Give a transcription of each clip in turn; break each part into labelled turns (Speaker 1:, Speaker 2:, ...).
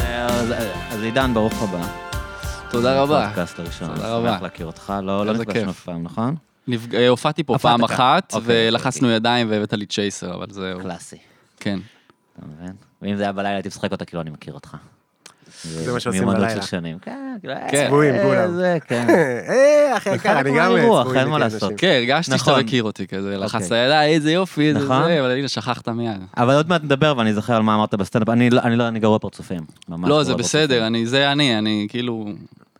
Speaker 1: אה, עידן, ברוך הבא.
Speaker 2: תודה רבה.
Speaker 1: פודקאסט הראשון.
Speaker 2: תודה רבה.
Speaker 1: שמח להכיר אותך, לא לא
Speaker 2: איזה
Speaker 1: נפגשנו
Speaker 2: כיף.
Speaker 1: אף פעם, נכון?
Speaker 2: נפג... אה, הופעתי פה
Speaker 1: הופעת
Speaker 2: פעם
Speaker 1: כאן.
Speaker 2: אחת,
Speaker 1: אוקיי,
Speaker 2: ולחצנו
Speaker 1: אוקיי.
Speaker 2: ידיים והבאת לי צ'ייסר, אבל זהו.
Speaker 1: קלאסי.
Speaker 2: כן.
Speaker 1: אתה מבין? ואם זה היה בלילה, הייתי משחק אותה כאילו אני מכיר אותך. זה
Speaker 3: מה שעושים
Speaker 1: מיומנות
Speaker 3: בלילה.
Speaker 1: של שנים. כן, כאילו, אה,
Speaker 3: צבועים,
Speaker 1: אה,
Speaker 3: כולם.
Speaker 1: זה, כן.
Speaker 3: אה, אחי יקר,
Speaker 1: חלק
Speaker 3: אני גם
Speaker 1: מהאירוח,
Speaker 3: צבועים
Speaker 1: אין מה
Speaker 3: איתי
Speaker 1: לעשות.
Speaker 3: אנשים.
Speaker 2: כן, הרגשתי שאתה
Speaker 1: נכון.
Speaker 2: מכיר אותי כזה, לחצת
Speaker 1: אוקיי.
Speaker 2: ידיים, איזה יופי, איזה
Speaker 1: נכון.
Speaker 2: זה, אבל הנה, שכחת מיד.
Speaker 1: אבל עוד מעט נדבר ואני אזכר על מה אמרת בסטנדאפ. אני לא- אני לא, אני גרוע פרצופים. ממש
Speaker 2: לא,
Speaker 1: גרוע
Speaker 2: זה
Speaker 1: פרצופים.
Speaker 2: בסדר, אני, זה אני, אני כאילו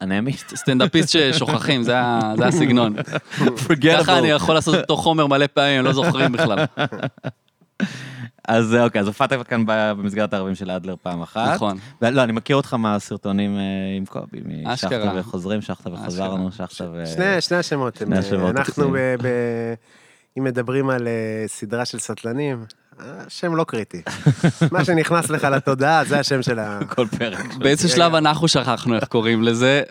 Speaker 1: אנמי?
Speaker 2: סטנדאפיסט ששוכחים, זה ה- זה הסגנון. ככה אני יכול לעשות אותו חומר מלא פעמים, הם לא זוכרים בכלל.
Speaker 1: אז אה, אוקיי, אז הופעת כאן ב- במסגרת הערבים של אדלר פעם אחת.
Speaker 2: נכון.
Speaker 1: לא, אני מכיר אותך מהסרטונים אה, עם קובי, משחת
Speaker 2: אשכרה.
Speaker 1: וחוזרים, שחת וחזרנו, שחת ו...
Speaker 3: שני- שני השמות. הם, אה,
Speaker 1: שני השמות כן.
Speaker 3: אנחנו, ב-
Speaker 1: אצלי.
Speaker 3: ב- אם מדברים על אה, סדרה של סטלנים, השם לא קריטי. מה שנכנס לך לתודעה, זה השם של ה...
Speaker 1: כל פרק.
Speaker 2: באיזשהו
Speaker 3: רגע.
Speaker 2: שלב אנחנו שכחנו איך קוראים לזה,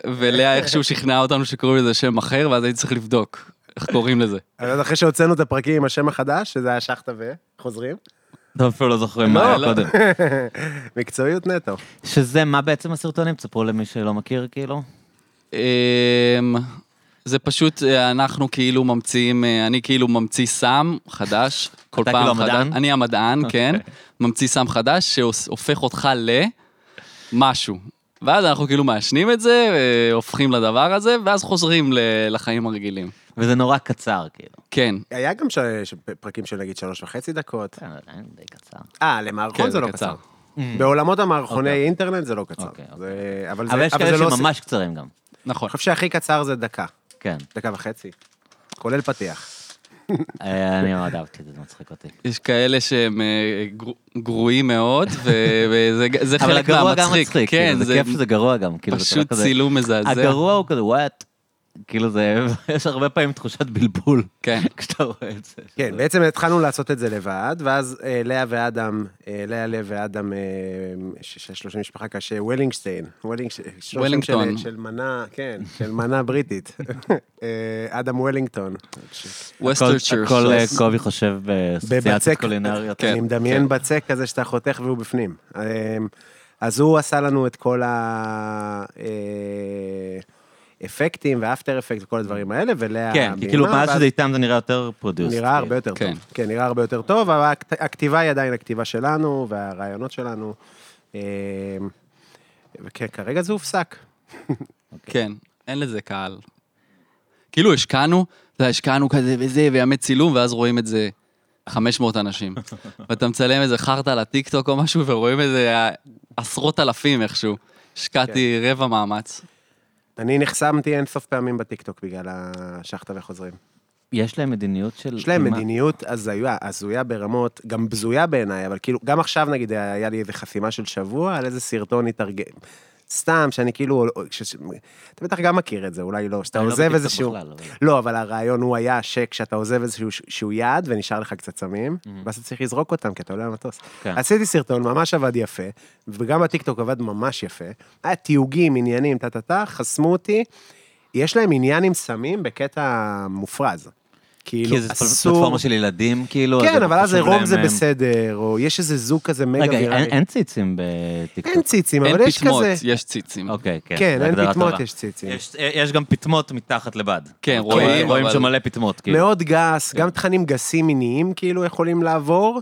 Speaker 2: ולאה איכשהו שכנעה אותנו שקוראים לזה שם אחר, ואז הייתי צריך לבדוק איך קוראים לזה.
Speaker 3: אבל אחרי שהוצאנו את הפרקים עם השם החדש, שזה היה שחטה ו... חוזרים.
Speaker 1: אתם אפילו לא זוכרים מה
Speaker 2: לא,
Speaker 1: היה
Speaker 2: לא.
Speaker 1: קודם.
Speaker 3: מקצועיות נטו.
Speaker 1: שזה מה בעצם הסרטונים? תספרו למי שלא מכיר, כאילו.
Speaker 2: אמ, זה פשוט, אה, אנחנו כאילו ממציאים, אה, אני כאילו ממציא סם חדש, כל
Speaker 1: אתה
Speaker 2: פעם
Speaker 1: כאילו
Speaker 2: חדש.
Speaker 1: המדען? אוקיי.
Speaker 2: אני המדען, כן. ממציא סם חדש שהופך אותך למשהו. ואז אנחנו כאילו מעשנים את זה, אה, הופכים לדבר הזה, ואז חוזרים ל- לחיים הרגילים.
Speaker 1: וזה נורא קצר, כאילו.
Speaker 2: כן,
Speaker 3: היה גם ש- ש- פרקים של נגיד שלוש וחצי דקות.
Speaker 2: לא,
Speaker 1: כן, עדיין די קצר.
Speaker 3: אה,
Speaker 2: כן,
Speaker 3: למערכון זה
Speaker 2: זה
Speaker 3: לא
Speaker 2: קצר.
Speaker 3: קצר. בעולמות
Speaker 1: אוקיי.
Speaker 3: המערכוני אינטרנט זה לא קצר.
Speaker 1: אוקיי, אוקיי.
Speaker 3: זה- אבל זה
Speaker 1: אבל יש
Speaker 3: אבל
Speaker 1: כאלה
Speaker 3: זה לא... עושה-
Speaker 1: שממש קצרים גם.
Speaker 2: נכון.
Speaker 3: אני חושב שהכי קצר זה דקה,
Speaker 1: כן.
Speaker 3: דקה וחצי. כולל פתיח.
Speaker 1: אה, אני מאוד אהבתי את זה, זה מצחיק אותי.
Speaker 2: יש כאלה שהם אה, גרו- גרועים מאוד, ו- וזה זה
Speaker 1: אבל
Speaker 2: חלק מהמצחיק.
Speaker 1: הגרוע גם מצחיק,
Speaker 2: כן,
Speaker 1: כאילו, זה כיף שזה גרוע גם. כאילו, זה
Speaker 2: פשוט
Speaker 1: כזה-
Speaker 2: צילום מזעזע.
Speaker 1: הגרוע הוא כזה, וואט. כאילו זה, יש הרבה פעמים תחושת בלבול.
Speaker 2: כן.
Speaker 1: כשאתה רואה את זה.
Speaker 3: כן, בעצם התחלנו לעשות את זה לבד, ואז אה, לאה ואדם, אה, לאה לב ואדם, אה, ש- שיש לו שם משפחה קשה, וולינגשטיין. וולינגשטיין.
Speaker 2: וולינגטון.
Speaker 3: של, של מנה, כן, של מנה בריטית. אה, אדם וולינגטון.
Speaker 1: הכל-
Speaker 2: ווסטרצ'ר.
Speaker 1: הכל אה, קובי חושב בסוציאציות
Speaker 3: בבצק.
Speaker 1: קולינריות.
Speaker 2: כן.
Speaker 3: אני מדמיין בצק כזה שאתה חותך והוא בפנים. אה, אז הוא עשה לנו את כל האפקטים ואפטר אפקט וכל הדברים האלה, ולאה...
Speaker 1: כן, כי כאילו,
Speaker 3: הביימה,
Speaker 1: מאז
Speaker 3: ואז-
Speaker 1: שזה איתם זה נראה יותר כאילו, פרודיוס.
Speaker 3: נראה הרבה יותר
Speaker 2: כן.
Speaker 3: טוב. כן, נראה הרבה יותר טוב, אבל הכת- הכתיבה היא עדיין הכתיבה שלנו, והרעיונות שלנו. אה, וכן, כרגע זה הופסק.
Speaker 2: כן, אין לזה קהל. כאילו השקענו, אתה יודע, השקענו כזה וזה, וימי צילום, ואז רואים את זה 500 אנשים. ואתה מצלם איזה חרטא לטיקטוק או משהו, ורואים איזה אה, עשרות אלפים איכשהו. השקעתי
Speaker 1: כן.
Speaker 2: רבע מאמץ.
Speaker 3: אני נחסמתי אינסוף פעמים בטיקטוק בגלל השחטה וחוזרים.
Speaker 1: יש להם מדיניות של...
Speaker 3: יש להם
Speaker 1: מה-
Speaker 3: מדיניות הזויה, הזויה ברמות, גם בזויה בעיניי, אבל כאילו, גם עכשיו נגיד היה לי איזה חסימה של שבוע על איזה סרטון התארגן. סתם, שאני כאילו, ש- ש- אתה בטח גם מכיר את זה, אולי לא, שאתה
Speaker 1: אני לא
Speaker 3: עוזב
Speaker 1: בטיקטוק
Speaker 3: איזשהו...
Speaker 1: בכלל, אבל-
Speaker 3: לא, אבל הרעיון הוא היה שכשאתה עוזב איזשהו ש- שהוא יעד ונשאר לך קצת סמים, ואז אתה צריך לזרוק אותם, כי אתה עולה למטוס.
Speaker 1: כן.
Speaker 3: עשיתי סרטון, ממש עבד יפה, וגם הטיקטוק עבד ממש יפה. היה תיוגים, עניינים, טה-טה-טה, חסמו אותי. יש להם עניין עם סמים בקטע מופרז. כאילו,
Speaker 1: כי זה
Speaker 3: אסור...
Speaker 1: פלטפורמה של ילדים, כאילו...
Speaker 3: כן, אבל אז
Speaker 1: חשוב
Speaker 3: עירום זה
Speaker 1: להם, הם-
Speaker 3: בסדר, או יש איזה זוג כזה מגה
Speaker 1: רגע,
Speaker 3: ויראלי.
Speaker 1: אין- אין ציצים בטיקטוק.
Speaker 3: אין ציצים,
Speaker 2: אין
Speaker 3: אבל יש
Speaker 2: פטמות,
Speaker 3: כזה...
Speaker 2: יש ציצים.
Speaker 1: אוקיי, כן.
Speaker 3: כן,
Speaker 1: זו
Speaker 3: אין
Speaker 1: הגדרה
Speaker 3: פטמות,
Speaker 1: טובה.
Speaker 3: יש ציצים.
Speaker 1: יש- יש גם פטמות מתחת לבד.
Speaker 2: כן,
Speaker 1: אתה
Speaker 2: רואים,
Speaker 1: רואה- רואים
Speaker 2: אבל-
Speaker 1: שמלא פטמות, כאילו.
Speaker 3: מאוד גס, גם תכנים גסים מיניים כאילו יכולים לעבור,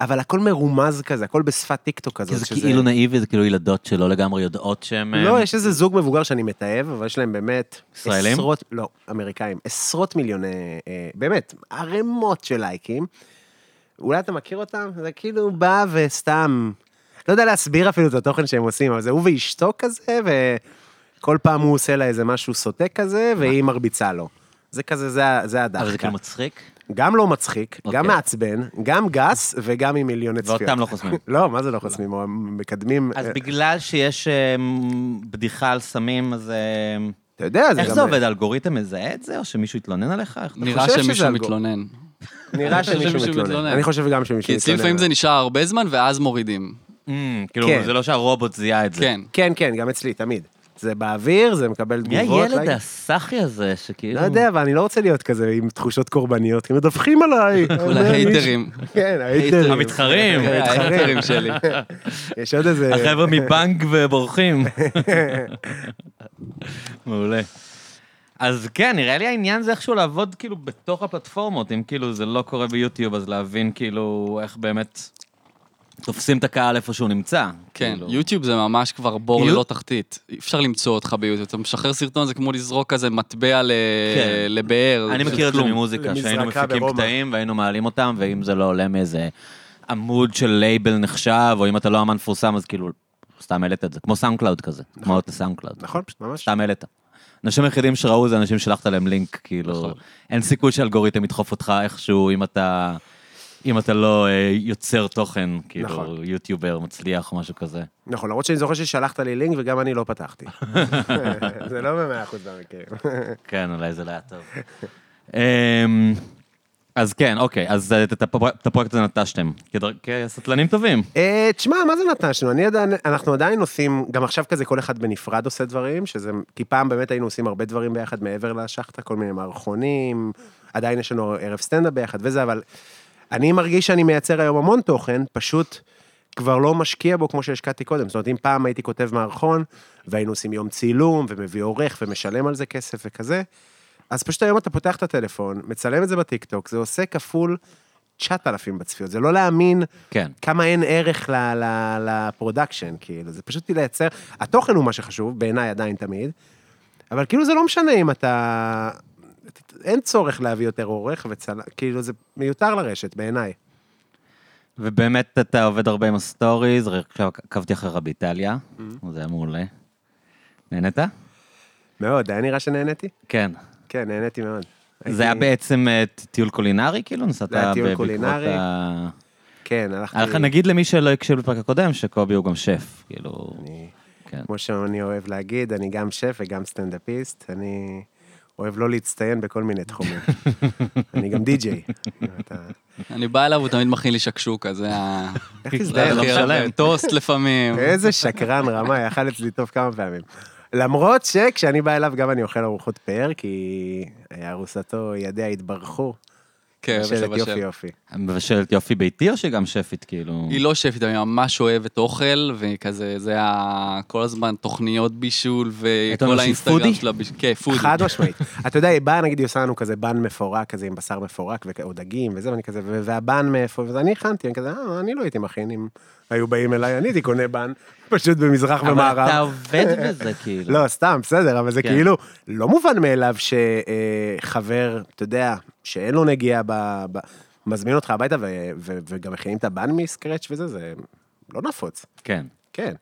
Speaker 3: אבל הכל מרומז כזה, הכל בשפת טיקטוק
Speaker 1: כי
Speaker 3: כזאת.
Speaker 1: זה
Speaker 3: שזה-
Speaker 1: כאילו נאיבי, זה כאילו ילדות שלא לגמרי יודעות שהם... אה,
Speaker 3: לא, יש איזה זוג מבוגר שאני מתעב, אבל יש להם באמת...
Speaker 1: ישראלים?
Speaker 3: עשרות, לא, אמריקאים. עשרות מיליוני, אה, באמת, ערימות של לייקים. אולי אתה מכיר אותם? זה כאילו בא וסתם... לא יודע להסביר אפילו את התוכן שהם עושים, אבל זה הוא ואשתו כזה, וכל פעם הוא עושה לה איזה משהו סוטה כזה, והיא מרביצה לו. זה כזה, זה, ה- זה הדחקה.
Speaker 1: אבל זה כאילו מצחיק.
Speaker 3: גם לא מצחיק,
Speaker 1: אוקיי.
Speaker 3: גם מעצבן, גם גס וגם עם מיליוני צפיות.
Speaker 1: ואותם לא חוסמים.
Speaker 3: לא, מה זה לא חוסמים? הם מקדמים...
Speaker 1: אז
Speaker 3: אה,
Speaker 1: בגלל שיש אמ, בדיחה על סמים, אז... אמ,
Speaker 3: אתה יודע, זה
Speaker 1: איך
Speaker 3: גם-
Speaker 1: זה עובד? האלגוריתם מזהה את זה, או שמישהו יתלונן עליך? איך אתה
Speaker 2: נראה
Speaker 3: חושב שזה
Speaker 2: שמישהו
Speaker 3: אלגור-
Speaker 2: מתלונן.
Speaker 3: נראה
Speaker 2: שמישהו
Speaker 3: שמישהו מתלונן.
Speaker 2: מתלונן.
Speaker 3: אני חושב גם שמישהו
Speaker 2: כי אצלי לפעמים זה נשאר הרבה זמן, ואז מורידים.
Speaker 1: Mm, כאילו,
Speaker 3: כן.
Speaker 1: זה לא שהרובוט זיהה את זה.
Speaker 2: כן.
Speaker 3: כן, כן, גם אצלי, תמיד. זה באוויר, זה מקבל
Speaker 1: מי
Speaker 3: תגובות.
Speaker 1: הילד
Speaker 3: לייקים.
Speaker 1: הסאחי הזה, שכאילו...
Speaker 3: לא יודע, אבל אני לא רוצה להיות כזה עם תחושות קורבניות, כי מדווחים עליי.
Speaker 2: כל ההייטרים.
Speaker 3: כן, הייטרים.
Speaker 1: המתחרים.
Speaker 2: כן, ההייטרים שלי.
Speaker 3: יש עוד איזה...
Speaker 1: החבר'ה מבנק ובורחים. מעולה. אז כן, נראה לי העניין זה איכשהו לעבוד כאילו בתוך הפלטפורמות, אם כאילו זה לא קורה ביוטיוב, אז להבין כאילו איך באמת תופסים את הקהל איפה שהוא נמצא.
Speaker 2: כן,
Speaker 1: כאילו.
Speaker 2: יוטיוב זה ממש כבר בור
Speaker 1: יוט-
Speaker 2: ללא תחתית. אי אפשר למצוא אותך ביוטיוב. אתה משחרר סרטון, זה כמו לזרוק כזה מטבע ל-
Speaker 1: כן.
Speaker 2: לבאר.
Speaker 1: אני
Speaker 2: פשוט
Speaker 1: מכיר את זה
Speaker 2: כלום.
Speaker 1: ממוזיקה, שהיינו
Speaker 3: למזרקה
Speaker 1: מפיקים
Speaker 3: ברומא.
Speaker 1: קטעים והיינו מעלים אותם, ואם זה לא עולה מאיזה עמוד של לייבל נחשב, או אם אתה לא אמן מפורסם, אז כאילו, סתם העלית את זה. כמו סאונד קלאוד כזה, כמו עוד סאונד קלאוד.
Speaker 3: נכון, ממש.
Speaker 1: סתם העלית. אנשים היחידים שראו זה אנשים ששלחת להם לינק, כאילו, אין סיכוי שהאלגוריתם ידחוף אותך איכשהו אם אתה... אם אתה לא אה, יוצר תוכן, כאילו,
Speaker 3: נכון.
Speaker 1: יוטיובר מצליח או משהו כזה.
Speaker 3: נכון, למרות שאני זוכר ששלחת לי לינק וגם אני לא פתחתי. זה לא במאה אחוז במקרים.
Speaker 1: כן, אולי זה לא היה טוב. אמ, אז כן, אוקיי, אז את- את הפרו- את הפרויקט הזה נטשתם. כדר- כסטלנים טובים.
Speaker 3: אה, תשמע, מה זה נטשנו? אני עדיין, אנחנו עדיין עושים, גם עכשיו כזה כל אחד בנפרד עושה דברים, שזה, כי פעם באמת היינו עושים הרבה דברים ביחד מעבר לשחטה, כל מיני מערכונים, עדיין יש לנו ערב סטנדאפ ביחד וזה, אבל אני מרגיש שאני מייצר היום המון תוכן, פשוט כבר לא משקיע בו כמו שהשקעתי קודם. זאת אומרת, אם פעם הייתי כותב מערכון, והיינו עושים יום צילום, ומביא עורך, ומשלם על זה כסף וכזה, אז פשוט היום אתה פותח את הטלפון, מצלם את זה בטיקטוק, זה עושה כפול 9,000 בצפיות, זה לא להאמין.
Speaker 1: כן.
Speaker 3: כמה אין ערך ל- ל- לפרודקשן, כאילו, זה פשוט לייצר, התוכן הוא מה שחשוב, בעיניי עדיין תמיד, אבל כאילו זה לא משנה אם אתה, אין צורך להביא יותר אורך וצל... כאילו זה מיותר לרשת, בעיניי.
Speaker 1: ובאמת אתה עובד הרבה עם הסטוריז, עכשיו עקבתי אחרי רבי איטליה,
Speaker 3: Mm-hmm.
Speaker 1: זה היה מעולה. נהנית?
Speaker 3: מאוד, היה נראה שנהניתי?
Speaker 1: כן.
Speaker 3: כן, נהניתי מאוד. הייתי-
Speaker 1: זה היה בעצם אה, ט- טיול קולינרי, כאילו? נסעת
Speaker 3: זה היה טיול
Speaker 1: בעקבות
Speaker 3: קולינרי.
Speaker 1: ה-
Speaker 3: כן, הלכתי,
Speaker 1: היה לך, נגיד למי שלא הקשיב בפרק הקודם, שקובי הוא גם שף, כאילו...
Speaker 3: אני-
Speaker 1: כן.
Speaker 3: כמו שאני אוהב להגיד, אני גם שף וגם סטנדאפיסט, אני אוהב לא להצטיין בכל מיני תחומים. אני גם די-ג'יי. אתה-
Speaker 2: אני בא אליו, הוא תמיד מכין לי שקשוקה, זה ה...
Speaker 3: איך תזדהה,
Speaker 1: לא
Speaker 2: הכי הרבה.
Speaker 1: משלם. כן?
Speaker 2: טוסט לפעמים.
Speaker 3: איזה שקרן רמה, יכל אצלי טוב כמה פעמים. למרות שכשאני בא אליו גם אני אוכל ארוחות פאר, כי ארוסתו ידיה התברכו.
Speaker 2: כן,
Speaker 3: בשלט
Speaker 2: בשבע
Speaker 3: יופי
Speaker 2: שבע.
Speaker 3: יופי.
Speaker 1: מבשלת יופי ביתי או שגם שפית, כאילו?
Speaker 2: היא לא שפית, היא ממש אוהבת אוכל, וכזה, זה היה כל הזמן תוכניות בישול,
Speaker 1: אתה אומר
Speaker 2: וכל
Speaker 1: שהיא
Speaker 2: האינסטגרם
Speaker 1: פודי?
Speaker 2: שלה, ביש- כן, פודי.
Speaker 3: חד משמעית. אתה יודע, היא באה, נגיד, היא עושה לנו כזה בן מפורק, כזה עם בשר מפורק, וכ- או דגים, וזה, ואני כזה, ו- והבן מאיפה, וזה, אני הכנתי, אני כזה, אה, אני לא הייתי מכין אם היו באים אליי, אני הייתי קונה בן, פשוט במזרח
Speaker 1: אבל אתה
Speaker 3: ומערב.
Speaker 1: עובד בזה, כאילו.
Speaker 3: לא, סתם, בסדר, אבל זה
Speaker 1: כן.
Speaker 3: כאילו לא מובן מאליו שחבר, אתה יודע, שאין לו נגיעה ב... ב- מזמין אותך הביתה ו- ו- וגם מכינים את הבן מסקרץ' וזה, זה לא נפוץ,
Speaker 1: כן,
Speaker 3: כן.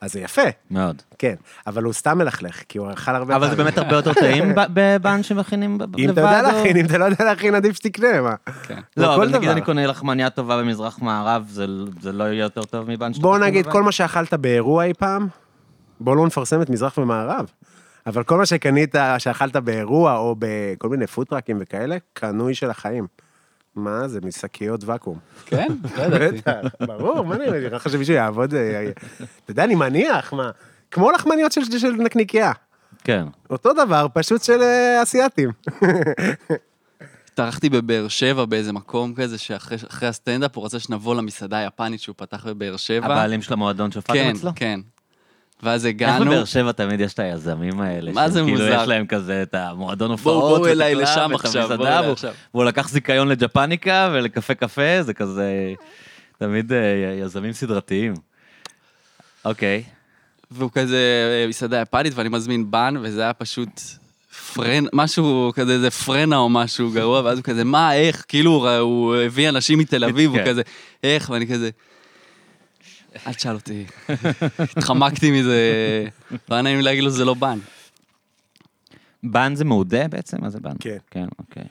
Speaker 3: אז זה יפה,
Speaker 1: מאוד.
Speaker 3: כן, אבל הוא סתם מלכלך, כי הוא אכל הרבה
Speaker 1: אבל זה באמת הרבה יותר טעים ב- בבן שמכינים ב- לבד?
Speaker 3: אם אתה יודע
Speaker 1: או-
Speaker 3: להכין, אם אתה לא יודע להכין, עדיף שתקנה, מה?
Speaker 2: כן.
Speaker 1: לא,
Speaker 3: כל
Speaker 1: אבל נגיד
Speaker 3: דבר.
Speaker 1: אני קונה לחמניה טובה במזרח מערב, זה- זה לא יהיה יותר טוב מבן שאתה
Speaker 3: בוא
Speaker 1: מכין
Speaker 3: נגיד,
Speaker 1: בבית?
Speaker 3: כל מה שאכלת באירוע אי פעם, בוא לא נפרסם את מזרח ומערב. אבל כל מה שקנית, שאכלת באירוע או בכל מיני פודטראקים וכאלה, קנוי של החיים. מה זה, משקיות ואקום.
Speaker 2: כן? לא ידעתי.
Speaker 3: בטח, ברור, מה נראה לי? נראה לך שמישהו יעבוד... אה, אה, אתה יודע, אני מניח, מה? כמו לחמניות של- של נקניקייה.
Speaker 1: כן.
Speaker 3: אותו דבר, פשוט של אה, אסיאתים.
Speaker 2: התארחתי בבאר שבע באיזה מקום כזה, שאחרי אחרי הסטנדאפ הוא רצה שנבוא למסעדה היפנית שהוא פתח בבאר שבע.
Speaker 1: הבעלים של המועדון שהופעתם
Speaker 2: כן,
Speaker 1: אצלו?
Speaker 2: כן. ואז
Speaker 1: לא? איך
Speaker 2: הגענו,
Speaker 1: בבאר שבע תמיד יש את היזמים האלה?
Speaker 2: מה
Speaker 1: שהם
Speaker 2: זה
Speaker 1: כאילו
Speaker 2: מוזר?
Speaker 1: יש להם כזה את המועדון
Speaker 2: בואו,
Speaker 1: הופעות,
Speaker 2: בואו
Speaker 1: ואת
Speaker 2: אליי
Speaker 1: הקלאב,
Speaker 2: לשם
Speaker 1: ואת
Speaker 2: עכשיו, בואו
Speaker 1: המסעדה,
Speaker 2: אליי
Speaker 1: והוא-
Speaker 2: עכשיו.
Speaker 1: והוא לקח זיכיון לג'פניקה ולקפה קפה, זה כזה... תמיד אה, יזמים סדרתיים. אוקיי.
Speaker 2: והוא כזה אה, מסעדה יפנית, ואני מזמין בן, וזה היה פשוט פרן, משהו כזה, איזה פרנה או משהו גרוע, ואז הוא כזה, מה, איך, כאילו, הוא ר- הוא הביא אנשים מתל אביב, הוא
Speaker 1: כן.
Speaker 2: כזה, איך, ואני כזה, אל תשאל אותי. התחמקתי מזה, לא היה נעים לי להגיד לו, זה לא בן.
Speaker 1: בן זה מעודה בעצם? מה זה בן?
Speaker 3: כן.
Speaker 1: כן, אוקיי.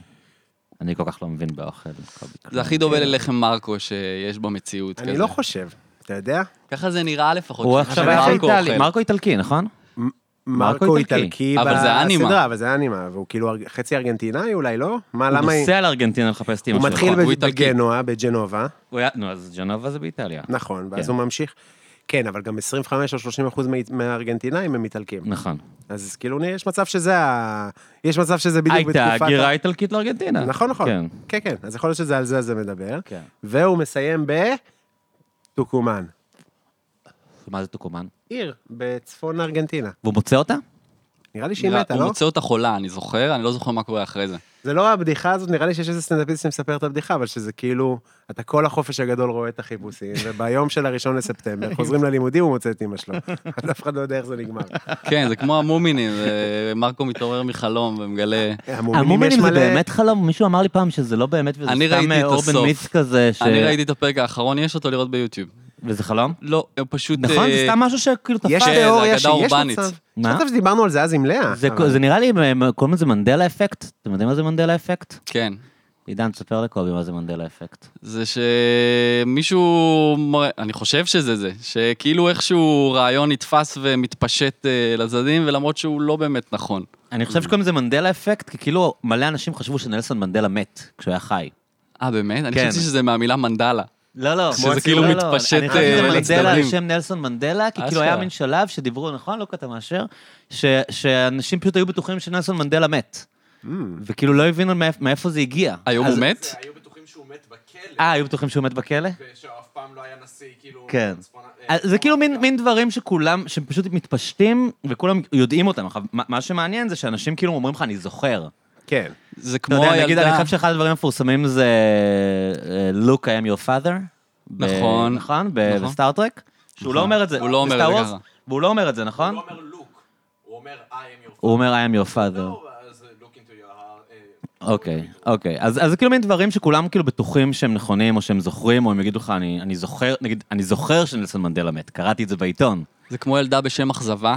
Speaker 1: אני כל כך לא מבין באוכל. קובי.
Speaker 2: זה לא הכי דומה ללחם מרקו שיש במציאות.
Speaker 3: אני
Speaker 2: כזה.
Speaker 3: לא חושב, אתה יודע?
Speaker 2: ככה זה נראה לפחות.
Speaker 1: הוא
Speaker 2: ככה
Speaker 1: עכשיו
Speaker 2: זה
Speaker 1: היה
Speaker 2: מרקו
Speaker 1: באיטלי.
Speaker 2: אוכל.
Speaker 1: מרקו איטלקי, נכון? מרקו
Speaker 3: מרקו
Speaker 1: איטלקי.
Speaker 3: איטלקי
Speaker 2: אבל זה האנימה.
Speaker 3: בסדרה, אבל זה אנימה, והוא כאילו ארג- חצי ארגנטינאי אולי, לא? מה,
Speaker 1: הוא
Speaker 3: למה היא...
Speaker 1: נוסע לארגנטינה לחפש את אימא
Speaker 3: הוא
Speaker 1: שלו.
Speaker 3: מתחיל
Speaker 1: נכון?
Speaker 2: הוא
Speaker 3: בג-
Speaker 2: איטלקי.
Speaker 3: בגנואה, בג'נובה,
Speaker 1: הוא היה- נו, אז ג'נובה זה באיטליה.
Speaker 3: נכון, ואז
Speaker 1: כן.
Speaker 3: הוא ממשיך. כן, אבל גם 25 או 30 אחוז מהארגנטינאים הם איטלקים.
Speaker 1: נכון.
Speaker 3: אז כאילו, יש מצב שזה ה... יש מצב שזה בדיוק בתקופת...
Speaker 1: הייתה
Speaker 3: ה-
Speaker 1: הגירה איטלקית לארגנטינה.
Speaker 3: נכון, נכון.
Speaker 1: כן.
Speaker 3: כן, כן. אז יכול להיות שזה על זה זה מדבר.
Speaker 1: כן.
Speaker 3: והוא מסיים ב... טוקומן.
Speaker 1: מה זה טוקומן?
Speaker 3: עיר בצפון ארגנטינה.
Speaker 1: והוא מוצא אותה?
Speaker 3: נראה לי שהיא
Speaker 2: נראה-
Speaker 3: מתה,
Speaker 2: הוא
Speaker 3: לא?
Speaker 2: מוצא אותה חולה, אני זוכר, אני לא זוכר מה קורה אחרי זה.
Speaker 3: זה לא הבדיחה הזאת, נראה לי שיש איזה סטנדאפיסט שמספר את הבדיחה, אבל שזה כאילו, אתה כל החופש הגדול רואה את החיפושים, וביום של הראשון לספטמבר חוזרים ללימודים, הוא מוצא את אמא שלו. אז אף אחד לא יודע איך זה נגמר.
Speaker 2: כן, זה כמו המומינים, זה- מרקו מתעורר מחלום ומגלה...
Speaker 1: המומינים
Speaker 3: יש
Speaker 1: זה
Speaker 3: מלא-
Speaker 1: באמת חלום, מישהו אמר לי פעם שזה לא באמת, וזה
Speaker 2: אני
Speaker 1: סתם
Speaker 2: ראיתי את
Speaker 1: אה, אור בן
Speaker 2: הסוף.
Speaker 1: מיץ כזה, ש-
Speaker 2: אני ראיתי את הפרק האחרון, יש אותו לראות ביוטיוב.
Speaker 1: וזה חלום?
Speaker 2: לא, הם פשוט...
Speaker 1: נכון, זה
Speaker 2: אה,
Speaker 1: סתם משהו שכאילו
Speaker 3: יש
Speaker 1: תפס.
Speaker 2: כן, זה
Speaker 3: תיאוריה
Speaker 2: אגדה
Speaker 3: שיש
Speaker 2: אורבנית.
Speaker 3: מצב.
Speaker 1: מה?
Speaker 3: מה? חשבתי שדיברנו על זה אז עם לאה.
Speaker 1: זה-
Speaker 3: אבל-
Speaker 1: זה נראה לי, הם- הם קוראים לזה מנדלה אפקט. אתם יודעים מה זה מנדלה אפקט?
Speaker 2: כן.
Speaker 1: עידן, תספר לקובי מה זה מנדלה אפקט.
Speaker 2: זה שמישהו, מראה- אני חושב שזה זה, שכאילו איכשהו רעיון נתפס ומתפשט אה, לצדדים, ולמרות שהוא לא באמת נכון.
Speaker 1: אני חושב שקוראים לזה מנדלה אפקט, כי כאילו מלא אנשים חשבו שנלסון מנדלה מת כשהוא היה חי.
Speaker 2: אה, באמת? אני
Speaker 1: כן.
Speaker 2: חשבתי שזה מהמילה מנדלה.
Speaker 1: לא, לא.
Speaker 2: שזה כאילו
Speaker 1: לא, לא,
Speaker 2: מתפשט,
Speaker 1: אני חושב
Speaker 3: אה,
Speaker 1: שזה מנדלה על
Speaker 2: לצדדים.
Speaker 1: שם נלסון מנדלה, כי כאילו
Speaker 2: אשכרה.
Speaker 1: היה מין שלב שדיברו, נכון? לא קטע מאשר, ש- שאנשים פשוט היו בטוחים שנלסון מנדלה מת.
Speaker 3: Hmm.
Speaker 1: וכאילו לא הבינו מאיפ- מאיפה זה הגיע.
Speaker 2: היום הוא
Speaker 1: אז-
Speaker 2: מת?
Speaker 4: היו בטוחים שהוא מת בכלא,
Speaker 1: אה, היו בטוחים שהוא מת בכלא?
Speaker 4: ושאף פעם לא היה נשיא, כאילו...
Speaker 1: כן.
Speaker 4: צפון- אה,
Speaker 1: אז זה
Speaker 4: צפון
Speaker 1: כאילו מין,
Speaker 4: אפריקה.
Speaker 1: מין דברים שכולם, שהם פשוט מתפשטים, וכולם יודעים אותם. עכשיו, מה- מה שמעניין זה שאנשים כאילו אומרים לך, אני זוכר.
Speaker 3: כן.
Speaker 2: זה כמו
Speaker 1: אתה יודע, נגיד, אני
Speaker 2: הילדה...
Speaker 1: חושב שאחד הדברים המפורסמים זה אה, Look, I am your father. ב- נכון?
Speaker 2: נכון. נכון.
Speaker 1: בסטארטרק. שהוא לא אומר את זה.
Speaker 2: הוא לא אומר את זה
Speaker 1: בסטאר
Speaker 2: ככה.
Speaker 1: וורס, והוא לא אומר את זה,
Speaker 4: הוא
Speaker 1: נכון?
Speaker 4: לא אומר לוק, הוא אומר I am your
Speaker 1: הוא אומר, I am your father.
Speaker 4: father, אז look into your heart. אה,
Speaker 1: אוקיי, אוקיי. אז אז זה כאילו מין דברים שכולם כאילו בטוחים שהם נכונים, או שהם זוכרים, או הם יגידו לך, "אני- אני זוכר, נגיד, אני זוכר שנלסון מנדלה מת, קראתי את זה בעיתון.
Speaker 2: זה כמו ילדה בשם אכזבה,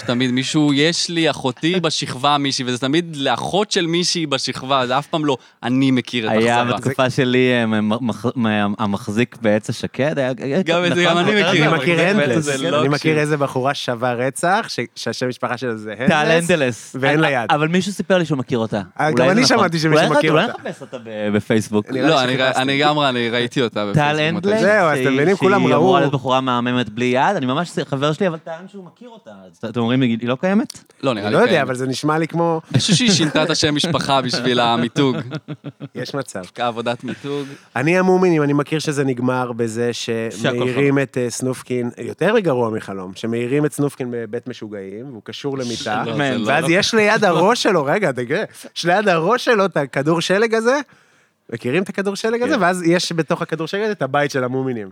Speaker 2: שתמיד מישהו, יש לי אחותי בשכבה מישהי, וזה תמיד לאחות של מישהי בשכבה, זה אף פעם לא אני מכיר את
Speaker 1: היה
Speaker 2: אכזבה.
Speaker 1: בתקופה שלי אה, מ- מ- מ- המחזיק בעץ השקד, היה...
Speaker 2: גם את זה,
Speaker 1: נכון?
Speaker 2: גם אני
Speaker 4: כן,
Speaker 1: זוכר
Speaker 2: מכיר.
Speaker 1: את זה?
Speaker 3: אני מכיר
Speaker 1: המחזיק בעץ
Speaker 3: הנדלס,
Speaker 2: זה
Speaker 1: השקד?
Speaker 2: לא
Speaker 3: אני מכיר
Speaker 2: קשור.
Speaker 3: איזה בחורה שווה רצח, ש- שהשם משפחה שלה זה הנדלס.
Speaker 1: טל הנדלס.
Speaker 3: כן?
Speaker 1: אה,
Speaker 3: ואין לה יד.
Speaker 1: אבל מישהו סיפר לי שהוא מכיר אותה.
Speaker 3: גם
Speaker 1: אולי זה
Speaker 3: אני
Speaker 1: נכון.
Speaker 3: שמעתי שמישהו
Speaker 1: אולי-
Speaker 3: מכיר
Speaker 1: אולי
Speaker 3: אותה.
Speaker 1: נחפש אותה ב- בפייסבוק.
Speaker 3: אני-
Speaker 2: לא,
Speaker 3: נראה לי
Speaker 2: אני רא-
Speaker 3: שחיפשתי.
Speaker 2: אני גם אני ראיתי אותה
Speaker 1: טל
Speaker 2: בפייסבוק.
Speaker 1: הנדלס,
Speaker 3: זהו, אז אתם
Speaker 1: שהיא-
Speaker 3: מבינים, כולם
Speaker 1: שהיא
Speaker 3: ראו.
Speaker 1: אמורה להיות בחורה מהממת בלי יד, אני ממש חבר שלי, אבל טען שהוא מכיר אותה. אז אתם אומרים, היא לא קיימת?
Speaker 2: לא, נראה לי
Speaker 3: אני
Speaker 1: כן.
Speaker 3: לא יודע,
Speaker 2: קיימת.
Speaker 3: אבל זה נשמע לי כמו...
Speaker 2: אני חושב שהיא שינתה את השם משפחה בשביל המיתוג.
Speaker 3: יש מצב.
Speaker 2: כעבודת מיתוג.
Speaker 3: אני המומינים, אני מכיר שזה נגמר בזה שמאירים את אה, סנופקין, יותר גרוע מחלום, שמאירים את סנופקין בבית משוגעים, והוא קשור למיטה,
Speaker 2: לא, זה לא-
Speaker 3: ואז יש ליד הראש שלו, רגע, תגרע, יש ליד הראש שלו את הכדור שלג הזה, מכירים את הכדור שלג הזה?
Speaker 1: כן.
Speaker 3: ואז יש בתוך הכדור שלג הזה את הבית של המומינים.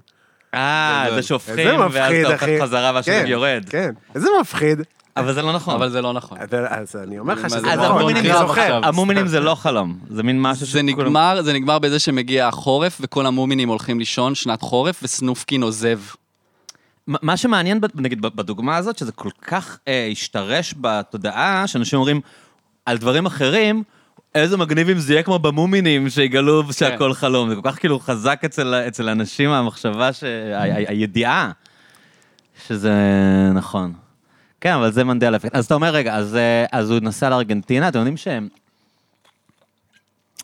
Speaker 1: אה,
Speaker 2: גדול.
Speaker 1: זה שהופכים,
Speaker 3: איזה
Speaker 1: ואז
Speaker 3: מפחיד,
Speaker 1: אתה הופך
Speaker 3: אחי.
Speaker 1: חזרה והשלב
Speaker 3: כן,
Speaker 1: יורד.
Speaker 3: כן, איזה מפחיד.
Speaker 1: אבל זה לא נכון.
Speaker 2: אבל זה לא נכון.
Speaker 3: אתה- אז אני אומר לך
Speaker 2: אז
Speaker 3: שזה
Speaker 1: אז
Speaker 2: נכון,
Speaker 1: המומינים
Speaker 3: אני לא
Speaker 1: זה- לא
Speaker 2: קרב
Speaker 3: זוכר.
Speaker 2: עכשיו.
Speaker 1: המומינים זה לא חלום, זה מין משהו
Speaker 2: זה נגמר, זה נגמר בזה שמגיע החורף, וכל המומינים הולכים לישון, שנת חורף, וסנופקין עוזב.
Speaker 1: כן, מה מה שמעניין, ב- נגיד, ב- בדוגמה הזאת, שזה כל כך אה, השתרש בתודעה, שאנשים אומרים על דברים אחרים, איזה מגניבים זה יהיה כמו במומינים שיגלו
Speaker 3: כן.
Speaker 1: שהכל חלום. זה כל כך כאילו חזק אצל, ה- אצל האנשים, המחשבה, ש... ה- ה- הידיעה, שזה נכון. כן, אבל זה מנדל אפקט. אז אתה אומר, רגע, אז, אה, אז הוא נסע לארגנטינה, אתם יודעים שהם...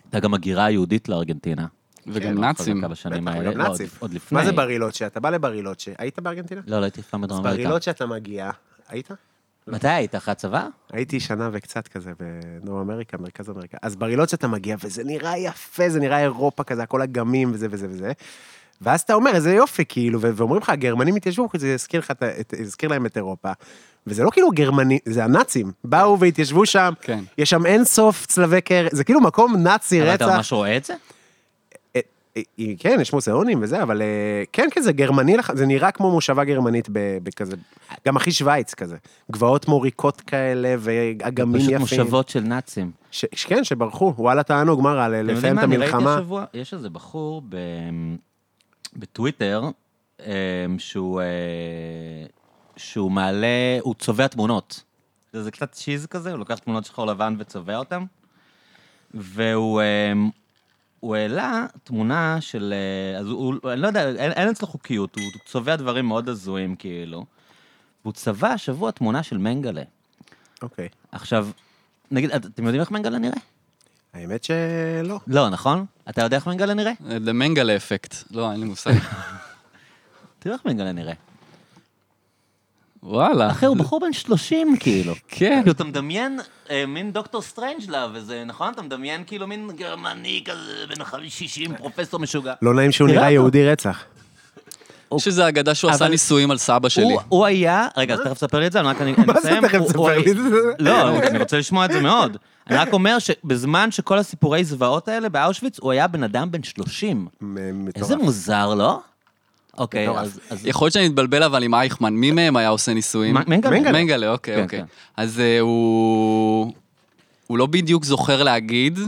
Speaker 1: הייתה גם הגירה יהודית לארגנטינה.
Speaker 2: וגם נאצים.
Speaker 1: לא, חזקה בשנים
Speaker 3: בטח,
Speaker 1: האלה,
Speaker 3: וגם
Speaker 1: לא,
Speaker 3: נאצים.
Speaker 1: עוד- עוד לפני.
Speaker 3: מה זה ברילוצ'ה? אתה בא לברילוצ'ה, היית בארגנטינה?
Speaker 1: לא, לא הייתי אף פעם בדרום אמריקה.
Speaker 3: ברילוצ'ה אתה מגיע, היית?
Speaker 1: מתי היית? אחרי הצבא?
Speaker 3: הייתי שנה וקצת כזה בדרום אמריקה, מרכז אמריקה. אז ברילות שאתה מגיע, וזה נראה יפה, זה נראה אירופה כזה, הכל אגמים וזה וזה וזה. ואז אתה אומר, איזה יופי, כאילו, ו- ואומרים לך, הגרמנים התיישבו, כי זה הזכיר, לך, את ה- את, הזכיר להם את אירופה. וזה לא כאילו גרמנים, זה הנאצים. באו והתיישבו שם,
Speaker 2: כן.
Speaker 3: יש שם אין סוף צלבי קרס, זה כאילו מקום נאצי
Speaker 1: אבל
Speaker 3: רצח.
Speaker 1: אתה ממש רואה את זה?
Speaker 3: אה, אה, אה, כן, יש מוזיאונים וזה, אבל אה, כן, כן, זה גרמני, לח- זה נראה כמו מושבה גרמנית ב- בכזה, גם הכי שווייץ כזה. גבעות מוריקות כאלה, ואגמים
Speaker 1: פשוט
Speaker 3: יפים.
Speaker 1: מושבות של נאצים.
Speaker 3: ש- ש- כן, שברחו, וואלה תענוג, מה רע, ל-
Speaker 1: אתם יודעים
Speaker 3: לפעמים
Speaker 1: מה?
Speaker 3: את
Speaker 1: אני ראיתי
Speaker 3: המלחמה.
Speaker 1: השבוע, יש איזה בחור ב- בטוויטר, אמ, שהוא אה, שהוא מעלה, הוא צובע תמונות. זה זה קצת צ'יז כזה, הוא לוקח תמונות שחור לבן וצובע אותן. והוא אמ, הוא העלה תמונה של... אה, אז הוא, הוא- אני לא יודע, אין, אין אצלו חוקיות, הוא צובע דברים מאוד הזויים כאילו. והוא צבע השבוע תמונה של מנגלה.
Speaker 3: אוקיי.
Speaker 1: עכשיו, נגיד, את- אתם יודעים איך מנגלה נראה?
Speaker 3: האמת שלא.
Speaker 1: לא, נכון? אתה יודע איך מנגלה נראה?
Speaker 2: The מנגלה אפקט. לא, אין לי מושג.
Speaker 1: תראו איך מנגלה נראה.
Speaker 2: וואלה.
Speaker 1: אחי, הוא בחור בן 30, כאילו.
Speaker 2: כן.
Speaker 1: כאילו, אתה מדמיין אה, מין דוקטור סטרנג'לה, וזה נכון? אתה מדמיין כאילו מין גרמני כזה, בן 60, פרופסור משוגע.
Speaker 3: לא נעים שהוא
Speaker 1: תראה
Speaker 3: נראה
Speaker 1: אותו.
Speaker 3: יהודי רצח.
Speaker 2: יש איזו אגדה שהוא עשה
Speaker 1: אבל-
Speaker 2: ניסויים על סבא שלי.
Speaker 1: הוא- הוא היה, רגע, אז תכף תספר לי את זה, אני רק אני אני
Speaker 3: מה זה
Speaker 1: מסיים.
Speaker 3: תכף
Speaker 1: הוא- הוא
Speaker 3: תספר
Speaker 1: היה-
Speaker 3: לי את זה?
Speaker 1: לא, אני רוצה לשמוע את זה מאוד. אני רק אומר שבזמן שכל הסיפורי זוועות האלה באושוויץ, הוא היה בן אדם בן 30.
Speaker 3: מ- מטורף.
Speaker 1: איזה מוזר, לא? אוקיי,
Speaker 3: מטורף.
Speaker 1: אז... אז-
Speaker 2: יכול להיות שאני מתבלבל אבל עם אייכמן, מי מהם היה עושה ניסויים?
Speaker 1: מ- מנגלה.
Speaker 2: מנגלה.
Speaker 1: מנגלה.
Speaker 2: מנגלה, אוקיי,
Speaker 1: כן,
Speaker 2: אוקיי.
Speaker 1: כן.
Speaker 2: אז אה, הוא... הוא לא בדיוק זוכר להגיד,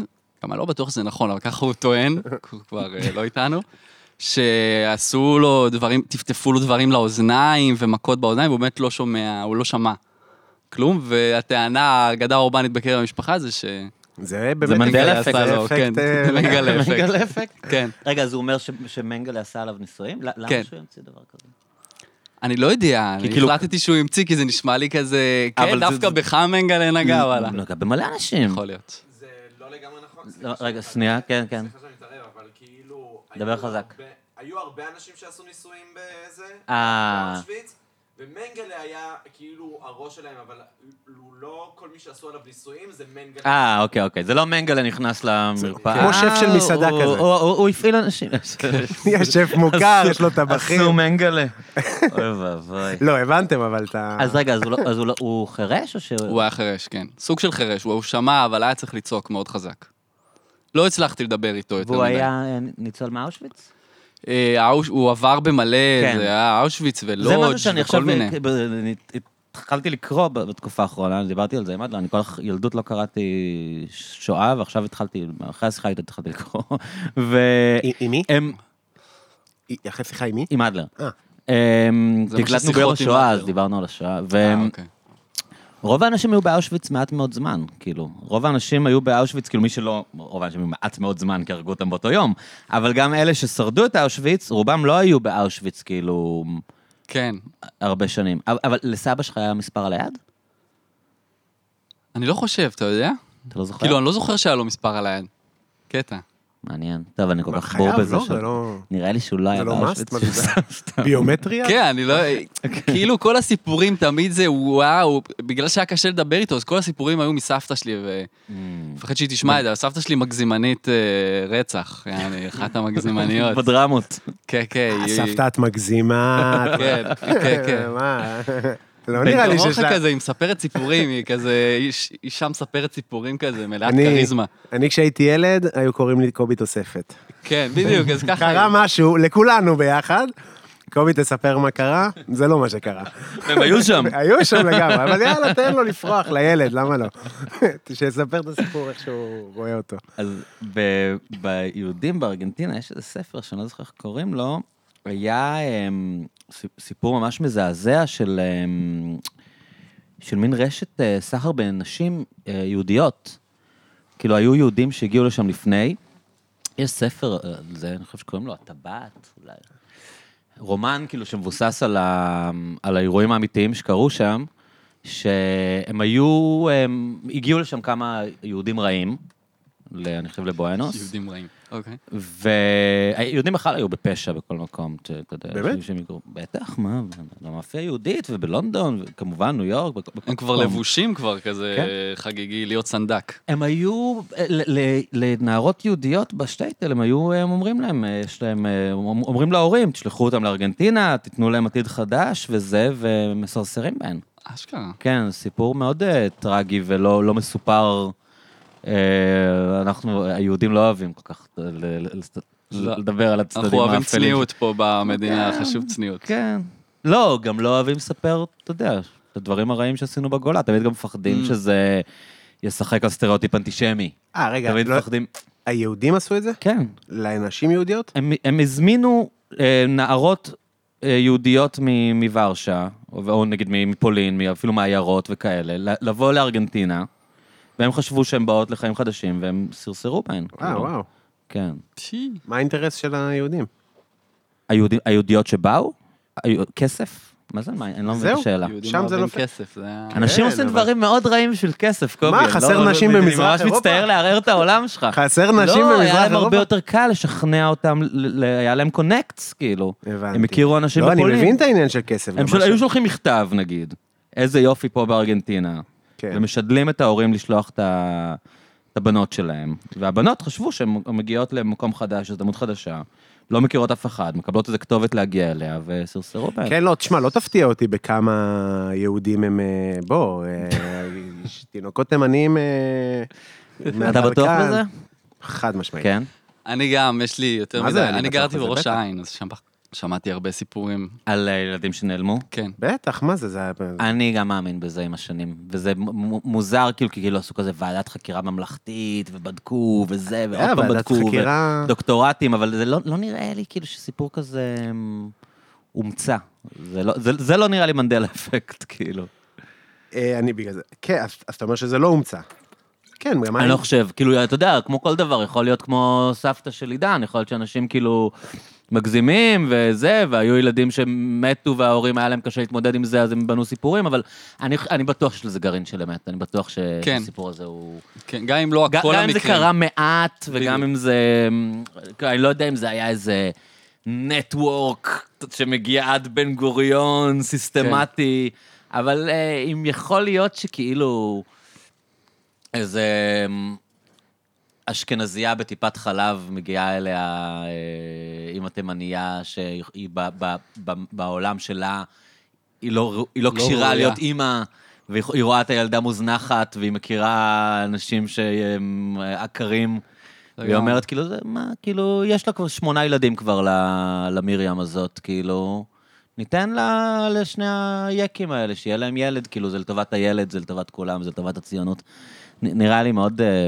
Speaker 2: גם אני לא בטוח שזה נכון, אבל ככה הוא טוען, הוא כבר אה, לא איתנו, שעשו לו דברים, טפטפו לו דברים לאוזניים ומכות באוזניים, והוא באמת לא שומע, הוא לא שמע כלום, והטענה, האגדה האורבנית בקרב המשפחה זה ש...
Speaker 3: זה
Speaker 1: זה
Speaker 3: באמת
Speaker 1: מנדלה
Speaker 3: מנגלה
Speaker 1: אפקט,
Speaker 3: עשה
Speaker 2: עשה
Speaker 3: לו
Speaker 2: לו, כן,
Speaker 3: אפקט. אה,
Speaker 2: מנגלה אפקט.
Speaker 1: מנגלה אפקט.
Speaker 2: כן.
Speaker 1: רגע, אז הוא אומר ש- שמנגלה עשה עליו ניסויים? ל- למה
Speaker 2: כן.
Speaker 1: שהוא ימציא דבר כזה?
Speaker 2: אני לא יודע, אני
Speaker 1: כאילו-
Speaker 2: החלטתי שהוא המציא, כי זה נשמע לי כזה,
Speaker 1: אבל
Speaker 2: כן,
Speaker 1: זה-
Speaker 2: דווקא
Speaker 1: זה-
Speaker 2: בך מנגלה נגע, נכון. וואלה.
Speaker 1: הוא נגע במלא אנשים.
Speaker 2: יכול להיות.
Speaker 4: זה לא לגמרי נכון.
Speaker 1: לא,
Speaker 4: סליחה
Speaker 1: רגע,
Speaker 4: שאני-
Speaker 1: שנייה, כן, כן.
Speaker 4: סליחה שאני מתערב, אבל כאילו...
Speaker 1: דבר
Speaker 4: היו
Speaker 1: חזק.
Speaker 4: הרבה- היו הרבה אנשים שעשו ניסויים בזה,
Speaker 1: אה.
Speaker 4: באושוויץ, ומנגלה היה כאילו הראש שלהם, אבל הוא לא כל מי שעשו עליו ניסויים זה מנגלה.
Speaker 1: אה, אוקיי, אוקיי. זה לא מנגלה נכנס למרפאה.
Speaker 3: כמו שף של
Speaker 1: אה,
Speaker 3: מסעדה
Speaker 1: הוא-
Speaker 3: כזה.
Speaker 1: הוא- הוא הוא הפעיל אנשים.
Speaker 3: יש שף מוכר, יש לו טבחים.
Speaker 1: עשו מנגלה. אוי ואבוי.
Speaker 3: לא, הבנתם, אבל אתה...
Speaker 1: אז רגע, אז הוא לא- אז הוא לא- הוא חירש או ש...
Speaker 2: הוא היה חירש, כן. סוג של חירש, הוא הוא שמע, אבל היה צריך לצעוק מאוד חזק. לא הצלחתי לדבר איתו יותר
Speaker 1: והוא
Speaker 2: מדי.
Speaker 1: היה אה, ניצול מאושוויץ?
Speaker 2: אה, האוש- הוא עבר במלא,
Speaker 1: כן.
Speaker 2: זה היה אושוויץ
Speaker 1: זה
Speaker 2: ולודג'
Speaker 1: משהו שאני עכשיו... אה,
Speaker 2: וכל מיני.
Speaker 1: ב- אני התחלתי לקרוא ב- בתקופה האחרונה, דיברתי על זה עם אדלה, אני כל כך ילדות לא קראתי שואה, ועכשיו התחלתי, אחרי השיחה איתו התחלתי לקרוא.
Speaker 3: עם- עם מי?
Speaker 1: והם...
Speaker 3: היא- אחרי שיחה עם מי?
Speaker 1: עם אדלר.
Speaker 3: אה.
Speaker 1: אמ,
Speaker 2: זה מה
Speaker 1: הקלטנו
Speaker 2: ששיחות
Speaker 1: ביום
Speaker 2: עם
Speaker 1: השואה,
Speaker 2: אדלר.
Speaker 1: אז דיברנו על השואה.
Speaker 2: אה,
Speaker 1: והם-
Speaker 2: אוקיי.
Speaker 1: רוב האנשים היו באושוויץ מעט מאוד זמן, כאילו. רוב האנשים היו באושוויץ, כאילו מי שלא... רוב האנשים היו מעט מאוד זמן, כי הרגו אותם באותו יום. אבל גם אלה ששרדו את האושוויץ, רובם לא היו באושוויץ, כאילו,
Speaker 2: כן.
Speaker 1: הרבה שנים. אבל- אבל לסבא שלך היה מספר על היד?
Speaker 2: אני לא חושב, אתה יודע?
Speaker 1: אתה לא זוכר?
Speaker 2: כאילו, אני לא זוכר שהיה לו מספר על היד. קטע.
Speaker 1: מעניין. טוב, אני כל
Speaker 3: מה,
Speaker 1: כך בור
Speaker 3: חייב?
Speaker 1: בזה
Speaker 3: לא, זה לא...
Speaker 1: נראה לי שהוא לא היה
Speaker 3: זה לא
Speaker 1: באושוויץ.
Speaker 3: must? מה זה? ביומטריה?
Speaker 2: כן, אני לא...
Speaker 1: אוקיי.
Speaker 2: כאילו, כל הסיפורים תמיד זה וואו, בגלל שהיה קשה לדבר איתו, אז כל הסיפורים היו מסבתא שלי, ו...
Speaker 1: Mm,
Speaker 2: מפחד שהיא תשמע את זה, אבל סבתא שלי מגזימנית אה, רצח, יעני, אחת המגזימניות.
Speaker 1: בדרמות.
Speaker 2: כן, כן.
Speaker 3: אה,
Speaker 2: היא-
Speaker 3: סבתא, את מגזימה. את-
Speaker 2: כן, כן, כן.
Speaker 3: מה? לא נראה לי שיש לה...
Speaker 2: כזה, היא מספרת סיפורים, היא כזה, איש- אישה מספרת סיפורים כזה, מלאת
Speaker 3: אני-
Speaker 2: כריזמה.
Speaker 3: אני כשהייתי ילד, היו קוראים לי קובי תוספת.
Speaker 2: כן, בדיוק, אז ככה.
Speaker 3: קרה משהו, לכולנו ביחד. קובי, תספר מה קרה, זה לא מה שקרה.
Speaker 1: הם היו שם.
Speaker 3: היו שם לגמרי, אבל יאללה, תן לו לפרוח לילד, למה לא? שיספר את הסיפור איך שהוא רואה אותו.
Speaker 1: אז ב- ביהודים בארגנטינה יש איזה ספר שאני לא זוכר איך קוראים לו, היה אמ, ס- סיפור ממש מזעזע של, אמ, של מין רשת אה, סחר בנשים אה, יהודיות. כאילו, היו יהודים שהגיעו לשם לפני. יש ספר אה, על זה, אני חושב שקוראים לו הטבעת, אולי. רומן כאילו שמבוסס על, ה... על האירועים האמיתיים שקרו שם, שהם היו, הם הגיעו לשם כמה יהודים רעים, ל... אני חושב לבואנוס,
Speaker 2: יהודים רעים. אוקיי.
Speaker 1: ויהודים בכלל היו בפשע בכל מקום, אתה אתה יודע.
Speaker 3: באמת?
Speaker 1: שהם יגרו- בטח, מה, במאפיה היהודית ובלונדון, וכמובן ניו יורק. בכ- בכל
Speaker 2: הם כבר
Speaker 3: כן.
Speaker 1: מקום.
Speaker 2: לבושים כבר כזה
Speaker 1: כן.
Speaker 2: חגיגי, להיות סנדק.
Speaker 1: הם היו, אה, ל- ל- לנערות יהודיות בשטייטל, הם היו הם אומרים להם, אה, יש להם, אה, אומ- אומרים להורים, תשלחו אותם לארגנטינה, תיתנו להם עתיד חדש וזה, ומסרסרים בהן.
Speaker 2: אשכרה.
Speaker 1: כן, סיפור מאוד אה, טרגי ולא לא מסופר. אה, אנחנו, היהודים לא אוהבים כל כך ל- ל- ל-
Speaker 2: לא.
Speaker 1: לדבר על הצדדים
Speaker 2: אנחנו אוהבים
Speaker 1: האפלים.
Speaker 2: צניעות פה במדינה, חשוב צניעות.
Speaker 1: כן. לא, גם לא אוהבים לספר, אתה יודע, את הדברים הרעים שעשינו בגולה, תמיד גם
Speaker 2: Mm.
Speaker 1: מפחדים שזה ישחק על סטריאוטיפ אנטישמי.
Speaker 3: אה, רגע,
Speaker 1: תמיד
Speaker 3: לא-
Speaker 1: מפחדים.
Speaker 3: היהודים עשו את זה?
Speaker 1: כן.
Speaker 3: לנשים יהודיות?
Speaker 1: הם, הם הזמינו אה, נערות אה, יהודיות מ- מוורשה, או, או נגיד מ- מפולין, מ- אפילו מעיירות וכאלה, ל- לבוא לארגנטינה, והם חשבו שהן באות לחיים חדשים, והם סרסרו בהן.
Speaker 2: לא.
Speaker 3: אה,
Speaker 1: כאילו.
Speaker 3: וואו.
Speaker 1: כן.
Speaker 2: פשי.
Speaker 3: מה האינטרס של היהודים?
Speaker 1: היהודים- היהודיות שבאו? היו- כסף? מה זה, מה, אני לא מבין את
Speaker 3: זהו.
Speaker 1: השאלה.
Speaker 2: יהודים
Speaker 3: שם זה
Speaker 2: אוהבים
Speaker 3: נופל.
Speaker 2: כסף, זה היה...
Speaker 1: אנשים
Speaker 3: כן,
Speaker 1: עושים
Speaker 3: אבל-
Speaker 1: דברים מאוד רעים של כסף, קובי. אני לא-
Speaker 3: חסר נשים במזרח
Speaker 1: אני ממש
Speaker 3: אירופה?
Speaker 1: מצטער לערער את העולם שלך.
Speaker 3: חסר נשים
Speaker 1: לא, היה
Speaker 3: במזרח
Speaker 1: להם הרבה
Speaker 3: אירופה?
Speaker 1: יותר קל לשכנע אותם, ל- ל- היה להם קונקטס, כאילו.
Speaker 3: הבנתי.
Speaker 1: הם הכירו אנשים
Speaker 3: לא, אני
Speaker 1: בפולין.
Speaker 3: מבין את העניין של כסף. לא. גם
Speaker 1: הם של...
Speaker 3: מה
Speaker 1: היו
Speaker 3: ש-
Speaker 1: שולחים מכתב, נגיד, איזה יופי פה בארגנטינה.
Speaker 3: כן.
Speaker 1: ומשדלים את ההורים לשלוח את, ה... את הבנות שלהם. והבנות חשבו שהן מגיעות למקום חדש, הזדמנות חדשה, לא מכירות אף אחד, מקבלות איזה כתובת להגיע אליה, וסרסרו בהם.
Speaker 3: כן, לא, תשמע, לא תפתיע אותי בכמה יהודים הם... אה, בוא, אה, יש תינוקות תימנים... אה,
Speaker 1: אתה בטוח
Speaker 3: מהבלקן.
Speaker 1: בזה?
Speaker 3: חד משמעית.
Speaker 1: כן.
Speaker 2: אני גם, יש לי יותר
Speaker 3: מה
Speaker 2: מדי.
Speaker 3: זה, אני
Speaker 2: אני
Speaker 3: בטוח
Speaker 2: גרתי
Speaker 3: בזה,
Speaker 2: בראש
Speaker 3: בטח.
Speaker 2: העין, אז שם שמעתי הרבה סיפורים.
Speaker 1: על אה, ילדים שנעלמו?
Speaker 2: כן.
Speaker 3: בטח, מה זה, זה... היה-
Speaker 1: אני גם מאמין בזה עם השנים, וזה מ- מ- מוזר, כאילו, כי כאילו עשו כזה ועדת חקירה ממלכתית, ובדקו, וזה,
Speaker 3: אה,
Speaker 1: ועוד פעם
Speaker 3: ועדת
Speaker 1: בדקו,
Speaker 3: חקירה...
Speaker 1: ודוקטורטים, אבל זה לא, לא נראה לי כאילו שסיפור כזה אמ, הומצא. זה לא, זה, זה לא נראה לי מנדל אפקט, כאילו.
Speaker 3: אה, אני בגלל זה... כן, אז אז אתה אומר שזה לא הומצא. כן, גם
Speaker 1: אני לא חושב, כאילו, אתה יודע, כמו כל דבר, יכול להיות כמו סבתא של עידן, יכול להיות שאנשים כאילו מגזימים וזה, והיו ילדים שמתו וההורים היה להם קשה להתמודד עם זה, אז הם בנו סיפורים, אבל אני, אני בטוח שזה גרעין של אמת, אני בטוח
Speaker 2: כן.
Speaker 1: שהסיפור הזה הוא...
Speaker 2: כן, גם אם לא
Speaker 1: ג-
Speaker 2: כל
Speaker 1: גם אם זה
Speaker 2: המקרים.
Speaker 1: קרה מעט, וגם
Speaker 2: בדיוק.
Speaker 1: אם זה... אני לא יודע אם זה היה איזה נטוורק שמגיע עד בן גוריון, סיסטמטי, אבל אה, אם יכול להיות שכאילו איזה אמ, אשכנזייה בטיפת חלב מגיעה אליה אה, עם התימניה, שהיא ב- ב- ב- בעולם שלה, היא לא, היא לא
Speaker 2: לא
Speaker 1: כשירה
Speaker 2: ראויה.
Speaker 1: להיות אימא, והיא היא רואה את הילדה מוזנחת, והיא מכירה אנשים שהם אה, עקרים. והיא
Speaker 2: לגמרי.
Speaker 1: אומרת, כאילו, זה מה, כאילו, יש לה כבר שמונה ילדים כבר ל- למרים הזאת, כאילו, ניתן לה לשני היקים האלה, שיהיה להם ילד, כאילו, זה לטובת הילד, זה לטובת כולם, זה לטובת הציונות. נ- נראה לי מאוד, אה,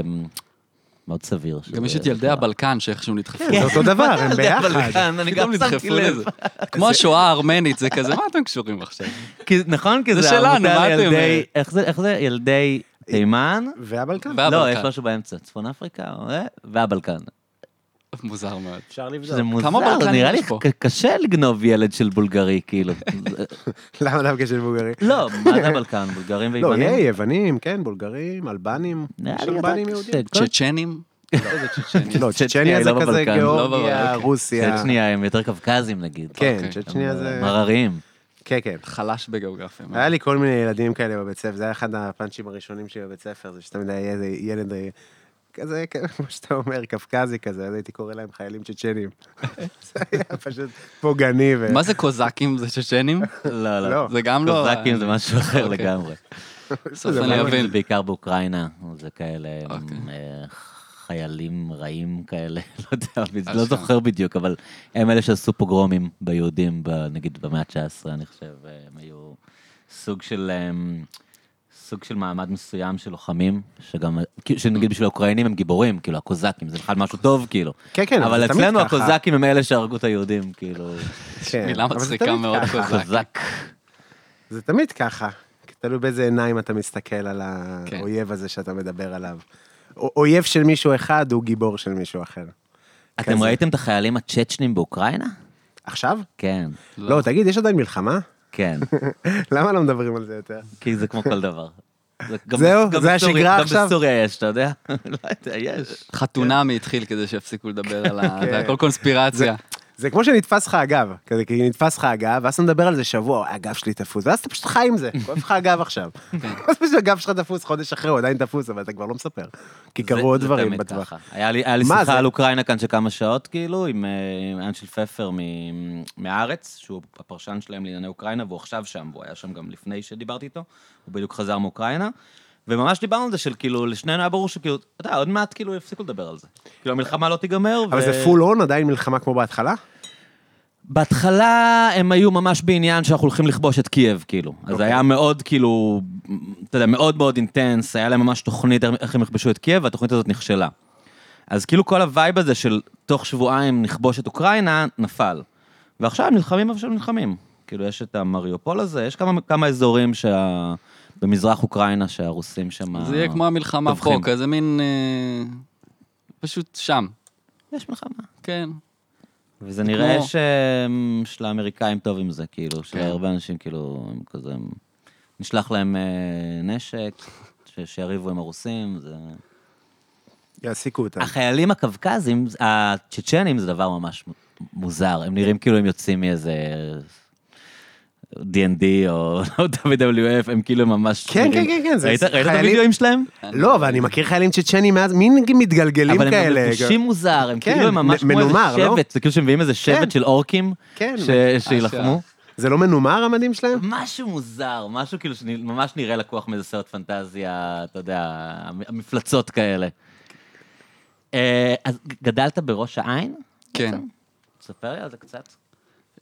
Speaker 1: מאוד סביר.
Speaker 2: גם
Speaker 1: שזה-
Speaker 2: יש את ילדי הבלקן שאיכשהו נדחפו. לא
Speaker 3: זה אותו דבר, הם
Speaker 1: ילדי
Speaker 3: ביחד.
Speaker 1: הבלקן, כן, אני
Speaker 2: פתאום
Speaker 1: גם שמתי
Speaker 2: נדחפו
Speaker 1: לב.
Speaker 2: לזה. כמו השואה הארמנית, זה כזה, מה אתם קשורים עכשיו?
Speaker 1: כי- נכון, כי
Speaker 2: זה
Speaker 1: זה
Speaker 2: שלנו,
Speaker 1: העמותה
Speaker 2: מה אתם-
Speaker 1: לילדי... איך זה- איך זה? ילדי תימן?
Speaker 3: והבלקן.
Speaker 2: והבלקן.
Speaker 1: לא, יש משהו באמצע, צפון אפריקה אה, והבלקן.
Speaker 2: מוזר מאוד.
Speaker 3: אפשר לבדוק.
Speaker 1: שזה מוזר, זה
Speaker 2: בלקנים
Speaker 1: נראה לי
Speaker 2: יש פה?
Speaker 1: ק- קשה לגנוב ילד של בולגרי, כאילו. זה-
Speaker 3: למה דווקא של מבוגרים?
Speaker 1: לא, מה זה הבלקן? בולגרים
Speaker 3: לא,
Speaker 1: ויוונים?
Speaker 3: יהיה יוונים, כן, בולגרים, אלבנים.
Speaker 1: נראה
Speaker 3: יש
Speaker 1: לי יותר
Speaker 3: אלבנים יהודים.
Speaker 1: קשה. כל-
Speaker 2: צ'צ'נים?
Speaker 3: לא,
Speaker 1: צ'צ'ניה
Speaker 3: צ'צ'ניה
Speaker 1: היא
Speaker 3: זה
Speaker 1: לא
Speaker 3: כזה
Speaker 1: בבלקן.
Speaker 2: לא
Speaker 3: גיאורגיה,
Speaker 2: בבלקן.
Speaker 3: רוסיה.
Speaker 1: צ'צ'ניה הם יותר קווקזים, נגיד.
Speaker 3: כן,
Speaker 2: אוקיי.
Speaker 3: צ'צ'ניה
Speaker 1: הם,
Speaker 3: זה...
Speaker 1: אה, מררים.
Speaker 3: כן, כן.
Speaker 2: חלש בגיאוגרפיה. מאוד.
Speaker 3: היה לי כל מיני ילדים כאלה בבית ספר, זה היה אחד הפאנצ'ים הראשונים שלי בבית ספר, זה שתמיד היה איזה ילד אה, כזה, כן, כמו שאתה אומר, קפקזי כזה, אז הייתי קורא להם חיילים צ'צ'נים. זה היה פשוט פוגעני. ו-
Speaker 2: מה זה קוזאקים? זה צ'צ'נים?
Speaker 1: לא,
Speaker 3: לא.
Speaker 1: לא.
Speaker 2: זה גם לא...
Speaker 1: קוזאקים זה משהו אחר
Speaker 2: אוקיי.
Speaker 1: לגמרי.
Speaker 2: סוף
Speaker 1: קוזאקים
Speaker 2: אני אבין.
Speaker 1: זה בעיקר באוקראינה, זה כאלה
Speaker 2: אוקיי.
Speaker 1: אה, חיילים רעים כאלה, לא יודע,
Speaker 2: אשכרה.
Speaker 1: לא זוכר בדיוק, אבל הם אלה שעשו פוגרומים ביהודים, ב- נגיד במאה ה-19, אני חושב, אה, הם היו סוג של... אה, סוג של מעמד מסוים של לוחמים, שגם, כאילו, שנגיד בשביל האוקראינים הם גיבורים, כאילו, הקוזאקים, זה בכלל משהו טוב, כאילו.
Speaker 3: כן, כן,
Speaker 1: אבל
Speaker 3: זה תמיד
Speaker 1: אצלנו
Speaker 3: ככה.
Speaker 1: הקוזאקים הם אלה שהרגו את היהודים, כאילו,
Speaker 3: כן,
Speaker 2: מילה
Speaker 3: אבל זה
Speaker 2: מצחיקה
Speaker 3: תמיד
Speaker 2: מאוד
Speaker 3: ככה.
Speaker 2: קוזאק.
Speaker 1: קוזק.
Speaker 3: זה תמיד ככה, כי תלוי באיזה עיניים אתה מסתכל על
Speaker 2: כן.
Speaker 3: האויב הזה שאתה מדבר עליו. א- אויב של מישהו אחד הוא גיבור של מישהו אחר.
Speaker 1: אתם
Speaker 3: כזה.
Speaker 1: ראיתם את החיילים הצ'צ'נים באוקראינה?
Speaker 3: עכשיו?
Speaker 1: כן,
Speaker 2: לא.
Speaker 3: לא, תגיד, יש עדיין מלחמה?
Speaker 1: כן.
Speaker 3: למה לא מדברים על זה יותר?
Speaker 1: כי זה כמו כל דבר. זה גם-
Speaker 3: זהו?
Speaker 1: גם בסוריה-
Speaker 3: זה השגרה עכשיו?
Speaker 1: גם בסוריה יש, אתה יודע? לא יודע, יש. כן.
Speaker 2: חתונמי התחיל כדי שיפסיקו לדבר על ה... זה
Speaker 3: כן.
Speaker 2: הכל קונספירציה.
Speaker 3: זה כמו שנתפס לך הגב, כזה, כי נתפס לך הגב, ואז אתה מדבר על זה שבוע, הגב שלי תפוס, ואז אתה פשוט חי עם זה, כואב לך הגב עכשיו.
Speaker 1: כן.
Speaker 3: אז פשוט הגב שלך תפוס, חודש אחרי הוא עדיין תפוס, אבל אתה כבר לא מספר. כי
Speaker 1: זה-
Speaker 3: קרו עוד
Speaker 1: זה
Speaker 3: דברים
Speaker 1: תמיד
Speaker 3: בטווח.
Speaker 1: ככה. היה לי היה לי
Speaker 3: מה זה?
Speaker 1: שיחה על אוקראינה כאן של כמה שעות, כאילו, עם אה, עם אנשל פפר מ- מהארץ, שהוא הפרשן שלהם לענייני אוקראינה, והוא עכשיו שם, והוא היה שם גם לפני שדיברתי איתו, הוא בדיוק חזר מאוקראינה. וממש דיברנו על זה של כאילו, לשנינו היה ברור שכאילו, אתה יודע, עוד מעט כאילו יפסיקו לדבר על זה. כאילו, המלחמה לא תיגמר.
Speaker 3: אבל
Speaker 1: ו-
Speaker 3: זה פול און, עדיין מלחמה כמו בהתחלה?
Speaker 1: בהתחלה הם היו ממש בעניין שאנחנו הולכים לכבוש את קייב, כאילו. אז זה
Speaker 3: אוקיי.
Speaker 1: היה מאוד, כאילו, אתה יודע, מאוד מאוד אינטנס, היה להם ממש תוכנית איך הם יכבשו את קייב, והתוכנית הזאת נכשלה. אז כאילו כל הווייב הזה של תוך שבועיים נכבוש את אוקראינה, נפל. ועכשיו הם נלחמים איפה שהם נלחמים. כאילו, יש את המריופול הזה, יש כמה, כמה אזורים שה... במזרח אוקראינה שהרוסים שם...
Speaker 2: זה יהיה כמו המלחמה פה,
Speaker 1: טובחים.
Speaker 2: כזה מין... אה, פשוט שם.
Speaker 1: יש מלחמה.
Speaker 2: כן.
Speaker 1: וזה נראה
Speaker 2: כמו-
Speaker 1: שהם- שלאמריקאים טוב עם זה, כאילו,
Speaker 3: כן.
Speaker 1: שלהרבה אנשים, כאילו, הם כזה... הם- נשלח להם אה, נשק, ש- שיריבו עם הרוסים, זה...
Speaker 3: יעסיקו אותם.
Speaker 1: החיילים הקווקזים, הצ'צ'נים זה דבר ממש מ- מוזר, הם נראים כאילו הם יוצאים מאיזה D&D או לא יודע, WF, הם כאילו ממש...
Speaker 3: כן,
Speaker 1: נראים-
Speaker 3: כן, כן, כן, זה-
Speaker 1: ראית
Speaker 3: זה
Speaker 1: ראית את
Speaker 3: חיילים-
Speaker 1: הוידאוים שלהם?
Speaker 3: לא, אבל אני מכיר חיילים צ'צ'נים מאז, מין מתגלגלים
Speaker 1: אבל הם
Speaker 3: כאלה.
Speaker 1: גם לבושים מוזר, הם
Speaker 3: כן,
Speaker 1: כאילו הם ממש
Speaker 3: מ-
Speaker 1: כמו איזה
Speaker 3: מנומר, לא?
Speaker 1: שבט, זה כאילו שמביאים איזה
Speaker 3: כן.
Speaker 1: שבט של אורקים,
Speaker 3: כן.
Speaker 1: ש- שיילחמו.
Speaker 3: זה לא מנומר המדים שלהם?
Speaker 1: משהו מוזר, משהו כאילו שממש נראה לקוח מאיזה סרט פנטזיה, אתה יודע, המפלצות כאלה. אה, אז גדלת בראש העין?
Speaker 2: כן.
Speaker 1: ספר לי על זה קצת.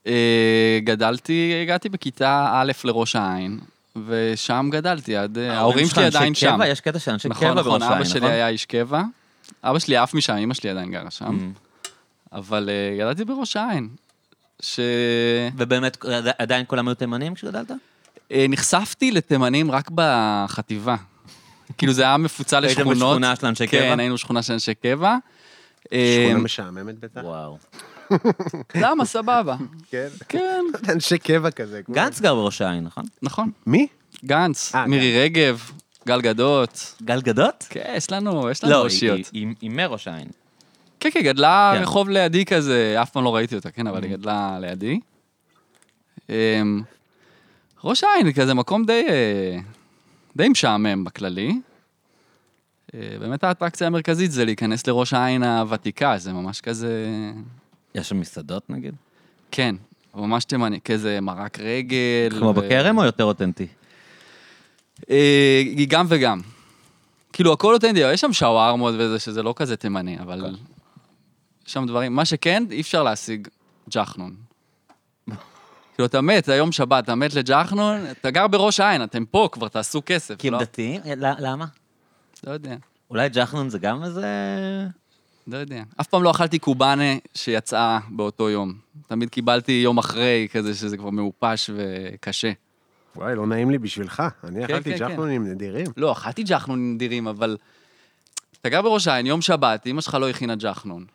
Speaker 2: אה, גדלתי, הגעתי בכיתה א' לראש העין, ושם גדלתי עד... אה, ההורים
Speaker 1: שלך
Speaker 2: שלי
Speaker 1: אנשי
Speaker 2: עדיין שם.
Speaker 1: קבע, יש קטע שאנשי קבע
Speaker 2: נכון,
Speaker 1: בראש העין,
Speaker 2: נכון,
Speaker 1: נכון?
Speaker 2: אבא שלי היה איש קבע. אבא שלי עף משם, אמא שלי עדיין גרה שם. אבל אה, גדלתי בראש העין. ש...
Speaker 1: ובאמת, עדי- עדיין כולם היו תימנים כשגדלת?
Speaker 2: אה, נחשפתי לתימנים רק בחטיבה. כאילו זה היה מפוצל
Speaker 1: הייתם
Speaker 2: לשכונות.
Speaker 1: בשכונה של אנשי קבע?
Speaker 2: כן, היינו בשכונה של אנשי קבע. אה,
Speaker 3: שכונה משעממת בטח.
Speaker 1: אמ, וואו.
Speaker 2: למה? סבבה.
Speaker 3: כן.
Speaker 2: כן,
Speaker 3: אנשי קבע כזה. כמו-
Speaker 1: גנץ גר בראש העין, נכון?
Speaker 2: נכון.
Speaker 3: מי?
Speaker 2: גנץ,
Speaker 3: אה,
Speaker 2: מירי רגב, גל גדות.
Speaker 1: גל גדות?
Speaker 2: כן, יש לנו, יש לנו
Speaker 1: לא, היא-
Speaker 2: אושיות.
Speaker 1: היא- היא היא מראש העין.
Speaker 2: כן, כן, גדלה
Speaker 1: כן. Mm-hmm.
Speaker 2: רחוב לידי כזה, אף פעם לא ראיתי אותה, כן, אבל היא גדלה לידי. אמ, ראש העין, כזה מקום די, אה, די משעמם בכללי. אה, באמת האטרקציה המרכזית זה להיכנס לראש העין הוותיקה, זה ממש כזה...
Speaker 1: יש שם מסעדות נגיד?
Speaker 2: כן, ממש תימני, כזה מרק רגל. אה,
Speaker 1: כמו
Speaker 2: ו-
Speaker 1: בכרם או יותר אותנטי?
Speaker 2: אה, היא גם וגם. כאילו, הכל אותנטי, יש שם שווארמות וזה, שזה לא כזה תימני,
Speaker 1: אוקיי.
Speaker 2: אבל... יש שם דברים. מה שכן, אי אפשר להשיג ג'חנון. כאילו, אתה מת, היום שבת, אתה מת לג'חנון, אתה גר בראש העין, אתם פה כבר, תעשו כסף,
Speaker 1: כי הם
Speaker 2: לא?
Speaker 1: דתיים? אה, לא- למה?
Speaker 2: לא יודע,
Speaker 1: אולי ג'חנון זה גם איזה...
Speaker 2: לא יודע. אף פעם לא אכלתי קובאנה שיצאה באותו יום. תמיד קיבלתי יום אחרי, כזה שזה כבר מעופש וקשה.
Speaker 3: וואי, לא נעים לי בשבילך. אני
Speaker 2: כן,
Speaker 3: אכלתי
Speaker 2: כן, כן.
Speaker 3: ג'חנונים נדירים.
Speaker 2: לא, אכלתי ג'חנון נדירים, אבל... אתה גר בראש העין, יום שבת, אמא שלך לא הכינה ג'חנון.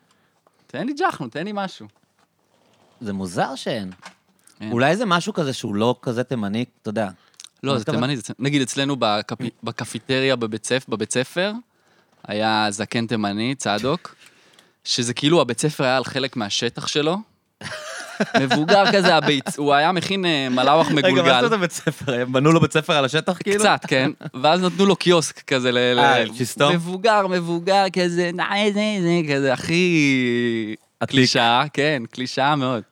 Speaker 2: תן לי ג'חנון, תן לי משהו.
Speaker 1: זה מוזר שאין.
Speaker 2: אין.
Speaker 1: אולי זה משהו כזה שהוא לא כזה תימני, אתה יודע.
Speaker 2: לא,
Speaker 1: מה
Speaker 2: זה
Speaker 1: אתה אומר?
Speaker 2: תימני, זה תימני. נגיד אצלנו בקפ- בקפיטריה בבית ספר, בבית ספר, היה זקן תימני, צדוק, שזה כאילו הבית ספר היה על חלק מהשטח שלו. מבוגר כזה, הביצ... הוא היה מכין אה, מלאווח
Speaker 1: רגע, מה
Speaker 2: מגולגל.
Speaker 1: עשו את הבית ספר? הם בנו לו בית ספר על השטח כאילו?
Speaker 2: קצת, כן. ואז נתנו לו קיוסק כזה ל... ל-
Speaker 1: אה, שיסתום?
Speaker 2: מבוגר, מבוגר, כזה, נאי, זה, זה, כזה, הכי... קלישאה, כן, קלישאה מאוד.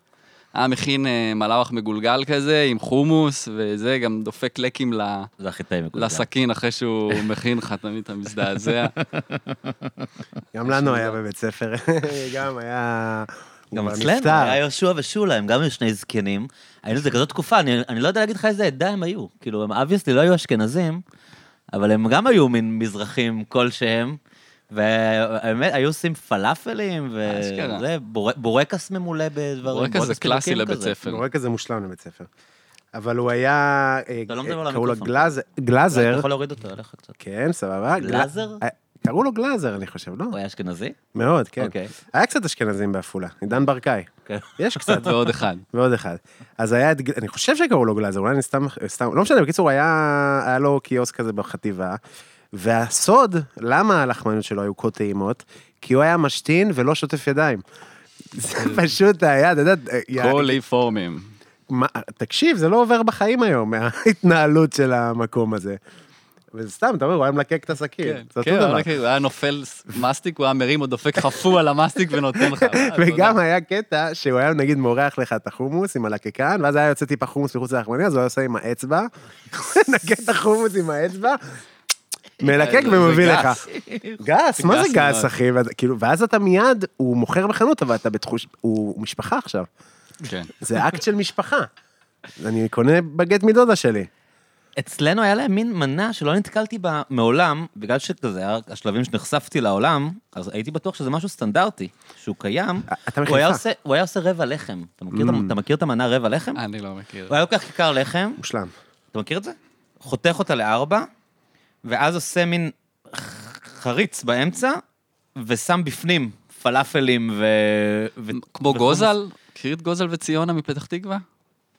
Speaker 2: היה מכין אה, מלאווח מגולגל כזה, עם חומוס, וזה, גם דופק לקים ל-
Speaker 1: זה הכי טעים. מכל זה.
Speaker 2: לסכין אחרי שהוא מכין לך, תמיד אתה מזדעזע.
Speaker 3: גם לנו היה בבית ספר. גם היה... הוא
Speaker 1: גם
Speaker 3: כבר
Speaker 1: אצלנו,
Speaker 3: נפטר.
Speaker 1: היה יהושע ושולה, הם גם היו שני זקנים. היינו זה כזאת תקופה, אני, אני לא יודע להגיד לך איזה עדה הם היו. כאילו, הם אביוסלי לא היו אשכנזים, אבל הם גם היו מין מזרחים כלשהם. והאמת, היו עושים פלאפלים,
Speaker 2: אשכרה.
Speaker 1: וזה, בור, בורקס ממולא בדברים.
Speaker 2: בורקס זה קלאסי
Speaker 1: חלוקים
Speaker 2: לבית
Speaker 1: כזה.
Speaker 2: ספר.
Speaker 3: הוא רואה כזה מושלם לבית ספר. אבל הוא היה... אה,
Speaker 1: אתה לא מדבר על
Speaker 3: קראו לו
Speaker 1: המיקרופון.
Speaker 3: גלאז-
Speaker 1: אתה
Speaker 3: גלאזר.
Speaker 1: יכול להוריד אותו אליך קצת.
Speaker 3: כן, סבבה. גל-
Speaker 1: גלאזר?
Speaker 3: אה, קראו לו גלאזר, אני חושב, לא?
Speaker 1: הוא היה אשכנזי?
Speaker 3: מאוד, כן.
Speaker 1: אוקיי.
Speaker 3: היה קצת אשכנזים בעפולה. עידן ברקאי.
Speaker 1: כן.
Speaker 3: יש קצת.
Speaker 2: ועוד אחד.
Speaker 3: ועוד אחד. אז היה את, ג- אני חושב שקראו לו גלאזר, אולי אני סתם, סתם, לא משנה, בקיצור, היה, היה לו קיוסק כזה בחטיבה, והסוד, למה הלחמניות שלו היו כה טעימות? כי הוא היה משתין ולא שוטף ידיים. זה
Speaker 2: כן.
Speaker 3: פשוט היה, אתה יודע, יא-
Speaker 2: קוליפורמים.
Speaker 3: מה- תקשיב, זה לא עובר בחיים היום, ההתנהלות של המקום הזה. וסתם, אתה אומר, הוא היה מלקק את הסכין,
Speaker 2: כן,
Speaker 3: זה אותו
Speaker 2: כן,
Speaker 3: דבר.
Speaker 2: אבל הוא היה נופל ס- מסטיק, הוא היה מרים, הוא דופק חפו על המסטיק ונותן לך. אה,
Speaker 3: וגם
Speaker 2: תודה.
Speaker 3: היה קטע שהוא היה נגיד מורח לך את החומוס עם הלקקן, ואז היה יוצא טיפה חומוס מחוץ ללחמניה, אז הוא היה עושה עם האצבע, נגד את החומוס עם האצבע, מלקק
Speaker 1: אה,
Speaker 2: זה- זה
Speaker 3: ומביא
Speaker 2: גס.
Speaker 3: לך. גס, מה זה
Speaker 2: גס
Speaker 3: גס,
Speaker 2: מאוד.
Speaker 3: אחי? ואז- כאילו, ואז אתה מיד, הוא מוכר בחנות, אבל אתה בתחוש, הוא משפחה עכשיו.
Speaker 2: כן.
Speaker 3: זה אקט של משפחה. אני קונה בגט מדודה שלי.
Speaker 1: אצלנו היה להם מין מנה שלא נתקלתי בה מעולם, בגלל שכזה, היה רק השלבים שנחשפתי לעולם, אז הייתי בטוח שזה משהו סטנדרטי, שהוא קיים.
Speaker 3: אה, אתה
Speaker 1: הוא היה
Speaker 3: מחיפה. Mm.
Speaker 1: עושה- הוא היה עושה רבע לחם. אתה מכיר את המ- אתה מכיר את המנה רבע
Speaker 3: אה.
Speaker 1: לחם?
Speaker 2: אני לא מכיר.
Speaker 1: הוא היה לוקח כיכר לחם,
Speaker 3: מושלם.
Speaker 1: אתה מכיר את זה? חותך אותה לארבע, ואז עושה מין ח- חריץ באמצע, ושם בפנים פלאפלים ו... ו...
Speaker 2: כמו
Speaker 1: וחומוס.
Speaker 2: גוזל? מכיר את גוזל וציונה מפתח תקווה?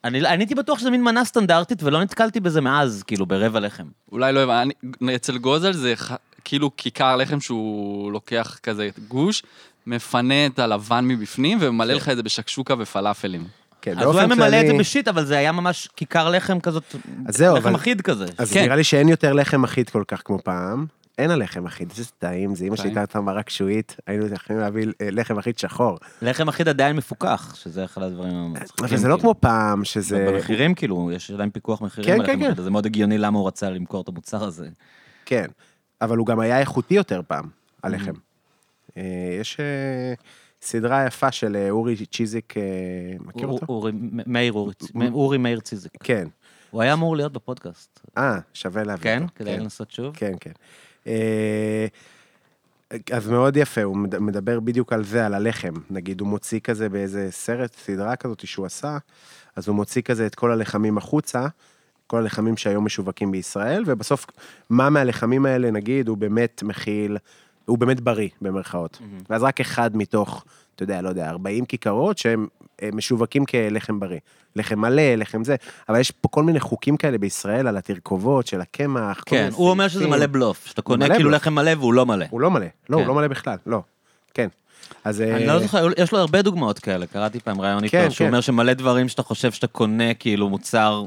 Speaker 1: אני לא- אני הייתי בטוח שזה מין מנה סטנדרטית, ולא נתקלתי בזה מאז, כאילו, ברבע לחם.
Speaker 2: אולי לא הבנתי, אצל גוזל זה ח... כאילו כיכר לחם שהוא לוקח כזה גוש, מפנה את הלבן מבפנים וממלא
Speaker 1: כן.
Speaker 2: לך את זה בשקשוקה ופלאפלים.
Speaker 3: כן,
Speaker 1: אז הוא היה
Speaker 3: באופן
Speaker 1: ממלא את זה
Speaker 3: כללי-
Speaker 1: בשיט, אבל זה היה ממש כיכר לחם כזאת,
Speaker 3: אז זהו,
Speaker 1: לחם
Speaker 3: אבל-
Speaker 1: אחיד כזה.
Speaker 3: אז
Speaker 2: כן.
Speaker 3: נראה לי שאין יותר לחם אחיד כל כך כמו פעם. אין הלחם אחיד, זה טעים, זה אמא שלי
Speaker 2: טעים.
Speaker 3: הייתה מרק שועית, היינו יכולים להביא אה, לחם אחיד שחור.
Speaker 1: לחם אחיד עדיין מפוקח, שזה אחד הדברים המצחיקים.
Speaker 3: אבל זה לא
Speaker 1: כאילו.
Speaker 3: כמו פעם, שזה...
Speaker 1: במחירים, כאילו, יש עדיין פיקוח מחירים.
Speaker 3: כן,
Speaker 1: על
Speaker 3: כן,
Speaker 1: לחם
Speaker 3: כן.
Speaker 1: אחיד, אז זה מאוד הגיוני למה הוא רצה למכור את המוצר הזה.
Speaker 3: כן. אבל הוא גם היה איכותי יותר פעם, הלחם. אה, יש אה, סדרה יפה של אה, אורי צ'יזיק, אה, מכיר
Speaker 1: אור-
Speaker 3: אותו?
Speaker 1: אורי- מ- מאיר אורי צ- מ- אורי מאיר ציזיק.
Speaker 3: כן.
Speaker 1: הוא היה אמור להיות בפודקאסט.
Speaker 3: אה, שווה להביא
Speaker 1: כן?
Speaker 3: אותו.
Speaker 1: כדאי לנסות שוב?
Speaker 3: כן, כן. אה, אז מאוד יפה, הוא מד- מדבר בדיוק על זה, על הלחם. נגיד, הוא מוציא כזה באיזה סרט, סדרה כזאת שהוא עשה, אז הוא מוציא כזה את כל הלחמים החוצה, כל הלחמים שהיום משווקים בישראל, ובסוף, מה מהלחמים האלה, נגיד, הוא באמת מכיל, הוא באמת בריא, במרכאות. ואז רק אחד מתוך, אתה יודע, לא יודע, 40 כיכרות שהם אה, משווקים כלחם בריא. לחם מלא, לחם זה, אבל יש פה כל מיני חוקים כאלה בישראל על התרכובות של הקמח. כל
Speaker 1: כן,
Speaker 3: מיני
Speaker 1: הוא אומר שזה
Speaker 3: סעיפים.
Speaker 1: מלא בלוף, שאתה קונה
Speaker 3: מלא
Speaker 1: כאילו
Speaker 3: בלוף.
Speaker 1: לחם מלא והוא לא מלא.
Speaker 3: הוא לא מלא, לא,
Speaker 1: כן.
Speaker 3: הוא לא מלא בכלל, לא. כן. אז...
Speaker 1: אני
Speaker 3: אה,
Speaker 1: לא זוכר, יש לו הרבה דוגמאות כאלה, קראתי פעם ראיון
Speaker 3: כן,
Speaker 1: איתו, שהוא
Speaker 3: כן.
Speaker 1: אומר שמלא דברים שאתה חושב שאתה קונה, כאילו מוצר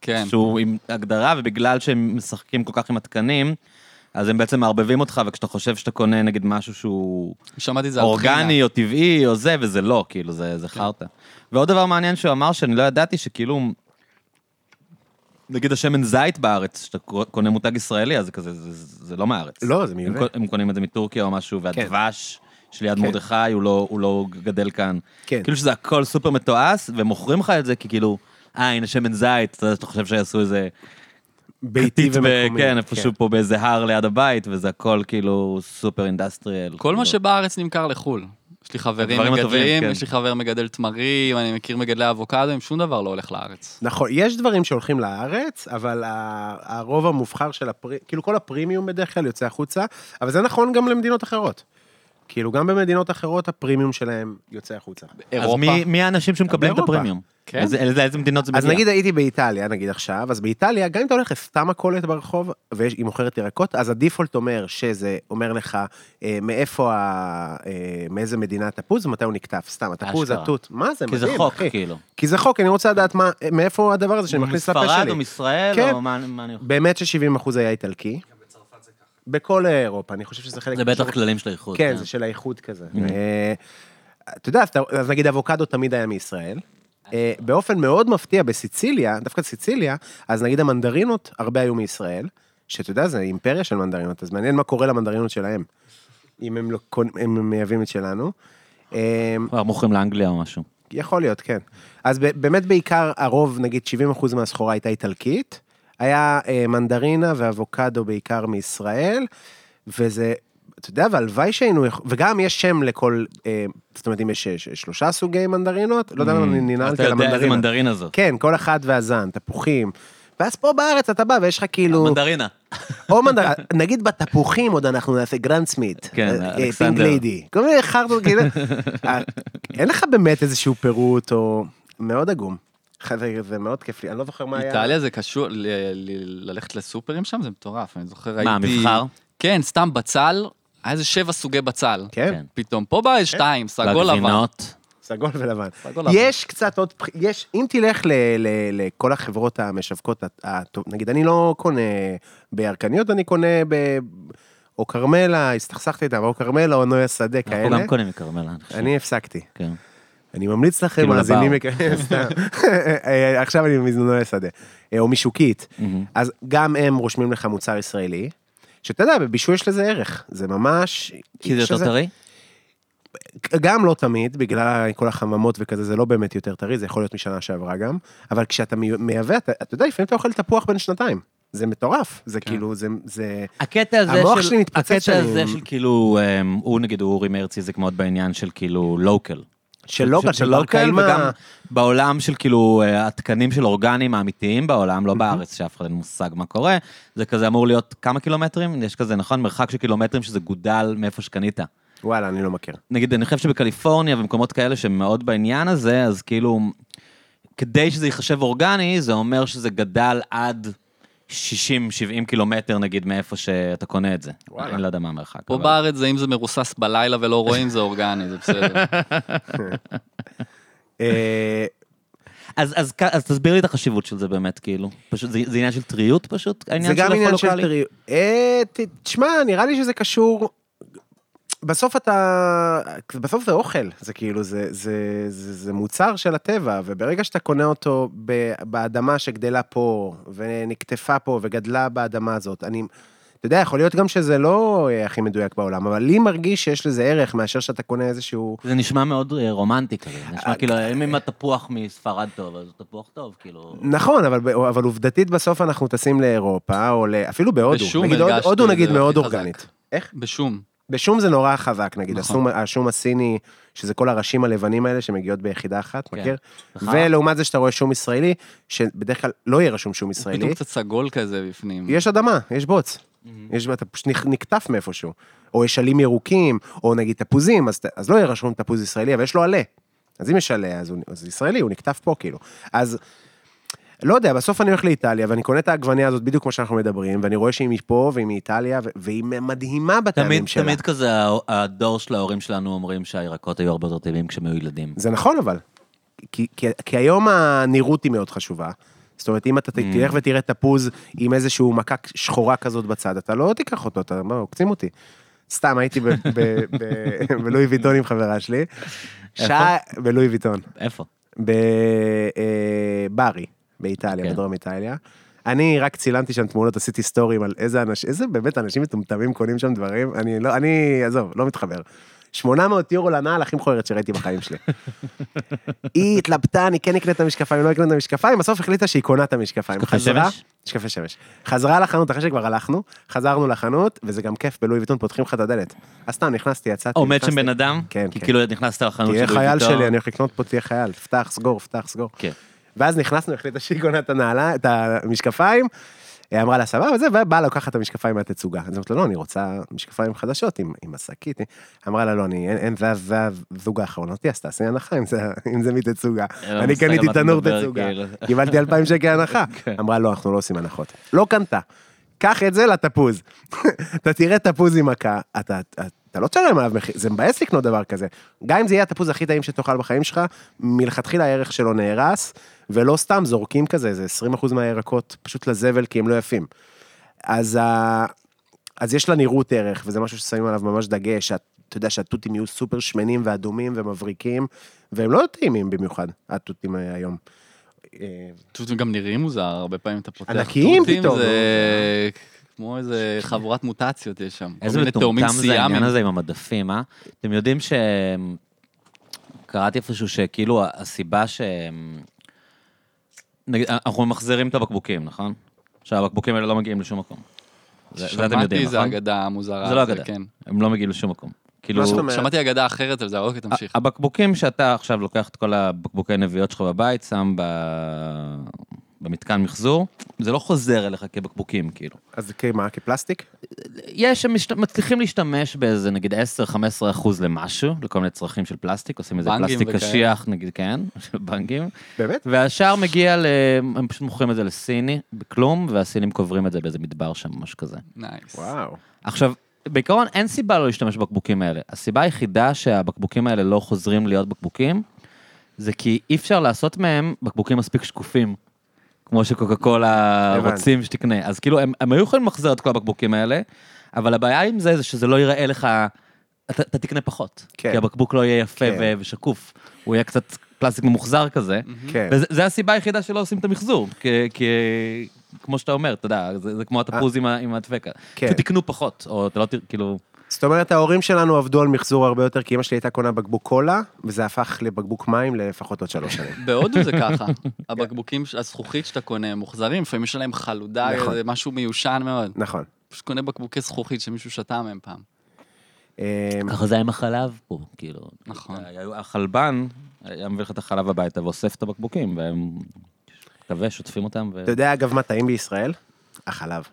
Speaker 2: כן.
Speaker 1: שהוא עם הגדרה, ובגלל שהם משחקים כל כך עם התקנים, אז הם בעצם מערבבים אותך, וכשאתה חושב שאתה קונה נגיד משהו שהוא
Speaker 2: שמעתי את זה על כן. חינה.
Speaker 1: אורגני או טבעי או זה, וזה לא, כאילו, זה זה חרטא. ועוד דבר מעניין שהוא אמר, שאני לא ידעתי שכאילו, נגיד השמן זית בארץ, שאתה קונה מותג ישראלי, אז זה כזה, זה- זה זה לא מהארץ.
Speaker 3: לא, זה
Speaker 1: הם,
Speaker 3: מיובא.
Speaker 1: קו- הם קונים את זה מטורקיה או משהו, והדבש של יד מרדכי, הוא לא, הוא לא גדל כאן.
Speaker 3: כן.
Speaker 1: כאילו שזה הכל סופר מתועש, ומוכרים לך את זה כי כאילו, אה, הנה שמן זית, אתה יודע שאתה חושב שיעשו איזה...
Speaker 3: ביתי
Speaker 1: טיט ב-
Speaker 3: ומקומי.
Speaker 1: כן, איפשהו פה באיזה הר ליד הבית, וזה הכל כאילו סופר אינדסטריאל.
Speaker 2: כל מה
Speaker 1: כאילו.
Speaker 2: שבארץ נמכר לחו"ל. יש לי חברים
Speaker 1: הדברים הטובים,
Speaker 2: מגדלים,
Speaker 1: כן.
Speaker 2: יש לי חבר מגדל תמרים, אני מכיר מגדלי אבוקדוים, שום דבר לא הולך לארץ.
Speaker 3: נכון, יש דברים שהולכים לארץ, אבל ה- הרוב המובחר של הפרי... כאילו כל הפרימיום בדרך כלל יוצא החוצה, אבל זה נכון גם למדינות אחרות. כאילו, גם במדינות אחרות הפרימיום שלהם יוצא החוצה.
Speaker 1: אז
Speaker 2: אירופה.
Speaker 1: מי, מי האנשים שמקבלים את
Speaker 3: באירופה.
Speaker 1: הפרימיום?
Speaker 2: כן.
Speaker 1: איזה, איזה, איזה מדינות זה
Speaker 3: אז
Speaker 1: מגיע?
Speaker 3: נגיד הייתי באיטליה, נגיד עכשיו, אז באיטליה, גם אם אתה הולך לסתם מכולת ברחוב, והיא מוכרת ירקות, אז הדפולט אומר שזה אומר לך אה, מאיפה, ה, אה, מאיזה מדינה התפוז ומתי הוא נקטף, סתם, התפוז,
Speaker 1: אשכרה.
Speaker 3: התות, מה זה
Speaker 1: כי זה
Speaker 3: מדהים,
Speaker 1: חוק,
Speaker 3: אחי.
Speaker 1: כאילו.
Speaker 3: כי זה חוק, אני רוצה לדעת מה, מאיפה הדבר הזה שאני מכניס לפה
Speaker 1: מספרד
Speaker 3: שלי.
Speaker 1: או מישראל,
Speaker 3: כן.
Speaker 1: או מה, מה אני...
Speaker 3: באמת ש-70% היה איטלקי,
Speaker 4: גם בצרפת זה ככה.
Speaker 3: בכל אירופה, אני חושב שזה חלק...
Speaker 1: זה בטח
Speaker 3: חשוב.
Speaker 1: כללים של האיחוד.
Speaker 3: כן, זה של האיחוד כזה. אה, אתה יודע, אז אתה- אז נגיד אבוקדו תמיד היה מישראל. אה, באופן מאוד מפתיע בסיציליה, דווקא סיציליה, אז נגיד המנדרינות, הרבה היו מישראל, שאתה יודע, זה אימפריה של מנדרינות, אז מעניין מה קורה למנדרינות שלהם, אם הם, לא, קונ- אם הם מייבאים את שלנו. אה,
Speaker 1: כבר מוכרים לאנגליה או משהו.
Speaker 3: יכול להיות, כן. אז ב- באמת בעיקר הרוב, נגיד 70% מהסחורה הייתה איטלקית, היה אה, מנדרינה ואבוקדו בעיקר מישראל, וזה, אתה יודע, והלוואי שהיינו, יכ- וגם יש שם לכל, אה, זאת אומרת, אם יש ש- ש- שלושה סוגי מנדרינות, לא יודע למה אני ננעלתי
Speaker 1: Mm, אתה
Speaker 3: על
Speaker 1: יודע איזה
Speaker 3: המנדרינה.
Speaker 1: מנדרינה זאת.
Speaker 3: כן, כל אחת והזן, תפוחים. ואז פה בארץ אתה בא ויש לך כאילו,
Speaker 1: מנדרינה.
Speaker 3: או מנדרינה, נגיד בתפוחים עוד אנחנו נעשה גרנד סמית,
Speaker 1: כן,
Speaker 3: אה, אה,
Speaker 1: אלכסנדר.
Speaker 3: פינק ליידי, כל מיני חרטות, כאילו, אה, אין לך באמת איזשהו פירוט או, מאוד עגום, זה- זה מאוד כיף לי, אני לא זוכר מה היה,
Speaker 2: איטליה זה קשור, ל- ל- ללכת לסופרים שם זה מטורף, אני זוכר
Speaker 1: מה, מבחר?
Speaker 2: כן, סתם בצל, היה איזה שבע סוגי בצל.
Speaker 3: כן,
Speaker 1: כן.
Speaker 2: פתאום, פה בא שתיים, סגול לבן.
Speaker 1: והגבינות.
Speaker 3: סגול ולבן,
Speaker 2: סגול לבן.
Speaker 3: יש קצת עוד, בח- יש, אם תלך ל- ל- לכל החברות המשווקות, הת- הטוב- נגיד אני לא קונה בירקניות, אני קונה ב... או כרמלה, הסתכסכתי איתם, או כרמלה או נויה שדה
Speaker 1: אנחנו
Speaker 3: כאלה,
Speaker 1: גם קונים מכרמלה, אני חושב.
Speaker 3: אני הפסקתי.
Speaker 1: כן.
Speaker 3: אני ממליץ לכם,
Speaker 1: כאילו
Speaker 3: מאזינים
Speaker 1: לבר.
Speaker 3: יקרים, סתם. אה, עכשיו אני מזנוני שדה, אה, או משוקית. אז גם הם רושמים לך מוצר ישראלי, שאתה יודע, בבישול יש לזה ערך, זה ממש...
Speaker 1: כי זה יותר
Speaker 3: שזה-
Speaker 1: טרי?
Speaker 3: גם לא תמיד, בגלל כל החממות וכזה, זה לא באמת יותר טרי, זה יכול להיות משנה שעברה גם, אבל כשאתה מי- מייבא, אתה אתה יודע, לפעמים אתה אוכל תפוח בן שנתיים. זה מטורף, זה
Speaker 1: כן.
Speaker 3: כאילו, זה- זה...
Speaker 1: הקטע הזה
Speaker 3: המוח
Speaker 1: של...
Speaker 3: שלי מתפוצץ
Speaker 1: הקטע
Speaker 3: שאני-
Speaker 1: הזה של כאילו, אמ, הוא נגיד, הוא אורי מרצי, זה מאוד בעניין של כאילו לוקל.
Speaker 3: של לוקל, של בר
Speaker 1: לוקל,
Speaker 3: קיימא.
Speaker 1: וגם בעולם של כאילו אה, התקנים של אורגנים האמיתיים בעולם, לא בארץ, שאף אחד אין מושג מה קורה, זה כזה אמור להיות כמה קילומטרים? יש כזה, נכון? מרחק של קילומטרים שזה גודל מאיפה שקנית.
Speaker 3: וואלה, אני לא מכיר.
Speaker 1: נגיד, אני חושב שבקליפורניה ומקומות כאלה שהם מאוד בעניין הזה, אז כאילו, כדי שזה ייחשב אורגני, זה אומר שזה גדל עד 60-70 קילומטר, נגיד, מאיפה שאתה קונה את זה.
Speaker 3: וואלה.
Speaker 1: אני לא יודע מה המרחק.
Speaker 2: פה
Speaker 1: אבל-
Speaker 2: בארץ זה אם זה מרוסס בלילה ולא רואים, זה אורגני, זה בסדר.
Speaker 3: אה,
Speaker 1: אז, אז, כ- אז תסביר לי את החשיבות של זה באמת, כאילו. פשוט, זה, זה עניין של טריות פשוט?
Speaker 3: זה
Speaker 1: העניין
Speaker 3: גם
Speaker 1: של
Speaker 3: עניין של
Speaker 1: הפולוקלי?
Speaker 3: טריות. אה, ת- תשמע, נראה לי שזה קשור... בסוף אתה... בסוף זה אוכל, זה כאילו, זה, זה, זה, זה מוצר של הטבע, וברגע שאתה קונה אותו ב, באדמה שגדלה פה, ונקטפה פה, וגדלה באדמה הזאת, אני... אתה יודע, יכול להיות גם שזה לא אה, הכי מדויק בעולם, אבל לי מרגיש שיש לזה ערך מאשר שאתה קונה איזשהו...
Speaker 1: זה נשמע מאוד אה, רומנטי כזה, זה נשמע
Speaker 3: אה,
Speaker 1: כאילו, אם אם התפוח מספרד טוב, אז הוא תפוח טוב, כאילו...
Speaker 3: נכון, אבל, אבל עובדתית בסוף אנחנו טסים לאירופה, או ל- אפילו בהודו.
Speaker 2: בשום
Speaker 3: נגיד, הוד-
Speaker 2: הרגשתי
Speaker 3: הודו
Speaker 2: את זה
Speaker 3: נגיד
Speaker 2: הכי
Speaker 3: מאוד
Speaker 2: חזק.
Speaker 3: אורגנית. איך?
Speaker 2: בשום.
Speaker 3: בשום זה נורא חזק, נגיד,
Speaker 2: נכון.
Speaker 3: השום, השום הסיני, שזה כל הראשים הלבנים האלה שמגיעות ביחידה אחת,
Speaker 1: כן.
Speaker 3: מכיר?
Speaker 1: וחרא.
Speaker 3: ולעומת זה שאתה רואה שום ישראלי, שבדרך כלל לא יהיה רשום שום
Speaker 2: הוא פתאום
Speaker 3: ישראלי,
Speaker 2: קצת סגול כזה בפנים.
Speaker 3: יש אדמה, יש בוץ. יש, אתה פשוט נכ- נקטף מאיפשהו. או יש עלים ירוקים, או נגיד תפוזים, אז, ת- אז לא יהיה רשום תפוז ישראלי, אבל יש לו עלה. אז אם יש עלה, אז הוא אז ישראלי, הוא נקטף פה כאילו. אז לא יודע, בסוף אני הולך לאיטליה, ואני קונה את העגבניה הזאת בדיוק כמו שאנחנו מדברים, ואני רואה שהיא מפה, והיא מאיטליה, ו- והיא מדהימה
Speaker 1: תמיד,
Speaker 3: בטעמים שלה.
Speaker 1: תמיד כזה, ה- הדור של ההורים שלנו אומרים שהירקות היו הרבה יותר טבעיים כשהם היו ילדים.
Speaker 3: זה נכון אבל. כי, כי, כי היום הנראות היא מאוד חשובה. זאת אומרת, אם אתה ת- תלך ותראה תפוז עם איזשהו מכה שחורה כזאת בצד, אתה לא תיקח אותו, אתה מה, עוקצים אותי. סתם, הייתי ב- ב- ב- בלואי ויטון עם חברה שלי. שעה, בלואי ויטון,
Speaker 1: איפה?
Speaker 3: בברי, אה, באיטליה,
Speaker 1: כן.
Speaker 3: בדרום איטליה. אני רק צילמתי שם תמונות, עשיתי סטורים על איזה אנשים, איזה באמת אנשים מטומטמים קונים שם דברים, אני לא, אני, עזוב, לא מתחבר. 800 יורו לנעל הכי מכוערת שראיתי בחיים שלי. היא התלבטה, אני כן אקנה את המשקפיים, לא אקנה את המשקפיים, בסוף החליטה שהיא קונה את המשקפיים.
Speaker 1: משקפי
Speaker 3: חזרה,
Speaker 1: שמש?
Speaker 3: משקפי שמש. חזרה לחנות, אחרי שכבר הלכנו, חזרנו לחנות, וזה גם כיף, בלואי ויטון פותחים לך את הדלת. אז סתם, נכנסתי, יצאתי,
Speaker 1: עומד
Speaker 3: נכנסתי.
Speaker 1: שם בן אדם?
Speaker 3: כן,
Speaker 1: כי
Speaker 3: כן.
Speaker 1: כאילו נכנסת לחנות
Speaker 3: תהיה
Speaker 1: של לואי
Speaker 3: חייל
Speaker 1: ויטון.
Speaker 3: שלי, אני הולך לקנות פה, תהיה חייל, פתח, סגור, פתח, סגור.
Speaker 1: כן.
Speaker 3: ואז נכנסנו, החליטה שהיא קונה את הנעלה, את המשקפיים, היא אמרה לה סבבה וזה, ובאה לקחת את המשקפיים מהתצוגה. אז אמרתי לה, לא, אני רוצה משקפיים חדשות עם, עם השקית. אמרה לה, לא, אני, אין, אין, זה, זה הזוג האחרון. אמרתי, אז תעשי הנחה אם זה, אם זה מתצוגה.
Speaker 1: אין לה
Speaker 3: אני
Speaker 1: מושג על
Speaker 3: קניתי
Speaker 1: אה, מה אתה
Speaker 3: תנור
Speaker 1: מדבר,
Speaker 3: תצוגה.
Speaker 1: כאילו.
Speaker 3: קיבלתי 2,000 שקל הנחה. אמרה, לא, אנחנו לא עושים הנחות. לא קנתה. קח את זה לתפוז. אתה תראה תפוז עם מכה, אתה, אתה, אתה לא תשלם עליו מחיר, זה מבאס לקנות דבר כזה. גם אם זה יהיה התפוז הכי טעים שתאכל בחיים שלך, מלכתחילה הערך שלו נהרס, ולא סתם זורקים כזה, זה 20% מהירקות פשוט לזבל כי הם לא יפים. אז, ה... אז יש לה נראות ערך, וזה משהו ששמים עליו ממש דגש, שאת- אתה יודע שהתותים יהיו סופר שמנים ואדומים ומבריקים, והם לא טעימים במיוחד, התותים אה, היום. אה,
Speaker 2: פשוט גם נראים מוזר, הרבה פעמים אתה פותח
Speaker 3: ענקיים
Speaker 2: תותים,
Speaker 3: פתאום,
Speaker 2: זה כמו איזה חבורת מוטציות יש שם. כל
Speaker 1: לא? איזה
Speaker 2: מיני תאומים
Speaker 1: מטומטם זה
Speaker 2: סיאמים.
Speaker 1: העניין הזה עם המדפים, אה? אתם יודעים ש... קראתי איפשהו שכאילו הסיבה ש... נגיד, אה, אנחנו ממחזרים את הבקבוקים, נכון? שהבקבוקים האלה לא מגיעים לשום מקום. זה, זה אתם יודעים,
Speaker 2: שמעתי איזה
Speaker 1: נכון?
Speaker 2: אגדה מוזרה.
Speaker 1: זה לא אגדה.
Speaker 2: כן.
Speaker 1: הם לא מגיעים לשום מקום. כאילו,
Speaker 3: מה זאת אומרת?
Speaker 2: שמעתי אגדה אחרת על זה, אבל אוקיי, תמשיך.
Speaker 1: אה, הבקבוקים שאתה עכשיו לוקח את כל הבקבוקי נביאות שלך בבית, שם ב... במתקן מחזור, זה לא חוזר אליך כבקבוקים, כאילו.
Speaker 3: אז כמה, כפלסטיק?
Speaker 1: יש, הם משת- מצליחים להשתמש באיזה נגיד 10-15 אחוז למשהו, לכל מיני צרכים של פלסטיק, עושים איזה
Speaker 2: בנגים
Speaker 1: פלסטיק
Speaker 2: וכאלה.
Speaker 1: קשיח, נגיד, כן, של בנגים,
Speaker 3: באמת?
Speaker 1: והשאר מגיע ל... הם פשוט מוכרים את זה לסיני, בכלום, והסינים קוברים את זה באיזה מדבר שם, משהו כזה.
Speaker 2: נייס.
Speaker 3: וואו.
Speaker 1: עכשיו, בעיקרון אין סיבה לא להשתמש בבקבוקים האלה. הסיבה היחידה שהבקבוקים האלה לא חוזרים להיות בקבוקים, זה כי אי אפשר לעשות מהם בקבוקים מספיק שקופים, כמו שקוקה קולה
Speaker 3: הבנתי.
Speaker 1: רוצים שתקנה. אז כאילו, הם, הם היו יכולים למחזר את כל הבקבוקים האלה, אבל הבעיה עם זה, זה שזה לא ייראה לך, אתה, אתה תקנה פחות.
Speaker 3: כן.
Speaker 1: כי הבקבוק לא יהיה יפה
Speaker 3: כן.
Speaker 1: ו- ושקוף, הוא יהיה קצת פלסטיק ממוחזר כזה.
Speaker 3: כן.
Speaker 1: וזה זה הסיבה היחידה שלא עושים את המחזור, כי, כי כמו שאתה אומר, אתה יודע, זה, זה כמו התפוז עם, ה- עם הדפקה.
Speaker 3: אה. כן.
Speaker 1: כן. תקנו פחות, או אתה לא ת... כאילו...
Speaker 3: זאת אומרת, ההורים שלנו עבדו על מחזור הרבה יותר, כי אמא שלי הייתה קונה בקבוק קולה, וזה הפך לבקבוק מים לפחות עוד שלוש שנים.
Speaker 2: בהודו זה ככה.
Speaker 1: כן.
Speaker 2: הבקבוקים, ש- הזכוכית שאתה קונה, הם מוחזרים, לפעמים יש עליהם חלודה,
Speaker 3: נכון.
Speaker 2: זה משהו מיושן מאוד.
Speaker 3: נכון.
Speaker 2: פשוט קונה בקבוקי זכוכית שמישהו שתה מהם פעם.
Speaker 3: אמ,
Speaker 1: אה, ככה זה היה עם החלב פה, כאילו.
Speaker 2: נכון.
Speaker 1: היה- החלבן היה מביא לך את החלב הביתה ואוסף את הבקבוקים, והם... קווה, שוטפים אותם ו...
Speaker 3: אתה יודע, אגב, מה טעים בישראל? החלב.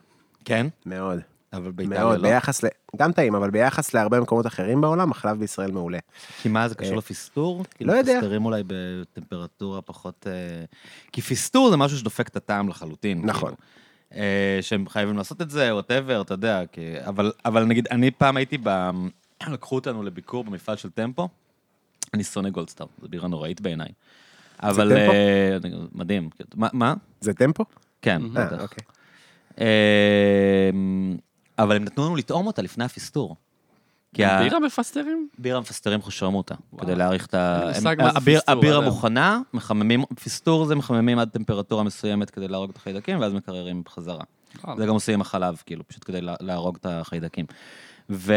Speaker 1: כן?
Speaker 3: מאוד.
Speaker 1: אבל באיטליה
Speaker 3: מאוד,
Speaker 1: לא.
Speaker 3: ביחס ל... גם טעים, אבל ביחס להרבה מקומות אחרים בעולם, החלב בישראל מעולה.
Speaker 1: כי מה, זה קשור
Speaker 3: אה,
Speaker 1: לפסטור?
Speaker 3: לא יודע.
Speaker 1: כאילו פסטרים אולי בטמפרטורה פחות... אה, כי פסטור זה משהו שדופק את הטעם לחלוטין.
Speaker 3: נכון.
Speaker 1: כאילו. אה, שהם חייבים לעשות את זה, ווטאבר, אתה יודע. כי- אבל אבל נגיד, אני פעם הייתי ב... לקחו אותנו לביקור במפעל של טמפו. אני שונא גולדסטאר, זו בירה נוראית בעיניי. אבל...
Speaker 3: טמפו?
Speaker 1: אה, מדהים. כאילו, מה- מה?
Speaker 3: זה טמפו?
Speaker 1: כן,
Speaker 3: אה,
Speaker 1: בטח.
Speaker 3: אוקיי.
Speaker 1: אמ, אבל הם נתנו לנו לטעום אותה לפני הפסטור. כי ה-
Speaker 2: בירה מפסטרים?
Speaker 1: בירה מפסטרים חושרם אותה,
Speaker 2: וואו.
Speaker 1: כדי להעריך את
Speaker 2: אין
Speaker 1: ה... הם-
Speaker 2: לי
Speaker 1: אה,
Speaker 2: מושג מה זה
Speaker 1: הביר-
Speaker 2: פסטור,
Speaker 1: הבירה
Speaker 2: אדם.
Speaker 1: מוכנה, מחממים, פסטור זה מחממים עד טמפרטורה מסוימת כדי להרוג את החיידקים, ואז מקררים בחזרה. זה גם עושים עם החלב, כאילו, פשוט כדי לה- להרוג את החיידקים. ו...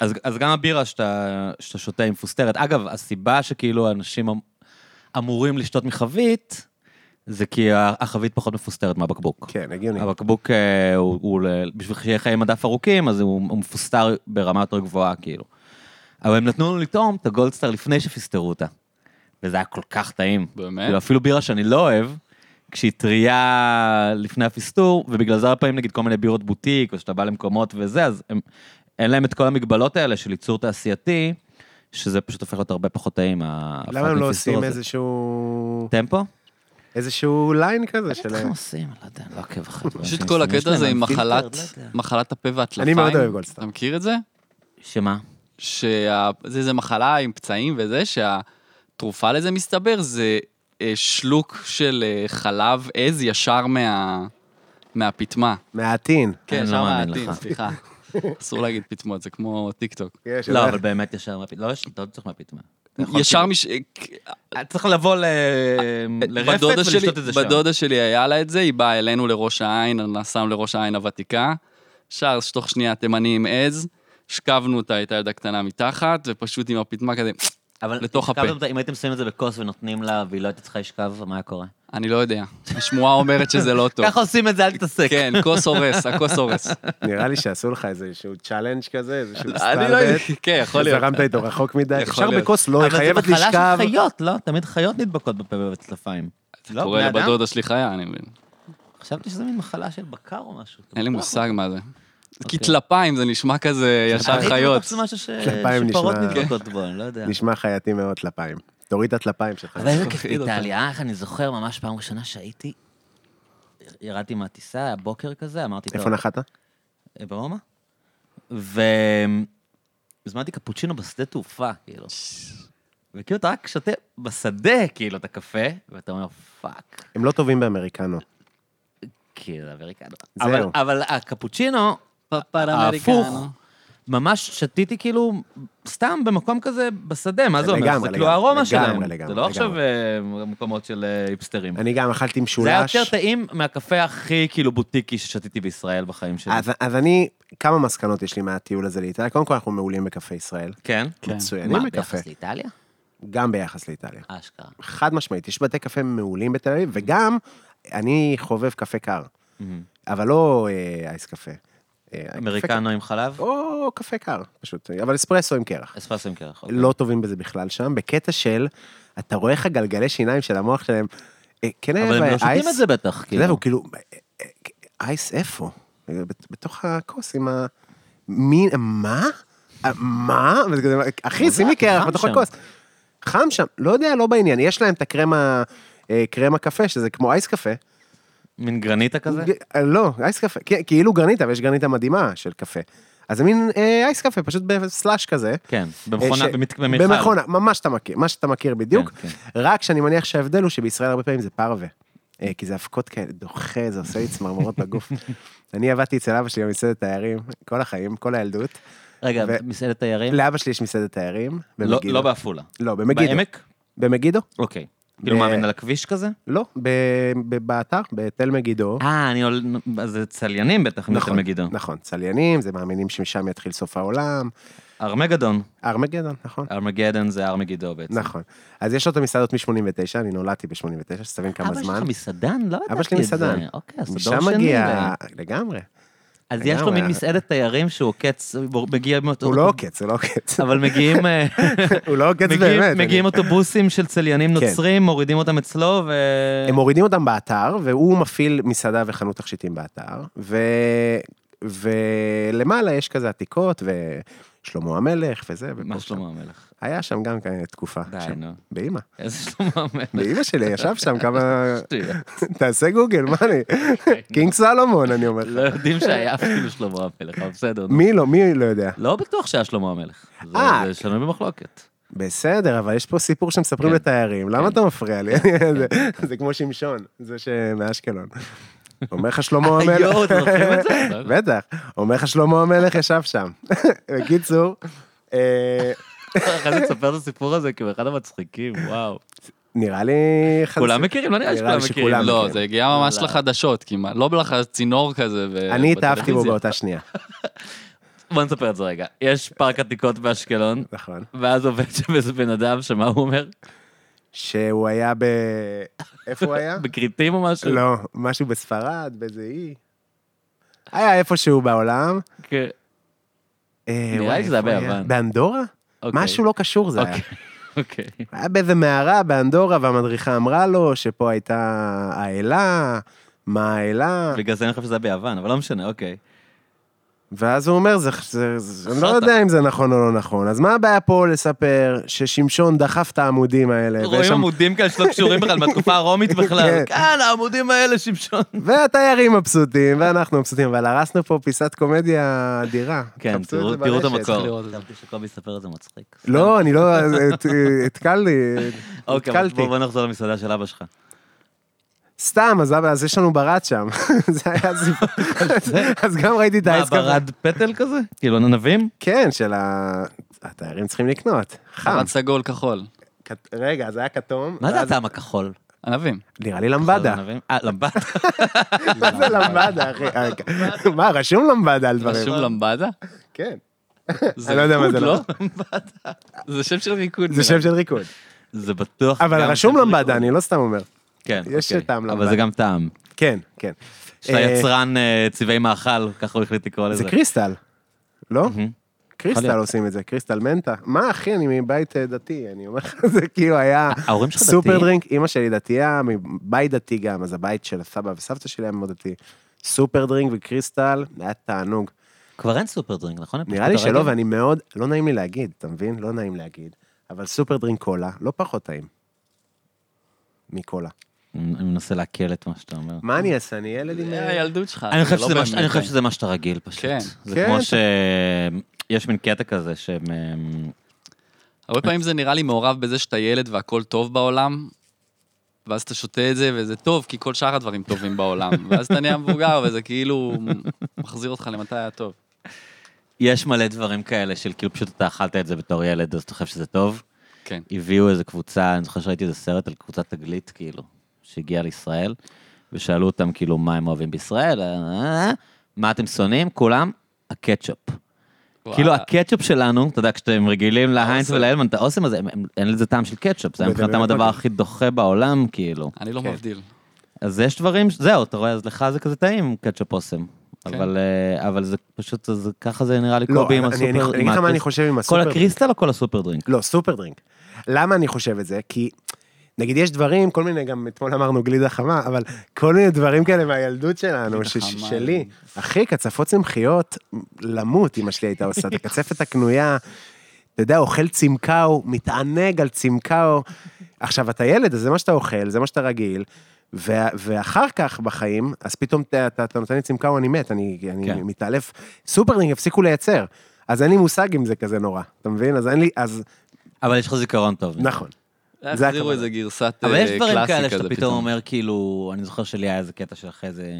Speaker 1: אז, אז גם הבירה שאתה, שאתה שותה היא מפוסטרת. אגב, הסיבה שכאילו אנשים אמ- אמורים לשתות מחבית, זה כי ה- החבית פחות מפוסטרת מהבקבוק.
Speaker 3: כן, הגיוני.
Speaker 1: הבקבוק אה, הוא, הוא ל- בשביל שיהיה חיי מדף ארוכים, אז הוא, הוא מפוסטר ברמה יותר גבוהה, כאילו. אבל הם נתנו לנו לטעום את הגולדסטאר לפני שפסטרו אותה. וזה היה כל כך טעים.
Speaker 2: באמת?
Speaker 1: כאילו, אפילו בירה שאני לא אוהב, כשהיא טריה לפני הפסטור, ובגלל זה הרבה פעמים נגיד כל מיני בירות בוטיק, או שאתה בא למקומות וזה, אז הם, אין להם את כל המגבלות האלה של ייצור תעשייתי, שזה פשוט הופך להיות הרבה פחות טעים,
Speaker 3: למה הם לא עושים איזשהו...
Speaker 1: טמפו?
Speaker 3: איזשהו ליין כזה
Speaker 1: איך
Speaker 3: שלהם?
Speaker 1: הם עושים? לא יודע, לא עוקב אחרי הדברים
Speaker 2: פשוט
Speaker 1: שהם
Speaker 2: כל
Speaker 1: עושים. יש
Speaker 2: הקטע הזה
Speaker 1: להם
Speaker 2: עם
Speaker 1: פילטר,
Speaker 2: מחלת,
Speaker 1: לא יודע.
Speaker 2: מחלת הפה והטלפיים.
Speaker 3: אני מאוד אוהב גולדסטאר.
Speaker 2: אתה מכיר את זה?
Speaker 1: שמה?
Speaker 2: שה- זה איזה מחלה עם פצעים וזה, שהתרופה לזה מסתבר זה אה, שלוק של אה, חלב עז ישר מה... מהפטמה.
Speaker 3: מהעטין.
Speaker 1: אני
Speaker 2: כן,
Speaker 1: לא
Speaker 2: ישר
Speaker 1: מאמין
Speaker 2: מהעתיד,
Speaker 1: לך.
Speaker 2: סליחה. אסור להגיד פטמות, זה כמו טיק טוק.
Speaker 3: יש,
Speaker 1: לא,
Speaker 3: אבל-
Speaker 1: אבל באמת ישר מהפיטמה. לא, יש- אתה לא צריך מהפיטמה. אתה יכול
Speaker 2: ישר
Speaker 1: כאילו-
Speaker 2: מש...
Speaker 1: אתה צריך לבוא ל- לרפת
Speaker 2: אה, בדודה שלי,
Speaker 1: ולשתות את זה שם.
Speaker 2: בדודה שלי היה לה את זה, היא באה אלינו לראש העין, אני שם לראש העין הוותיקה. שר תוך שנייה תימני עם עז, שקבנו אותה, הייתה ילדה קטנה מתחת, ופשוט עם הפטמה כזה,
Speaker 1: אבל
Speaker 2: לתוך הפה.
Speaker 1: השכבתם אותה, אם הייתם שמים את זה בכוס ונותנים לה, והיא לא הייתה צריכה לשכב, מה היה קורה?
Speaker 2: אני לא יודע. השמועה אומרת שזה לא טוב.
Speaker 1: ככה עושים את זה, אל תתעסק.
Speaker 2: כן, כוס הורס, הכוס הורס.
Speaker 3: נראה לי שעשו לך איזשהו צ'אלנג' כזה, איזשהו
Speaker 2: אני לא יודע,
Speaker 3: סטלבט.
Speaker 2: כן, יכול להיות.
Speaker 3: שזרמת איתו רחוק מדי.
Speaker 2: יכול
Speaker 3: אפשר
Speaker 2: להיות.
Speaker 3: בכוס לא,
Speaker 1: אבל
Speaker 3: היא
Speaker 1: זה
Speaker 3: חייבת
Speaker 1: מחלה
Speaker 3: לשכב.
Speaker 1: של חיות, לא? תמיד חיות נדבקות בפה ובטלפיים. לא,
Speaker 2: קורא
Speaker 1: בני אדם?
Speaker 2: לבדודה שלי חיה, אני מבין.
Speaker 1: חשבתי שזה מין מחלה של בקר או משהו.
Speaker 2: אין לי מושג מה זה. כי
Speaker 1: אוקיי.
Speaker 2: טלפיים זה נשמע כזה ישר חיות. כן.
Speaker 1: זה משהו ש-
Speaker 3: טלפיים
Speaker 1: שפרות
Speaker 3: נשמע-
Speaker 1: נדבקות בו, אני לא יודע.
Speaker 3: נשמע חייתי מאוד טלפיים. תוריד את הטלפיים שלך.
Speaker 1: אבל איזה כיף
Speaker 2: מפחיד אותנו.
Speaker 1: באיטליה, איך אני זוכר ממש פעם ראשונה שהייתי, ירדתי מהטיסה, היה בוקר כזה, אמרתי,
Speaker 3: איפה נחת?
Speaker 1: ברומא. והזמנתי קפוצ'ינו בשדה תעופה, כאילו. וכאילו אתה רק שותה בשדה, כאילו, את הקפה, ואתה אומר, פאק,
Speaker 3: הם לא טובים באמריקנו.
Speaker 1: כאילו, אמריקנו.
Speaker 3: זהו.
Speaker 1: אבל- אבל הקפוצ'ינו, ההפוך, ממש שתיתי כאילו, סתם במקום כזה בשדה, מה זה אומר?
Speaker 3: לגמרי,
Speaker 1: זה כאילו
Speaker 3: לגמרי,
Speaker 1: הארומה
Speaker 3: לגמרי,
Speaker 1: שלהם.
Speaker 3: לגמרי,
Speaker 1: זה לא עכשיו
Speaker 3: לגמרי.
Speaker 1: אה, מקומות של אה, היפסטרים.
Speaker 3: אני גם אכלתי
Speaker 1: זה היה
Speaker 3: משולש.
Speaker 1: יותר טעים מהקפה הכי כאילו בוטיקי ששתיתי בישראל בחיים שלי.
Speaker 3: אז- אז אני, כמה מסקנות יש לי מהטיול הזה לאיטליה? קודם כל, אנחנו מעולים בקפה ישראל.
Speaker 1: כן?
Speaker 2: כן.
Speaker 3: מצוינים בקפה.
Speaker 1: ביחס לאיטליה?
Speaker 3: גם ביחס לאיטליה.
Speaker 1: אשכרה.
Speaker 3: חד משמעית, יש בתי קפה מעולים בתל אביב, וגם אני חובב קפה קר, אבל לא אה, אייס קפה. אה, קפה
Speaker 1: אמריקנו עם חלב?
Speaker 3: קר. או קפה קר, פשוט, אבל אספרסו עם קרח.
Speaker 1: אספסו עם קרח. אוקיי.
Speaker 3: לא טובים בזה בכלל שם, בקטע של, אתה רואה איך הגלגלי שיניים של המוח שלהם, אה, כן היה
Speaker 1: אבל הם לא
Speaker 3: אייס,
Speaker 1: שותים את זה בטח,
Speaker 3: אתה יודע,
Speaker 1: כאילו.
Speaker 3: הוא כאילו, אה, אה, אייס איפה? אה, בת- בתוך הכוס עם ה... מי, מה? אה, מה? וזה כזה, אחי,
Speaker 1: מה זה?
Speaker 3: שימי קרח
Speaker 1: חם
Speaker 3: בתוך
Speaker 1: שם.
Speaker 3: הכוס. חם שם, לא יודע, לא בעניין. יש להם את הקרם ה... אה, קרם הקפה, שזה כמו אייס קפה.
Speaker 1: מין גרניטה כזה?
Speaker 3: אה, לא, אייס קפה, כן, כאילו גרניטה, ויש גרניטה מדהימה של קפה. אז זה מין אה, אייס קפה, פשוט בסלאש כזה.
Speaker 1: כן, במכונה,
Speaker 3: אה, ש-
Speaker 1: במת- במיכל.
Speaker 3: במכונה, ממש אתה מכיר, מה שאתה מכיר בדיוק.
Speaker 1: כן,
Speaker 3: רק שאני מניח שההבדל הוא שבישראל הרבה פעמים זה פרווה. אה, כי זה אבקות כאלה, דוחה, זה עושה לי צמרמורות בגוף. אני עבדתי אצל אבא שלי במסעדת תיירים, כל החיים, כל הילדות.
Speaker 1: רגע,
Speaker 3: ו-
Speaker 1: מסעדת תיירים?
Speaker 3: לאבא שלי יש מסעדת תיירים,
Speaker 1: כן. לא-
Speaker 3: במגידו.
Speaker 1: לא בעפולה.
Speaker 3: לא, במגידו.
Speaker 1: בעמק?
Speaker 3: במגידו?
Speaker 1: אוקיי. כאילו
Speaker 3: ב-
Speaker 1: מאמין על הכביש כזה?
Speaker 3: לא, ב- ב- באתר, בתל מגידו.
Speaker 1: אה, אני עול... אז זה צליינים בטח, מתל מגידו.
Speaker 3: נכון, צליינים, זה מאמינים שמשם יתחיל סוף העולם.
Speaker 1: ארמגדון.
Speaker 3: ארמגדון,
Speaker 1: אה,
Speaker 3: נכון.
Speaker 1: ארמגדון זה הר מגידו בעצם.
Speaker 3: נכון. אז יש לו את המסעדות מ-89, אני נולדתי ב-89, שתבין כמה
Speaker 1: אבא
Speaker 3: זמן.
Speaker 1: שלך מסעדן? לא ידעתי את זה.
Speaker 3: אבא שלי מסעדן.
Speaker 1: אוקיי, אז אתה
Speaker 3: משם
Speaker 1: דור שני.
Speaker 3: מגיע,
Speaker 1: ל-
Speaker 3: לגמרי.
Speaker 1: אז יש לו
Speaker 3: לגמרי.
Speaker 1: מין מסעדת תיירים שהוא עוקץ, הוא מגיע מאותו...
Speaker 3: הוא לא עוקץ, הוא לא עוקץ.
Speaker 1: אבל מגיעים... אה,
Speaker 3: הוא לא עוקץ
Speaker 1: מגיעים,
Speaker 3: באמת.
Speaker 1: מגיעים
Speaker 3: אני- כן.
Speaker 1: אוטובוסים של צליינים נוצרים, מורידים אותם אצלו, ו...
Speaker 3: הם מורידים אותם באתר, והוא מפעיל מסעדה וחנות תכשיטים באתר, ולמעלה יש כזה עתיקות, ושלמה המלך וזה. ופה
Speaker 1: מה
Speaker 3: ושם.
Speaker 1: שלמה המלך?
Speaker 3: היה שם גם כאן תקופה.
Speaker 1: די,
Speaker 3: שם.
Speaker 1: נו.
Speaker 3: באימא.
Speaker 1: איזה שלמה המלך?
Speaker 3: באימא שלי, ישב שם כמה...
Speaker 1: שטויות.
Speaker 3: תעשה גוגל, מה אני?
Speaker 1: אוקיי.
Speaker 3: קינג סלומון, אני אומר
Speaker 1: לא
Speaker 3: לך.
Speaker 1: יודעים שהיה אפילו שלמה המלך, אבל בסדר. נו.
Speaker 3: מי לא, מי לא יודע.
Speaker 1: לא בטוח שהיה שלמה המלך. זה-
Speaker 3: אה.
Speaker 1: זה שנוי במחלוקת.
Speaker 3: בסדר, אבל יש פה סיפור שמספרים
Speaker 1: כן.
Speaker 3: לתיירים, למה
Speaker 1: כן.
Speaker 3: אתה מפריע לי? זה- זה כמו שמשון, זה שמאשקלון. אומר לך שלמה המלך,
Speaker 1: יואו, אתם זוכרים את זה? לא יודע.
Speaker 3: בטח, אומר לך שלמה המלך ישב שם. בקיצור, אה,
Speaker 1: אחרי זה תספר את הסיפור הזה, כי הוא אחד המצחיקים, וואו.
Speaker 3: נראה לי... חצי-
Speaker 1: כולם מכירים? לא נראה לי שכולם
Speaker 3: נראה לי
Speaker 1: מכירים.
Speaker 3: שכולם.
Speaker 2: לא,
Speaker 3: מכירים.
Speaker 2: זה הגיע ממש
Speaker 1: וואלה.
Speaker 2: לחדשות כמעט, לא לך צינור כזה. ו-
Speaker 3: אני התאהבתי בו
Speaker 2: בטלוויזיה.
Speaker 3: באותה שנייה,
Speaker 1: בוא נספר את זה רגע. יש פארק עתיקות באשקלון,
Speaker 3: נכון.
Speaker 1: ואז עובד שם איזה בן אדם, שמה הוא אומר?
Speaker 3: שהוא היה ב... איפה הוא היה?
Speaker 1: בכרתים או משהו?
Speaker 3: לא, משהו בספרד, באיזה אי. היה איפשהו בעולם.
Speaker 1: כן.
Speaker 3: אה,
Speaker 1: נראה
Speaker 3: וואי,
Speaker 1: לי שזה
Speaker 3: איפה
Speaker 1: היה
Speaker 3: היה?
Speaker 1: ביוון.
Speaker 3: באנדורה?
Speaker 1: אוקיי.
Speaker 3: משהו לא קשור זה היה.
Speaker 1: אוקיי, אוקיי.
Speaker 3: היה באיזה מערה באנדורה, והמדריכה אמרה לו שפה הייתה האלה, מה האלה,
Speaker 1: בגלל זה אני חושב שזה היה ביוון, אבל לא משנה, אוקיי.
Speaker 3: אה, ואז הוא אומר, זה, זה, זה, אני לא
Speaker 1: חטא."
Speaker 3: יודע אם זה נכון או לא נכון, אז מה הבעיה פה לספר ששמשון דחף את העמודים האלה, ויש
Speaker 1: רואים
Speaker 3: שם-
Speaker 1: עמודים כאלה שלא קשורים בכלל, מהתקופה הרומית בכלל.
Speaker 3: כן.
Speaker 1: כאן, העמודים האלה, שמשון.
Speaker 3: והתיירים מבסוטים, ואנחנו מבסוטים, אבל הרסנו פה פיסת קומדיה אדירה.
Speaker 1: כן,
Speaker 3: תחפשו את
Speaker 1: תראו
Speaker 3: זה
Speaker 1: תראו את
Speaker 3: ברשת.
Speaker 1: המקור.
Speaker 2: לראות את זה.
Speaker 1: חשבתי שקובי יספר את זה מצחיק.
Speaker 3: לא, אני לא, הת- התקל לי,
Speaker 1: אוקיי, אבל
Speaker 3: התקלתי.
Speaker 1: בוא בוא נחזור למסעדה של אבא שלך.
Speaker 3: סתם, אז אז יש לנו ברד שם. זה היה סיפור. אז גם ראיתי את
Speaker 1: מה,
Speaker 3: האייס קפה.
Speaker 1: ברד פטל כזה? כאילו, ענבים?
Speaker 3: כן, של ה... התיירים צריכים לקנות. חם.
Speaker 2: חם. סגול כחול,
Speaker 3: כת- רגע, זה היה כתום.
Speaker 1: מה זה
Speaker 3: ואז-
Speaker 1: הטעם הכחול?
Speaker 2: ענבים.
Speaker 3: נראה לי אה, למבדה.
Speaker 1: ענבים? אה, למבדה.
Speaker 3: מה זה למבדה, אחי? אה, כן. מה, רשום למבדה על דברים.
Speaker 2: רשום למבדה?
Speaker 3: כן. אני לא יודע מה זה
Speaker 2: ריקוד,
Speaker 3: לא.
Speaker 2: למבדה. זה שם של ריקוד.
Speaker 3: זה שם של ריקוד.
Speaker 1: זה בטוח.
Speaker 3: אבל
Speaker 1: גם
Speaker 3: רשום
Speaker 1: של-
Speaker 3: למבדה, אני לא סתם אומר.
Speaker 1: כן,
Speaker 3: יש
Speaker 1: אוקיי.
Speaker 3: טעם
Speaker 1: אבל
Speaker 3: למבדה.
Speaker 1: זה גם טעם.
Speaker 3: כן, כן.
Speaker 1: של היצרן אה, צבעי מאכל, ככה הוא החליט לקרוא
Speaker 3: אה,
Speaker 1: לזה.
Speaker 3: זה קריסטל, לא?
Speaker 1: יכול
Speaker 3: קריסטל
Speaker 1: להיות.
Speaker 3: עושים את זה, קריסטל מנטה. מה, אחי, אני מבית אה, דתי, אני אומר לך, זה כאילו היה...
Speaker 1: אה, ההורים שלך
Speaker 3: סופר
Speaker 1: דתיים?
Speaker 3: דרינק, אימא שלי דתייה, מבית דתי גם, אז הבית של סבא וסבתא שלי היה מאוד דתי. סופר דרינק וקריסטל, היה תענוג.
Speaker 1: כבר אין סופר דרינק, נכון?
Speaker 3: נראה לי
Speaker 1: פשוט
Speaker 3: שלא,
Speaker 1: הרגע-
Speaker 3: ואני מאוד, לא נעים לי להגיד, אתה מבין? לא נעים להגיד, אבל סופר דרינק קולה, לא פחות טעים. מקולה.
Speaker 1: אני מנסה לעכל את מה שאתה אומר.
Speaker 3: מה אני אעשה? אני ילד עם...
Speaker 2: זה
Speaker 3: אה,
Speaker 2: הילדות שלך.
Speaker 1: אני
Speaker 2: זה
Speaker 1: חושב
Speaker 2: לא
Speaker 1: שזה מה ש-
Speaker 2: באמת
Speaker 1: אני חושב
Speaker 2: טעים.
Speaker 1: שזה מה שאתה רגיל פשוט.
Speaker 2: כן.
Speaker 1: זה
Speaker 3: כן,
Speaker 1: כמו
Speaker 3: אתה-
Speaker 1: שיש מין קטע כזה שהם... אמ,
Speaker 2: הרבה פעמים זה נראה לי מעורב בזה שאתה ילד והכל טוב בעולם, ואז אתה שותה את זה וזה טוב, כי כל שאר הדברים טובים בעולם. ואז אתה נהיה מבוגר וזה כאילו מחזיר אותך למתי היה טוב.
Speaker 1: יש מלא דברים כאלה של כאילו פשוט אתה אכלת את זה בתור ילד, אז אתה חושב שזה טוב.
Speaker 2: כן.
Speaker 1: הביאו איזה קבוצה, אני זוכר שראיתי איזה סרט על קבוצת תגלית, כאילו, שהגיעה לישראל, ושאלו אותם, כאילו, מה הם אוהבים בישראל, אה, אה, אה, מה אתם שונאים? כולם, הקטשופ. כאילו,
Speaker 2: וואלה.
Speaker 1: הקטשופ שלנו, אתה יודע, כשאתם רגילים להיינס
Speaker 2: האוסם.
Speaker 1: ולהלמן, את האוסם הזה, הם- הם- אין לזה טעם של קטשופ, זה
Speaker 3: בדיוק,
Speaker 1: מבחינתם
Speaker 3: בדיוק.
Speaker 1: הדבר הכי דוחה בעולם, כאילו.
Speaker 2: אני לא
Speaker 3: כן.
Speaker 2: מבדיל.
Speaker 1: אז יש דברים, ש- זהו, אתה רואה, אז לך זה כזה טעים, קטשופ אוסם.
Speaker 2: כן.
Speaker 1: אבל אה, אבל זה פשוט, זה- ככה זה נראה לי
Speaker 3: לא,
Speaker 1: קובי עם
Speaker 3: אני- אני-
Speaker 1: הסופר,
Speaker 3: אני אגיד לך
Speaker 1: עם
Speaker 3: מה אני
Speaker 1: הקריס-
Speaker 3: חושב עם
Speaker 1: כל
Speaker 3: הסופר.
Speaker 1: הקריסטל או כל הסופר דרינק?
Speaker 3: לא, סופר דרינק. למה אני חושב את זה? כי, נגיד, יש דברים, כל מיני, גם אתמול אמרנו גלידה חמה, אבל כל מיני דברים כאלה מהילדות שלנו,
Speaker 2: גלידה
Speaker 3: ש- ש-
Speaker 2: חמה.
Speaker 3: שלי. אחי, קצפות צמחיות, למות אמא שלי הייתה עושה, את הקצפת הקנויה, אתה יודע, אוכל צמקאו, מתענג על צמקאו. עכשיו, אתה ילד, אז זה מה שאתה אוכל, זה מה שאתה רגיל. ו- ואחר כך בחיים, אז פתאום אתה, אתה, אתה נותן לי צמקאו, אני מת, אני, אני
Speaker 1: כן.
Speaker 3: מתעלף. סופרדינג הפסיקו לייצר, אז אין לי מושג אם זה כזה נורא, אתה מבין? אז אין לי, אז
Speaker 1: אבל יש לך זיכרון טוב.
Speaker 3: נכון. זה
Speaker 2: החזירו
Speaker 3: הכוונה.
Speaker 2: איזה גרסת אה,
Speaker 1: אבל
Speaker 2: קלאסי
Speaker 1: יש
Speaker 2: כזה פתאום.
Speaker 1: דברים כאלה שאתה פתאום אומר, כאילו, אני זוכר שלי היה איזה קטע של אחרי איזה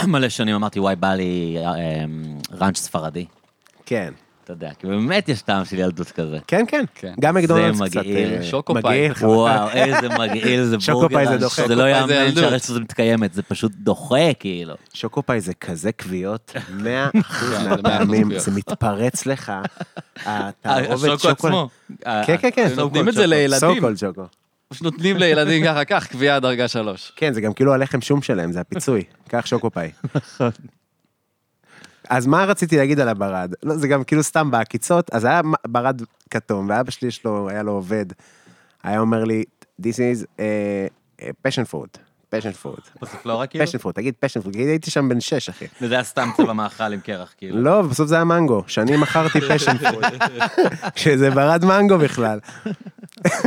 Speaker 1: מלא שנים, אמרתי, וואי, בא לי אה, אמ, ראנץ' ספרדי.
Speaker 3: כן.
Speaker 1: אתה יודע, כי באמת יש טעם של ילדות כזה.
Speaker 3: כן, כן.
Speaker 2: כן.
Speaker 3: גם מקדונלדס
Speaker 1: זה
Speaker 3: קצת...
Speaker 1: מגעיל.
Speaker 3: אה,
Speaker 2: שוקופאי.
Speaker 3: מגעיל, חבל.
Speaker 1: וואו, איזה מגעיל זה
Speaker 3: שוקו
Speaker 1: בורגר,
Speaker 3: פאי זה
Speaker 1: ראנץ'.
Speaker 3: דוחה.
Speaker 1: זה לא
Speaker 2: שוקו פאי זה
Speaker 1: יאמן
Speaker 2: ילדות.
Speaker 1: שהרשת הזאת מתקיימת, זה פשוט דוחה, כאילו.
Speaker 3: שוקופאי זה כזה כוויות, 100% מהפעמים,
Speaker 2: כוויות.
Speaker 3: זה מתפרץ לך, התערובת
Speaker 1: השוקו
Speaker 3: שוקולד.
Speaker 1: עצמו.
Speaker 3: כן, כן, כן.
Speaker 1: השוקו
Speaker 2: נותנים את זה
Speaker 1: שוקו.
Speaker 2: לילד. לילדים.
Speaker 3: סוקולד שוקו.
Speaker 2: פשוט נותנים לילדים ככה, כך, קביעה דרגה שלוש.
Speaker 3: כן, זה גם כאילו הלחם שום שלהם, זה הפיצוי. קח שוקופאי. אז מה רציתי להגיד על הברד? לא, זה גם כאילו סתם בעקיצות, אז היה מ- ברד כתום, ואבא שלי שלו, היה לו עובד, היה אומר לי, This is a- a אה, passion fruit, פשן פרוט.
Speaker 1: פוספלורה כאילו?
Speaker 3: פשן פרוט, תגיד פשן פרוט, הייתי שם בן שש, אחי.
Speaker 1: וזה היה סתם צבע מאכל עם קרח, כאילו.
Speaker 3: לא, בסוף זה היה מנגו, שאני מכרתי פשן פרוט. שזה ברד מנגו בכלל.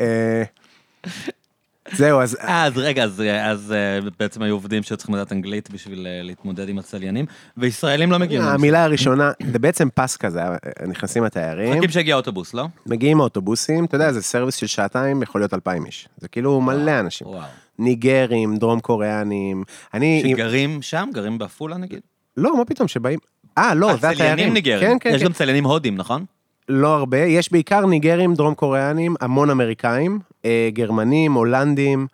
Speaker 3: אה, זהו, אז
Speaker 1: אה, אז רגע, אז, אז אה, בעצם היו עובדים שהיו צריכים לדעת אנגלית בשביל אה, להתמודד עם הצליינים,
Speaker 3: אה,
Speaker 1: וישראלים לא מגיעים. למשחק.
Speaker 3: המילה הראשונה, זה בעצם פס כזה, אה, נכנסים התיירים,
Speaker 1: מחכים שיגיע אוטובוס, לא?
Speaker 3: מגיעים האוטובוסים, אתה יודע, זה סרוויס של שעתיים, יכול להיות אלפיים איש. זה כאילו מלא אנשים.
Speaker 1: וואו.
Speaker 3: ניגרים, דרום קוריאנים, אני... עם-
Speaker 1: שגרים שם, גרים בעפולה נגיד?
Speaker 3: לא, מה פתאום, שבאים... אה, לא, זה התיירים.
Speaker 1: צליינים ניגרים.
Speaker 3: כן, כן,
Speaker 1: יש
Speaker 3: כן.
Speaker 1: גם צליינים הודים, נכון?
Speaker 3: לא הרבה, יש בעיקר ניגרים, דרום קוריאנים, המון אמריקאים, אה, גרמנים, הולנדים,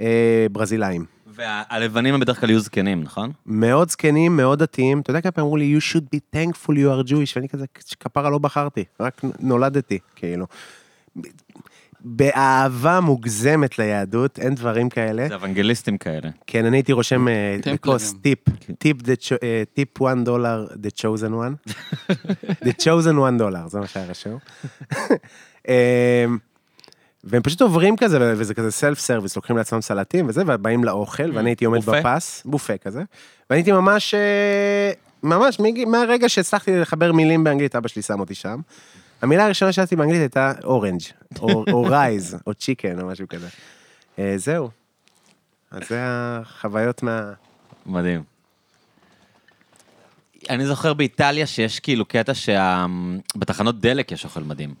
Speaker 3: אה, ברזילאים.
Speaker 1: והלבנים הם בדרך כלל יהיו זקנים, נכון?
Speaker 3: מאוד זקנים, מאוד דתיים. אתה יודע כמה פעמים אמרו לי, you should be thankful you are Jewish, ואני כזה, כפרה לא בחרתי, רק נולדתי, כאילו. באהבה מוגזמת ליהדות, אין דברים כאלה.
Speaker 1: זה אוונגליסטים כאלה.
Speaker 3: כן, אני הייתי רושם אה,
Speaker 2: טמפלרים.
Speaker 3: בכוס טיפ, טיפ the cho- אה, טיפ 1 דולר, the chosen one. the chosen 1 דולר, זה מה שהיה רשום. אה, והם פשוט עוברים כזה, ו- וזה כזה סלף סרוויס, לוקחים לעצמם סלטים וזה, ובאים לאוכל, ואני הייתי עומד
Speaker 1: בופה?
Speaker 3: בפס, בופה כזה, ואני הייתי ממש, אה, ממש, מגי- מהרגע שהצלחתי לחבר מילים באנגלית, אבא שלי שם אותי שם. המילה הראשונה שעשיתי באנגלית הייתה אורנג', או או רייז, או צ'יקן, או משהו כזה. אה, זהו. אז זה החוויות מה...
Speaker 1: מדהים. אני זוכר באיטליה שיש כאילו קטע שבתחנות דלק יש אוכל מדהים.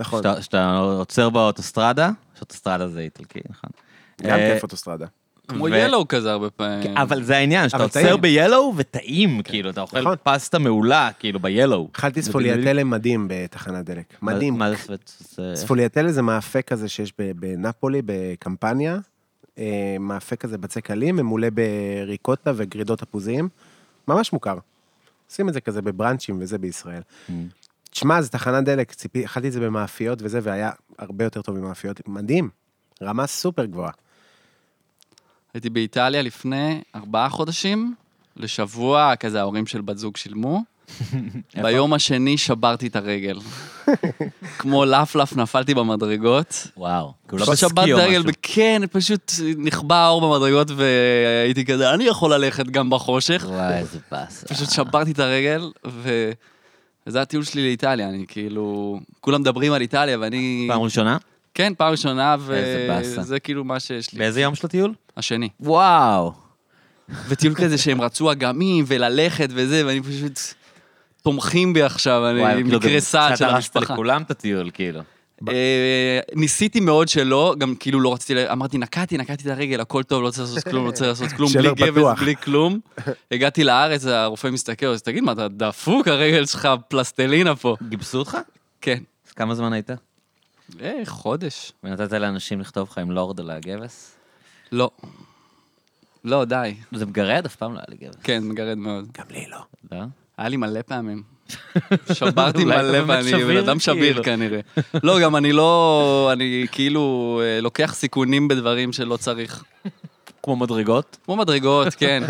Speaker 3: נכון,
Speaker 1: שאתה- שאתה עוצר באוטוסטרדה, שאוטוסטרדה זה איטלקי, נכון?
Speaker 3: גם
Speaker 1: אה,
Speaker 3: כיף אוטוסטרדה.
Speaker 2: כמו
Speaker 1: ו-
Speaker 2: ילו כזה הרבה פעמים.
Speaker 1: כן, אבל זה העניין, שאתה
Speaker 3: אבל
Speaker 1: עוצר
Speaker 3: טעים.
Speaker 1: ביאלו וטעים, כאילו, אתה אוכל
Speaker 3: נכון.
Speaker 1: פסטה מעולה, כאילו, ביאלו.
Speaker 3: אכלתי ספוליאטלה מדהים בתחנת דלק. מדהים.
Speaker 1: מה זה ספ-
Speaker 2: אה.
Speaker 1: זה-
Speaker 3: ספוליאטלה זה מאפה כזה שיש ב- בנפולי, בקמפניה. אה, מאפה כזה בצק אלים, ממולא בריקוטה וגרידות תפוזים. ממש מוכר. עושים את זה כזה בברנצ'ים וזה בישראל.
Speaker 2: Mm.
Speaker 3: תשמע, זה תחנת דלק, ציפי, אכלתי את זה במאפיות וזה, והיה הרבה יותר טוב במאפיות. מדהים. רמה סופר גבוהה.
Speaker 2: הייתי באיטליה לפני ארבעה חודשים, לשבוע, כזה ההורים של בת זוג שילמו. ביום השני שברתי את הרגל. כמו לפלף נפלתי במדרגות.
Speaker 1: וואו. כאילו, לא
Speaker 2: פשוט שברתי
Speaker 1: בסקי
Speaker 2: את
Speaker 1: או
Speaker 2: הרגל,
Speaker 1: משהו.
Speaker 2: כן, פשוט נכבה האור במדרגות והייתי כזה, אני יכול ללכת גם בחושך.
Speaker 1: וואי, איזה באסה.
Speaker 2: פשוט שברתי את הרגל, ו... וזה הטיול שלי לאיטליה, אני כאילו... כולם מדברים על איטליה, ואני...
Speaker 1: פעם ראשונה?
Speaker 2: כן, פעם ראשונה,
Speaker 1: איזה באסה.
Speaker 2: וזה כאילו מה שיש לי.
Speaker 1: באיזה יום של הטיול?
Speaker 2: השני.
Speaker 1: וואו.
Speaker 2: וטיול כזה שהם רצו אגמים וללכת וזה, ואני פשוט... תומכים בי עכשיו,
Speaker 1: וואי,
Speaker 2: אני
Speaker 1: כאילו, גם
Speaker 2: מקרה סעד
Speaker 1: קצת
Speaker 2: של
Speaker 1: הרסת
Speaker 2: המשפחה.
Speaker 1: לכולם את הטיול, כאילו.
Speaker 2: אה, ניסיתי מאוד שלא, גם כאילו לא רציתי, ל- אמרתי, נקעתי, נקעתי את הרגל, הכל טוב, לא צריך לעשות כלום, לא צריך לעשות כלום, בלי
Speaker 3: שבר
Speaker 2: גבס,
Speaker 3: פתוח.
Speaker 2: בלי כלום. הגעתי לארץ, הרופא מסתכל, אז תגיד, מה, אתה דפוק, הרגל שלך פלסטלינה פה.
Speaker 1: גיבסו אותך?
Speaker 2: כן.
Speaker 1: אז כמה זמן היית?
Speaker 2: אה, חודש.
Speaker 1: ונתת לאנשים לכתוב לך עם לורד על הגבס?
Speaker 2: לא. לא, די.
Speaker 1: זה מגרד? אף פעם לא היה לי גבס.
Speaker 2: כן, מגרד מאוד.
Speaker 3: גם לי לא.
Speaker 1: לא?
Speaker 2: היה לי מלא פעמים. שברתי
Speaker 1: אולי אתה
Speaker 2: מלא
Speaker 1: באמת
Speaker 2: ואני
Speaker 1: שביר,
Speaker 2: בן אדם
Speaker 1: כאילו.
Speaker 2: שביר כנראה. לא, גם אני לא, אני כאילו אה, לוקח סיכונים בדברים שלא צריך.
Speaker 1: כמו מדרגות?
Speaker 2: כמו מדרגות, כן.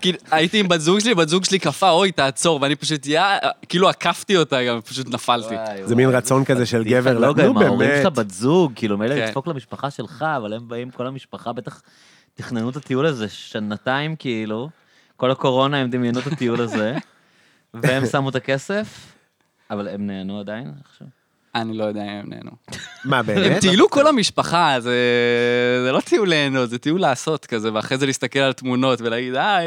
Speaker 2: כאילו, הייתי עם בת זוג שלי, בת זוג שלי קפאה, אוי, תעצור, ואני פשוט, יא, כאילו עקפתי אותה גם, פשוט נפלתי.
Speaker 3: זה מין רצון כזה של גבר,
Speaker 1: לא,
Speaker 3: לא,
Speaker 1: גם
Speaker 3: נו
Speaker 1: ההורים
Speaker 3: באמת.
Speaker 1: שלה בת זוג, כאילו, מילא
Speaker 2: כן.
Speaker 1: לדפוק למשפחה שלך, אבל הם באים, כל המשפחה בטח תכננו את הטיול הזה שנתיים, כאילו. כל הקורונה הם דמיינו את הטיול הזה, והם שמו את הכסף, אבל הם נהנו עדיין עכשיו.
Speaker 2: אני לא יודע אם הם נהנו.
Speaker 1: כן,
Speaker 3: מה,
Speaker 2: הם
Speaker 3: באמת?
Speaker 2: טיילו כל המשפחה, זה זה לא טיול ליהנות, זה טיול לעשות כזה, ואחרי זה להסתכל על תמונות ולהגיד, אה, אה,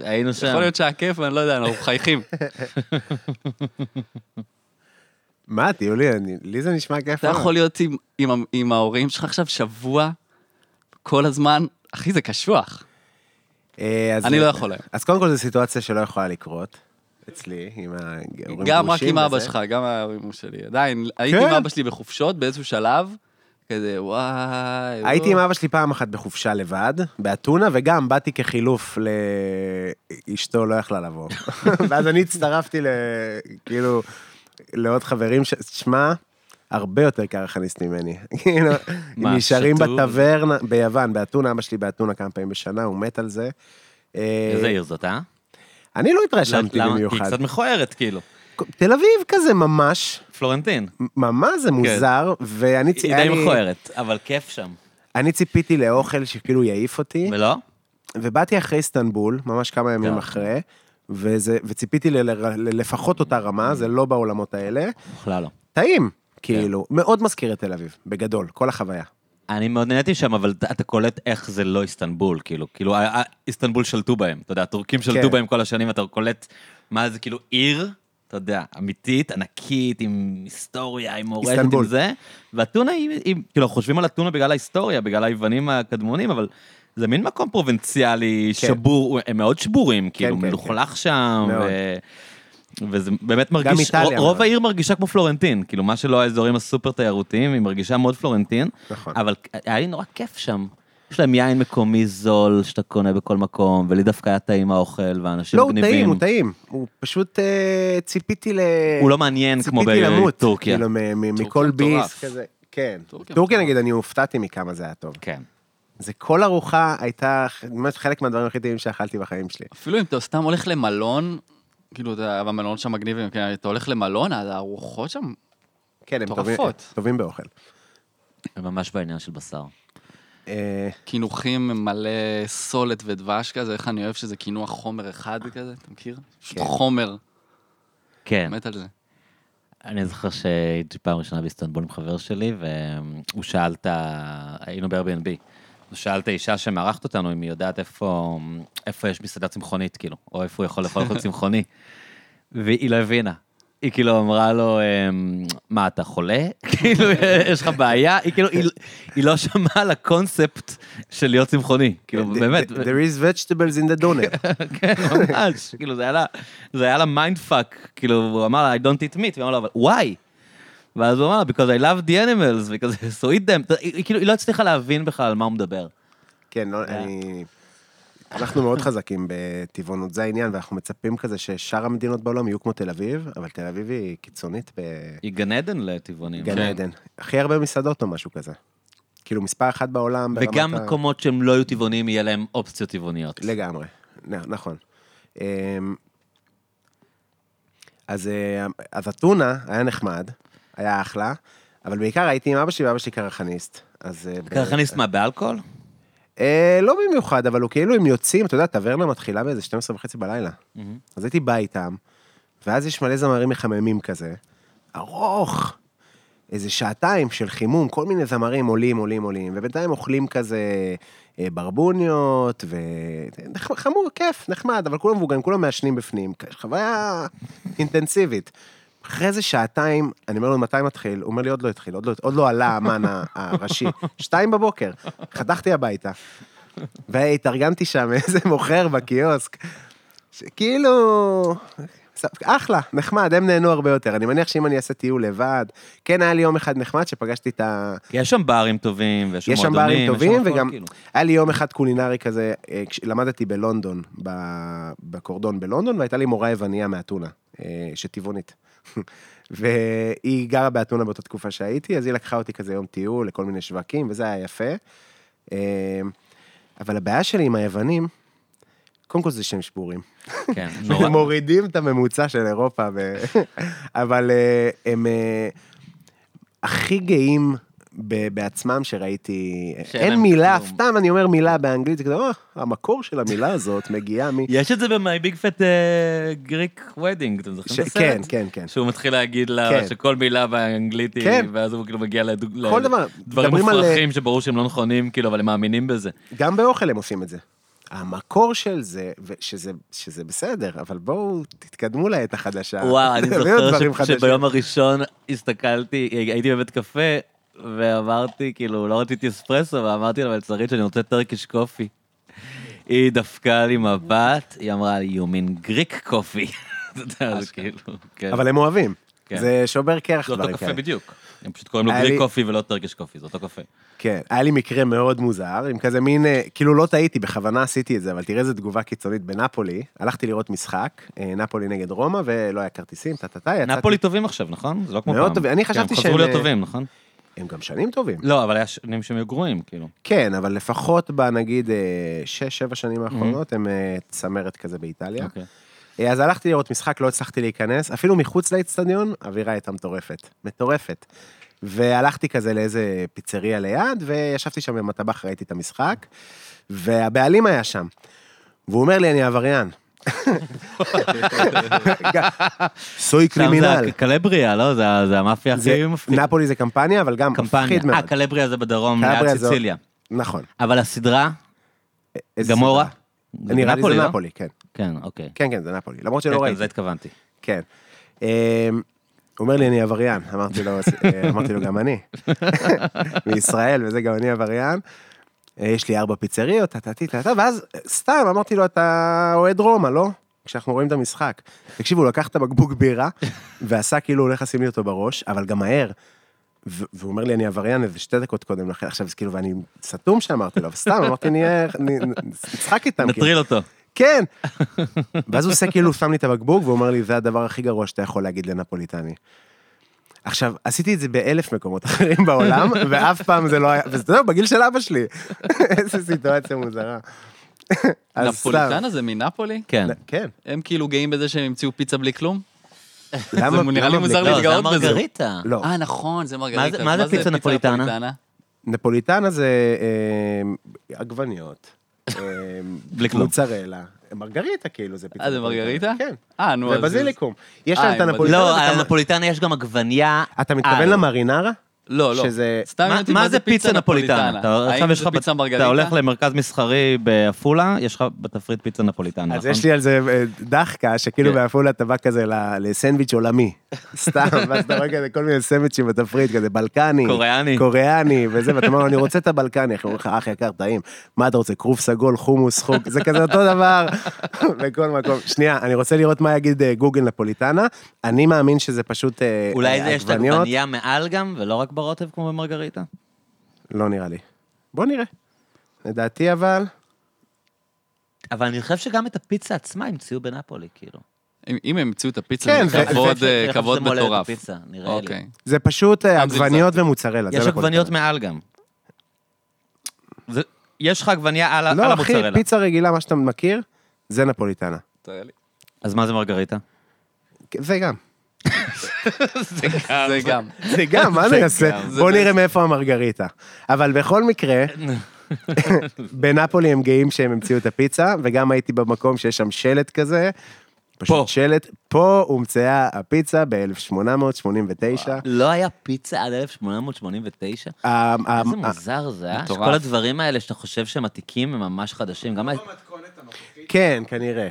Speaker 1: היינו שם.
Speaker 2: יכול להיות שהיה כיף, אני לא יודע, אנחנו מחייכים.
Speaker 3: מה, טיולי, אני- לי זה נשמע כיף.
Speaker 2: אתה
Speaker 3: מאוד.
Speaker 2: יכול להיות עם- עם- עם ההורים שלך עכשיו שבוע, כל הזמן, אחי, זה קשוח.
Speaker 3: אה, אז-
Speaker 2: אני לא יכול היום.
Speaker 3: אז קודם כל זו סיטואציה שלא יכולה לקרות, אצלי, עם
Speaker 2: גם
Speaker 3: ההורים
Speaker 2: רק עם
Speaker 3: גרושים
Speaker 2: אבא
Speaker 3: וזה. כן?
Speaker 2: שלך, גם ההורים שלי. עדיין, הייתי עם אבא שלי בחופשות באיזשהו שלב, כזה, וואי.
Speaker 3: הייתי עם
Speaker 2: וואי.
Speaker 3: אבא שלי פעם אחת בחופשה לבד, באתונה, וגם באתי כחילוף לאשתו לא יכלה לבוא. ואז אני הצטרפתי ל... כאילו, לעוד חברים ש... שמע, הרבה יותר קרחניסט ממני. כאילו,
Speaker 1: מה,
Speaker 3: הם נשארים
Speaker 1: שתו?
Speaker 3: בטברנה, ביוון, באתונה, אבא שלי באתונה כמה פעמים בשנה, הוא מת על זה. אה,
Speaker 1: איזה עיר זאת, אה?
Speaker 3: אני לא התרשמתי
Speaker 1: למה? כי היא
Speaker 3: במיוחד.
Speaker 1: קצת מכוערת, כאילו.
Speaker 3: תל אביב כזה ממש,
Speaker 1: פלורנטין.
Speaker 3: ממש זה מוזר, ואני... צ-
Speaker 1: כן. היא די
Speaker 3: אני-
Speaker 1: מכוערת, אבל כיף שם.
Speaker 3: אני ציפיתי לאוכל שכאילו יעיף אותי,
Speaker 1: ולא?
Speaker 3: ובאתי אחרי איסטנבול, ממש כמה ימים
Speaker 1: כן.
Speaker 3: אחרי, וזה, וציפיתי ל- ל- ל- לפחות אותה
Speaker 1: Mm.
Speaker 3: רמה, זה לא בעולמות האלה.
Speaker 1: בכלל לא.
Speaker 3: טעים, כאילו, מאוד מזכיר את תל אביב, בגדול, כל החוויה.
Speaker 1: אני מאוד נהניתי שם, אבל אתה- אתה קולט איך זה לא איסטנבול, כאילו, כאילו, א- א- איסטנבול שלטו בהם, אתה יודע, הטורקים שלטו
Speaker 3: כן.
Speaker 1: בהם כל השנים, אתה קולט מה זה, כאילו, עיר, אתה יודע, אמיתית, ענקית, עם היסטוריה, עם מורשת, עם
Speaker 3: איסטנבול.
Speaker 1: זה, והטונה היא, היא- כאילו, חושבים על הטונה בגלל ההיסטוריה, בגלל היוונים הקדמונים, אבל זה מין מקום פרובינציאלי,
Speaker 3: כן.
Speaker 1: שבור, הם מאוד שבורים, כאילו,
Speaker 3: כן, כן.
Speaker 1: מלוכלך שם,
Speaker 3: מאוד.
Speaker 1: ו... וזה באמת מרגיש,
Speaker 3: איטליה,
Speaker 1: רוב
Speaker 3: אבל.
Speaker 1: העיר מרגישה כמו פלורנטין, כאילו מה שלא האזורים הסופר תיירותיים, היא מרגישה מאוד פלורנטין,
Speaker 3: נכון.
Speaker 1: אבל היה לי נורא כיף שם. יש להם יין מקומי זול שאתה קונה בכל מקום, ולי דווקא היה טעים האוכל, ואנשים
Speaker 3: לא, הוא
Speaker 1: מגניבים.
Speaker 3: טעים, הוא טעים. הוא פשוט אה, ציפיתי ל...
Speaker 1: הוא לא מעניין כמו
Speaker 3: ציפיתי למות,
Speaker 1: בטורקיה.
Speaker 3: כאילו, מ- מ-
Speaker 2: טורקיה
Speaker 3: מכל
Speaker 2: מטורף.
Speaker 3: ביס כזה. כן.
Speaker 2: טורקיה
Speaker 3: טורקיה
Speaker 2: מטורף.
Speaker 3: נגיד, אני הופתעתי מכמה זה היה טוב.
Speaker 1: כן.
Speaker 3: זה כל ארוחה הייתה ח- ממש חלק מהדברים הכי טעימים שאכלתי בחיים שלי.
Speaker 2: אפילו אם אתה סתם הולך למלון, כאילו, אתה יודע, במלון שם מגניבים, כן, אתה הולך למלון, אז הארוחות שם...
Speaker 3: כן, הם טובים,
Speaker 2: מטורפות.
Speaker 3: טובים באוכל.
Speaker 1: הם ממש בעניין של בשר.
Speaker 3: אה,
Speaker 2: קינוחים מלא סולת ודבש כזה, איך אני אוהב שזה קינוח חומר אחד כזה, אתה מכיר? פשוט
Speaker 3: כן.
Speaker 2: חומר,
Speaker 1: כן.
Speaker 2: מת על זה.
Speaker 1: אני זוכר שהייתי פעם ראשונה באיסטנבול עם חבר שלי, והוא שאל את ה... היינו ב-Airbnb. הוא שאל את האישה שמארחת אותנו אם היא יודעת איפה, איפה יש מסעדה צמחונית, כאילו, או איפה הוא יכול לאכול אוכל צמחוני. והיא לא הבינה. היא כאילו אמרה לו, אמ, מה, אתה חולה? כאילו, יש לך בעיה? היא כאילו, היא, היא לא שמעה על הקונספט של להיות צמחוני. כאילו,
Speaker 3: the-
Speaker 1: באמת.
Speaker 3: the- כן, There is vegetables in the donut.
Speaker 1: כן, ממש, כאילו זה היה לה, זה היה לה מיינד פאק, כאילו הוא אמר לה, I don't eat meat, והיא אמרה לו, אבל why? ואז הוא אמר לה, because I love the animals, because so eat them, אתה- היא- היא כאילו, היא לא הצליחה להבין בכלל על מה הוא מדבר.
Speaker 3: כן, לא,
Speaker 1: אה.
Speaker 3: אני... אנחנו מאוד חזקים בטבעונות, זה העניין, ואנחנו מצפים כזה ששאר המדינות בעולם יהיו כמו תל אביב, אבל תל אביב היא קיצונית
Speaker 1: היא גן עדן לטבעונים.
Speaker 3: בגן
Speaker 1: כן.
Speaker 3: עדן. הכי הרבה מסעדות או משהו כזה. כאילו, מספר אחת בעולם. ברמת
Speaker 1: כן. וגם
Speaker 3: ה-
Speaker 1: מקומות שהם לא יהיו טבעונים, יהיה להם אופציות טבעוניות.
Speaker 3: לגמרי, נ- נכון. אמ, אז, אה, אז אתונה היה נחמד, היה אחלה, אבל בעיקר הייתי עם אבא שלי, ואבא שלי קרחניסט. אז... אה, ב-
Speaker 1: קרחניסט מה, באלכוהול?
Speaker 3: אה, לא במיוחד, אבל הוא כאילו, הם יוצאים, אתה יודע, טברנה מתחילה באיזה 12 וחצי בלילה. אז הייתי בא איתם, ואז יש מלא זמרים מחממים כזה, ארוך, איזה שעתיים של חימום, כל מיני זמרים עולים, עולים, עולים, ובינתיים אוכלים כזה אה, ברבוניות, ו... נח- חמור, כיף, נחמד, אבל כולם מבוגרים, כולם מעשנים בפנים, חוויה אינטנסיבית. אחרי איזה שעתיים, אני אומר לו, מתי מתחיל? הוא אומר לי, עוד לא התחיל, עוד לא, עוד לא עלה האמן ה- הראשי. שתיים בבוקר, חתכתי הביתה. והתארגנתי שם איזה מוכר בקיוסק, שכאילו... אחלה, נחמד, הם נהנו הרבה יותר. אני מניח שאם אני אעשה טיול לבד, כן, היה לי יום אחד נחמד שפגשתי את ה...
Speaker 1: כי יש שם ברים טובים, ויש שם
Speaker 3: יש שם
Speaker 1: מועדונים.
Speaker 3: ברים טובים,
Speaker 1: הכל,
Speaker 3: וגם
Speaker 1: כאילו.
Speaker 3: היה לי יום אחד קולינרי כזה, אה, כש- למדתי בלונדון, ב- בקורדון בלונדון, והייתה לי מורה יווניה מאתונה, אה, שטבעונית. והיא גרה באתונה באותה תקופה שהייתי, אז היא לקחה אותי כזה יום טיול לכל מיני שווקים, וזה היה יפה. אה, אבל הבעיה שלי עם היוונים, קודם כל זה שהם שבורים.
Speaker 1: כן, נורא.
Speaker 3: הם מורידים את הממוצע של אירופה, ו... אבל אה, הם אה, הכי גאים ב- בעצמם שראיתי,
Speaker 1: שאין
Speaker 3: אין
Speaker 1: להם
Speaker 3: מילה,
Speaker 1: כלום.
Speaker 3: סתם אני אומר מילה באנגלית, זה כזה, "אה, המקור של המילה הזאת מגיעה מ...
Speaker 1: יש את זה ב-My Big Fat אה, Greek Wedding, אתם
Speaker 3: ש-
Speaker 1: זוכרים את הסרט?
Speaker 3: כן, כן, כן.
Speaker 1: שהוא מתחיל להגיד לה
Speaker 3: כן.
Speaker 1: שכל מילה באנגלית היא,
Speaker 3: כן.
Speaker 1: ואז הוא כאילו מגיע לדוג...
Speaker 3: כל דבר,
Speaker 1: דברים
Speaker 3: מדברים על- אה,
Speaker 1: מופרכים שברור שהם לא נכונים, כאילו, אבל הם מאמינים בזה.
Speaker 3: גם באוכל הם עושים את זה. המקור של זה, ו- שזה, שזה בסדר, אבל בואו תתקדמו לעת החדשה.
Speaker 1: וואו, אני
Speaker 3: תביאו דברים
Speaker 1: זוכר ש-
Speaker 3: חדשים.
Speaker 1: שביום הראשון הסתכלתי, הייתי בבית קפה, ואמרתי, כאילו, לא רציתי אספרסו, ואמרתי למלצרית שאני רוצה טרקיש קופי. היא דפקה לי מבט, היא אמרה לי, you mean Greek קופי. אתה יודע, זה כאילו, כן.
Speaker 3: אבל הם אוהבים.
Speaker 1: כן.
Speaker 3: זה שובר קרח
Speaker 1: זה אותו
Speaker 3: דברים
Speaker 1: קפה
Speaker 3: כאלה.
Speaker 1: בדיוק. הם פשוט קוראים לו
Speaker 3: היה
Speaker 1: גריק
Speaker 3: לי-
Speaker 1: קופי ולא טרקיש קופי, זה אותו קפה.
Speaker 3: כן, היה לי מקרה מאוד מוזר, עם כזה מין, אה, כאילו לא טעיתי, בכוונה עשיתי את זה, אבל תראה איזה תגובה קיצונית בנפולי. הלכתי לראות משחק, אה, נפולי נגד רומא, ולא היה כרטיסים, טה טה טה, יצאתי...
Speaker 1: נפולי טובים עכשיו, נכון? זה לא כמו פעם.
Speaker 3: מאוד טובים. אני
Speaker 1: כן,
Speaker 3: חשבתי
Speaker 1: הם חזרו
Speaker 3: שהם,
Speaker 1: להיות
Speaker 3: אה,
Speaker 1: טובים, נכון?
Speaker 3: הם גם שנים טובים.
Speaker 1: לא, אבל היה שנים שהם היו גרועים, כאילו.
Speaker 3: כן, אבל לפחות בנגיד אה, שש, שבע שנים האחרונות, הם אה, צמרת כזה באיטליה.
Speaker 1: אוקיי.
Speaker 3: אה, אז הלכתי לראות משחק, לא הצלחתי להיכנס, אפילו מחוץ לאצטדיון, האווירה הייתה מטורפת. מטורפת. והלכתי כזה לאיזה פיצריה ליד, וישבתי שם עם הטבח, ראיתי את המשחק, והבעלים היה שם. והוא אומר לי, אני עבריין. סוי
Speaker 1: שם
Speaker 3: קרימינל.
Speaker 1: זה הקלבריה, לא? זה ה- זה המאפיה הכי
Speaker 3: זה-
Speaker 1: מפחידה.
Speaker 3: נפולי זה קמפניה, אבל גם
Speaker 1: קמפניה.
Speaker 3: מפחיד מאוד.
Speaker 1: אה, קלבריה זה בדרום,
Speaker 3: קלבריה
Speaker 1: ליד
Speaker 3: זה-
Speaker 1: סיציליה.
Speaker 3: נכון.
Speaker 1: אבל הסדרה,
Speaker 3: איזה
Speaker 1: גמורה.
Speaker 3: סדרה. נראה לי
Speaker 1: נפולי,
Speaker 3: זה
Speaker 1: לא?
Speaker 3: נפולי, כן.
Speaker 1: כן, אוקיי.
Speaker 3: כן, כן, זה נפולי. למרות
Speaker 1: כן,
Speaker 3: שלא
Speaker 1: כן,
Speaker 3: ראיתי.
Speaker 1: זה התכוונתי.
Speaker 3: כן. אמ, הוא אומר לי, אני עבריין. אמרתי לו, אה, אמרתי לו, גם אני. מישראל, וזה גם אני עבריין. אה, יש לי ארבע פיצריות, טה-טה-טה, טה-טה, ואז אה, סתם אמרתי לו, אתה אוהד רומא, לא? כשאנחנו רואים את המשחק. תקשיבו, הוא לקח את הבקבוק בירה, ועשה כאילו הוא הולך לשים לי אותו בראש, אבל גם מהר. ו- והוא אומר לי, אני עבריין איזה שתי דקות קודם לכן, עכשיו זה כאילו, ואני סתום שאמרתי לו, אבל סתם, אמרתי, נהיה, נ- נצחק איתם. כאילו.
Speaker 1: נטריל אותו.
Speaker 3: כן. ואז הוא עושה כאילו, הוא שם לי את הבקבוק, והוא אומר לי, זה הדבר הכי גרוע שאתה יכול להגיד לנפוליטני. עכשיו, עשיתי את זה באלף מקומות אחרים בעולם, ואף פעם זה לא היה, וזה לא, בגיל של אבא שלי. איזה סיטואציה מוזרה. אז סתם.
Speaker 2: נפוליטנה זה מנפולי?
Speaker 1: כן.
Speaker 3: כן.
Speaker 2: הם כאילו גאים בזה שהם המציאו פיצה בלי כלום?
Speaker 3: למה-
Speaker 2: נראה לי
Speaker 3: למה
Speaker 2: מוזר
Speaker 3: בלי-
Speaker 1: לא, זה
Speaker 2: להתגאות בזה.
Speaker 1: המרגריטה.
Speaker 3: לא,
Speaker 2: אה, נכון, זה מרגריטה.
Speaker 1: מה זה- מה זה פיצה נפוליטנה?
Speaker 3: נפוליטנה זה אה, עגבניות, אה,
Speaker 1: בלי כלום.
Speaker 3: מוצרלה, מרגריטה כאילו זה פיצה.
Speaker 2: אה, זה
Speaker 3: נפוליטנה.
Speaker 2: מרגריטה?
Speaker 3: כן.
Speaker 2: אה, נו, אז...
Speaker 3: ובזיליקום. יש
Speaker 2: אה,
Speaker 3: להם את
Speaker 2: עם
Speaker 3: הנפוליטנה.
Speaker 1: לא,
Speaker 3: ואת
Speaker 1: על
Speaker 3: המ-
Speaker 1: הנפוליטנה יש גם עגבנייה.
Speaker 2: אה,
Speaker 3: אתה מתכוון
Speaker 1: על.
Speaker 3: למרינרה?
Speaker 2: לא, לא.
Speaker 3: שזה-
Speaker 2: סתם
Speaker 1: מה-
Speaker 2: מעניין אותי
Speaker 1: מה זה פיצה נפוליטנה? אתה- עכשיו
Speaker 2: האם
Speaker 1: יש לך
Speaker 2: זה
Speaker 1: בת-
Speaker 2: פיצה מרגריטה?
Speaker 1: אתה הולך למרכז מסחרי בעפולה, יש לך בתפריט פיצה נפוליטנה,
Speaker 3: אז
Speaker 1: נכון?
Speaker 3: יש לי על זה אה, דחקה, שכאילו
Speaker 1: כן.
Speaker 3: בעפולה אתה בא כזה ל- לסנדוויץ' עולמי. סתם, ואז אתה רואה כזה כל מיני סנדוויצ'ים בתפריט, כזה בלקני.
Speaker 1: קוריאני.
Speaker 3: קוריאני, וזה, ואתה אומר לו, אני רוצה את הבלקני, אחי, הוא אומר לך, אח יקר, טעים. מה אתה רוצה, כרוב סגול, חומוס, חוק, זה כזה אותו דבר בכל מקום. שנייה, אני רוצה לראות מה יגיד אה, גוגל נפוליטנה. אני מאמין שזה פשוט אה,
Speaker 1: אולי זה יש את
Speaker 3: עגבניות.
Speaker 1: העגבנייה מעל גם, ולא רק ברוטב כמו במרגריטה?
Speaker 3: לא נראה לי. בוא נראה. לדעתי אבל,
Speaker 1: אבל אני חושב שגם את הפיצה עצמה המציאו בנפולי, כאילו.
Speaker 2: אם- אם הם המציאו את הפיצה,
Speaker 3: כן,
Speaker 2: זה
Speaker 3: ו-
Speaker 2: כבוד,
Speaker 1: זה-
Speaker 2: אה,
Speaker 1: זה-
Speaker 2: כבוד
Speaker 1: זה מולל את
Speaker 2: מטורף.
Speaker 1: הפיצה, נראה לי.
Speaker 2: אוקיי.
Speaker 3: זה פשוט אה,
Speaker 2: גם זלזלתי.
Speaker 3: עגבניות ומוצרלה. זה
Speaker 1: יש
Speaker 3: נפוליטנה.
Speaker 1: עגבניות מעל גם. זה- יש לך עגבנייה על ה- על
Speaker 3: לא, אחי,
Speaker 1: המוצרלה.
Speaker 3: פיצה רגילה, מה שאתה מכיר, זה נפוליטנה.
Speaker 2: תראה לי.
Speaker 1: אז מה זה מרגריטה?
Speaker 3: זה גם.
Speaker 2: זה גם.
Speaker 3: זה גם, מה אני אעשה?
Speaker 2: גם.
Speaker 3: בוא
Speaker 2: זה
Speaker 3: נראה מאיפה המרגריטה. אבל בכל מקרה, בנפולי הם גאים שהם המציאו את הפיצה, וגם הייתי במקום שיש שם שלט כזה.
Speaker 1: פה.
Speaker 3: פשוט שלט, פה הומצאה הפיצה ב-1889.
Speaker 1: לא היה פיצה עד 1889?
Speaker 3: אמ-
Speaker 1: איזה מוזר זה, אה?
Speaker 2: מטורף.
Speaker 1: שכל הדברים האלה שאתה חושב שהם עתיקים הם ממש חדשים. גם ה-
Speaker 4: במתכונת הנוכחית,
Speaker 3: כן, כנראה.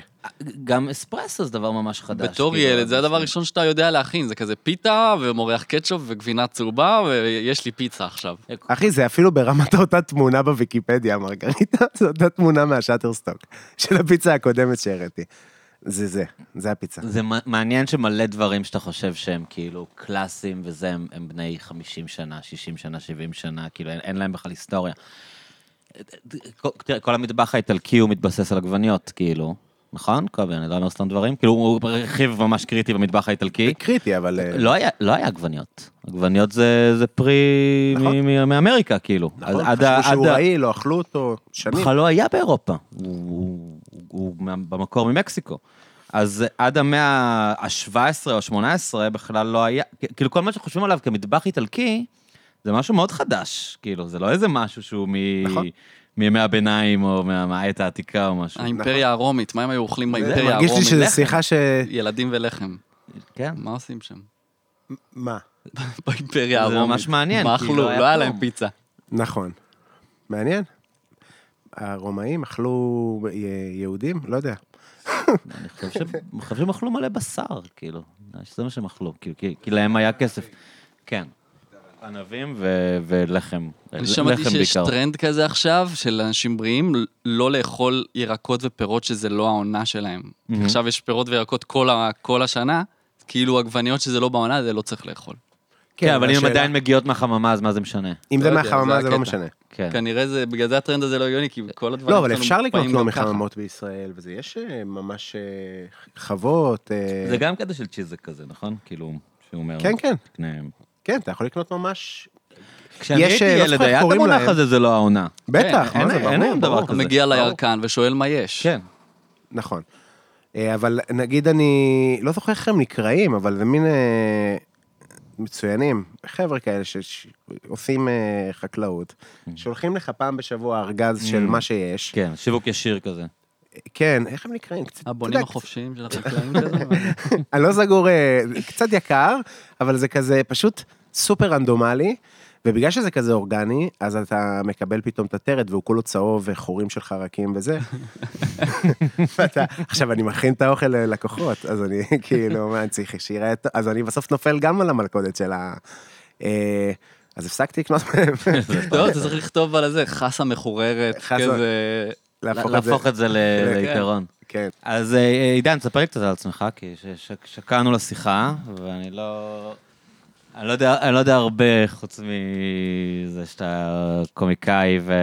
Speaker 1: גם אספרסו זה דבר ממש חדש.
Speaker 2: בתור
Speaker 1: כאילו.
Speaker 2: ילד, זה הדבר הראשון שאתה יודע להכין, זה כזה פיתה ומורח קטשופ וגבינה צהובה, ויש לי פיצה עכשיו.
Speaker 3: אחי, זה אפילו ברמת אותה תמונה בוויקיפדיה, מרגריטה, זו אותה תמונה מהשאטרסטוק, של הפיצה הקודמת שהראיתי. זה זה, זה הפיצה.
Speaker 1: זה מע- מעניין שמלא דברים שאתה חושב שהם כאילו קלאסיים וזה, הם, הם בני 50 שנה, 60 שנה, 70 שנה, כאילו אין, אין להם בכלל היסטוריה. כל, תראה, כל המטבח האיטלקי הוא מתבסס על עגבניות, כאילו, נכון? קובי, אני לא אומר סתם דברים, כאילו הוא רכיב ממש קריטי במטבח האיטלקי.
Speaker 3: זה קריטי, אבל... אה,
Speaker 1: לא היה, לא היה עגבניות. עגבניות זה, זה פרי
Speaker 3: נכון.
Speaker 1: מ- מ- מאמריקה, כאילו.
Speaker 3: נכון?
Speaker 1: עד ה-
Speaker 3: חשבו שהוא
Speaker 1: עד ה-
Speaker 3: רעיל, לא אכלו אותו שנים.
Speaker 1: בכלל לא היה באירופה, הוא, הוא, הוא, הוא מה- במקור ממקסיקו. אז עד המאה ה-17 או ה-18 בכלל לא היה, כ- כאילו כל מה שחושבים עליו כמטבח איטלקי, זה משהו מאוד חדש, כאילו, זה לא איזה משהו שהוא מ...
Speaker 3: נכון.
Speaker 1: מימי הביניים או מה- מהעת העתיקה או משהו.
Speaker 2: האימפריה הרומית, מה הם היו אוכלים באימפריה
Speaker 3: מרגיש לי
Speaker 2: הרומית?
Speaker 3: שזו
Speaker 1: לחם.
Speaker 3: שיחה ש...
Speaker 2: ילדים ולחם.
Speaker 1: כן.
Speaker 2: מה עושים שם?
Speaker 3: מה?
Speaker 2: באימפריה
Speaker 1: זה
Speaker 2: הרומית.
Speaker 1: ממש מעניין,
Speaker 2: מה
Speaker 1: כי
Speaker 2: אכלו?
Speaker 1: לא היה
Speaker 2: לא היה
Speaker 1: כלום.
Speaker 2: להם פיצה.
Speaker 3: נכון. מעניין. הרומאים אכלו י- יהודים? לא יודע.
Speaker 1: אני חושב שהם- אני חושב שהם אכלו מלא בשר, כאילו, שזה מה שהם אכלו, כאילו, כי, כי להם היה כסף. כן. ענבים ו- ולחם.
Speaker 2: אני שמעתי
Speaker 1: לחם
Speaker 2: שיש
Speaker 1: בעיקר.
Speaker 2: טרנד כזה עכשיו של אנשים בריאים לא לאכול ירקות ופירות שזה לא העונה שלהם. כי עכשיו יש פירות וירקות כל ה- כל השנה, כאילו עגבניות שזה לא בעונה, זה לא צריך לאכול.
Speaker 1: כן, אבל אם הן
Speaker 3: השאלה-
Speaker 1: עדיין מגיעות מהחממה, אז מה זה משנה?
Speaker 3: אם
Speaker 2: לא
Speaker 3: זה
Speaker 2: יודע,
Speaker 3: מהחממה
Speaker 2: זה
Speaker 3: זה לא
Speaker 2: הקטע.
Speaker 3: משנה.
Speaker 1: כן.
Speaker 2: כנראה זה, בגלל זה הטרנד הזה לא הגיוני, כי כל הדברים
Speaker 3: לא, אבל
Speaker 2: שלנו
Speaker 3: אפשר לקנות
Speaker 2: מוקפאים
Speaker 3: לא
Speaker 2: גם ככה.
Speaker 3: מחממות בישראל, וזה יש אה, ממש אה, חוות. אה,
Speaker 1: זה גם קטע של צ'יזק כזה, נכון? כאילו, שהוא אומר...
Speaker 3: כן, כן.
Speaker 1: תקנה.
Speaker 3: כן, אתה יכול לקנות ממש...
Speaker 1: כשאני
Speaker 3: יש,
Speaker 1: הייתי
Speaker 3: אה, לא
Speaker 1: ילד,
Speaker 3: זוכר איך
Speaker 1: היה את
Speaker 3: קוראים
Speaker 1: המונח
Speaker 3: להם.
Speaker 1: הזה, זה לא העונה.
Speaker 3: בטח,
Speaker 1: אין-
Speaker 3: מה זה,
Speaker 1: אין- אין
Speaker 3: ברור,
Speaker 1: היום דבר
Speaker 3: ברור.
Speaker 1: כזה.
Speaker 2: מגיע
Speaker 1: ברור.
Speaker 2: לירקן ושואל מה יש.
Speaker 1: כן.
Speaker 3: נכון. אה, אבל נגיד אני, לא זוכר איך הם נקראים, אבל זה מין אה, מצוינים, חבר'ה כאלה שעושים אה, חקלאות, שולחים לך פעם בשבוע ארגז של מה שיש.
Speaker 1: Mm. כן, שיווק ישיר כזה.
Speaker 3: כן, איך הם נקראים? קצת-
Speaker 2: הבונים
Speaker 3: אתה יודע,
Speaker 2: החופשיים של החקלאים כזה?
Speaker 3: אני לא סגור, אה, קצת יקר, אבל זה כזה פשוט סופר רנדומלי, ובגלל שזה כזה אורגני, אז אתה מקבל פתאום את הטרד, והוא כולו צהוב וחורים של חרקים וזה. ואתה, עכשיו, אני מכין את האוכל ללקוחות, אז אני כאילו, מה, אני צריך שיראה טוב, אז אני בסוף נופל גם על המלכודת של ה... אה, אז הפסקתי לקנות מהם,
Speaker 2: לא, אתה צריך לכתוב על זה, חסה מחוררת,
Speaker 3: חסה-
Speaker 2: כזה...
Speaker 1: להפוך את זה ל- לעיקרון.
Speaker 3: כן.
Speaker 1: אז אה, אה, עידן, תספר לי קצת על עצמך, כי ש- ש- שקענו לשיחה, ואני לא... אני לא, יודע, אני לא יודע הרבה חוץ מזה שאתה קומיקאי ו...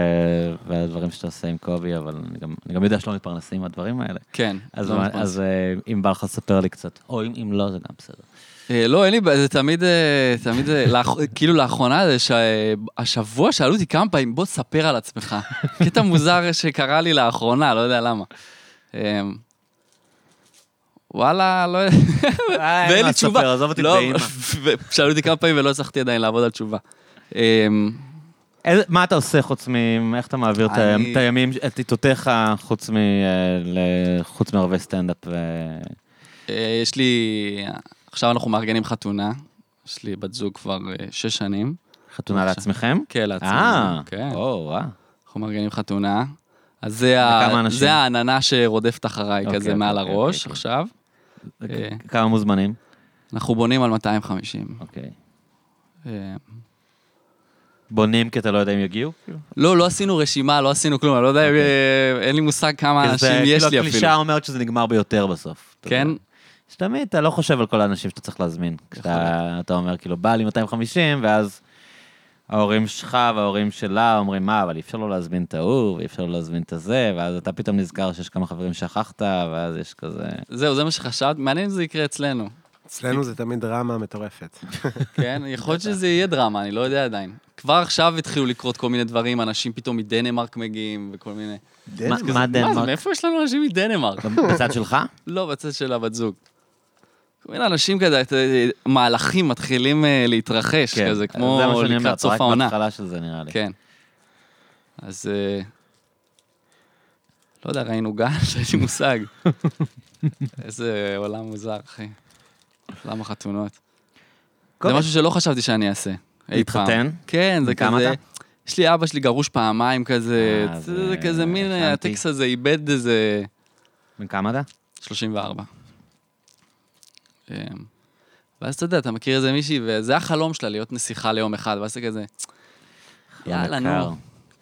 Speaker 1: והדברים שאתה עושה עם קובי, אבל אני גם, אני גם יודע שלא מתפרנסים מהדברים האלה.
Speaker 2: כן.
Speaker 1: אז,
Speaker 2: לא
Speaker 1: מה,
Speaker 2: מתפרנס.
Speaker 1: אז אה, אם בא לך לספר לי קצת, או אם, אם לא, זה גם בסדר.
Speaker 2: אה, לא, אין לי בעיה, זה תמיד, אה, תמיד, אה, לאח- כאילו לאחרונה, זה שהשבוע שאלו אותי כמה פעמים, בוא תספר על עצמך. קטע מוזר שקרה לי לאחרונה, לא יודע למה. אה, וואלה, לא יודע, ואין לי תשובה.
Speaker 1: עזוב אותי
Speaker 2: לא,
Speaker 1: באימא.
Speaker 2: שאלו אותי כמה פעמים ולא הצלחתי עדיין לעבוד על תשובה. אה,
Speaker 1: איזה- מה אתה עושה חוץ מ... איך אתה מעביר את ה-
Speaker 2: אני-
Speaker 1: את הימים, את עיתותיך, חוץ מ... אה, ל- חוץ מערבי סטנדאפ ו...
Speaker 2: אה, יש לי, עכשיו אנחנו מארגנים חתונה, יש לי בת זוג כבר אה, שש שנים.
Speaker 1: חתונה
Speaker 2: בבקשה.
Speaker 1: לעצמכם?
Speaker 2: כן, לעצמנו.
Speaker 1: אה,
Speaker 2: כן.
Speaker 1: או, וואו.
Speaker 2: אנחנו מארגנים חתונה. אז זה,
Speaker 1: לכמה
Speaker 2: ה...
Speaker 1: אנשים?
Speaker 2: זה העננה שרודפת אחריי
Speaker 1: אוקיי,
Speaker 2: כזה
Speaker 1: אוקיי,
Speaker 2: מעל
Speaker 1: אוקיי,
Speaker 2: הראש
Speaker 1: אוקיי.
Speaker 2: עכשיו. אה.
Speaker 1: כמה מוזמנים?
Speaker 2: אנחנו בונים על 250.
Speaker 1: אוקיי.
Speaker 2: אה,
Speaker 1: בונים כי אתה לא יודע אם יגיעו?
Speaker 2: לא, לא עשינו רשימה, לא עשינו כלום, אני לא יודע, אה, אין לי מושג כמה
Speaker 1: אוקיי. כי זה-
Speaker 2: אנשים יש
Speaker 1: כאילו
Speaker 2: לי אפילו.
Speaker 1: הקלישאה אומרת אוקיי. שזה נגמר ביותר בסוף. אתה
Speaker 2: כן?
Speaker 1: יודע. שתמיד אתה לא חושב על כל האנשים שאתה צריך להזמין. כשאתה
Speaker 2: נכון.
Speaker 1: אתה אומר, כאילו, בא לי 250, ואז ההורים שלך וההורים שלה אומרים, מה, אבל אי אפשר לא להזמין את ההוא, ואי אפשר לא להזמין את הזה, ואז אתה פתאום נזכר שיש כמה חברים ששכחת, ואז יש כזה...
Speaker 2: זהו, זה מה שחשבת, מעניין אם זה יקרה אצלנו.
Speaker 3: אצלנו זה תמיד דרמה מטורפת.
Speaker 2: כן, יכול להיות שזה יהיה דרמה, אני לא יודע עדיין. כבר עכשיו התחילו לקרות כל מיני דברים, אנשים פתאום מדנמרק מגיעים וכל מיני...
Speaker 1: מה- מה
Speaker 2: מה, זה
Speaker 1: דנמרק?
Speaker 2: מאיפה יש לנו אנשים מדנמרק?
Speaker 1: בצד שלך?
Speaker 2: לא, בצד של הבת זוג. כל מיני אנשים כזה, אתה יודע, מהלכים מתחילים אה, להתרחש, כזה כמו
Speaker 1: כן. זה מה שאני אומר,
Speaker 2: לקראת
Speaker 1: אתה
Speaker 2: סוף העונה.
Speaker 1: רק בהתחלה של זה נראה לי.
Speaker 2: כן. אז... אה, לא יודע, ראינו גן, אין לי מושג. איזה עולם מוזר, אחי. עולם החתונות. זה משהו שלא חשבתי שאני אעשה. אי פעם.
Speaker 1: להתחתן?
Speaker 2: כן, זה
Speaker 1: כמה
Speaker 2: כזה...
Speaker 1: אתה?
Speaker 2: יש לי אבא שלי גרוש פעמיים כזה,
Speaker 1: אה,
Speaker 2: זה
Speaker 1: זה-
Speaker 2: זה כזה מין,
Speaker 1: הבנתי.
Speaker 2: הטקסט הזה איבד איזה...
Speaker 1: בן כמה אתה?
Speaker 2: 34. אמ, ואז אתה יודע, אתה מכיר איזה מישהי, וזה החלום שלה, להיות נסיכה ליום אחד, ואז אתה כזה... יאללה,
Speaker 1: יקר.
Speaker 2: נו.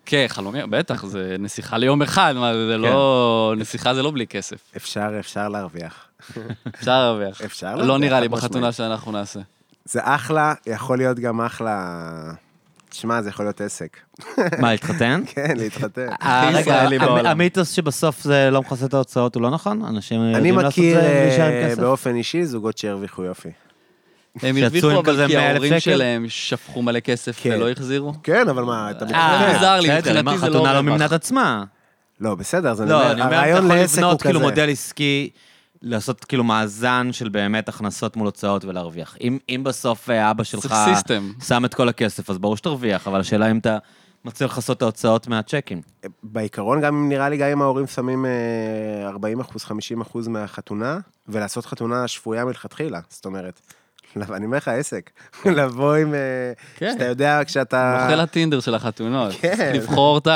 Speaker 2: כן, חלומי, בטח, זה נסיכה ליום אחד, מה זה,
Speaker 3: כן.
Speaker 2: זה לא... נסיכה זה לא בלי כסף.
Speaker 3: אפשר, אפשר להרוויח.
Speaker 2: אפשר להרוויח.
Speaker 3: אפשר
Speaker 2: לא
Speaker 3: להרוויח,
Speaker 2: נראה לי
Speaker 3: חד משמעית.
Speaker 2: בחתונה שאנחנו נעשה.
Speaker 3: זה אחלה, יכול להיות גם אחלה... שמע, זה יכול להיות עסק.
Speaker 1: מה, להתחתן?
Speaker 3: כן, להתחתן.
Speaker 1: אה, רגע,
Speaker 2: ישראלי
Speaker 1: המ-
Speaker 2: בעולם.
Speaker 1: המיתוס שבסוף זה לא מכסה את ההוצאות הוא לא נכון? אנשים
Speaker 3: אני
Speaker 1: יודעים לעשות את
Speaker 3: מכיר
Speaker 1: זה בלי
Speaker 3: אה,
Speaker 1: שאין כסף?
Speaker 3: באופן אישי זוגות שהרוויחו יופי.
Speaker 2: הם
Speaker 1: שיצאו עם
Speaker 2: הרוויחו,
Speaker 1: כזה
Speaker 2: אבל כי
Speaker 1: 100,000
Speaker 2: ההורים
Speaker 1: שקל?
Speaker 2: שלהם שפכו מלא כסף
Speaker 3: כן.
Speaker 2: ולא החזירו.
Speaker 3: כן, אבל מה, אתה
Speaker 2: אה,
Speaker 3: מתחתן.
Speaker 2: מוזר לי,
Speaker 1: בסדר, אם
Speaker 2: מבחינתי זה לא
Speaker 1: החתונה לא
Speaker 2: רווח.
Speaker 1: מימנה את עצמה.
Speaker 3: לא, בסדר, זה
Speaker 1: לא, אני אומר, אתה
Speaker 3: הרעיון
Speaker 1: יכול
Speaker 3: לעסק הוא
Speaker 1: לבנות כאילו
Speaker 3: כזה.
Speaker 1: מודל עסקי, לעשות כאילו מאזן של באמת הכנסות מול הוצאות ולהרוויח. אם אם בסוף אה, אבא שלך
Speaker 2: צריך סיסטם.
Speaker 1: שם את כל הכסף, אז ברור שתרוויח, אבל השאלה אם אתה מצליח לכסות את ההוצאות מהצ'קים.
Speaker 3: בעיקרון, גם אם נראה לי, גם אם ההורים שמים אה, 40 אחוז, 50 אחוז מהחתונה, ולעשות חתונה שפויה מלכתחילה, זאת אומרת. לב- אני אומר לך, עסק. לבוא עם... אה,
Speaker 2: כן.
Speaker 3: שאתה יודע, כשאתה...
Speaker 2: מוכר לטינדר של החתונות.
Speaker 3: אה. כן.
Speaker 2: לבחור את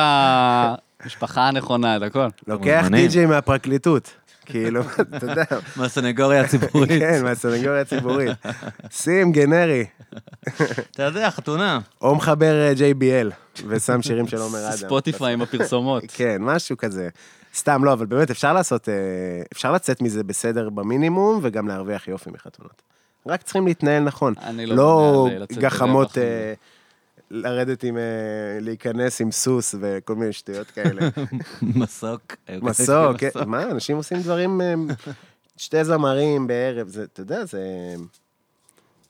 Speaker 2: המשפחה הנכונה, את הכל.
Speaker 3: לוקח
Speaker 1: מוזמנים.
Speaker 3: די.ג'יי מהפרקליטות. כאילו, אתה יודע,
Speaker 1: מהסנגוריה הציבורית.
Speaker 3: כן, מהסנגוריה הציבורית. שים גנרי,
Speaker 1: אתה יודע, חתונה.
Speaker 3: או מחבר אה, JBL, ושם שירים של עומר אדם.
Speaker 2: ספוטיפיי עם הפרסומות.
Speaker 3: כן, משהו כזה. סתם, לא, אבל באמת, אפשר לעשות, אה, אפשר לצאת מזה בסדר במינימום, וגם להרוויח יופי מחתונות. רק צריכים להתנהל נכון.
Speaker 2: אני לא
Speaker 3: לא
Speaker 2: בונה על, אה, לצאת
Speaker 3: גחמות
Speaker 2: ברווח.
Speaker 3: אה, לרדת עם, אה, להיכנס עם סוס וכל מיני שטויות כאלה.
Speaker 1: מסוק. אוקיי,
Speaker 2: אוקיי,
Speaker 1: כאילו
Speaker 3: מסוק, כן. מה, אנשים עושים דברים, אה, שתי זמרים בערב, זה, אתה יודע, זה...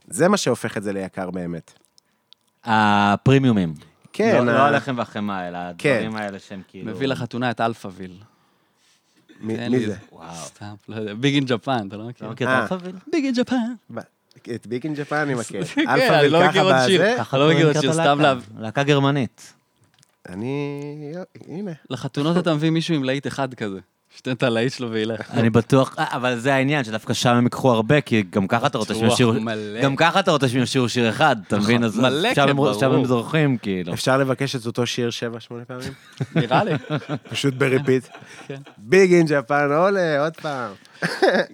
Speaker 3: זה מה שהופך את זה ליקר באמת.
Speaker 1: הפרימיומים.
Speaker 3: כן,
Speaker 1: לא- לא
Speaker 3: ה-
Speaker 1: הלחם והחמאה, אלא הדברים האלה שהם כאילו...
Speaker 2: מביא לחתונה את אלפאביל.
Speaker 3: מי
Speaker 2: אין
Speaker 3: מי
Speaker 2: לי-
Speaker 3: זה?
Speaker 1: וואו.
Speaker 2: סתם, לא יודע. ביג אין ג'פן, אתה לא
Speaker 1: אתה
Speaker 2: מכיר?
Speaker 1: מכיר את
Speaker 3: אה.
Speaker 1: אלפאביל?
Speaker 2: ביג אין ג'פן.
Speaker 3: ב- את ביג אין ג'פן אני מכיר.
Speaker 2: כן,
Speaker 3: אלפא
Speaker 2: אני לא מכיר עוד
Speaker 3: ולקחה
Speaker 2: שיר.
Speaker 3: בזה.
Speaker 2: לא מכיר
Speaker 1: אה,
Speaker 2: את השיר, סתם להב.
Speaker 1: להקה גרמנית.
Speaker 3: אני... הנה.
Speaker 2: לחתונות אתה מביא מישהו עם להיט אחד כזה. שתן את הלהיט שלו וילך.
Speaker 1: אני בטוח, אה, אבל זה העניין, שדווקא שם הם ייקחו הרבה, כי גם ככה אתה רוצה שהם
Speaker 2: בטוח,
Speaker 1: ישירו...
Speaker 2: מלא.
Speaker 1: גם ככה אתה רוצה שהם ישירו שיר אחד, אתה מבין? אז
Speaker 2: מלא,
Speaker 1: שם
Speaker 2: כן,
Speaker 1: הם-
Speaker 2: ברור.
Speaker 1: שם הם זורחים,
Speaker 2: לא.
Speaker 1: כאילו.
Speaker 3: אפשר לבקש את אותו שיר שבע, שמונה פעמים?
Speaker 2: נראה לי.
Speaker 3: פשוט בריפיט.
Speaker 2: כן.
Speaker 3: ביג אין ג'פן, עולה, עוד פעם.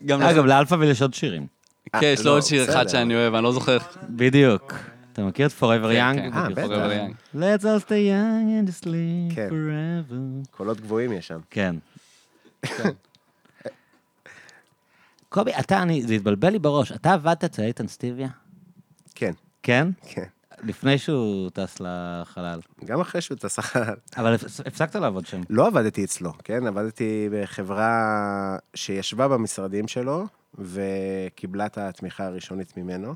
Speaker 2: גם לח-
Speaker 1: אגב, לאלפא ויש עוד שירים.
Speaker 2: כן, יש לו
Speaker 3: אה, לא,
Speaker 2: עוד שיר אחד
Speaker 3: בסדר.
Speaker 2: שאני אוהב, אני לא זוכר.
Speaker 1: בדיוק. אתה מכיר את Forever
Speaker 2: כן,
Speaker 1: Young?
Speaker 2: כן,
Speaker 3: אה, בטח.
Speaker 2: Forever Young.
Speaker 1: Let's all stay young and sleep
Speaker 3: כן.
Speaker 1: forever.
Speaker 3: קולות גבוהים יש שם.
Speaker 1: כן.
Speaker 2: כן.
Speaker 1: קובי, אתה, אני, זה התבלבל לי בראש, אתה עבדת אצל איתן סטיביה?
Speaker 3: כן,
Speaker 1: כן?
Speaker 3: כן.
Speaker 1: לפני שהוא טס לחלל.
Speaker 3: גם אחרי שהוא טס החלל.
Speaker 1: אבל הפס- הפסקת לעבוד שם.
Speaker 3: לא עבדתי אצלו, כן? עבדתי בחברה שישבה במשרדים שלו וקיבלה את התמיכה הראשונית ממנו.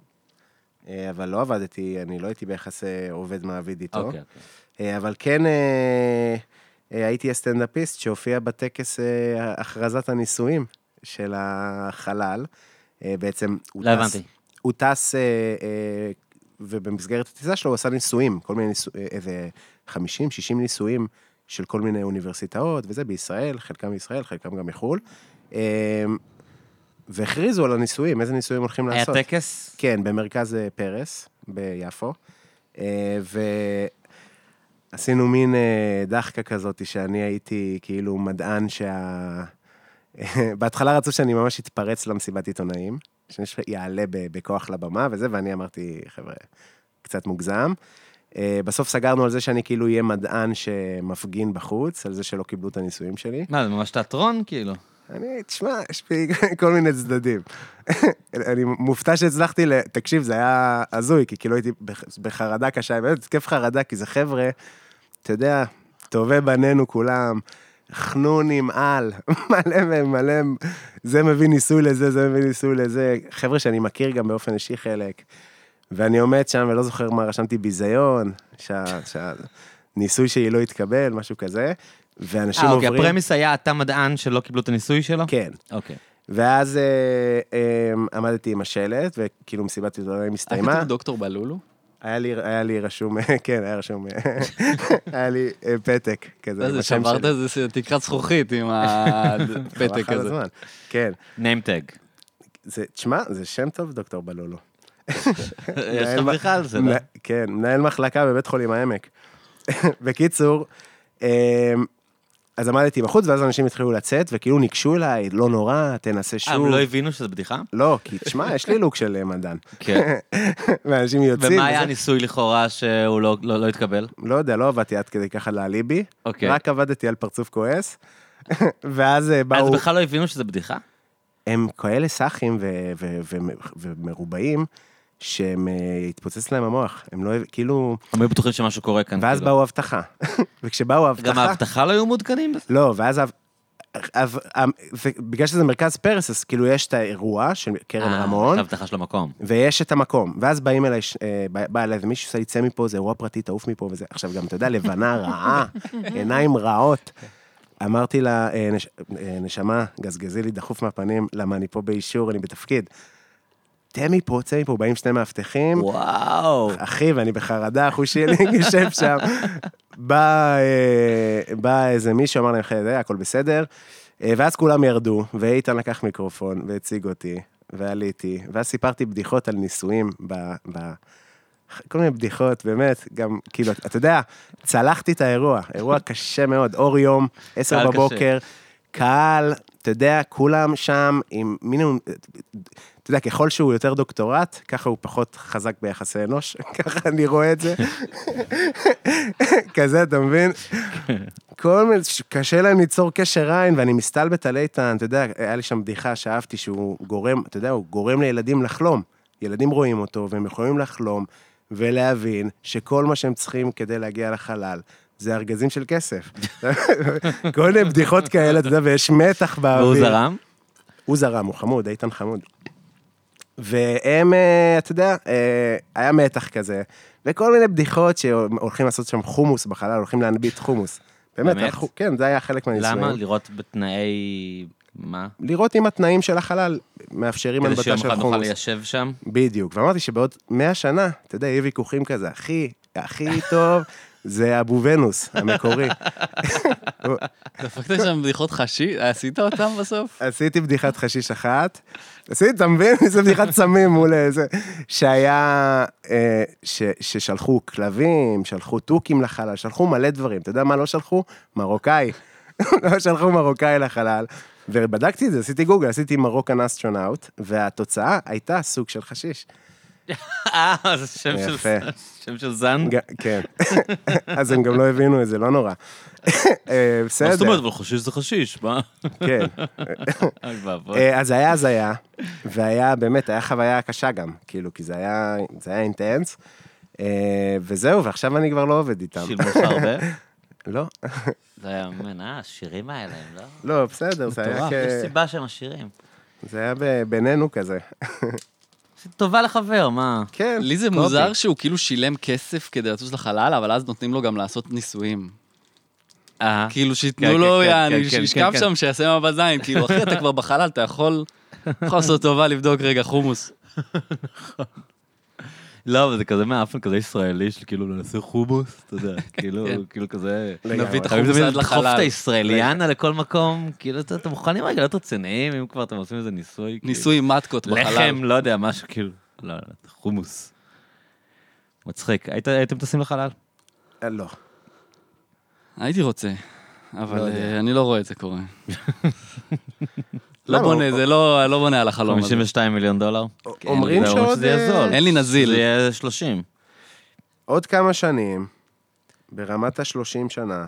Speaker 3: אה, אבל לא עבדתי, אני לא הייתי ביחס אה, עובד מעביד איתו.
Speaker 1: אוקיי, אוקיי.
Speaker 3: אה, אבל כן אה, אה, הייתי הסטנדאפיסט שהופיע בטקס אה, הכרזת הנישואים של החלל. אה, בעצם הוא
Speaker 1: לא
Speaker 3: טס-
Speaker 1: הבנתי.
Speaker 3: הוא טס, אה, אה, ובמסגרת הטיסה שלו הוא עשה ניסויים, כל מיני ניסויים, איזה 50-60 ניסויים של כל מיני אוניברסיטאות, וזה בישראל, חלקם בישראל, חלקם גם מחו"ל. אה, והכריזו על הניסויים, איזה ניסויים הולכים
Speaker 1: היה
Speaker 3: לעשות.
Speaker 1: טקס?
Speaker 3: כן, במרכז אה, פרס, ביפו. אה, ועשינו מין אה, דחקה כזאת, שאני הייתי כאילו מדען שה... בהתחלה רצו שאני ממש אתפרץ למסיבת עיתונאים, שאני ש- יעלה ב- בכוח לבמה וזה, ואני אמרתי, חבר'ה, קצת מוגזם. אה, בסוף סגרנו על זה שאני כאילו אהיה מדען שמפגין בחוץ, על זה שלא קיבלו את הניסויים שלי.
Speaker 1: מה, זה ממש תיאטרון, כאילו?
Speaker 3: אני, תשמע, יש לי כל מיני צדדים. אני מופתע שהצלחתי ל... תקשיב, זה היה הזוי, כי כאילו הייתי בח- בחרדה קשה, באמת, התקף חרדה, כי זה חבר'ה, אתה יודע, טובי בנינו כולם, חנונים על, מלא מהם, מלא, מהם. זה מביא ניסוי לזה, זה מביא ניסוי לזה, חבר'ה שאני מכיר גם באופן אישי חלק, ואני עומד שם ולא זוכר מה רשמתי, ביזיון, שה- שהניסוי שלי לא התקבל, משהו כזה, ואנשים
Speaker 1: אה, אוקיי,
Speaker 3: עוברים...
Speaker 1: הפרמיס היה אתה מדען שלא קיבלו את הניסוי שלו?
Speaker 3: כן.
Speaker 1: אוקיי.
Speaker 3: ואז אה, אה, עמדתי עם השלט, וכאילו מסיבת
Speaker 1: אה,
Speaker 3: עיתונאים
Speaker 2: היה
Speaker 3: הסתיימה.
Speaker 2: כתוב דוקטור בלולו?
Speaker 3: היה לי, היה לי רשום, כן, היה רשום, היה לי אה, פתק כזה.
Speaker 2: זה שברת איזה תקרת זכוכית עם הפתק הזה.
Speaker 3: כן.
Speaker 1: name tag.
Speaker 3: זה, תשמע, זה שם טוב, דוקטור בלולו.
Speaker 1: אה, יש לך
Speaker 3: מנהל מ-
Speaker 1: בדיחה על זה,
Speaker 3: מנה-
Speaker 1: לא?
Speaker 3: כן, מנהל מחלקה בבית חולים העמק. בקיצור, אמ, אז עמדתי בחוץ, ואז אנשים התחילו לצאת, וכאילו ניגשו אליי, לא נורא, תנסה
Speaker 1: אה, הם
Speaker 3: שוב.
Speaker 1: לא הבינו שזה בדיחה?
Speaker 3: לא, כי תשמע, יש לי לוק של אה, מדען.
Speaker 1: כן.
Speaker 3: ואנשים יוצאים.
Speaker 1: ומה היה
Speaker 3: וזה.
Speaker 1: הניסוי לכאורה שהוא לא- לא לא התקבל?
Speaker 3: לא יודע, לא עבדתי עד כדי ככה להליבי.
Speaker 1: אוקיי.
Speaker 3: רק עבדתי על פרצוף כועס. ואז אה,
Speaker 1: אז
Speaker 3: באו,
Speaker 1: בכלל לא הבינו שזה בדיחה?
Speaker 3: הם כאלה סאחים ו- ו- ו- ומרובעים, שהם אה, התפוצץ להם המוח. הם לא, הב- כאילו,
Speaker 1: הם היו בטוחים שמשהו קורה כאן.
Speaker 3: ואז
Speaker 1: כאילו.
Speaker 3: באו הבטחה. וכשבאו
Speaker 1: גם
Speaker 3: הבטחה...
Speaker 1: האבטחה לא היו מעודכנים בזה?
Speaker 3: לא, ואז... האב- האב- האב- ובגלל שזה מרכז פרס, אז כאילו יש את האירוע של קרן
Speaker 1: אה,
Speaker 3: רמון,
Speaker 1: האבטחה של המקום.
Speaker 3: ויש את המקום. ואז באים אליי, ש- אה, בא- בא אליי ומישהו עושה לי, צא מפה, זה אירוע פרטי, תעוף מפה וזה. עכשיו גם, אתה יודע, לבנה רעה, עיניים רעות. אמרתי לה, "אה, נש- אה, נשמה, גזגזי לי דחוף מהפנים, למה אני פה באישור, אני בתפקיד. תן מפה, צא מפה, באים שני מאבטחים,
Speaker 1: וואו.
Speaker 3: אחי, ואני בחרדה, אחו שלי יושב שם. בא, אה, בא איזה מישהו, אמר להם, "אחי, זה, הכל בסדר. אה, ואז כולם ירדו, ואיתן לקח מיקרופון והציג אותי, ועליתי, ואז סיפרתי בדיחות על נישואים ב... ב... כל מיני בדיחות, באמת, גם, כאילו, אתה יודע, צלחתי את האירוע, אירוע קשה מאוד, אור יום,
Speaker 1: קהל
Speaker 3: עשר
Speaker 1: קשה.
Speaker 3: בבוקר, קהל, אתה יודע, כולם שם עם מינימום, אתה יודע, ככל שהוא יותר דוקטורט, ככה הוא פחות חזק ביחסי אנוש, ככה אני רואה את זה. כזה, אתה מבין? כל מיני, ש- קשה להם ליצור קשר עין, ואני מסתלבט על איתן, אתה יודע, היה לי שם בדיחה שאהבתי שהוא גורם, אתה יודע, הוא גורם לילדים לחלום. ילדים רואים אותו, והם יכולים לחלום ולהבין שכל מה שהם צריכים כדי להגיע לחלל. זה ארגזים של כסף. כל מיני בדיחות כאלה, אתה יודע, ויש מתח באוויר.
Speaker 1: והוא זרם?
Speaker 3: הוא זרם, הוא חמוד, איתן חמוד. והם, אה, אתה יודע, אה, היה מתח כזה, וכל מיני בדיחות שהולכים לעשות שם חומוס בחלל, הולכים להנביט חומוס. באמת,
Speaker 1: באמת?
Speaker 3: הלכו- כן, זה היה חלק מהניסויים.
Speaker 1: למה? לראות בתנאי... מה?
Speaker 3: לראות אם התנאים של החלל מאפשרים
Speaker 1: כדי
Speaker 3: הנבטה
Speaker 1: שיום
Speaker 3: של
Speaker 1: אחד נוכל
Speaker 3: חומוס.
Speaker 1: ליישב שם?
Speaker 3: בדיוק, ואמרתי שבעוד 100 שנה, אתה יודע, יהיו ויכוחים כזה, הכי, הכי טוב זה אבו ונוס המקורי.
Speaker 2: דפקת שם בדיחות חשי? עשית אותם בסוף?
Speaker 3: עשיתי בדיחת חשיש אחת, עשיתי, אתה מבין? זה בדיחת סמים מול איזה... שהיה... אה, ש, ששלחו כלבים, שלחו תוכים לחלל, שלחו מלא דברים. אתה יודע מה לא שלחו? מרוקאי. לא שלחו מרוקאי לחלל. ובדקתי את זה, עשיתי גוגל, עשיתי מרוקן אסטרונאוט, והתוצאה הייתה סוג של חשיש.
Speaker 1: אה, זה שם של...
Speaker 3: יפה.
Speaker 1: שם של זן?
Speaker 3: ג- כן. אז הם גם לא הבינו את זה, לא נורא. אה, בסדר.
Speaker 1: מה זאת אומרת? אבל חשיש זה חשיש, מה?
Speaker 3: כן.
Speaker 1: אוי
Speaker 2: נכון.
Speaker 1: ואבוי.
Speaker 3: אה, אז זה היה הזיה, והיה באמת, היה חוויה קשה גם, כאילו, כי זה היה, זה היה אינטנס, אה, וזהו, ועכשיו אני כבר לא עובד איתם.
Speaker 1: שילמו לך הרבה?
Speaker 3: לא,
Speaker 1: זה היה מן, אה, השירים האלה, הם לא...
Speaker 3: לא, בסדר, זה היה,
Speaker 1: מטורף,
Speaker 3: כ...
Speaker 1: יש סיבה שהם עשירים.
Speaker 3: זה היה ב- בינינו כזה.
Speaker 1: עשית טובה לחבר, מה?
Speaker 3: כן.
Speaker 2: לי זה
Speaker 3: קופי.
Speaker 2: מוזר שהוא כאילו שילם כסף כדי לטוס לחלל, אבל אז נותנים לו גם לעשות ניסויים.
Speaker 1: אה.
Speaker 2: כאילו
Speaker 1: כן,
Speaker 2: שייתנו לו,
Speaker 1: כן,
Speaker 2: יעני,
Speaker 1: כן,
Speaker 2: שישכב
Speaker 1: כן, כן.
Speaker 2: שם, שיעשה מבט זין. כאילו, אחי, אתה כבר בחלל, אתה יכול יכול לעשות טובה לבדוק רגע חומוס.
Speaker 1: לא, אבל זה כזה מהאפן כזה ישראלי, של כאילו נעשה חומוס, אתה יודע, כאילו,
Speaker 2: כן.
Speaker 1: כאילו כזה...
Speaker 3: לגמרי.
Speaker 2: נביא את
Speaker 1: חייבים
Speaker 2: החומוס עד
Speaker 1: תמיד לדחוף את
Speaker 2: לחלל.
Speaker 1: הישראליאנה לכל מקום, כאילו, אתה- אתם מוכנים רגע להיות רציניים, אם כבר אתם עושים איזה ניסוי. כאילו.
Speaker 2: ניסוי מתקות בחלל.
Speaker 1: לחם, לא יודע, משהו כאילו, לא, לא, חומוס. מצחיק, היית- הייתם טסים לחלל?
Speaker 3: אה, לא.
Speaker 2: הייתי רוצה, אבל
Speaker 3: לא יודע.
Speaker 2: אה, אני לא רואה את זה קורה. לא
Speaker 3: למה?
Speaker 2: בונה, זה לא לא בונה על החלום הזה.
Speaker 1: 52 מיליון דולר?
Speaker 2: כן,
Speaker 3: אומרים
Speaker 1: זה
Speaker 3: שעוד
Speaker 1: שזה יהיה
Speaker 3: אה,
Speaker 1: זול.
Speaker 2: אין לי נזיל.
Speaker 1: זה יהיה 30.
Speaker 3: עוד כמה שנים, ברמת ה-30 שנה,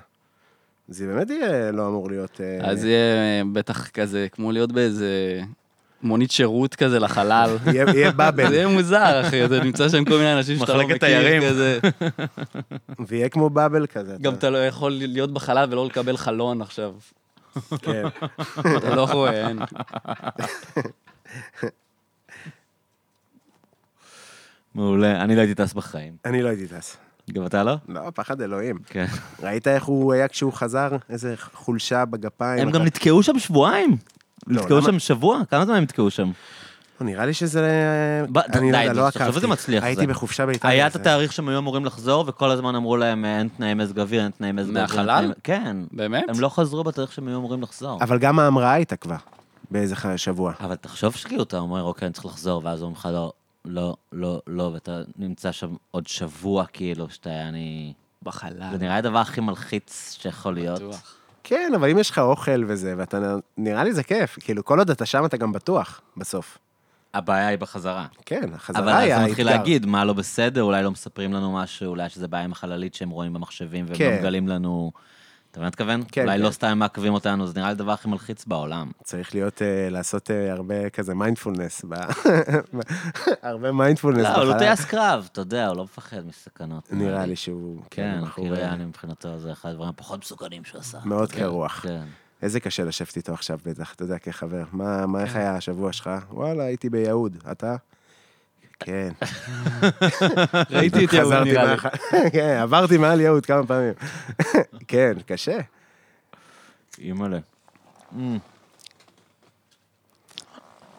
Speaker 3: זה באמת יהיה לא אמור להיות... אה,
Speaker 2: אז יהיה בטח כזה, כמו להיות באיזה מונית שירות כזה לחלל.
Speaker 3: יהיה יהיה
Speaker 2: זה
Speaker 3: באבל,
Speaker 2: יהיה מוזר, אחי, אתה נמצא שם כל מיני אנשים שאתה לא
Speaker 1: מחלקת
Speaker 2: מכיר,
Speaker 1: תיירים.
Speaker 2: כזה.
Speaker 3: ויהיה כמו באבל כזה.
Speaker 2: גם אתה לא יכול להיות בחלל ולא לקבל חלון עכשיו.
Speaker 3: כן.
Speaker 2: אתה לא רואה, אין.
Speaker 1: מעולה, אני לא הייתי טס בחיים.
Speaker 3: אני לא הייתי טס.
Speaker 1: גם אתה לא?
Speaker 3: לא, פחד אלוהים.
Speaker 1: כן.
Speaker 3: ראית איך הוא היה כשהוא חזר? איזה חולשה בגפיים.
Speaker 1: הם גם
Speaker 3: אחת-
Speaker 1: נתקעו שם שבועיים.
Speaker 3: לא,
Speaker 1: נתקעו
Speaker 3: למה-
Speaker 1: שם שבוע? כמה זמן הם נתקעו שם?
Speaker 3: לא, נראה לי שזה...
Speaker 1: ב-
Speaker 3: אני לא
Speaker 1: די,
Speaker 3: יודע,
Speaker 1: נו,
Speaker 3: לא
Speaker 1: תחשוב
Speaker 3: עקבתי.
Speaker 1: איזה מצליח
Speaker 3: הייתי
Speaker 1: זה.
Speaker 3: בחופשה באיטליה.
Speaker 1: היה את
Speaker 3: זה-
Speaker 1: התאריך שהם היו אמורים לחזור, וכל הזמן אמרו להם, אין תנאי מזג אוויר, אין תנאי מזג אוויר. אין
Speaker 2: מהחלל?
Speaker 1: תנאי מ- כן.
Speaker 2: באמת?
Speaker 1: הם לא חזרו בתאריך שהם היו אמורים לחזור.
Speaker 3: אבל גם ההמראה הייתה כבר, באיזה ח- שבוע.
Speaker 1: אבל תחשוב שכאילו אתה אומר, אוקיי, אני צריך לחזור, ואז אומרים לך, לא, לא, לא, לא, ואתה נמצא שם עוד שבוע, כאילו, שאתה, אני...
Speaker 2: בחלל.
Speaker 1: זה נראה הדבר הכי מלחיץ שיכול להיות.
Speaker 2: בטוח.
Speaker 3: כן, אבל אם יש לך אוכל וזה, ואתה... נראה לי זה כיף. כאילו, כל עוד אתה שם, אתה גם בטוח, בסוף.
Speaker 1: הבעיה היא בחזרה.
Speaker 3: כן, החזרה
Speaker 1: אבל
Speaker 3: היה
Speaker 1: אז
Speaker 3: האתגר.
Speaker 1: אתה מתחיל להגיד, מה לא בסדר, אולי לא מספרים לנו משהו, אולי שזה בעיה עם החללית שהם רואים במחשבים והם
Speaker 3: כן.
Speaker 1: לא מגלים לנו... אתה מבין מה אתכוון?
Speaker 3: כן,
Speaker 1: אולי
Speaker 3: כן.
Speaker 1: לא סתם מעכבים אותנו, זה נראה לי הדבר הכי מלחיץ בעולם.
Speaker 3: צריך להיות, אה, לעשות אה, הרבה כזה מיינדפולנס. ב- הרבה מיינדפולנס.
Speaker 1: לא, אבל הוא
Speaker 3: בחלל.
Speaker 1: טייס קרב, אתה יודע, הוא לא מפחד מסכנות.
Speaker 3: נראה לי שהוא...
Speaker 1: כן,
Speaker 3: בחור,
Speaker 1: כאילו,
Speaker 3: אה,
Speaker 1: אני מבחינתו זה אחד הדברים הפחות מסוכנים שהוא עשה.
Speaker 3: מאוד
Speaker 1: כן,
Speaker 3: קר רוח.
Speaker 1: כן.
Speaker 3: איזה קשה לשבת איתו עכשיו בטח, אתה יודע, כחבר. מה, מה,
Speaker 2: כן.
Speaker 3: איך היה השבוע שלך? וואלה, הייתי ביהוד. אתה? כן.
Speaker 2: ראיתי את יהוד,
Speaker 3: חזרתי
Speaker 2: נראה לי.
Speaker 3: מהח- כן, עברתי מעל יהוד כמה פעמים. כן, קשה.
Speaker 1: אימא'לה. Mm.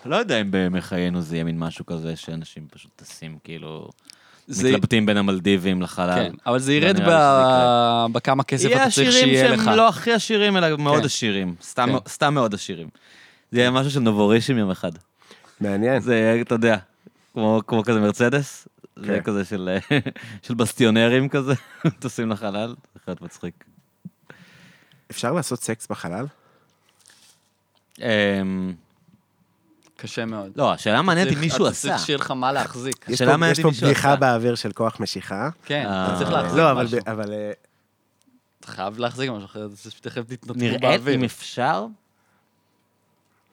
Speaker 1: לא יודע אם בימי חיינו זה יהיה מין משהו כזה שאנשים פשוט טסים, כאילו...
Speaker 2: זה-
Speaker 1: מתלבטים בין המלדיבים לחלל.
Speaker 2: כן, אבל זה
Speaker 1: לא
Speaker 2: ירד
Speaker 1: נראה לי שזה יקרה.
Speaker 2: ב- בכמה כסף אתה צריך שיהיה
Speaker 1: יהיה
Speaker 2: לך.
Speaker 1: עשירים שהם לא הכי עשירים, אלא מאוד
Speaker 2: כן.
Speaker 1: עשירים. סתם-
Speaker 2: כן.
Speaker 1: סתם מאוד עשירים. זה יהיה משהו של נובורישים יום אחד.
Speaker 3: מעניין.
Speaker 1: זה יהיה, אתה יודע, כמו כמו כזה מרצדס. זה יהיה
Speaker 3: כן.
Speaker 1: כזה של של בסטיונרים כזה, טוסים לחלל. זה יכול להיות מצחיק.
Speaker 3: אפשר לעשות סקס בחלל?
Speaker 1: אמ,
Speaker 2: קשה מאוד.
Speaker 1: לא, השאלה מעניינת אם
Speaker 2: צריך-
Speaker 1: מישהו
Speaker 2: אתה
Speaker 1: עשה.
Speaker 2: צריך שיהיה לך מה להחזיק.
Speaker 3: יש
Speaker 1: השאלה
Speaker 3: פה-
Speaker 1: מה
Speaker 3: יש
Speaker 1: אם
Speaker 3: פה
Speaker 1: מישהו
Speaker 3: בדיחה
Speaker 1: עשה.
Speaker 3: באוויר של כוח משיכה.
Speaker 2: כן,
Speaker 1: אה,
Speaker 2: אתה צריך
Speaker 1: אה,
Speaker 2: להחזיק
Speaker 3: לא, אבל...
Speaker 2: משהו.
Speaker 3: ב- אבל אה,
Speaker 2: אתה חייב להחזיק משהו, אחרת זה שתכף תתנתקו
Speaker 1: נראה
Speaker 2: באוויר.
Speaker 1: אם אפשר?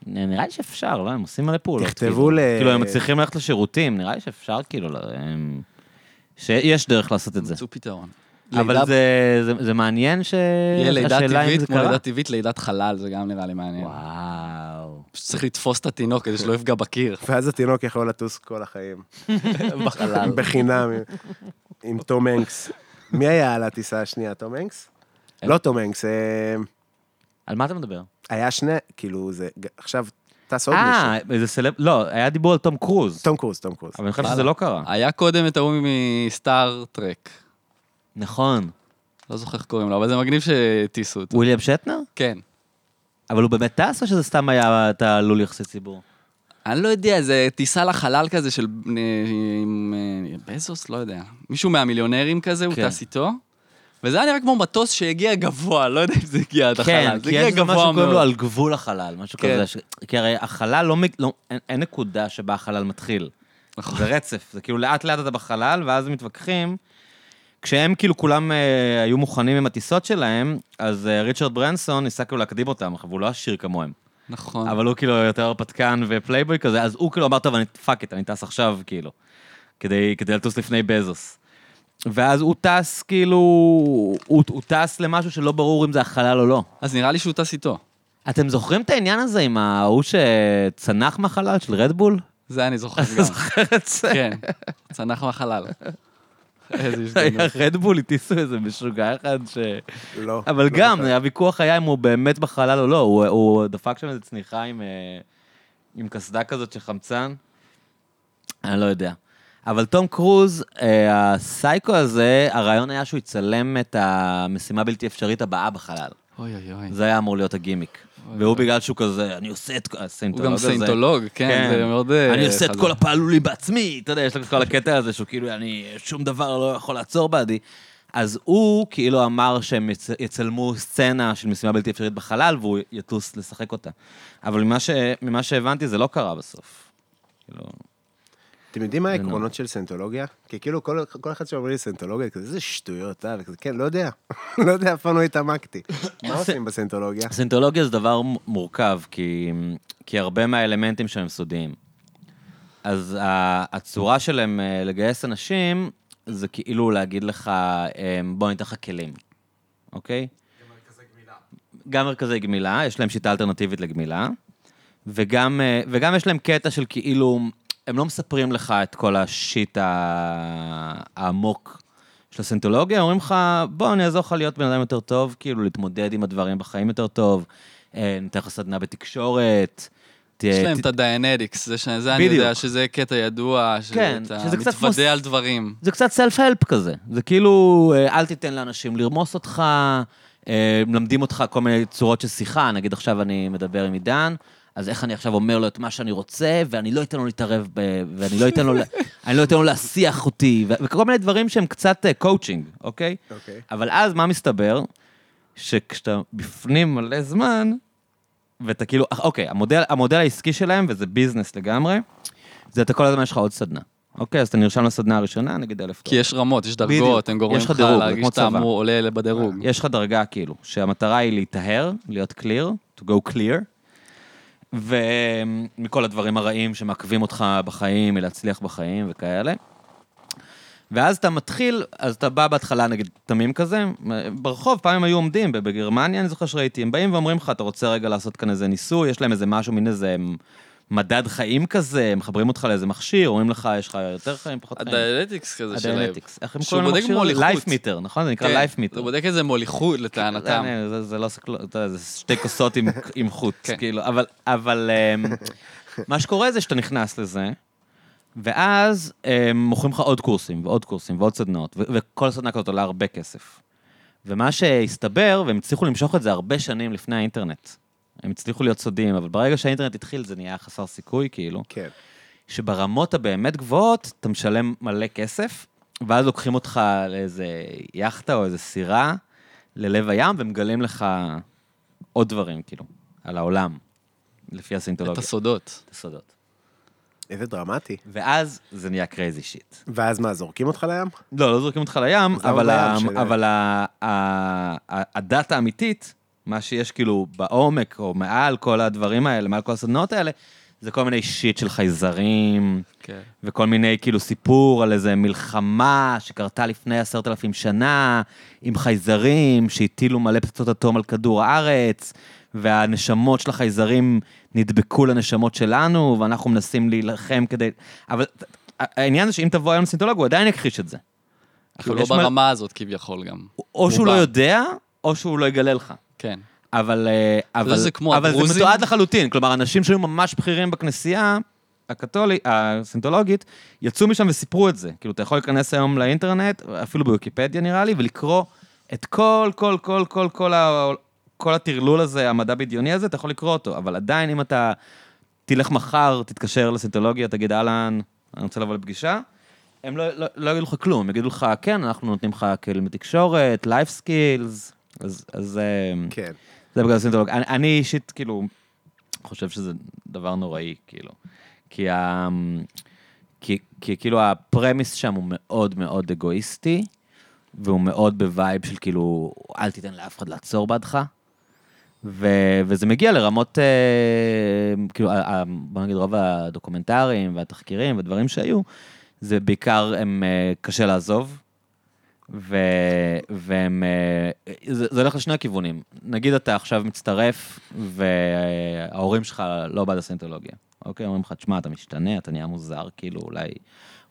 Speaker 1: נראה לי שאפשר, לא? הם עושים מלא פעולות.
Speaker 3: תכתבו
Speaker 1: כאילו.
Speaker 3: ל-
Speaker 1: כאילו, הם מצליחים ללכת לשירותים, נראה לי שאפשר, כאילו, ל- הם- שיש דרך לעשות את זה.
Speaker 2: מצאו פתרון. לידה-
Speaker 1: אבל זה- זה- זה מעניין ש...
Speaker 2: יהיה לידה
Speaker 1: השאלה אם
Speaker 2: טבעית,
Speaker 1: זה
Speaker 2: כמו
Speaker 1: קרה.
Speaker 2: לידה טבעית, לידת חלל, זה גם נראה לי מעניין.
Speaker 1: וואו.
Speaker 2: פשוט צריך לתפוס את התינוק כדי שלא יפגע בקיר,
Speaker 3: ואז התינוק יכול לטוס כל החיים.
Speaker 2: בחלל.
Speaker 3: בחינם. עם- עם תום הנקס. מי היה על הטיסה השנייה? תום הנקס? לא תום הנקס. אה,
Speaker 1: על מה אתה מדבר?
Speaker 3: היה שני, כאילו, זה... ג- עכשיו טס עוד מישהו.
Speaker 1: אה, איזה סלב... לא, היה דיבור על תום קרוז.
Speaker 3: תום קרוז, תום קרוז.
Speaker 1: אבל אני חושב שזה לא קרה.
Speaker 2: היה קודם את ההוא מסטאר טרק.
Speaker 1: נכון.
Speaker 2: לא זוכר איך קוראים לו, אבל זה מגניב שהטיסו אותו.
Speaker 1: וויליאם שטנר?
Speaker 2: כן.
Speaker 1: אבל הוא באמת טס, או שזה סתם היה את הלול יחסי ציבור?
Speaker 2: אני לא יודע, זה טיסה לחלל כזה של... אה, עם, אה, בזוס? לא יודע. מישהו מהמיליונרים כזה, הוא
Speaker 1: כן.
Speaker 2: טס איתו. וזה היה נראה כמו מטוס שהגיע גבוה, לא יודע אם זה הגיע עד
Speaker 1: כן,
Speaker 2: החלל. זה
Speaker 1: כי
Speaker 2: הגיע
Speaker 1: יש איזה
Speaker 2: גבוה מאוד.
Speaker 1: משהו שקוראים לו על גבול החלל, משהו
Speaker 2: כן.
Speaker 1: כזה. ש- כי הרי החלל לא... מג- לא- אין- אין נקודה שבה החלל מתחיל.
Speaker 2: נכון.
Speaker 1: זה רצף, זה כאילו לאט לאט אתה בחלל, ואז הם מתווכחים. כשהם כאילו כולם אה, היו מוכנים עם הטיסות שלהם, אז אה, ריצ'רד ברנסון ניסה כאילו להקדים אותם, אבל הוא לא עשיר כמוהם.
Speaker 2: נכון.
Speaker 1: אבל הוא כאילו יותר הרפתקן ופלייבוי כזה, אז הוא כאילו אמר, טוב, אני פאק איט, אני טס עכשיו, כאילו, כדי, כדי לטוס לפני בזוס. ואז הוא טס, כאילו, הוא, הוא טס למשהו שלא ברור אם זה החלל או לא.
Speaker 2: אז נראה לי שהוא טס איתו.
Speaker 1: אתם זוכרים את העניין הזה עם ההוא שצנח מהחלל של רדבול?
Speaker 2: זה אני זוכר
Speaker 1: אתה
Speaker 2: גם.
Speaker 1: זוכר את זה?
Speaker 2: כן, צנח מהחלל. איזה
Speaker 1: היה
Speaker 2: הזדמנות.
Speaker 1: רדבול, הטיסו איזה משוגע אחד ש...
Speaker 3: לא.
Speaker 1: אבל
Speaker 3: לא
Speaker 1: גם,
Speaker 3: זוכר.
Speaker 1: הוויכוח היה אם הוא באמת בחלל או לא, הוא- הוא דפק שם איזה צניחה עם, אה, עם קסדה כזאת של חמצן, אני לא יודע. אבל תום קרוז, אה, הסייקו הזה, הרעיון היה שהוא יצלם את המשימה בלתי אפשרית הבאה בחלל.
Speaker 2: אוי אוי אוי.
Speaker 1: זה היה אמור להיות הגימיק. והוא בגלל שהוא כזה, אני עושה את כל
Speaker 2: הוא
Speaker 1: הסיינטולוג
Speaker 2: גם
Speaker 1: הזה.
Speaker 2: סיינטולוג, כן, זה מאוד... אה,
Speaker 1: אני עושה את
Speaker 2: חזק.
Speaker 1: כל הפעלולים בעצמי, אתה יודע, יש לו את כל הקטע הזה שהוא כאילו, אני, שום דבר לא יכול לעצור בעדי. אז הוא כאילו אמר שהם יצ- יצלמו סצנה של משימה בלתי אפשרית בחלל, והוא יטוס לשחק אותה. אבל ממה, ש... ממה שהבנתי, זה לא קרה בסוף. כאילו,
Speaker 3: אתם יודעים מה העקרונות של סנטולוגיה? כי כאילו כל כל אחד שאומר לי סנטולוגיה, כזה, איזה שטויות, אה? וכזה, כן, לא יודע. לא יודע, אף פעם לא התעמקתי. מה עושים בסנטולוגיה?
Speaker 1: סינטולוגיה זה דבר מ- מורכב, כי, כי הרבה מהאלמנטים שם הם סודיים. אז ה- הצורה שלהם אה, לגייס אנשים, זה כאילו להגיד לך, אה, בוא אני אתן לך כלים, אוקיי?
Speaker 4: במרכזי גמילה.
Speaker 1: גם מרכזי גמילה, יש להם שיטה אלטרנטיבית לגמילה, וגם, אה, וגם יש להם קטע של כאילו, הם לא מספרים לך את כל השיט ה- העמוק של הסנטולוגיה, הם אומרים לך, בוא, אני אעזור לך להיות בן אדם יותר טוב, כאילו, להתמודד עם הדברים בחיים יותר טוב, אה, ניתן לך סדנה בתקשורת. תהיה-
Speaker 2: יש להם
Speaker 1: ת-
Speaker 2: את הדיאנטיקס, זה ש- זה אני
Speaker 1: אה, בדיוק.
Speaker 2: יודע שזה קטע ידוע,
Speaker 1: כן,
Speaker 2: שאתה
Speaker 1: שזה קצת כמו ס-
Speaker 2: מתוודה על דברים.
Speaker 1: זה קצת סלף-הלפ כזה. זה כאילו, אה, אל תיתן לאנשים לרמוס אותך, אה, מלמדים אותך כל מיני צורות של שיחה, נגיד עכשיו אני מדבר עם עידן, אז איך אני עכשיו אומר לו את מה שאני רוצה, ואני לא אתן לו להתערב, ב, ואני לא אתן לו, ל- אני לא אתן לו להסיח אותי, ו- וכל מיני דברים שהם קצת קואוצ'ינג, אוקיי?
Speaker 3: אוקיי.
Speaker 1: אבל אז מה מסתבר? שכשאתה בפנים מלא זמן, ואתה כאילו, אה, אוקיי, המודל, המודל העסקי שלהם, וזה ביזנס לגמרי, זה אתה כל הזמן יש לך עוד סדנה. אוקיי, אז אתה נרשם לסדנה הראשונה, נגיד אלף
Speaker 2: כי
Speaker 1: דולר.
Speaker 2: יש רמות, יש
Speaker 1: בדיוק.
Speaker 2: דרגות, הם גורמים
Speaker 1: יש לך
Speaker 2: לך
Speaker 1: דירוג, זה
Speaker 2: להרגיש
Speaker 1: כמו
Speaker 2: שאתה
Speaker 1: צבא. אה,
Speaker 2: אמור עולה בדירוג.
Speaker 1: יש לך דרגה כאילו, שהמטרה היא להיטהר, להיות clear, to go clear, ומכל הדברים הרעים שמעכבים אותך בחיים, מלהצליח בחיים וכאלה. ואז אתה מתחיל, אז אתה בא בהתחלה נגיד תמים כזה, ברחוב פעם הם היו עומדים, בגרמניה אני זוכר שראיתי, הם באים ואומרים לך, אתה רוצה רגע לעשות כאן איזה ניסוי, יש להם איזה משהו, מין איזה מדד חיים כזה, מחברים אותך לאיזה מכשיר, אומרים לך, יש לך יותר חיים, פחות חיים.
Speaker 2: הדיאנטיקס כזה שלהם.
Speaker 1: הדיאנטיקס. כן. איך הם
Speaker 2: שהוא
Speaker 1: קוראים
Speaker 2: בודק
Speaker 1: למכשיר?
Speaker 2: מוליכות.
Speaker 1: לייף מיטר, נכון? זה נקרא
Speaker 2: כן,
Speaker 1: לייף מיטר.
Speaker 2: זה בודק איזה מוליכות לטענתם.
Speaker 1: זה- זה- זה לא סקלו, אתה יודע, זה שתי כוסות עם- עם חוט,
Speaker 2: כן.
Speaker 1: כאילו, אבל, אבל אמ, מה שקורה זה שאתה נכנס לזה, ואז אמ, מוכרים לך עוד קורסים, ועוד קורסים, ועוד סדנאות, ו- וכל סדנה כזאת עולה הרבה כסף. ומה שהסתבר, והם הצליחו למשוך את זה הרבה שנים לפני האינטרנט. הם הצליחו להיות סודיים, אבל ברגע שהאינטרנט התחיל זה נהיה חסר סיכוי, כאילו.
Speaker 3: כן.
Speaker 1: שברמות הבאמת גבוהות, אתה משלם מלא כסף, ואז לוקחים אותך לאיזה יאכטה או איזה סירה ללב הים, ומגלים לך עוד דברים, כאילו, על העולם, לפי
Speaker 2: את
Speaker 1: הסינטולוגיה.
Speaker 2: הסודות.
Speaker 1: את הסודות.
Speaker 3: איזה דרמטי.
Speaker 1: ואז זה נהיה קרייזי שיט.
Speaker 3: ואז מה, זורקים אותך לים?
Speaker 1: לא, לא זורקים אותך לים,
Speaker 3: זה עוד
Speaker 1: אבל, ה...
Speaker 3: בים של-
Speaker 1: אבל ה... ה... ה... הדת האמיתית, מה שיש כאילו בעומק או מעל כל הדברים האלה, מעל כל הסדנאות האלה, זה כל מיני שיט של חייזרים,
Speaker 2: כן.
Speaker 1: וכל מיני כאילו סיפור על איזה מלחמה שקרתה לפני עשרת אלפים שנה, עם חייזרים שהטילו מלא פצצות אטום על כדור הארץ, והנשמות של החייזרים נדבקו לנשמות שלנו, ואנחנו מנסים להילחם כדי... אבל העניין זה שאם תבוא היום לסינטולוג, הוא עדיין יכחיש את זה.
Speaker 2: כאילו לא
Speaker 1: יש מלא-
Speaker 2: ברמה הזאת כביכול גם.
Speaker 1: או שהוא לא
Speaker 2: רובם.
Speaker 1: יודע, או שהוא לא יגלה לך.
Speaker 2: כן.
Speaker 1: אבל, אה, אבל,
Speaker 2: זה כמו
Speaker 1: אבל זה
Speaker 2: הדרוזים?
Speaker 1: מתועד לחלוטין. כלומר, אנשים שהיו ממש בכירים בכנסייה הקתולית, הסינטולוגית, יצאו משם וסיפרו את זה. כאילו, אתה יכול להיכנס היום לאינטרנט, אפילו בוויקיפדיה נראה לי, ולקרוא את כל, כל, כל, כל, כל, ה... כל הטרלול הזה, המדע בדיוני הזה, אתה יכול לקרוא אותו. אבל עדיין, אם אתה תלך מחר, תתקשר לסינטולוגיה, תגיד, אהלן, אני רוצה לבוא לפגישה, הם לא, לא, לא יגידו לך כלום, הם יגידו לך, כן, אנחנו נותנים לך כלים בתקשורת, לייף סקילס, אז, אז אמ,
Speaker 3: כן.
Speaker 1: זה בגלל הסינטולוג. אני, אני אישית, כאילו, חושב שזה דבר נוראי, כאילו. כי, ה, אמ, כי, כי כאילו הפרמיס שם הוא מאוד מאוד אגואיסטי, והוא מאוד בווייב של כאילו, אל תיתן לאף אחד לעצור בעדך. ו, וזה מגיע לרמות, אה, כאילו, ה- ה- בוא נגיד, רוב הדוקומנטרים והתחקירים ודברים שהיו, זה בעיקר, הם אה, קשה לעזוב, ו... והם... אה, זה, זה הולך לשני הכיוונים. נגיד אתה עכשיו מצטרף, וההורים שלך לא בעד הסנטולוגיה. אוקיי, אומרים לך, תשמע, אתה משתנה, אתה נהיה מוזר, כאילו, אולי,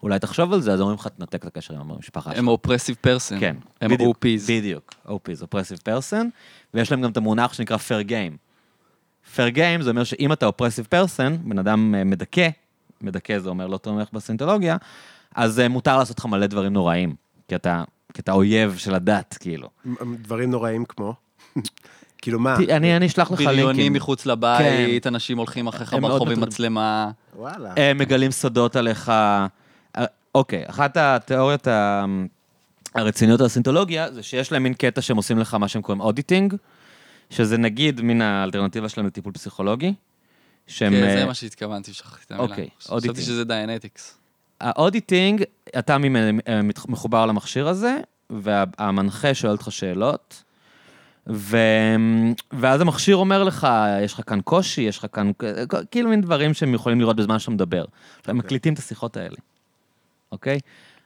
Speaker 1: אולי תחשוב על זה, אז אומרים לך, תנתק את הקשר עם המשפחה שלך.
Speaker 2: הם אופרסיב פרסן.
Speaker 1: כן,
Speaker 2: הם OPs.
Speaker 1: בדיוק, OPs, Oppressive Person, ויש להם גם את המונח שנקרא Fair Game. Fair Game זה אומר שאם אתה Oppressive Person, בן אדם אה, מדכא, מדכא זה אומר לא תומך בסנטולוגיה, אז אה, מותר לעשות לך מלא דברים נוראים, כי אתה, כי אתה אויב של הדת, כאילו.
Speaker 3: דברים נוראים כמו? כאילו מה?
Speaker 1: ת- אני אני אשלח לך
Speaker 2: בריונים
Speaker 1: לינקים. כן.
Speaker 2: מחוץ לבית, אנשים הולכים אחריך
Speaker 1: הם מאוד
Speaker 2: ברחוב עם
Speaker 1: מטרידים.
Speaker 2: מצלמה.
Speaker 3: וואלה.
Speaker 1: הם מגלים סודות עליך. אה, אוקיי, אחת התיאוריות ה- הרציניות על הסינטולוגיה, זה שיש להם מין קטע שהם עושים לך מה שהם קוראים אודיטינג, שזה נגיד מן האלטרנטיבה שלהם לטיפול פסיכולוגי, שהם...
Speaker 2: כן, זה
Speaker 1: אה,
Speaker 2: מה שהתכוונתי, שכחתי את המילה.
Speaker 1: אוקיי,
Speaker 2: חשבתי
Speaker 1: אודיטינג.
Speaker 2: שזה דיאנטיקס.
Speaker 1: האודיטינג, אה, אתה ממ- אה, מת- מחובר למכשיר הזה, והמנחה שואל אותך שאלות, ו... ואז המכשיר אומר לך, יש לך כאן קושי, יש לך כאן... כ- כאילו מין דברים שהם יכולים לראות בזמן שאתה מדבר. הם מקליטים את השיחות האלה, אוקיי?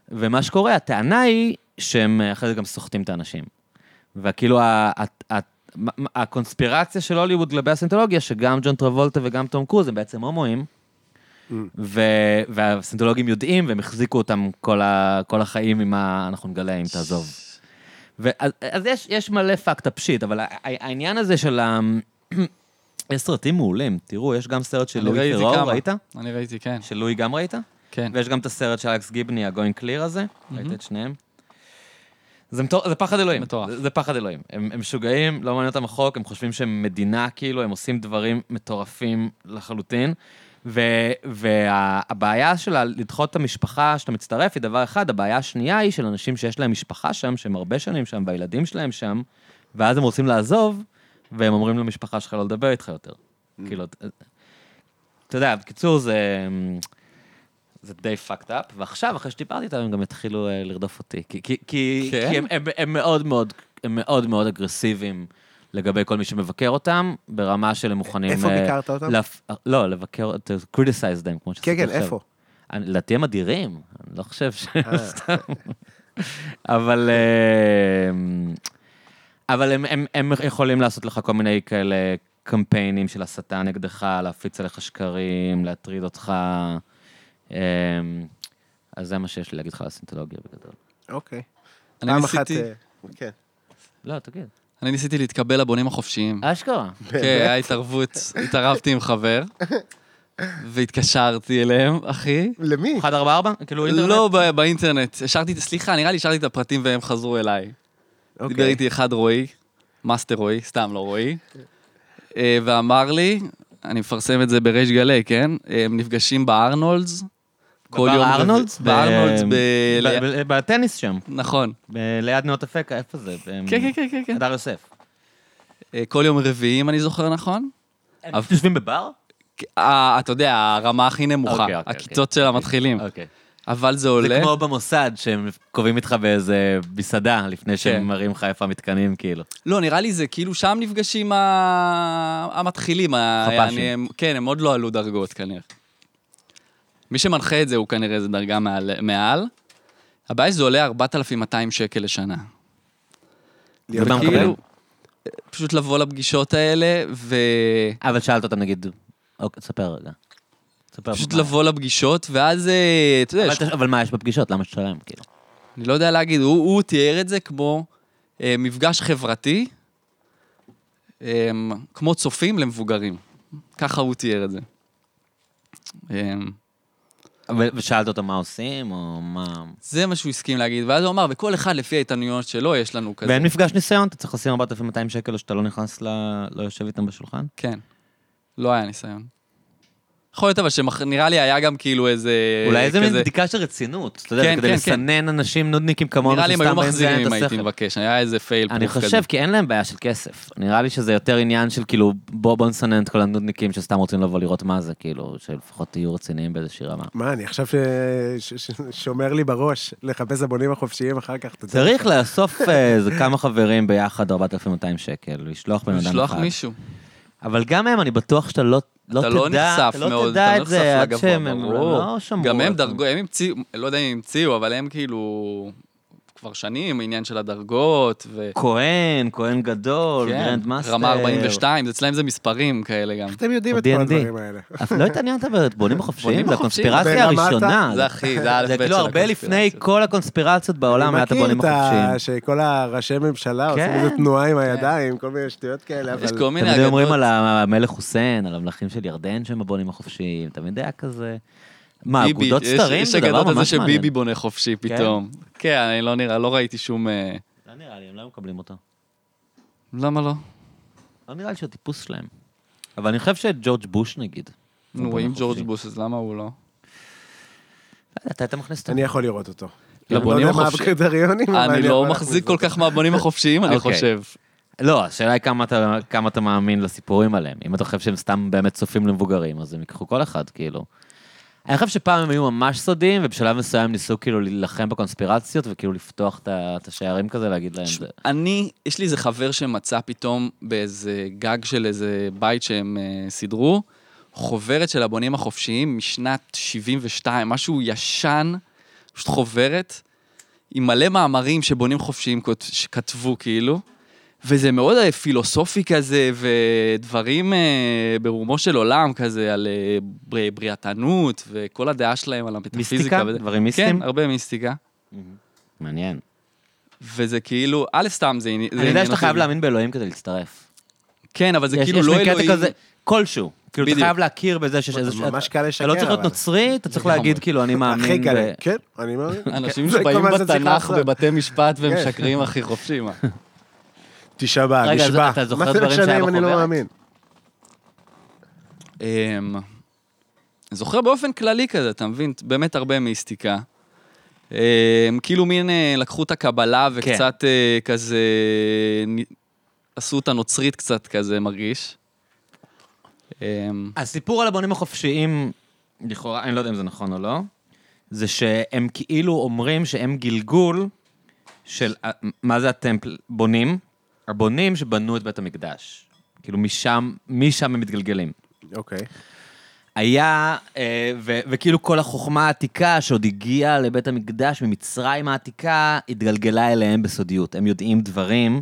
Speaker 1: ומה שקורה, הטענה היא שהם אה, אחרי זה גם סוחטים את האנשים. וכאילו ה- ה- ה- מה- מה- הקונספירציה של הוליווד לגבי הסנטולוגיה, שגם ג'ון טרבולטה וגם תום קרוז הם בעצם הומואים,
Speaker 2: Mm.
Speaker 1: ו- והסנטולוגים יודעים, והם החזיקו אותם כל, ה- כל החיים עם ה... אנחנו נגלה אם תעזוב. ואז, אז יש, יש מלא פאקט אפשיט, אבל ה- ה- העניין הזה של ה... יש סרטים מעולים, תראו, יש גם סרט של
Speaker 2: אני
Speaker 1: לואי
Speaker 2: ראיתי
Speaker 1: טרור,
Speaker 2: כמה.
Speaker 1: ראית?
Speaker 2: אני ראיתי, כן.
Speaker 1: של לואי גם ראית?
Speaker 2: כן.
Speaker 1: ויש גם את הסרט של אלכס גיבני, ה-going clear הזה, ראית את שניהם? זה, מטור... זה פחד אלוהים.
Speaker 2: מטורף.
Speaker 1: זה, זה פחד אלוהים. הם, הם משוגעים, לא מעניין אותם החוק, הם חושבים שהם מדינה, כאילו, הם עושים דברים מטורפים לחלוטין. והבעיה וה... הבעיה שלה לדחות את המשפחה שאתה מצטרף היא דבר אחד, הבעיה השנייה היא של אנשים שיש להם משפחה שם, שהם הרבה שנים שם, והילדים שלהם שם, ואז הם רוצים לעזוב, והם אומרים למשפחה שלך לא לדבר איתך יותר. כאילו, אתה- אתה יודע, בקיצור, זה... אמ, זה די fucked up, ועכשיו, אחרי שדיברתי איתם, הם גם התחילו אה, לרדוף אותי. כי, כי, כי,
Speaker 2: כן?
Speaker 1: כי הם, הם, הם, מאוד מאוד, הם מאוד מאוד אגרסיביים לגבי כל מי שמבקר אותם, ברמה של הם מוכנים...
Speaker 3: איפה
Speaker 1: אה,
Speaker 3: ביקרת אותם?
Speaker 1: להפ... לא, לבקר, to criticize them, כמו שעשיתי
Speaker 3: כן,
Speaker 1: עכשיו.
Speaker 3: כן, איפה?
Speaker 1: אני- לדעתי הם אדירים, אני לא חושב ש...
Speaker 2: אה.
Speaker 1: סתם. אבל... אה, אבל הם, הם, הם יכולים לעשות לך כל מיני כאלה קמפיינים של הסתה נגדך, להפיץ עליך שקרים, להטריד אותך. אמ, אז זה מה שיש לי להגיד לך על הסינטולוגיה בגדול.
Speaker 3: אוקיי.
Speaker 2: אני
Speaker 3: פעם אחת,
Speaker 2: ניסיתי-
Speaker 3: אה, כן.
Speaker 1: לא, תגיד.
Speaker 2: אני ניסיתי להתקבל לבונים החופשיים.
Speaker 1: אשכרה.
Speaker 2: כן, היה התערבות, התערבתי עם חבר, והתקשרתי אליהם, אחי.
Speaker 1: 144? כאילו אינטרנט?
Speaker 2: לא בא- באינטרנט, השארתי, סליחה, נראה לי השארתי את הפרטים והם חזרו אליי.
Speaker 3: אוקיי.
Speaker 2: דיבר איתי אחד רועי, מאסטר רועי, סתם לא רועי, אה, ואמר לי, אני מפרסם את זה בריש גלי, כן? הם נפגשים בארנולדס. כל יום רביעי-
Speaker 1: בארנולדס?
Speaker 2: בארנולדס, ב...
Speaker 1: ב- ב- בטניס שם.
Speaker 2: נכון.
Speaker 1: ב- ליד נאות אפקה, איפה זה? ב-
Speaker 2: כן, כן, כן, כן, כן.
Speaker 1: הדר יוסף.
Speaker 2: אה, כל יום רביעי, אם אני זוכר נכון.
Speaker 1: הם יושבים בבר?
Speaker 2: אה, אתה יודע, הרמה הכי נמוכה,
Speaker 1: אוקיי, אוקיי,
Speaker 2: הכיתות של המתחילים.
Speaker 1: אוקיי.
Speaker 2: אבל זה עולה.
Speaker 1: זה כמו במוסד, שהם קובעים איתך באיזה מסעדה, לפני
Speaker 2: כן.
Speaker 1: שהם מראים לך איפה המתקנים, כאילו.
Speaker 2: לא, נראה לי זה כאילו שם נפגשים ה... המתחילים. ה-
Speaker 1: חפ"שים.
Speaker 2: אני- הם- כן, הם עוד לא עלו דרגות כנראה. מי שמנחה את זה הוא כנראה איזה דרגה מעל. מעל. הבעיה שזה עולה 4,200 שקל לשנה.
Speaker 1: זה מה
Speaker 2: כאילו,
Speaker 1: מקבלים.
Speaker 2: פשוט לבוא לפגישות האלה, ו...
Speaker 1: אבל שאלת אותם, נגיד, אוקיי, תספר רגע. תספר
Speaker 2: פשוט
Speaker 1: מה-
Speaker 2: לבוא לפגישות, ואז, אה, אתה יודע,
Speaker 1: אבל
Speaker 2: יש
Speaker 1: אתה- אבל מה יש בפגישות? למה שתשלם, כאילו?
Speaker 2: אני לא יודע להגיד, הוא, הוא תיאר את זה כמו אה, מפגש חברתי, אמ, כמו צופים למבוגרים. ככה הוא תיאר את זה. אמ,
Speaker 1: ו- ושאלת אותו מה עושים, או מה...
Speaker 2: זה מה שהוא הסכים להגיד, ואז הוא אמר, וכל אחד לפי ההתענויות שלו, יש לנו כזה.
Speaker 1: ואין מפגש ניסיון, אתה צריך לשים 4,200 שקל או שאתה לא נכנס ל... לא יושב איתם בשולחן?
Speaker 2: כן. לא היה ניסיון. יכול להיות אבל שנראה לי היה גם כאילו איזה...
Speaker 1: אולי איזה מין
Speaker 2: כזה-
Speaker 1: בדיקה של רצינות, אתה יודע,
Speaker 2: כן,
Speaker 1: כדי
Speaker 2: כן,
Speaker 1: לסנן אנשים נודניקים כמונו
Speaker 2: נראה לי הם
Speaker 1: שסתם
Speaker 2: היו
Speaker 1: באים לזיין
Speaker 2: מחזירים
Speaker 1: את
Speaker 2: אם הייתי
Speaker 1: השכל.
Speaker 2: מבקש, היה איזה פייל
Speaker 1: אני
Speaker 2: פרוף כזה.
Speaker 1: חושב, כאילו כי אין להם בעיה של כסף. נראה לי שזה יותר עניין של כאילו, בוא בוא נסנן את כל הנודניקים שסתם רוצים לבוא לראות מה זה, כאילו, שלפחות תהיו רציניים באיזושהי רמה.
Speaker 3: מה, אני עכשיו ש- ש- ש- שומר לי בראש לחפש הבונים החופשיים אחר כך. אתה יודע.
Speaker 1: צריך לאסוף אה, איזה כמה חברים ביחד, 4,200 שקל, לשלוח בן אדם
Speaker 2: לשלוח
Speaker 1: אחד.
Speaker 2: מישהו.
Speaker 1: אבל גם הם, אני בטוח שאתה לא לא
Speaker 2: אתה
Speaker 1: תדע,
Speaker 2: לא נחשף
Speaker 1: אתה לא
Speaker 2: מאוד,
Speaker 1: תדע
Speaker 2: אתה
Speaker 1: את
Speaker 2: לא
Speaker 1: זה
Speaker 2: נחשף
Speaker 1: עד שהם הם
Speaker 2: לגבוה, ברור.
Speaker 1: לא שמעו.
Speaker 2: גם הם
Speaker 1: אותם.
Speaker 2: דרגו, הם המציאו, לא יודע אם המציאו, אבל הם כאילו כבר שנים, עניין של הדרגות, ו...
Speaker 1: כהן, כהן גדול,
Speaker 2: כן,
Speaker 1: גרנד מאסטר.
Speaker 2: רמה 42, אצלם זה מספרים כאלה גם.
Speaker 3: אתם יודעים את כל
Speaker 1: ב-D&D.
Speaker 3: הדברים האלה.
Speaker 1: אז לא התעניינת בבונים החופשיים?
Speaker 2: בונים
Speaker 1: זה
Speaker 2: החופשיים.
Speaker 1: הקונספירציה
Speaker 3: ולמטה?
Speaker 1: הראשונה.
Speaker 2: זה הכי, זה האלף
Speaker 1: זה
Speaker 2: בית
Speaker 1: כאילו
Speaker 2: של
Speaker 1: הרבה לפני
Speaker 2: הקונספירציות.
Speaker 1: כל הקונספירציות בעולם היה את הבונים
Speaker 3: אני מכיר
Speaker 1: החופשיים.
Speaker 3: את ה- שכל הראשי ממשלה עושים
Speaker 1: כן.
Speaker 3: איזה תנועה עם הידיים, כל מיני שטויות כאלה, אבל...
Speaker 2: יש כל מיני
Speaker 1: תמיד היו אומרים
Speaker 2: אגדות.
Speaker 1: על המלך חוסיין, על המלכים של ירדן שהם הבונים החופשיים, תמיד היה כזה. מה,
Speaker 2: ביבי,
Speaker 1: אגודות
Speaker 2: יש-
Speaker 1: סתרים
Speaker 2: יש
Speaker 1: זה דבר
Speaker 2: אגדות על זה
Speaker 1: ממש מעניין.
Speaker 2: שביבי בונה חופשי פתאום. כן, אני לא נראה, לא ראיתי שום... אה,
Speaker 1: לא נראה לי, הם לא מקבלים אותו.
Speaker 2: למה לא?
Speaker 1: לא נראה לי שהטיפוס שלהם. אבל אני חושב שג'ורג' בוש נגיד. הוא
Speaker 2: נו,
Speaker 1: בונה
Speaker 2: רואים ג'ורג'
Speaker 1: חופשי.
Speaker 2: בוש, אז למה הוא לא?
Speaker 1: לא יודע, אתה היית מכניס אותו.
Speaker 3: אני יכול לראות אותו.
Speaker 2: לא,
Speaker 3: אני לא
Speaker 2: בונים
Speaker 3: יודע מה
Speaker 2: החופשי.
Speaker 3: הקריטריונים, אבל
Speaker 2: אני
Speaker 3: יכול
Speaker 2: לא
Speaker 3: להכניס
Speaker 2: מחזיק כל
Speaker 3: אותו.
Speaker 2: כך מהבונים החופשיים, אני
Speaker 1: אוקיי.
Speaker 2: חושב.
Speaker 1: לא, השאלה היא כמה אתה, כמה אתה מאמין לסיפורים עליהם. אם אתה חושב שהם סתם באמת צופים למבוגרים, אז הם ייקחו כל אחד, כאילו. אני חושב שפעם הם היו ממש סודיים, ובשלב מסוים ניסו כאילו להילחם בקונספירציות, וכאילו לפתוח את ה- את השערים כזה, להגיד להם... זה.
Speaker 2: אני, יש לי איזה חבר שמצא פתאום באיזה גג של איזה בית שהם אה, סידרו, חוברת של הבונים החופשיים משנת 72, משהו ישן, פשוט חוברת, עם מלא מאמרים שבונים חופשיים כות- שכתבו כאילו, וזה מאוד אה, פילוסופי כזה, ודברים אה, ברומו של עולם כזה, על אה, בר- בריאתנות, וכל הדעה שלהם על המטאפיזיקה.
Speaker 1: מיסטיקה?
Speaker 2: וזה.
Speaker 1: דברים מיסטיים?
Speaker 2: כן, הרבה מיסטיקה.
Speaker 1: מעניין.
Speaker 2: וזה כאילו, א', סתם, זה עניין זה
Speaker 1: אני יודע
Speaker 2: עניין
Speaker 1: שאתה
Speaker 2: אותי.
Speaker 1: חייב להאמין באלוהים כדי להצטרף.
Speaker 2: כן, אבל זה
Speaker 1: יש-
Speaker 2: כאילו
Speaker 1: יש
Speaker 2: לא
Speaker 1: מין קטע
Speaker 2: אלוהים.
Speaker 1: כזה, כלשהו. כאילו, אתה
Speaker 2: בדיוק.
Speaker 1: חייב להכיר בזה שיש איזשהו...
Speaker 3: ממש קל
Speaker 1: אתה לא
Speaker 3: לשקר,
Speaker 1: צריך להיות
Speaker 3: אבל.
Speaker 1: נוצרי, אתה צריך להגיד, כאילו, אני מאמין...
Speaker 3: הכי
Speaker 1: ב-
Speaker 3: קל, כן, אני מאמין.
Speaker 2: אנשים
Speaker 3: זה כל
Speaker 2: שבאים
Speaker 3: מה שצריך
Speaker 2: בתנ"ך
Speaker 3: לעשות.
Speaker 2: בבתי משפט ומשקרים הכי חופשי, מה?
Speaker 3: תשעה באב,
Speaker 1: רגע, אז
Speaker 3: נשבע.
Speaker 1: אתה זוכר
Speaker 3: מה זה
Speaker 1: דברים
Speaker 3: משנה
Speaker 1: שהיה
Speaker 3: אם אני לא
Speaker 1: בחוברת?
Speaker 3: מאמין?
Speaker 2: אמ, זוכר באופן כללי כזה, אתה מבין? באמת הרבה מיסטיקה. אמ, כאילו מין אה, לקחו את הקבלה וקצת אה, כזה... נ- עשו אותה נוצרית קצת כזה, מרגיש. אמ,
Speaker 1: הסיפור על הבונים החופשיים, לכאורה, אני לא יודע אם זה נכון או לא, זה שהם כאילו אומרים שהם גלגול של, אה, מה זה הטמפל? בונים? הבונים שבנו את בית המקדש. כאילו משם, משם הם מתגלגלים.
Speaker 3: אוקיי.
Speaker 1: היה, אה, ו- וכאילו כל החוכמה העתיקה שעוד הגיעה לבית המקדש ממצרים העתיקה, התגלגלה אליהם בסודיות. הם יודעים דברים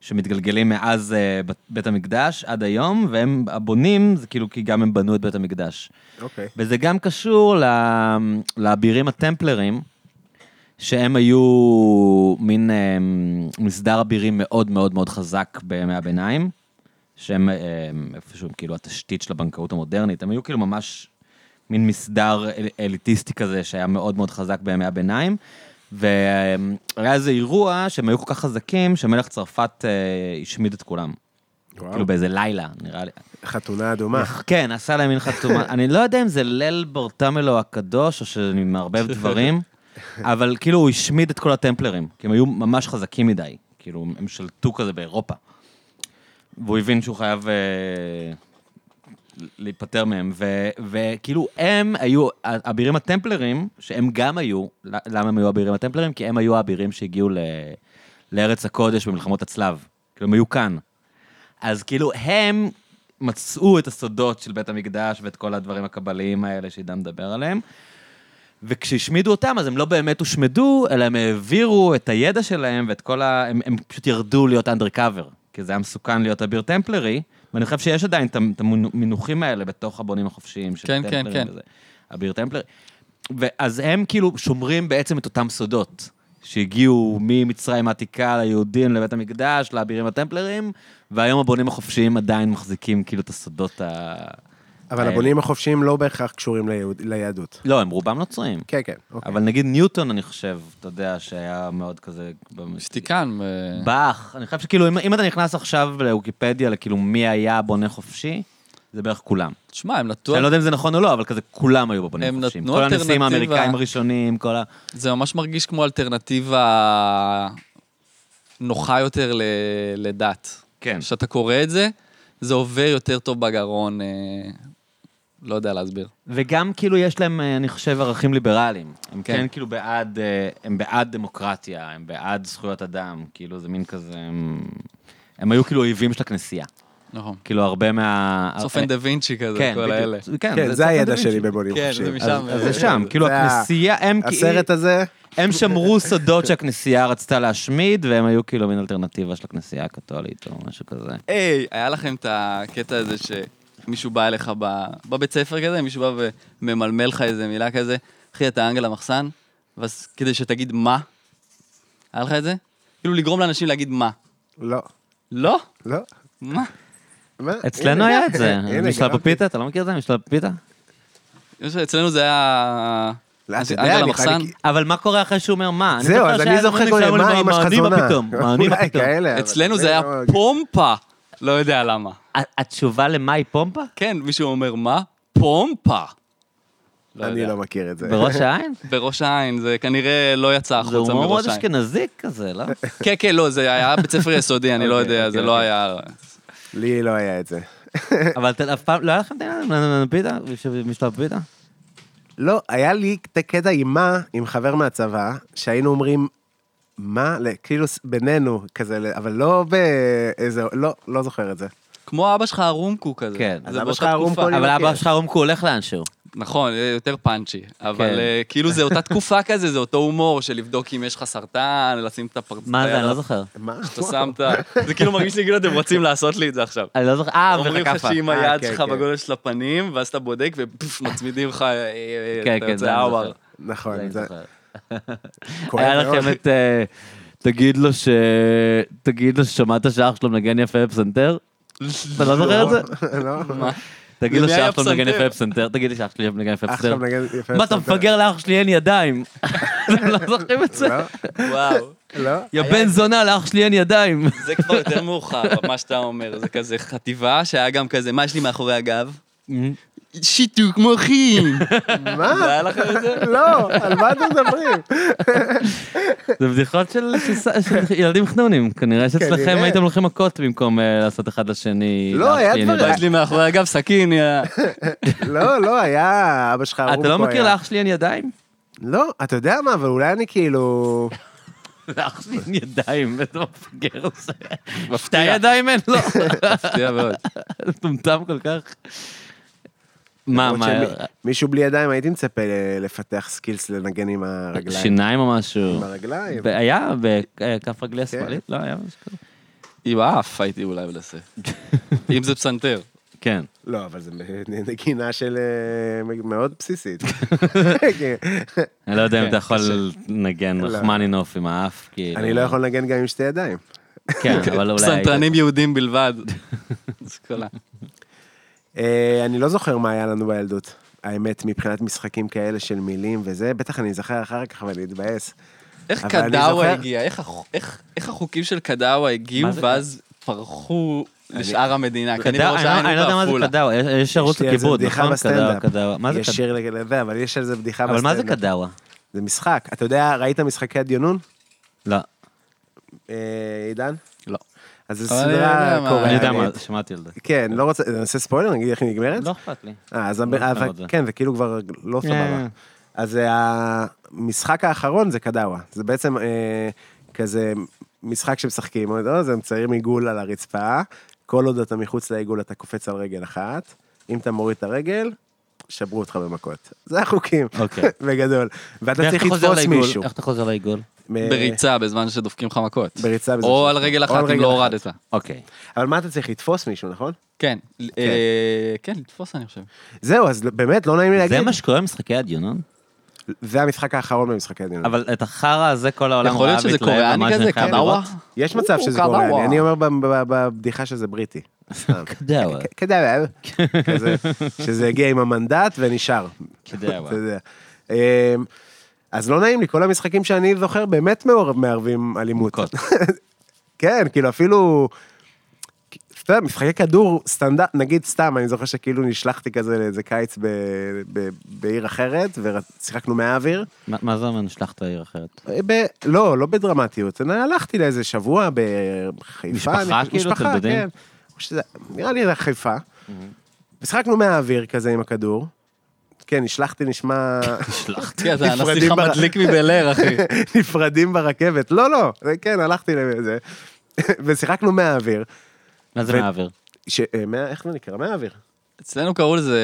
Speaker 1: שמתגלגלים מאז אה, בת- בית המקדש עד היום, והם הבונים, זה כאילו כי גם הם בנו את בית המקדש.
Speaker 3: אוקיי.
Speaker 1: וזה גם קשור ל- לאבירים הטמפלרים, שהם היו מין אה, מסדר אבירים מאוד מאוד מאוד חזק בימי הביניים, שהם אה, איפשהו כאילו התשתית של הבנקאות המודרנית, הם היו כאילו ממש מין מסדר אל- אליטיסטי כזה שהיה מאוד מאוד חזק בימי הביניים. והיה איזה אירוע שהם היו כל כך חזקים, שמלך צרפת אה, השמיד את כולם.
Speaker 3: וואו.
Speaker 1: כאילו באיזה לילה, נראה לי.
Speaker 3: חתונה אדומה.
Speaker 1: כן, עשה להם מין חתומה. אני לא יודע אם זה ליל ברטמלו הקדוש, או שאני מערבב דברים, אבל כאילו הוא השמיד את כל הטמפלרים, כי הם היו ממש חזקים מדי. כאילו, הם שלטו כזה באירופה. והוא הבין שהוא חייב אה, להיפטר מהם. ו, וכאילו, הם היו, האבירים הטמפלרים, שהם גם היו, למה הם היו האבירים הטמפלרים? כי הם היו האבירים שהגיעו ל, לארץ הקודש במלחמות הצלב. כאילו, הם היו כאן. אז כאילו, הם מצאו את הסודות של בית המקדש ואת כל הדברים הקבליים האלה שעידן מדבר עליהם. וכשהשמידו אותם, אז הם לא באמת הושמדו, אלא הם העבירו את הידע שלהם ואת כל ה... הם, הם פשוט ירדו להיות אנדרקאבר, כי זה היה מסוכן להיות אביר טמפלרי, ואני חושב שיש עדיין את המ- את המינוחים האלה בתוך הבונים החופשיים של
Speaker 2: כן, כן,
Speaker 1: טמפלרים
Speaker 2: כן.
Speaker 1: וזה. אביר טמפלרי. ואז הם כאילו שומרים בעצם את אותם סודות. שהגיעו ממצרים העתיקה ליהודים לבית המקדש, לאבירים הטמפלרים, והיום הבונים החופשיים עדיין מחזיקים כאילו את הסודות ה...
Speaker 3: אבל הבונים החופשיים לא בהכרח קשורים ליהוד- ליהדות.
Speaker 1: לא, הם רובם נוצרים.
Speaker 3: כן, כן, אוקיי.
Speaker 1: אבל נגיד ניוטון, אני חושב, אתה יודע, שהיה מאוד כזה... במ-
Speaker 2: שתיקן. אה,
Speaker 1: באך, אני חושב שכאילו, אם, אם אתה נכנס עכשיו לוויקיפדיה, לכאילו מי היה בונה חופשי, זה בערך כולם.
Speaker 2: תשמע, הם נתנו...
Speaker 1: שאני לא יודע אם זה נכון או לא, אבל כזה כולם היו בבונים
Speaker 2: הם
Speaker 1: חופשיים.
Speaker 2: נתנו
Speaker 1: כל הנשיאים
Speaker 2: אלטרנטיבה.
Speaker 1: האמריקאים הראשונים, כל ה...
Speaker 2: זה ממש מרגיש כמו אלטרנטיבה נוחה יותר ל... לדת.
Speaker 1: כן.
Speaker 2: כשאתה קורא את זה, זה עובר יותר טוב בגרון, אה... לא יודע להסביר.
Speaker 1: וגם כאילו יש להם, אה, אני חושב, ערכים ליברליים. הם
Speaker 2: כן.
Speaker 1: כן, כן כאילו בעד, אה, הם בעד דמוקרטיה, הם בעד זכויות אדם, כאילו זה מין כזה... הם, הם היו כאילו אויבים של הכנסייה.
Speaker 2: נכון.
Speaker 1: כאילו הרבה מה...
Speaker 2: צופן דה וינצ'י כזה,
Speaker 1: כן,
Speaker 2: כל
Speaker 1: בדיוק.
Speaker 2: האלה.
Speaker 1: כן,
Speaker 3: כן, זה
Speaker 1: צופן דה
Speaker 3: הידע
Speaker 1: וינצ'י.
Speaker 3: שלי בבונים
Speaker 2: כן, זה
Speaker 3: חופשיים.
Speaker 2: משם.
Speaker 1: אז אז זה שם, כאילו
Speaker 3: זה ה-
Speaker 1: הכנסייה, הם כאילו...
Speaker 3: הסרט הזה,
Speaker 1: הם שמרו סודות שהכנסייה רצתה להשמיד, והם היו כאילו מין אלטרנטיבה של הכנסייה הקתולית או משהו כזה.
Speaker 2: היי, היה לכם את הקטע הזה שמישהו בא אליך ב... בבית ספר כזה, מישהו בא וממלמל לך איזה מילה כזה, אחי, אתה אנגל המחסן, ואז כדי שתגיד מה, היה לך את זה? כאילו לגרום לאנשים להגיד מה.
Speaker 3: לא,
Speaker 2: לא?
Speaker 3: לא.
Speaker 2: מה?
Speaker 3: מה?
Speaker 1: אצלנו
Speaker 3: הנה,
Speaker 1: היה את זה,
Speaker 3: הנה,
Speaker 1: משלל
Speaker 3: גרמתי.
Speaker 1: פפיתה, אתה לא מכיר את זה? משלל פפיתה?
Speaker 2: יש- אצלנו זה היה...
Speaker 3: לא, אתה יודע,
Speaker 2: אנגל
Speaker 3: אני חייב
Speaker 2: המחסן,
Speaker 3: להגיד-
Speaker 1: אבל מה קורה אחרי שהוא אומר מה?
Speaker 3: זהו,
Speaker 1: זוכר
Speaker 3: אז אני
Speaker 1: שהיה
Speaker 3: זוכר
Speaker 1: זמנים
Speaker 3: כל
Speaker 1: שאמרו לי,
Speaker 3: מה אמא שלך
Speaker 1: מעונים
Speaker 3: זונה.
Speaker 1: הפתאום, מעונים
Speaker 3: אולי כן.
Speaker 1: הפתאום.
Speaker 3: כאלה, אבל
Speaker 2: אצלנו
Speaker 3: לא
Speaker 2: זה היה
Speaker 3: מאוד.
Speaker 2: פומפה. לא יודע למה.
Speaker 1: ה- התשובה למה היא פומפה?
Speaker 2: כן, מישהו אומר מה? פומפה.
Speaker 3: אני
Speaker 2: יודע.
Speaker 3: לא מכיר את זה.
Speaker 1: בראש העין?
Speaker 2: בראש העין, זה כנראה לא יצא
Speaker 1: זה
Speaker 2: החוצה
Speaker 1: הומור מאוד
Speaker 2: מראש העין.
Speaker 1: אשכנזי כזה, לא?
Speaker 2: כן, כן, לא, זה היה בית ספר יסודי, אני לא יודע,
Speaker 1: אוקיי,
Speaker 2: זה
Speaker 1: אוקיי,
Speaker 2: לא
Speaker 1: אוקיי.
Speaker 2: היה...
Speaker 3: לי לא היה את זה.
Speaker 1: אבל אתם אף פעם, לא היה לכם את העניין הזה עם פיתה? משלב פיתה?
Speaker 3: לא, היה לי את הקטע עם מה, עם חבר מהצבא, שהיינו אומרים, מה, ל- כאילו ס- בינינו, כזה, ל- אבל לא באיזה, לא, לא זוכר את זה.
Speaker 2: כמו אבא שלך הרומקו כזה.
Speaker 1: כן.
Speaker 3: אז
Speaker 2: זה
Speaker 3: אבא
Speaker 2: באותה
Speaker 3: שלך הרומקו
Speaker 2: תקופה.
Speaker 3: אני
Speaker 1: אבל
Speaker 3: מכיר.
Speaker 1: אבא שלך רומקו הולך לאנשהו.
Speaker 2: נכון, זה יותר פאנצ'י. אבל
Speaker 1: כן.
Speaker 2: אה, כאילו זה אותה תקופה כזה, זה אותו הומור של לבדוק אם יש לך סרטן, לשים את הפרצוף.
Speaker 1: מה זה, אני לא זוכר.
Speaker 3: מה?
Speaker 2: אתה שם את ה... זה כאילו מרגיש לי כאילו אתם רוצים לעשות לי את זה עכשיו.
Speaker 1: אני לא זוכר, אה,
Speaker 2: אומרים לך
Speaker 1: וכאפה.
Speaker 2: שאם
Speaker 3: אה,
Speaker 2: היד
Speaker 3: כן,
Speaker 2: שלך
Speaker 3: כן.
Speaker 2: בגודל של הפנים, ואז אתה בודק ופוף, מצמידים לך, אה, אה,
Speaker 1: כן,
Speaker 2: אתה
Speaker 1: כן, זה
Speaker 2: יוצא
Speaker 1: אני
Speaker 2: אאואר.
Speaker 1: זוכר. זה
Speaker 3: נכון,
Speaker 1: אני לא
Speaker 3: זה
Speaker 1: זוכר.
Speaker 3: כואב
Speaker 1: היה
Speaker 3: מאוד.
Speaker 1: לכם את... אה, תגיד לו ש... תגיד לו ששמעת שאח שלו מנגן יפה בפסנתר? אתה לא זוכר את זה?
Speaker 3: לא,
Speaker 1: תגיד לו
Speaker 2: למי היה
Speaker 1: שאח שלו מנגן
Speaker 2: פסנתר?
Speaker 1: יפה בפסנתר? תגיד לי שאח שלי מנגן יפה
Speaker 3: אח שלו
Speaker 1: בפסנתר.
Speaker 3: מנגן יפה.
Speaker 1: מה, אתה
Speaker 3: בסנטר.
Speaker 1: מפגר לאח שלי אין ידיים? אתם לא זוכרים את זה?
Speaker 3: לא,
Speaker 2: וואו.
Speaker 3: לא.
Speaker 1: יא בן זונה, לאח שלי אין ידיים.
Speaker 2: זה כבר יותר מאוחר, מה שאתה אומר. זה כזה חטיבה שהיה גם כזה, מה יש לי מאחורי הגב? שיתוק מוחין.
Speaker 3: מה?
Speaker 2: זה היה לך את זה?
Speaker 3: לא, על מה אתם מדברים?
Speaker 1: זה בדיחות של שיסה- של ילדים חנונים. כנראה שאצלכם
Speaker 3: כנראה.
Speaker 1: הייתם הולכים מכות במקום אה, לעשות אחד לשני.
Speaker 3: לא,
Speaker 1: לאח
Speaker 3: היה
Speaker 1: שלי אין
Speaker 3: דברים.
Speaker 1: ידיים.
Speaker 2: יש לי מאחורי הגב סכין, יא.
Speaker 3: לא, לא, היה אבא שלך הרום
Speaker 1: אתה לא
Speaker 3: פה
Speaker 1: מכיר
Speaker 3: היה.
Speaker 1: לאח שלי אין ידיים?
Speaker 3: לא, אתה יודע מה, אבל אולי אני כאילו...
Speaker 1: לאח שלי אין ידיים, איזה מפגר זה. שתי ידיים אין לו.
Speaker 2: מפתיע מאוד.
Speaker 1: מטומטם כל כך.
Speaker 2: אה,
Speaker 1: מה,
Speaker 3: למרות
Speaker 1: מה,
Speaker 3: שמי- מישהו בלי ידיים, הייתי מצפה ל- לפתח סקילס לנגן עם הרגליים.
Speaker 1: שיניים או משהו?
Speaker 3: עם הרגליים.
Speaker 1: היה בכף רגלי השמאלית? לא, היה משהו כזה.
Speaker 2: עם האף הייתי אולי מנסה. אם זה פסנתר.
Speaker 1: כן.
Speaker 3: לא, אבל זה נגינה של... אה, מאוד בסיסית. כן,
Speaker 1: אני לא יודע אם
Speaker 2: כן,
Speaker 1: אתה יכול
Speaker 2: קשה.
Speaker 1: לנגן
Speaker 3: לא.
Speaker 1: רחמנינוף עם האף, כאילו.
Speaker 3: אני לא יכול לנגן גם עם שתי ידיים.
Speaker 1: כן, אבל אולי...
Speaker 2: פסנתרנים יהודים בלבד. זה כל ה-
Speaker 3: אה, אני לא זוכר מה היה לנו בילדות. האמת, מבחינת משחקים כאלה של מילים וזה, בטח אני אזכר אחר כך ואני אתבאס.
Speaker 2: איך
Speaker 3: אבל אני
Speaker 2: קדאווה
Speaker 3: זוכר-
Speaker 2: הגיע? איך הח- איך- איך החוקים של קדאווה הגיעו
Speaker 1: מה זה-
Speaker 2: ואז פרחו לשאר המדינה? כנראה ראש
Speaker 1: אני לא- אני
Speaker 2: העין
Speaker 1: לא יודע מה זה
Speaker 2: ועפולה.
Speaker 1: קדאווה, יש- יש ערוץ
Speaker 3: יש לי על זה
Speaker 1: לכיבוד,
Speaker 3: בדיחה
Speaker 1: נכון?
Speaker 3: בסטנדאפ.
Speaker 1: קדאווה, קדאווה. מה זה
Speaker 3: יש
Speaker 1: קדאווה?
Speaker 3: שיר לזה, אבל יש על זה בדיחה
Speaker 1: אבל מה זה
Speaker 3: בסטנדאפ.
Speaker 1: קדאווה?
Speaker 3: זה משחק. אתה יודע, ראית משחקי הדיונון,
Speaker 1: לא.
Speaker 3: אה, עידן?
Speaker 2: לא.
Speaker 3: אז זו
Speaker 2: אבל אני יודע
Speaker 3: סדרה
Speaker 2: מה-
Speaker 1: אני יודע
Speaker 3: קוריאנית.
Speaker 1: מה, שמעתי על זה.
Speaker 3: כן, לא רוצה, נעשה ספוילר, נגיד איך היא נגמרת?
Speaker 1: לא אכפת לי.
Speaker 3: אה, אז
Speaker 1: לא
Speaker 3: אבל-
Speaker 1: אוהב את זה.
Speaker 3: כן, זה כאילו כבר לא סבבה.
Speaker 1: אה.
Speaker 3: אז המשחק האחרון זה קדאווה. זה בעצם אה, כזה משחק שמשחקים, עוד- עוד, זה מציירים עיגול על הרצפה, כל עוד אתה מחוץ לעיגול אתה קופץ על רגל אחת, אם אתה מוריד את הרגל, שברו אותך במכות. זה החוקים,
Speaker 1: אוקיי.
Speaker 3: בגדול. ואתה
Speaker 1: ואיך
Speaker 3: צריך
Speaker 1: אתה חוזר
Speaker 3: לתפוס
Speaker 1: לעיגול?
Speaker 3: מישהו.
Speaker 1: איך אתה חוזר לעיגול?
Speaker 3: אה,
Speaker 2: בריצה, בזמן שדופקים לך מכות.
Speaker 3: בריצה. בזמן
Speaker 2: או
Speaker 3: ש-
Speaker 2: על רגל
Speaker 3: או על
Speaker 2: אחת אם
Speaker 3: רגל
Speaker 2: לא
Speaker 3: אחת.
Speaker 2: הורדת.
Speaker 1: אוקיי.
Speaker 3: אבל מה אתה צריך לתפוס מישהו, נכון?
Speaker 2: כן. אה, כן, לתפוס אני חושב.
Speaker 3: זהו, אז באמת, לא נעים לי להגיד.
Speaker 1: זה מה שקורה במשחקי הדיונון?
Speaker 3: זה המשחק האחרון במשחקי הדיון.
Speaker 1: אבל את החרא הזה כל העולם
Speaker 2: יכול להיות
Speaker 1: אהב,
Speaker 2: שזה
Speaker 1: התלהב
Speaker 2: קוריאני
Speaker 1: ממש,
Speaker 2: כזה,
Speaker 1: אני חייב
Speaker 2: קדאווה?
Speaker 1: לראות.
Speaker 3: יש מצב
Speaker 2: או,
Speaker 3: שזה
Speaker 2: קדאווה.
Speaker 3: קוריאני, אני אומר ב- ב- בבדיחה שזה בריטי. סתם.
Speaker 1: קדאווה.
Speaker 3: כ- כדאווה. כזה, שזה הגיע עם המנדט ונשאר.
Speaker 1: כדאווה.
Speaker 3: אתה יודע. אמ, אז לא נעים לי, כל המשחקים שאני זוכר באמת מעורב- מערבים אלימות.
Speaker 1: מכות.
Speaker 3: כן, כאילו אפילו... אתה יודע, משחקי כדור סטנדרט, נגיד סתם, אני זוכר שכאילו נשלחתי כזה לאיזה קיץ ב, ב, בעיר אחרת, ושיחקנו מהאוויר.
Speaker 1: מה- מה זה אומר נשלחת לעיר אחרת?
Speaker 3: ב... לא, לא בדרמטיות. אני הלכתי לאיזה שבוע בחיפה.
Speaker 1: משפחה,
Speaker 3: אני חושב-
Speaker 1: כאילו,
Speaker 3: משפחה,
Speaker 1: אתם דודים?
Speaker 3: כן. או שזה- נראה לי זה חיפה. משחקנו מהאוויר כזה עם הכדור. כן, נשלחתי נשמע...
Speaker 2: כן, זה הנסיך
Speaker 3: נפרדים ב-
Speaker 2: המדליק מבלר, אחי.
Speaker 3: נפרדים ברכבת. לא, לא, זה כן, הלכתי לזה. ושיחקנו מהאוויר.
Speaker 1: מה זה
Speaker 3: ו-
Speaker 1: מהאוויר?
Speaker 3: ש... אה, מה... איך זה נקרא? מהאוויר.
Speaker 2: אצלנו קראו לזה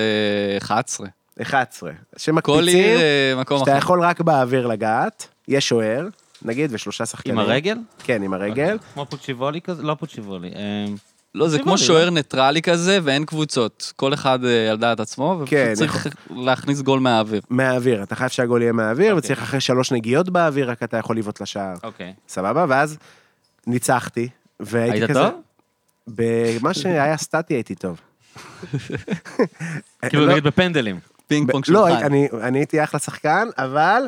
Speaker 2: 11.
Speaker 3: 11.
Speaker 2: כל עיר
Speaker 3: שמקפיצים,
Speaker 2: אה, מקום
Speaker 3: שאתה
Speaker 2: אחר.
Speaker 3: יכול רק באוויר לגעת, יש שוער, נגיד, ושלושה שחקנים.
Speaker 1: עם הרגל?
Speaker 3: כן, עם הרגל.
Speaker 1: כמו פוצ'יבולי כזה? לא פוצ'יבולי. אמ,
Speaker 2: לא, זה
Speaker 1: זה
Speaker 2: כמו
Speaker 1: בריא,
Speaker 2: שוער ניטרלי כזה, ואין קבוצות. כל אחד אה, על דעת עצמו,
Speaker 3: כן,
Speaker 2: ופשוט צריך להכניס גול מהאוויר.
Speaker 3: מהאוויר, אתה חייב שהגול יהיה
Speaker 2: אוקיי.
Speaker 3: מהאוויר, וצריך אחרי שלוש נגיעות באוויר, רק אתה יכול לבעוט לשער.
Speaker 1: אוקיי.
Speaker 3: סבבה? ואז ניצחתי, והייתי
Speaker 1: היית
Speaker 3: כזה...
Speaker 1: טוב?
Speaker 3: במה שהיה סטטי הייתי טוב.
Speaker 1: כאילו
Speaker 3: לא-
Speaker 1: נגיד בפנדלים.
Speaker 2: פינג פונג
Speaker 3: לא,
Speaker 2: שולחן.
Speaker 3: אני, אני הייתי אחלה שחקן, אבל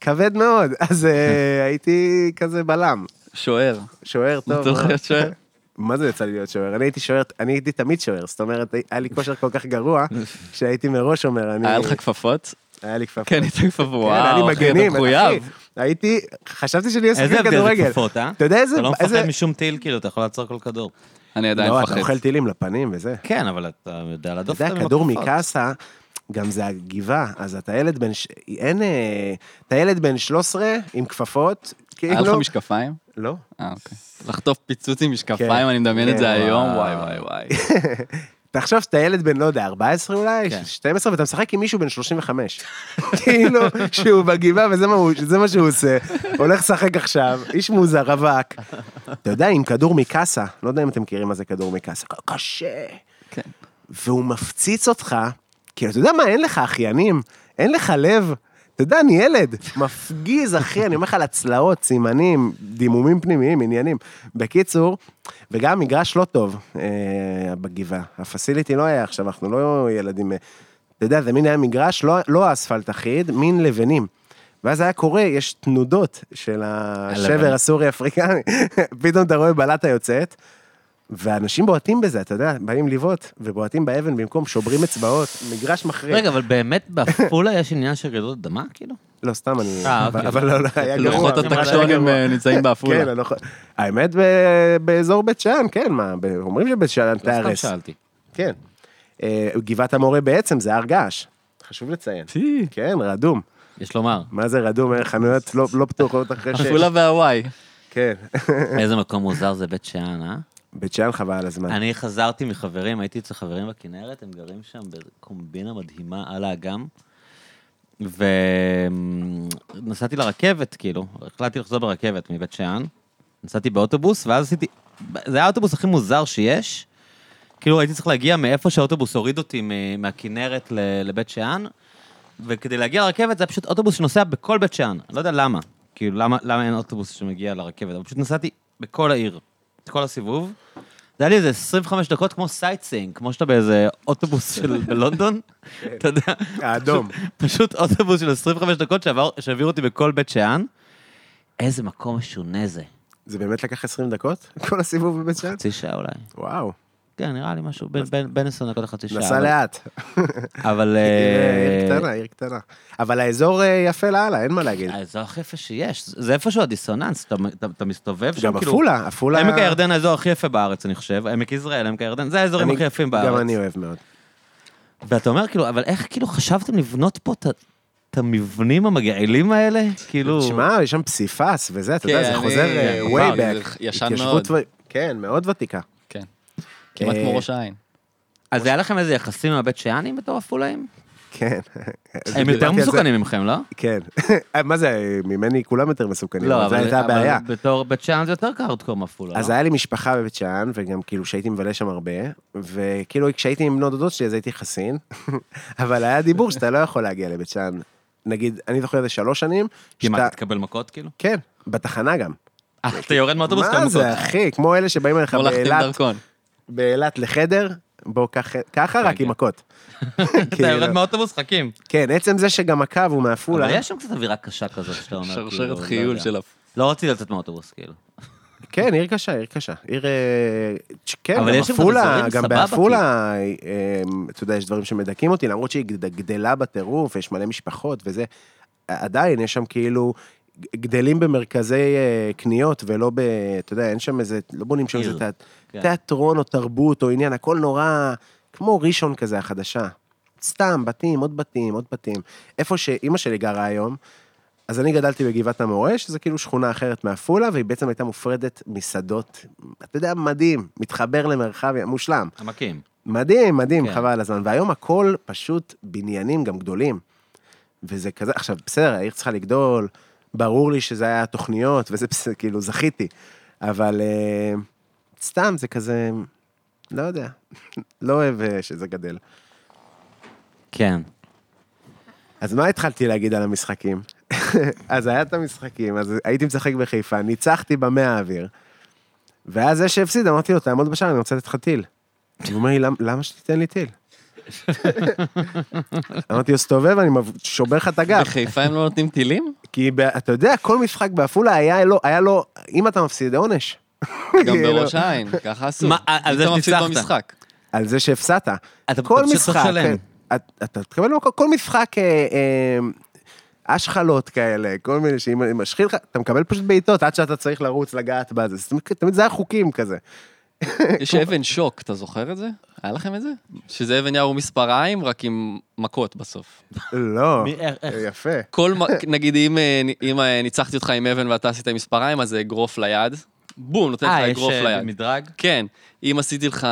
Speaker 3: כבד מאוד, אז אה, הייתי כזה בלם,
Speaker 2: שוער.
Speaker 3: שוער טוב. אה,
Speaker 2: נותן לך
Speaker 3: מאוד.
Speaker 2: להיות שוער?
Speaker 3: מה זה יצא לי להיות שוער? אני הייתי שוער, אני הייתי תמיד שוער, זאת אומרת, היה לי כושר כל כך גרוע, שהייתי מראש אומר, אני...
Speaker 2: היה לך כפפות?
Speaker 3: היה לי כפפה.
Speaker 2: כן, הייתה כפפות.
Speaker 3: כן, היה לי
Speaker 2: וואו, אחי,
Speaker 3: מגנים,
Speaker 2: אתה
Speaker 3: אחי.
Speaker 2: מחויב.
Speaker 3: הייתי, חשבתי שאני אהיה
Speaker 1: איזה
Speaker 3: שחקן
Speaker 1: הבדל זה
Speaker 3: כדורגל.
Speaker 1: כפפות, אה?
Speaker 3: אתה יודע איזה...
Speaker 1: אתה לא
Speaker 3: איזה-
Speaker 1: מפחד משום טיל, כאילו, אתה יכול לעצור כל כדור.
Speaker 2: אני עדיין
Speaker 3: לא, אתה
Speaker 2: מפחד.
Speaker 3: אוכל טילים לפנים וזה.
Speaker 1: כן, אבל אתה יודע
Speaker 3: אתה
Speaker 1: להדוף
Speaker 3: יודע,
Speaker 1: אותם עם
Speaker 3: הכדור
Speaker 1: הכפפות.
Speaker 3: מקאסה, גם זה הגבעה, אז אתה ילד בן... ש- אין... אה, אתה ילד בן 13 עם כפפות,
Speaker 1: אה,
Speaker 2: היה לך
Speaker 3: כאילו...
Speaker 2: משקפיים?
Speaker 3: לא.
Speaker 2: אה, אוקיי. לחטוף פיצוץ עם
Speaker 3: כן.
Speaker 2: משקפיים, אני מדמיין את
Speaker 3: כן,
Speaker 2: זה היום,
Speaker 1: וואו.
Speaker 2: וואי וואי וואי.
Speaker 3: תחשוב שאתה ילד בן, לא יודע, 14 אולי,
Speaker 1: כן.
Speaker 3: 12, ואתה משחק עם מישהו בן 35. כאילו, שהוא בגבעה, וזה מה הוא- זה מה שהוא עושה. הולך לשחק עכשיו, איש מוזר, רווק. אתה יודע, עם כדור מקאסה, לא יודע אם אתם מכירים מה זה כדור מקאסה, ק- קשה.
Speaker 2: כן.
Speaker 3: והוא מפציץ אותך, כאילו, אתה יודע מה, אין לך אחיינים, אין לך לב. אתה יודע, אני ילד, מפגיז, אחי, אני אומר לך על הצלעות, סימנים, דימומים פנימיים, עניינים. בקיצור, וגם מגרש לא טוב אה, בגבעה. הפסיליטי לא היה עכשיו, אנחנו לא ילדים... אה, אתה יודע, זה מין היה מגרש, לא, לא האספלט אחיד, מין לבנים. ואז היה קורה, יש תנודות של השבר
Speaker 1: הלבן.
Speaker 3: הסורי-אפריקני. פתאום אתה רואה בלטה יוצאת, ואנשים בועטים בזה, אתה יודע, באים לבעוט, ובועטים באבן במקום, שוברים אצבעות, מגרש מחריד.
Speaker 1: רגע, אבל באמת בעפולה יש עניין של רעידות אדמה, כאילו?
Speaker 3: לא, סתם אני...
Speaker 1: אה,
Speaker 3: אבל-
Speaker 1: אוקיי.
Speaker 3: אבל לא, לא, היה גרוע.
Speaker 2: לוחות
Speaker 3: ממש היה
Speaker 2: הטקטונים
Speaker 3: גרוע.
Speaker 2: אה, נמצאים בעפולה.
Speaker 3: כן, הלוחות- האמת, ב- באזור בית שאן, כן, מה, ב- אומרים שבית שאן
Speaker 1: לא סתם
Speaker 3: תיהרס.
Speaker 1: שאלתי.
Speaker 3: כן. אה, גבעת המורה בעצם זה הר געש, חשוב לציין.
Speaker 2: פי.
Speaker 3: כן, רדום.
Speaker 1: יש לומר,
Speaker 3: מה זה רדום? אה, חנויות לא לא פתוחות אחרי ש...
Speaker 2: עפולה והוואי.
Speaker 3: כן.
Speaker 1: איזה מקום מוזר זה בית שאן, אה?
Speaker 3: בית שאן חבל על הזמן.
Speaker 1: אני חזרתי מחברים, הייתי אצל חברים בכנרת, הם גרים שם בקומבינה מדהימה על האגם. ונסעתי לרכבת, כאילו, החלטתי לחזור ברכבת מבית שאן. נסעתי באוטובוס, ואז עשיתי... זה היה האוטובוס הכי מוזר שיש. כאילו, הייתי צריך להגיע מאיפה שהאוטובוס הוריד אותי מ- מהכנרת ל- לבית שאן, וכדי להגיע לרכבת זה היה פשוט אוטובוס שנוסע בכל בית שאן. לא יודע למה. כאילו, למה, למה אין אוטובוס שמגיע לרכבת, אבל פשוט נסעתי בכל העיר, את כל הסיבוב. זה היה לי איזה 25 דקות כמו סייטסיינג, כמו שאתה באיזה אוטובוס של בלונדון, אתה יודע.
Speaker 3: האדום.
Speaker 1: פשוט- פשוט אוטובוס של 25 דקות שעבר- שהעביר אותי בכל בית שאן. איזה מקום משונה זה.
Speaker 3: זה באמת לקח 20 דקות? כל הסיבוב בבית שאן?
Speaker 1: חצי שעה אולי.
Speaker 3: וואו.
Speaker 1: כן, נראה לי משהו בין- בין בין 20 דקות לחצי שעה. לא
Speaker 3: נסע
Speaker 1: אבל-
Speaker 3: לאט.
Speaker 1: אבל...
Speaker 3: עיר
Speaker 1: אה,
Speaker 3: קטנה, עיר קטנה. אבל האזור אה, יפה לאללה, אין מה להגיד.
Speaker 1: האזור אה, הכי יפה שיש, זה זה איפשהו הדיסוננס, אתה- אתה אתה מסתובב שם,
Speaker 3: גם עפולה, עפולה...
Speaker 1: עמק כאילו, הירדן האזור הכי יפה בארץ, אני חושב, עמק יזרעאל, עמק הירדן, זה האזורים
Speaker 3: אני-
Speaker 1: הכי יפים
Speaker 3: גם
Speaker 1: בארץ.
Speaker 3: אני אוהב מאוד.
Speaker 1: ואתה אומר, כאילו, אבל איך כאילו חשבתם לבנות פה את ה- את המבנים המגעילים האלה? כאילו...
Speaker 3: תשמע, יש שם פסיפס וזה, אתה יודע,
Speaker 2: כן,
Speaker 3: זה
Speaker 2: אני-
Speaker 3: חוזר אה,
Speaker 2: כן,
Speaker 3: way
Speaker 2: כבר,
Speaker 3: back.
Speaker 2: זה ישן
Speaker 3: התיישבות
Speaker 2: מאוד.
Speaker 3: ו- כן, מאוד ותיקה.
Speaker 2: כן. כמעט
Speaker 3: אה,
Speaker 2: כמו ראש העין.
Speaker 1: אז היה לכם איזה יחסים עם הבית שאנים בתור עפולאים?
Speaker 3: כן.
Speaker 2: כאילו,
Speaker 1: הם יותר מסוכנים ממכם, לא?
Speaker 3: כן. מה זה, ממני כולם יותר מסוכנים,
Speaker 1: לא,
Speaker 3: אבל זו
Speaker 1: אבל
Speaker 3: הייתה
Speaker 1: אבל
Speaker 3: הבעיה.
Speaker 1: בתור בית שאן זה יותר קארדקור מעפולה, לא?
Speaker 3: אז היה לי משפחה בבית שאן, וגם כאילו שהייתי מבלה שם הרבה, וכאילו כשהייתי עם בנות דודות שלי אז הייתי חסין, אבל היה דיבור שאתה לא יכול להגיע לבית שאן נגיד, אני זוכר את זה שלוש שנים.
Speaker 1: כמעט
Speaker 3: שאתה-
Speaker 1: תקבל מכות, כאילו? אה,
Speaker 3: כן, בתחנה גם.
Speaker 1: אתה יורד מהאוטובוס כמה
Speaker 3: מה
Speaker 1: מכות.
Speaker 3: זה, אחי? כמו אלה שבאים אליך
Speaker 2: כמו להחתים
Speaker 3: באילת,
Speaker 2: דרכון.
Speaker 3: באילת לחדר, בוא קח- ככה, רק עם מכות.
Speaker 1: כן. אתה יורד
Speaker 3: כאילו,
Speaker 1: מהאוטובוס, חכים.
Speaker 3: כן, עצם זה שגם הקו הוא מעפולה.
Speaker 1: אבל יש שם קצת אווירה קשה כזאת, שאתה אומר, כאילו...
Speaker 2: שרשרת
Speaker 1: לא
Speaker 2: חיול
Speaker 1: יודע.
Speaker 2: של הפ...
Speaker 1: לא רציתי לצאת מהאוטובוס, כאילו.
Speaker 3: כן, עיר קשה, עיר קשה. עיר... אה, צ'- כן,
Speaker 1: אבל
Speaker 3: גם
Speaker 1: יש שם גם
Speaker 3: עפולה,
Speaker 1: אזורים
Speaker 3: גם
Speaker 1: סבבה,
Speaker 3: בעפולה, אה, אה, אתה יודע, יש דברים שמדכאים אותי, למרות שהיא גד- גדלה בטירוף, יש מלא משפחות וזה, עדיין יש שם כאילו... ג- גדלים במרכזי אה, קניות ולא ב... אתה יודע, אין שם איזה, לא בונים שם
Speaker 1: עיר.
Speaker 3: איזה תיאט-
Speaker 1: כן.
Speaker 3: תיאטרון או תרבות או עניין, הכל נורא כמו ראשון כזה, החדשה. סתם, בתים, עוד בתים, עוד בתים. איפה שאימא שלי גרה היום, אז אני גדלתי בגבעת המורה, שזה כאילו שכונה אחרת מעפולה, והיא בעצם הייתה מופרדת משדות, אתה יודע, מדהים, מתחבר למרחב, מושלם.
Speaker 1: עמקים.
Speaker 3: מדהים, מדהים,
Speaker 1: כן.
Speaker 3: כן. חבל על הזמן. והיום הכל פשוט בניינים גם גדולים. וזה כזה, עכשיו, בסדר, העיר צריכה לגדול, ברור לי שזה היה תוכניות, וזה בסדר, כאילו, זכיתי. אבל אה, סתם, זה כזה, לא יודע, לא אוהב אה, שזה גדל.
Speaker 1: כן.
Speaker 3: אז מה התחלתי להגיד על המשחקים? אז היה את המשחקים, אז הייתי משחק בחיפה, ניצחתי במאה האוויר. ואז זה שהפסיד, אמרתי לו, תעמוד בשער, אני רוצה לתת לך טיל. הוא אומר לי, "למ- למה שתיתן לי טיל? אמרתי לו, סתובב, אני מב- שובר לך את הגב.
Speaker 2: בחיפה הם לא נותנים טילים?
Speaker 3: כי ב- אתה יודע, כל משחק בעפולה היה לו, היה לו, אם אתה מפסיד, עונש.
Speaker 2: גם
Speaker 3: כאילו,
Speaker 2: בראש העין, ככה עשו.
Speaker 1: מה, על- על זה
Speaker 2: פתאום מפסיד
Speaker 1: שניצחת.
Speaker 2: במשחק.
Speaker 3: על זה שהפסדת.
Speaker 1: אתה
Speaker 3: כל
Speaker 1: פשוט לא צריך
Speaker 3: משחק,
Speaker 1: לשלם.
Speaker 3: אה, את- אתה תקבל במקום, כל משחק אה, אה, השחלות כאלה, כל מיני שאם משחיל לך, אתה מקבל פשוט בעיטות עד שאתה צריך לרוץ לגעת בזה, זאת אומרת, תמיד זה היה חוקים כזה.
Speaker 2: יש אבן שוק, אתה זוכר את זה? היה לכם את זה? שזה אבן יער ומספריים, רק עם מכות בסוף.
Speaker 3: לא,
Speaker 1: מי- איך- איך?
Speaker 3: יפה.
Speaker 2: כל, מ- נגיד, אם, אה, נ- אם אה, ניצחתי אותך עם אבן ואתה עשית עם מספריים, אז זה אגרוף ליד. בום, נותן
Speaker 1: אה,
Speaker 2: לך
Speaker 1: יש
Speaker 2: אגרוף
Speaker 1: אה,
Speaker 2: ליד.
Speaker 1: מדרג?
Speaker 2: כן, אם עשיתי לך,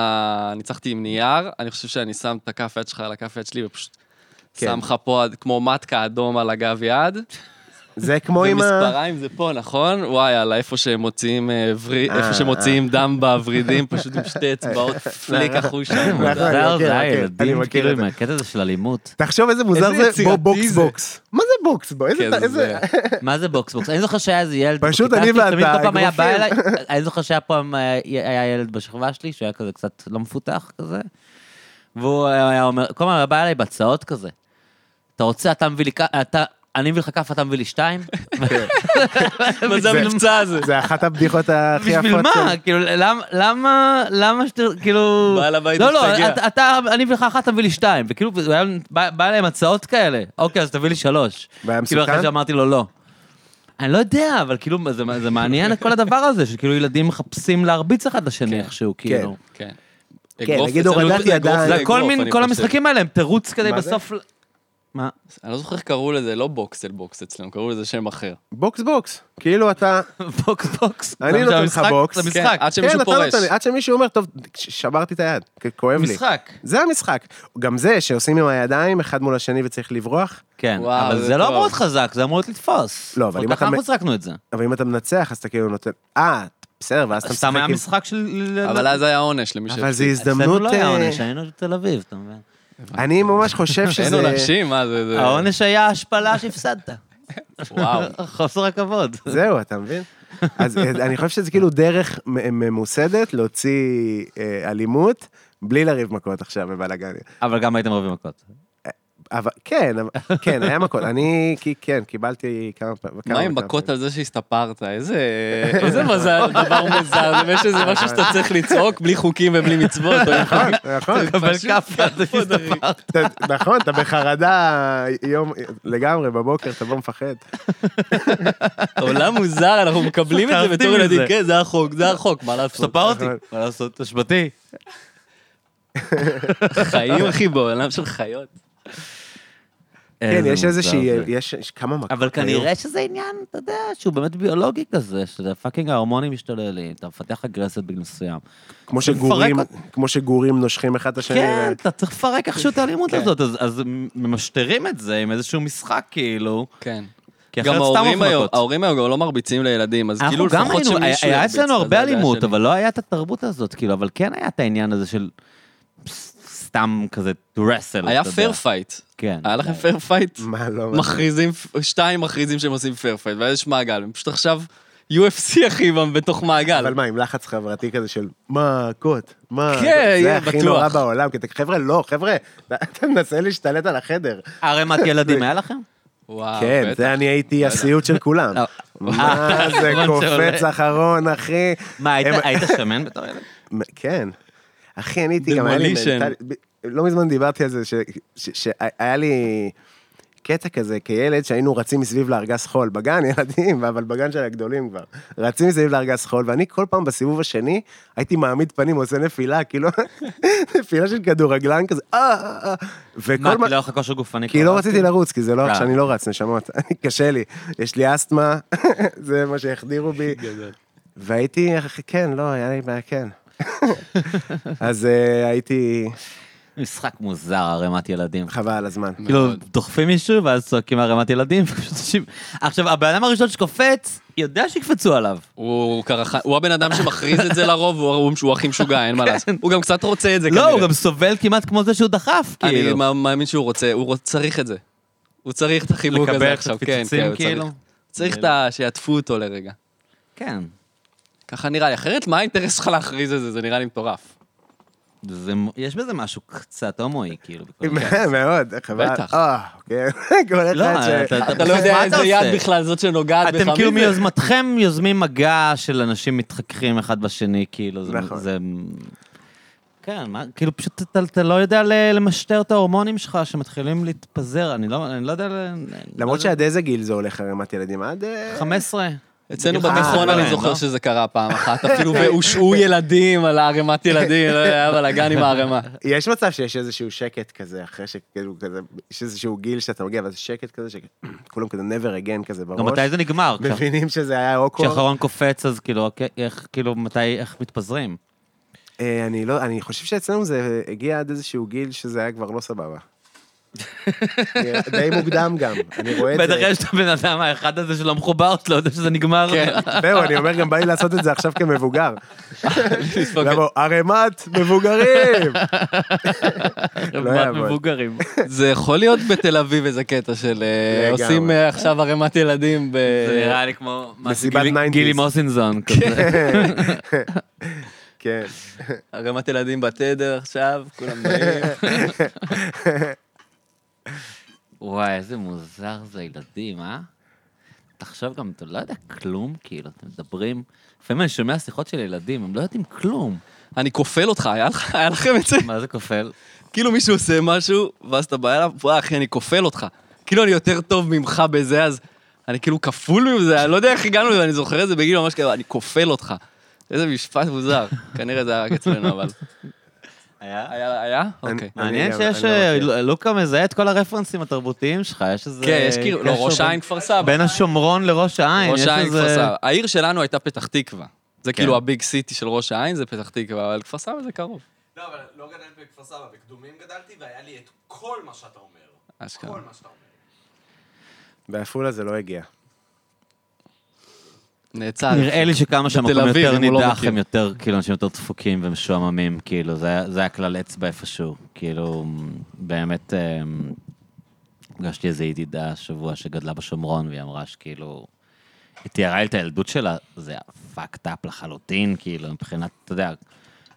Speaker 2: ניצחתי עם נייר, אני חושב שאני שם את הכף יד שלך על הכף יד שלי ופשוט
Speaker 3: כן.
Speaker 2: שם לך פה עד- כמו מטקה אדום על הגב יד.
Speaker 3: זה כמו עם ה...
Speaker 2: ומספריים זה פה, נכון? וואי, יאללה, איפה שהם מוציאים אה, ורי-
Speaker 3: אה,
Speaker 2: איפה שמוציאים דם בוורידים, פשוט עם שתי אצבעות, פליק החושה.
Speaker 3: נכון,
Speaker 1: מוזר
Speaker 3: אני מכיר,
Speaker 1: זה היה,
Speaker 3: אני מכיר, אני
Speaker 1: ילדים,
Speaker 3: מכיר
Speaker 1: כאילו,
Speaker 3: את
Speaker 1: עם
Speaker 3: זה.
Speaker 1: הקטע הזה של אלימות.
Speaker 3: תחשוב איזה מוזר
Speaker 2: איזה
Speaker 3: זה, בוא,
Speaker 2: יצירתי
Speaker 3: בוקס
Speaker 2: זה.
Speaker 3: בוקס. מה זה בוקס? בוא, איזה...
Speaker 2: כן,
Speaker 3: אתה- איזה-
Speaker 2: זה-
Speaker 1: מה זה בוקס בוקס? אני זוכר שהיה איזה ילד...
Speaker 3: פשוט
Speaker 1: בכיתה
Speaker 3: אני
Speaker 1: שלי, תמיד
Speaker 3: ואתה,
Speaker 1: כל פעם היה בא אליי,
Speaker 3: אגרופים.
Speaker 1: אני זוכר שהיה פעם, אה, היה ילד בשכבה שלי, שהיה כזה קצת לא מפותח כזה, והוא היה אומר, כל פעם היה בא אליי בהצעות כזה. אתה רוצה, אתה מביא לי כ... אתה... אני מביא לך כף, אתה מביא לי שתיים?
Speaker 2: כן.
Speaker 1: מה זה המבצע הזה?
Speaker 3: זה אחת הבדיחות הכי יפות.
Speaker 1: בשביל
Speaker 3: של-
Speaker 1: מה? כאילו, למה, למה, למה שאתה, כאילו...
Speaker 2: בעל הבית
Speaker 1: לא, לא,
Speaker 2: משתגע.
Speaker 1: אתה- אתה, אני מביא לך אחת, תביא לי שתיים. וכאילו, הוא היה בא בא להם הצעות כאלה. אוקיי, אז תביא לי שלוש.
Speaker 3: והיה
Speaker 1: כאילו, אחרי
Speaker 3: מסוכן?
Speaker 1: שאמרתי לו לא. אני לא יודע, אבל כאילו, זה, זה מעניין כל הדבר הזה, שכאילו ילדים מחפשים להרביץ אחד לשני איכשהו, כאילו.
Speaker 2: כן. לא-
Speaker 3: נגיד הורדת ידיים.
Speaker 1: זה
Speaker 3: זה
Speaker 1: הכל מין, כל המשחקים האלה הם תירוץ כדי
Speaker 3: מה זה?
Speaker 1: בסוף... ל- מה?
Speaker 2: אני לא זוכר איך קראו לזה, לא בוקס אל בוקס אצלנו, קראו לזה שם אחר.
Speaker 3: בוקס בוקס. כאילו אתה...
Speaker 1: בוקס בוקס.
Speaker 3: אני לא
Speaker 1: זה
Speaker 3: נותן לך
Speaker 1: המשחק-
Speaker 3: בוקס.
Speaker 1: זה
Speaker 2: כן,
Speaker 1: משחק.
Speaker 2: עד
Speaker 3: כן,
Speaker 2: שמישהו
Speaker 3: אתה
Speaker 2: פורש.
Speaker 3: נותן לי, עד שמישהו אומר, טוב, ש- שברתי את היד, כ- כואב לי.
Speaker 1: משחק.
Speaker 3: זה המשחק. גם זה שעושים עם הידיים אחד מול השני וצריך לברוח,
Speaker 1: כן,
Speaker 2: וואו,
Speaker 1: אבל
Speaker 2: זה
Speaker 1: זה לא
Speaker 2: טוב.
Speaker 1: אמור להיות חזק, זה אמור להיות לתפוס.
Speaker 3: לא, אבל אם
Speaker 1: ככה
Speaker 3: אתה מ-
Speaker 1: אנחנו זרקנו את זה.
Speaker 3: אבל אם אתה מנצח אז אתה כאילו נותן... אה, בסדר, ואז אתה משחק
Speaker 1: סתם היה
Speaker 3: עם...
Speaker 1: משחק של...
Speaker 2: אבל אז היה עונש למי ש...
Speaker 3: אבל זו
Speaker 1: אצלנו
Speaker 3: הזדמנות...
Speaker 1: לא היה
Speaker 3: אה,
Speaker 1: עונש, היינו בתל אביב, אתה מבין?
Speaker 3: אני ממש חושב
Speaker 2: אין
Speaker 3: שזה...
Speaker 2: עונשים, מה זה... זה-
Speaker 1: העונש היה השפלה שהפסדת.
Speaker 2: וואו.
Speaker 1: חוסר הכבוד.
Speaker 3: זהו, אתה מבין? אז אה, אני חושב שזה כאילו דרך מ- ממוסדת להוציא אה, אלימות בלי לריב מכות עכשיו בבלאגן.
Speaker 1: אבל גם הייתם רבים מכות.
Speaker 3: אבל כן, אבל- כן, היה מכות. אני, כי- כן, קיבלתי כמה פעמים.
Speaker 2: מה עם מכות על זה שהסתפרת? איזה איזה מזל, דבר מוזר. זה יש איזה משהו שאתה צריך לצעוק בלי חוקים ובלי מצוות. או עם חוקים.
Speaker 3: נכון, נכון.
Speaker 1: קבל
Speaker 2: פשוט
Speaker 1: כאפה, זה הסתפר.
Speaker 3: אתה- נכון, אתה בחרדה יום לגמרי בבוקר, אתה לא מפחד.
Speaker 2: עולם מוזר, אנחנו מקבלים את זה
Speaker 1: חרטים
Speaker 2: בתור ילדים.
Speaker 1: מזה.
Speaker 2: כן, זה החוק, זה החוק, מה לעשות?
Speaker 1: ספר אותי.
Speaker 3: נכון.
Speaker 1: מה לעשות, אשמתי.
Speaker 2: חיים, אחי, בעולם של חיות.
Speaker 3: כן, יש איזושהי, אוקיי. יש יש כמה מכות.
Speaker 1: אבל
Speaker 3: היו.
Speaker 1: כנראה שזה עניין, אתה יודע, שהוא באמת ביולוגי כזה, שזה פאקינג ההורמונים משתוללים, אתה מפתח אגרסיות בגיל מסוים.
Speaker 3: כמו
Speaker 1: זה
Speaker 3: שגורים,
Speaker 1: מפרק
Speaker 3: כמו שגורים נושכים אחד את השני.
Speaker 1: כן,
Speaker 3: ו-
Speaker 1: אתה צריך לפרק איכשהו
Speaker 3: כן.
Speaker 1: את האלימות הזאת, אז- אז ממשטרים את זה עם איזשהו משחק, כאילו.
Speaker 2: כן.
Speaker 1: כי
Speaker 2: גם
Speaker 1: אחרת סתם
Speaker 2: ההורים
Speaker 1: עוף
Speaker 2: היום,
Speaker 1: מכות.
Speaker 2: ההורים היום גם לא מרביצים לילדים, אז כאילו
Speaker 1: אנחנו גם
Speaker 2: לפחות
Speaker 1: היינו,
Speaker 2: שמישהו
Speaker 1: היה-
Speaker 2: ירביץ.
Speaker 1: היה אצלנו
Speaker 2: אז
Speaker 1: הרבה
Speaker 2: זה הדעה
Speaker 1: אלימות,
Speaker 2: שלי.
Speaker 1: אבל לא היה את התרבות הזאת, כאילו, אבל כן היה את העניין הזה של... פס- סתם כזה to wrestle.
Speaker 2: היה
Speaker 1: אתה
Speaker 2: פייר
Speaker 1: יודע.
Speaker 2: פייט.
Speaker 1: כן.
Speaker 2: היה לכם פייר פייט?
Speaker 3: מה לא...
Speaker 2: מכריזים, שתיים מכריזים שהם עושים פייר פייט, ואז יש מעגל. הם פשוט עכשיו UFC אחי הם בתוך מעגל.
Speaker 3: אבל מה, עם לחץ חברתי כזה של מכות, מה,
Speaker 2: כן,
Speaker 3: זה
Speaker 2: יהיה
Speaker 3: הכי
Speaker 2: בטוח.
Speaker 3: נורא בעולם, כי אתה- חבר'ה, לא, חבר'ה, אתה מנסה להשתלט על החדר.
Speaker 1: ערימת ילדים היה לכם?
Speaker 2: וואו,
Speaker 3: כן,
Speaker 2: בטח.
Speaker 3: זה אני הייתי הסיוט של כולם.
Speaker 1: לא.
Speaker 3: מה זה
Speaker 1: אחרון
Speaker 3: קופץ
Speaker 1: שעולה.
Speaker 3: אחרון, אחי.
Speaker 1: מה, היית-
Speaker 3: הם-
Speaker 1: היית שמן בתור ילד?
Speaker 3: מ- כן. אחי, אני הייתי גם... היה לי
Speaker 2: Demolition.
Speaker 3: מנטלי- ב- לא מזמן דיברתי על זה, ש- ש- שהיה לי קטע כזה כילד שהיינו רצים מסביב לארגז חול, בגן ילדים, אבל בגן של הגדולים כבר. רצים מסביב לארגז חול, ואני כל פעם בסיבוב השני הייתי מעמיד פנים, עושה נפילה, כאילו, נפילה של כדורגלן כזה, אה, אה, אה.
Speaker 1: מה,
Speaker 3: וכל
Speaker 1: כי לא היה לך כושר גופני?
Speaker 3: כי
Speaker 1: כבר
Speaker 3: לא
Speaker 1: אז?
Speaker 3: רציתי לרוץ, כי זה לא
Speaker 1: אה.
Speaker 3: שאני לא רץ, נשמות. קשה לי. יש לי אסתמה, זה מה שהחדירו בי. והייתי, כן, לא, היה לי בעיה, כן. אז אה, הייתי,
Speaker 1: משחק מוזר, ערימת ילדים.
Speaker 3: חבל על הזמן.
Speaker 1: כאילו, דוחפים מישהו ואז צועקים ערימת ילדים. פשוט אנשים- עכשיו, הבן אדם הראשון שקופץ, יודע שיקפצו עליו.
Speaker 2: הוא קרחן, הוא הבן אדם שמכריז את זה לרוב, הוא- הוא שהוא הכי משוגע, אין מה לעשות. הוא גם קצת רוצה את זה
Speaker 1: כן. לא, הוא גם סובל כמעט כמו זה שהוא דחף,
Speaker 2: כן, אני
Speaker 1: כאילו.
Speaker 2: מא- מאמין שהוא רוצה, הוא רוצ- צריך את זה. הוא צריך את החיבוק
Speaker 1: לקבל
Speaker 2: הזה
Speaker 1: את
Speaker 2: עכשיו, כן,
Speaker 1: הפיצוצים,
Speaker 2: כן, הוא צריך.
Speaker 1: כאילו.
Speaker 2: צריך את ה- שיעטפו אותו לרגע.
Speaker 1: כן.
Speaker 2: ככה נראה לי, אחרת מה האינטרס שלך להכריז את זה? זה נראה לי מטורף.
Speaker 1: זה- יש בזה משהו קצת הומואי, כאילו. בכל מקרה.
Speaker 3: מאוד, חבל.
Speaker 2: בטח.
Speaker 3: אה, כן, כל
Speaker 1: לא,
Speaker 3: אחד ש...
Speaker 1: אתה-
Speaker 2: אתה לא יודע
Speaker 1: מה
Speaker 2: איזה
Speaker 1: אתה
Speaker 2: יד
Speaker 1: עושה?
Speaker 2: בכלל זאת שנוגעת בך.
Speaker 1: אתם כאילו
Speaker 2: מי זה?
Speaker 1: מיוזמתכם יוזמים מגע של אנשים מתחככים אחד בשני, כאילו, זה...
Speaker 3: נכון.
Speaker 1: זה... כן, מה, כאילו פשוט אתה, אתה לא יודע ל- למשטר את ההורמונים שלך שמתחילים להתפזר, אני לא, אני לא יודע... ל- לא
Speaker 3: למרות
Speaker 1: יודע,
Speaker 3: שעד איזה גיל זה הולך ערימת ילדים? עד... אה,
Speaker 1: 15?
Speaker 2: אצלנו
Speaker 1: אה,
Speaker 2: בתיכון
Speaker 1: אה,
Speaker 2: אני
Speaker 1: לא?
Speaker 2: זוכר שזה קרה פעם אחת, אפילו והושעו ילדים על הערימת ילדים, לא יודע, היה בלאגן עם הערימה.
Speaker 3: יש מצב שיש איזשהו שקט כזה, אחרי שכאילו כזה, יש איזשהו גיל שאתה מגיע, ואז שקט כזה, שכולם כזה never again כזה בראש.
Speaker 1: גם מתי זה נגמר? כשה-
Speaker 3: מבינים שזה היה אוקוורד.
Speaker 1: כשהאחרון קופץ, אז כאילו, אוקיי, איך, כאילו, מתי, איך מתפזרים?
Speaker 3: אה, אני לא, אני חושב שאצלנו זה הגיע עד איזשהו גיל שזה היה כבר לא סבבה. די מוקדם גם, אני רואה את
Speaker 1: בטח
Speaker 3: זה.
Speaker 1: יש את הבן אדם האחד הזה שלא מחובר, שלא יודע שזה נגמר.
Speaker 2: כן.
Speaker 3: זהו, אני אומר, גם בא לי לעשות את זה עכשיו כמבוגר.
Speaker 2: לספוג
Speaker 3: לבוא, ערימת מבוגרים! לא
Speaker 1: מה,
Speaker 3: יעבוד.
Speaker 1: מבוגרים.
Speaker 2: זה יכול להיות בתל אביב איזה קטע של אה,
Speaker 3: לגמרי.
Speaker 2: עושים אה, עכשיו ערימת ילדים ב...
Speaker 1: זה נראה לי כמו... מה,
Speaker 3: אה, מסיבת
Speaker 1: גילי-
Speaker 3: 90s.
Speaker 1: גילי מוסינזון. כזה.
Speaker 3: כן.
Speaker 2: ערימת ילדים בתדר עכשיו, כולם באים.
Speaker 1: וואי, איזה מוזר זה ילדים, אה? תחשוב גם, אתה לא יודע כלום, כאילו, אתם מדברים... לפעמים אני שומע שיחות של ילדים, הם לא יודעים כלום.
Speaker 2: אני כופל אותך, היה לך- היה לכם את זה?
Speaker 1: מה זה כופל? כאילו,
Speaker 2: כאילו מישהו עושה משהו, ואז אתה בא אליו, וואי אחי, אני כופל אותך. כאילו אני יותר טוב ממך בזה, אז אני כאילו כפול מזה, אני לא יודע איך הגענו לזה, אני זוכר את זה בגיל ממש כאילו, אני כופל אותך. איזה משפט מוזר, כנראה זה היה רק אצלנו, אבל... היה? היה? אוקיי.
Speaker 1: מעניין
Speaker 3: אני גם-
Speaker 1: שיש...
Speaker 3: אני גם
Speaker 1: אה,
Speaker 3: מכיר.
Speaker 1: ל- לוקה מזהה את כל הרפרנסים התרבותיים שלך, יש איזה...
Speaker 2: כן, יש כאילו, לא,
Speaker 1: אה, קשר
Speaker 2: ראש
Speaker 1: בין-
Speaker 2: העין כפר סבא.
Speaker 1: בין השומרון לראש העין,
Speaker 2: ראש
Speaker 1: יש
Speaker 2: העין,
Speaker 1: איזה-
Speaker 2: כפר סבא. העיר שלנו הייתה פתח תקווה. זה
Speaker 1: כן.
Speaker 2: כאילו הביג סיטי של ראש העין, זה פתח תקווה, אבל כפר סבא זה קרוב.
Speaker 4: לא, אבל לא גדלתי בכפר סבא, בקדומים גדלתי, והיה לי את כל מה שאתה אומר.
Speaker 2: אשכרה.
Speaker 1: נכון.
Speaker 4: כל מה שאתה אומר.
Speaker 3: בעפולה זה לא הגיע.
Speaker 2: נעצר.
Speaker 1: נראה לי שכמה שהמקום
Speaker 2: אביב,
Speaker 1: יותר
Speaker 2: אם הוא לא
Speaker 1: נידח,
Speaker 2: מכיר.
Speaker 1: הם יותר, כאילו, אנשים יותר דפוקים ומשועממים, כאילו, זה היה- זה היה כלל אצבע איפשהו. כאילו, באמת, אמ, פגשתי איזו ידידה השבוע שגדלה בשומרון, והיא אמרה שכאילו, היא תיארה לי את הילדות שלה, זה היה fucked up לחלוטין, כאילו, מבחינת, אתה יודע,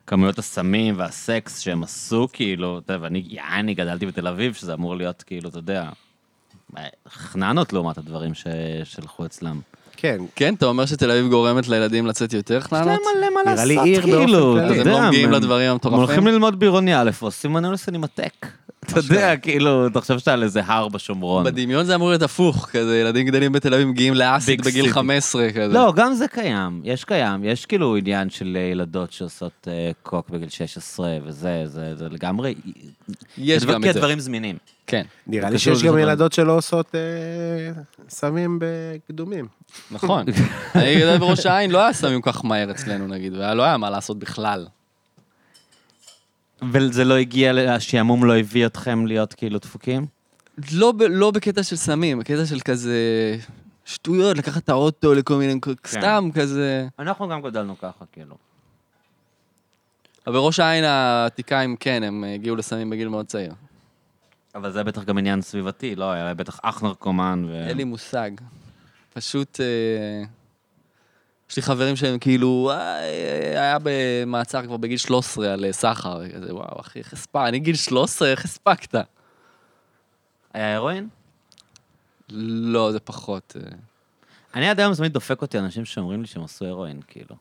Speaker 1: כמויות הסמים והסקס שהם עשו, כאילו, אתה יודע, ואני, יעני, גדלתי בתל אביב, שזה אמור להיות, כאילו, אתה יודע, אה, חננות לעומת הדברים ש- שהלכו אצלם.
Speaker 3: כן,
Speaker 2: כן, אתה אומר שתל אביב גורמת לילדים לצאת יותר חננות?
Speaker 1: להם מלא מה
Speaker 3: נראה לי עיר באופן כללי.
Speaker 1: כאילו, אתה
Speaker 2: אז הם
Speaker 1: יודע,
Speaker 2: לא מגיעים לדברים
Speaker 1: הם הולכים
Speaker 2: המטורפים?
Speaker 1: ללמוד בעירוני א', ועושים אנולוס אנימטק. אתה יודע, כאילו, אתה חושב שאתה על איזה הר בשומרון.
Speaker 2: בדמיון זה אמור להיות הפוך, כזה ילדים גדלים בתל אביב מגיעים לאסיד
Speaker 1: ביג
Speaker 2: בגיל
Speaker 1: סיטי.
Speaker 2: 15 כזה.
Speaker 1: לא, גם זה קיים, יש קיים, יש כאילו עניין של אה, ילדות שעושות אה, קוק בגיל 16 וזה, זה זה לגמרי...
Speaker 2: יש
Speaker 1: הדבר-
Speaker 2: גם
Speaker 1: כי
Speaker 2: את זה.
Speaker 1: הדברים זמינים.
Speaker 2: כן,
Speaker 3: נראה
Speaker 1: זה
Speaker 3: לי
Speaker 1: קשור
Speaker 3: שיש גם
Speaker 1: לזה.
Speaker 3: ילדות שלא עושות אה, סמים בקדומים.
Speaker 2: נכון. אני גדל בראש העין, לא היה סמים כל כך מהר אצלנו נגיד, ולא היה מה לעשות בכלל.
Speaker 1: וזה לא הגיע, ל- השעמום לא הביא אתכם להיות כאילו דפוקים?
Speaker 2: לא, ב, לא בקטע של סמים, בקטע של כזה שטויות, לקחת את האוטו כן. לכל מיני, סתם כזה.
Speaker 1: אנחנו גם גדלנו ככה, כאילו.
Speaker 2: אבל בראש העין העתיקאים, כן, הם הגיעו לסמים בגיל מאוד צעיר.
Speaker 1: אבל זה בטח גם עניין סביבתי, לא, היה בטח אח נרקומן ו...
Speaker 2: אין לי מושג. פשוט... אה, יש לי חברים שהם כאילו, "אה, היה במעצר כבר בגיל 13 על אה, סחר, כזה, וואו, אחי, איך הספקת? אני גיל 13, איך הספקת?
Speaker 1: היה הרואין?
Speaker 2: לא, זה פחות. אה.
Speaker 1: אני עד היום תמיד דופק אותי אנשים שאומרים לי שהם עשו הרואין, כאילו.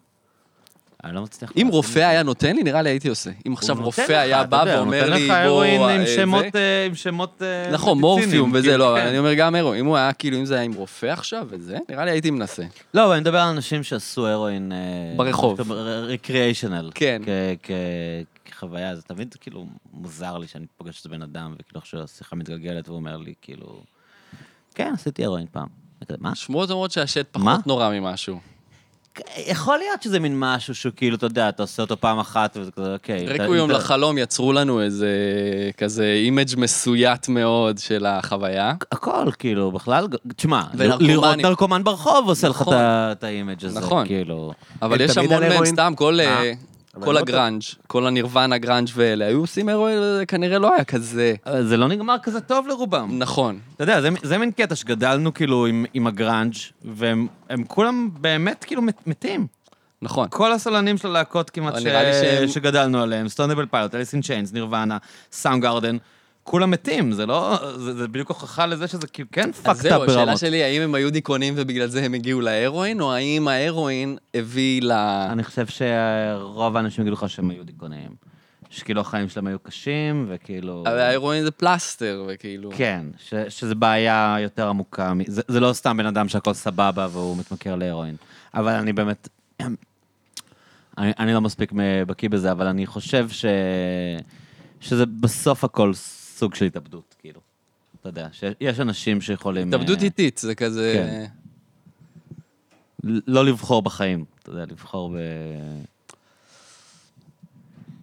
Speaker 1: אני לא מצליח...
Speaker 2: אם
Speaker 1: להבין.
Speaker 2: רופא היה נותן לי, נראה לי הייתי עושה. אם
Speaker 1: הוא
Speaker 2: עכשיו
Speaker 1: נותן
Speaker 2: רופא
Speaker 1: לך,
Speaker 2: היה
Speaker 1: אתה
Speaker 2: בא
Speaker 1: יודע,
Speaker 2: ואומר לי,
Speaker 1: נותן לך
Speaker 2: בוא...
Speaker 1: הרואין
Speaker 2: אה,
Speaker 1: עם
Speaker 2: זה."
Speaker 1: שמות... אה, עם שמות... אה,
Speaker 2: נכון,
Speaker 1: מדיציניים,
Speaker 2: מורפיום וזה,
Speaker 1: כאילו,
Speaker 2: לא, אבל
Speaker 1: כן.
Speaker 2: אני אומר גם הרואין. אם הוא היה, כאילו, אם זה היה עם רופא עכשיו וזה, נראה לי הייתי מנסה.
Speaker 1: לא, אבל אני מדבר על אנשים שעשו הרואין... אה,
Speaker 2: ברחוב.
Speaker 1: דווקא ר- ריקריאיישנל.
Speaker 2: כן.
Speaker 1: כ- כ- כחוויה, זה תמיד כאילו מוזר לי שאני פוגש איזה בן אדם, וכאילו עכשיו השיחה מתגלגלת, והוא אומר לי, כאילו... כן, עשיתי הרואין פעם. אני כזה, מה?
Speaker 2: שמועות אומרות שהשד
Speaker 1: מה?
Speaker 2: פחות נורא ממשהו.
Speaker 1: יכול להיות שזה מין משהו שהוא כאילו, אתה יודע, אתה עושה אותו פעם אחת, וזה כזה, אוקיי. אתה-
Speaker 2: רקוויום
Speaker 1: אתה-
Speaker 2: לחלום יצרו לנו איזה כזה אימג' מסויט מאוד של החוויה.
Speaker 1: הכל, כאילו, בכלל, ג- תשמע,
Speaker 2: ונרקומנים.
Speaker 1: לראות נרקומן ברחוב עושה לך את
Speaker 2: נכון.
Speaker 1: ה- את האימג' הזה,
Speaker 2: נכון.
Speaker 1: כאילו.
Speaker 2: אבל
Speaker 3: הם
Speaker 2: יש
Speaker 3: תמיד
Speaker 2: המון
Speaker 3: על
Speaker 2: מהם
Speaker 3: הרואין?
Speaker 2: סתם, כל,
Speaker 3: אה,
Speaker 2: אה,
Speaker 3: אבל
Speaker 2: כל
Speaker 3: לא
Speaker 2: הגראנג', כל הנירוונה גראנג' ואלה, היו עושים הרואין, וזה כנראה לא היה כזה.
Speaker 1: אבל זה לא נגמר כזה טוב לרובם.
Speaker 2: נכון.
Speaker 1: אתה יודע, זה, זה מין קטע שגדלנו כאילו עם, עם הגראנג' והם הם כולם באמת כאילו מת- מתים.
Speaker 2: נכון.
Speaker 1: כל הסולנים של הלהקות כמעט ש...
Speaker 2: נראה לי שהם-
Speaker 1: שגדלנו עליהם, סטונדבל פיילוט, אליס אין צ'יינס, נירוונה, סאונד גארדן, כולם מתים, זה לא... זה, זה בדיוק הוכחה לזה שזה כאילו כן
Speaker 2: אז
Speaker 1: פאקד אפ
Speaker 2: זהו, השאלה
Speaker 1: ברמות.
Speaker 2: שלי, האם הם היו דיכאונים ובגלל זה הם הגיעו להרואין, או האם ההרואין הביא ל...
Speaker 1: אני חושב שרוב האנשים יגידו לך שהם היו דיכאוניים. שכאילו החיים שלהם היו קשים, וכאילו...
Speaker 2: אבל ההרואין זה פלסטר, וכאילו...
Speaker 1: כן, ש, שזה בעיה יותר עמוקה. מ- זה, זה לא סתם בן אדם שהכל סבבה והוא מתמכר להרואין. אבל אני באמת... אני, אני לא מספיק מ- בקיא בזה, אבל אני חושב ש, שזה בסוף הכל סוג של התאבדות, כאילו. אתה יודע, שיש אנשים שיכולים...
Speaker 2: התאבדות
Speaker 1: אה,
Speaker 2: איטית, זה כזה...
Speaker 1: כן. לא לבחור בחיים. אתה יודע, לבחור ב...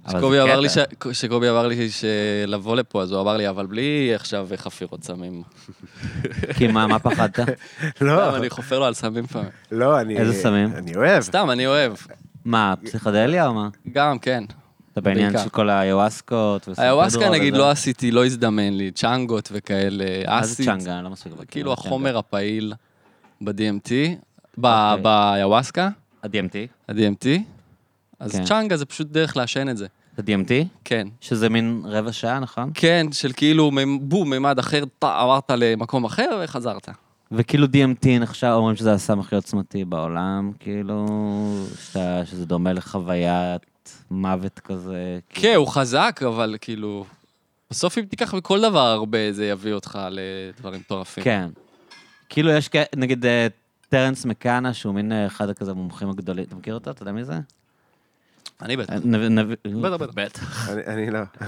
Speaker 1: אבל
Speaker 2: שקובי
Speaker 1: זה
Speaker 2: אמר
Speaker 1: קטע.
Speaker 2: לי, ש- שקובי אמר לי שלבוא לפה, אז הוא אמר לי, אבל בלי עכשיו חפירות סמים.
Speaker 1: כי מה, מה פחדת?
Speaker 2: למה
Speaker 3: לא,
Speaker 2: אני חופר לו על סמים פעם.
Speaker 3: לא, אני...
Speaker 1: איזה סמים?
Speaker 3: אני אוהב.
Speaker 2: סתם, אני אוהב.
Speaker 1: מה, פסיכדליה או מה?
Speaker 2: גם, כן.
Speaker 1: אתה בעניין
Speaker 2: בעיקר.
Speaker 1: של כל האיוואסקות? וסן
Speaker 2: היוואסקה
Speaker 1: פדרו
Speaker 2: נגיד
Speaker 1: וזה?
Speaker 2: לא עשיתי, לא הזדמן לי, צ'אנגות וכאלה,
Speaker 1: מה זה
Speaker 2: אסית.
Speaker 1: צ'אנגה? אני לא מספיק בקיא.
Speaker 2: כאילו
Speaker 1: מה זה צ'אנגה?
Speaker 2: החומר הפעיל ב-DMT,
Speaker 1: אוקיי.
Speaker 2: ביוואסקה,
Speaker 1: ה-DMT?
Speaker 2: ה-DMT. אז
Speaker 1: כן.
Speaker 2: צ'אנגה זה פשוט דרך לעשן את זה.
Speaker 1: ה-DMT?
Speaker 2: כן.
Speaker 1: שזה מין רבע שעה, נכון?
Speaker 2: כן, של כאילו, ממ- בום, ממד אחר, טע, עברת למקום אחר וחזרת.
Speaker 1: וכאילו DMT נחשב, אומרים שזה הסם הכי עוצמתי בעולם, כאילו, שאתה- שזה דומה לחוויית מוות כזה. כאילו.
Speaker 2: כן, הוא חזק, אבל כאילו... בסוף אם תיקח מכל דבר הרבה, זה יביא אותך לדברים מטורפים.
Speaker 1: כן. כאילו יש, כ- נגיד, אה, טרנס מקאנה, שהוא מין אה, אחד כזה המומחים הגדולים, אתה מכיר אותו? אתה יודע מי זה?
Speaker 2: אני בטח. כן. בטח,
Speaker 1: בטח,
Speaker 2: בטח.
Speaker 1: בטח.
Speaker 3: אני- אני לא.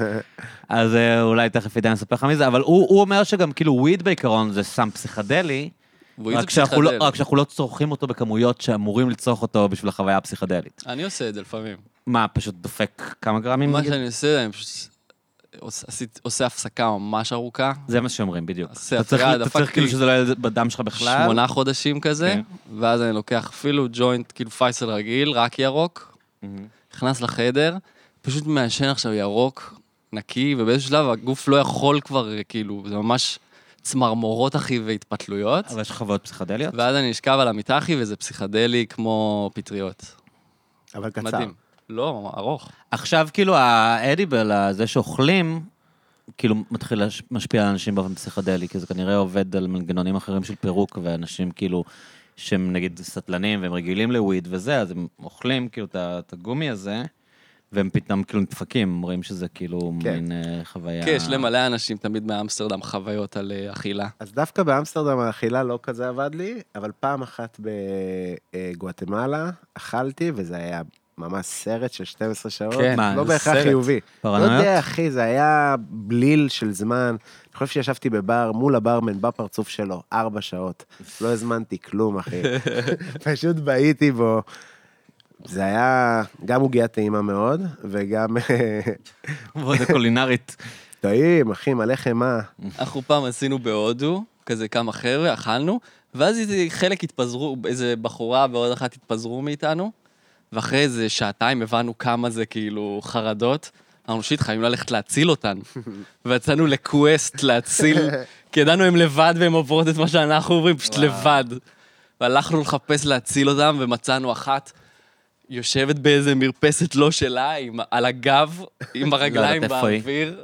Speaker 1: אז אה, אולי תכף עידן יספר לך מי זה, אבל הוא הוא אומר שגם כאילו וויד בעיקרון זה סם פסיכדלי,
Speaker 2: והוא
Speaker 1: רק שאנחנו לא-
Speaker 2: פסיכדל.
Speaker 1: רק שאנחנו לא צורכים אותו בכמויות שאמורים לצרוך אותו בשביל החוויה הפסיכדלית.
Speaker 2: אני עושה את זה לפעמים.
Speaker 1: מה, פשוט דופק כמה גרמים?
Speaker 2: מה
Speaker 1: נגיד?
Speaker 2: שאני עושה, אני פשוט עושה- עשית- עושה הפסקה ממש ארוכה,
Speaker 1: זה מה שאומרים, בדיוק.
Speaker 2: עשה
Speaker 1: אתה צריך-
Speaker 2: הפרעה,
Speaker 1: אתה צריך
Speaker 2: דפקתי.
Speaker 1: כאילו שזה לא יהיה בדם שלך בכלל.
Speaker 2: שמונה חודשים כזה,
Speaker 1: כן.
Speaker 2: ואז אני לוקח אפילו ג'וינט, כאילו פייסל רגיל, רק ירוק, נכנס לחדר, פשוט מעשן עכשיו ירוק, נקי, ובאיזשהו שלב הגוף לא יכול כבר, כאילו, זה ממש צמרמורות, אחי, והתפתלויות.
Speaker 1: אבל יש לך חוויות פסיכדליות?
Speaker 2: ואז אני אשכב על המיטה, אחי, וזה פסיכדלי כמו פטריות.
Speaker 3: אבל קצר.
Speaker 2: מדהים. לא, ארוך.
Speaker 1: עכשיו כאילו האדיבל, הזה שאוכלים, כאילו מתחיל להש- משפיע על אנשים באופן פסיכדלי, כי זה כנראה עובד על מנגנונים אחרים של פירוק, ואנשים כאילו, שהם נגיד סטלנים והם רגילים לוויד וזה, אז הם אוכלים כאילו את ה- את הגומי הזה, והם פתאום כאילו נדפקים, הם רואים שזה כאילו
Speaker 3: כן.
Speaker 1: מין אה, חוויה...
Speaker 2: כן, יש למלא אנשים תמיד מאמסטרדם חוויות על אה, אכילה.
Speaker 3: אז דווקא באמסטרדם האכילה לא כזה עבד לי, אבל פעם אחת בגואטמלה אכלתי, וזה היה ממש סרט של 12 שעות,
Speaker 2: כן,
Speaker 1: מה,
Speaker 3: לא
Speaker 1: זה
Speaker 3: בהכרח
Speaker 1: סרט?
Speaker 3: חיובי. לא
Speaker 1: פרנויות?
Speaker 3: יודע, אחי, זה היה בליל של זמן. אני חושב שישבתי בבר מול הברמן, בפרצוף שלו, ארבע שעות. לא הזמנתי כלום, אחי. פשוט בהיתי בו. זה היה גם עוגיה טעימה מאוד, וגם
Speaker 1: עבודה קולינרית.
Speaker 3: טעים, אחי, מלא חמאה.
Speaker 2: אנחנו פעם עשינו בהודו, כזה כמה חבר'ה, אכלנו, ואז איזה חלק התפזרו, איזה בחורה ועוד אחת התפזרו מאיתנו, ואחרי איזה שעתיים הבנו כמה זה כאילו חרדות. אמרנו, שיט, חייבים ללכת להציל אותן. ויצאנו לקווסט להציל, כי ידענו הן לבד והן עוברות את מה שאנחנו עוברים, פשוט לבד. והלכנו לחפש להציל אותן, ומצאנו אחת יושבת באיזה מרפסת לא שלה, עם, על הגב, עם הרגליים
Speaker 1: לא יודעת איפה היא.
Speaker 2: באוויר.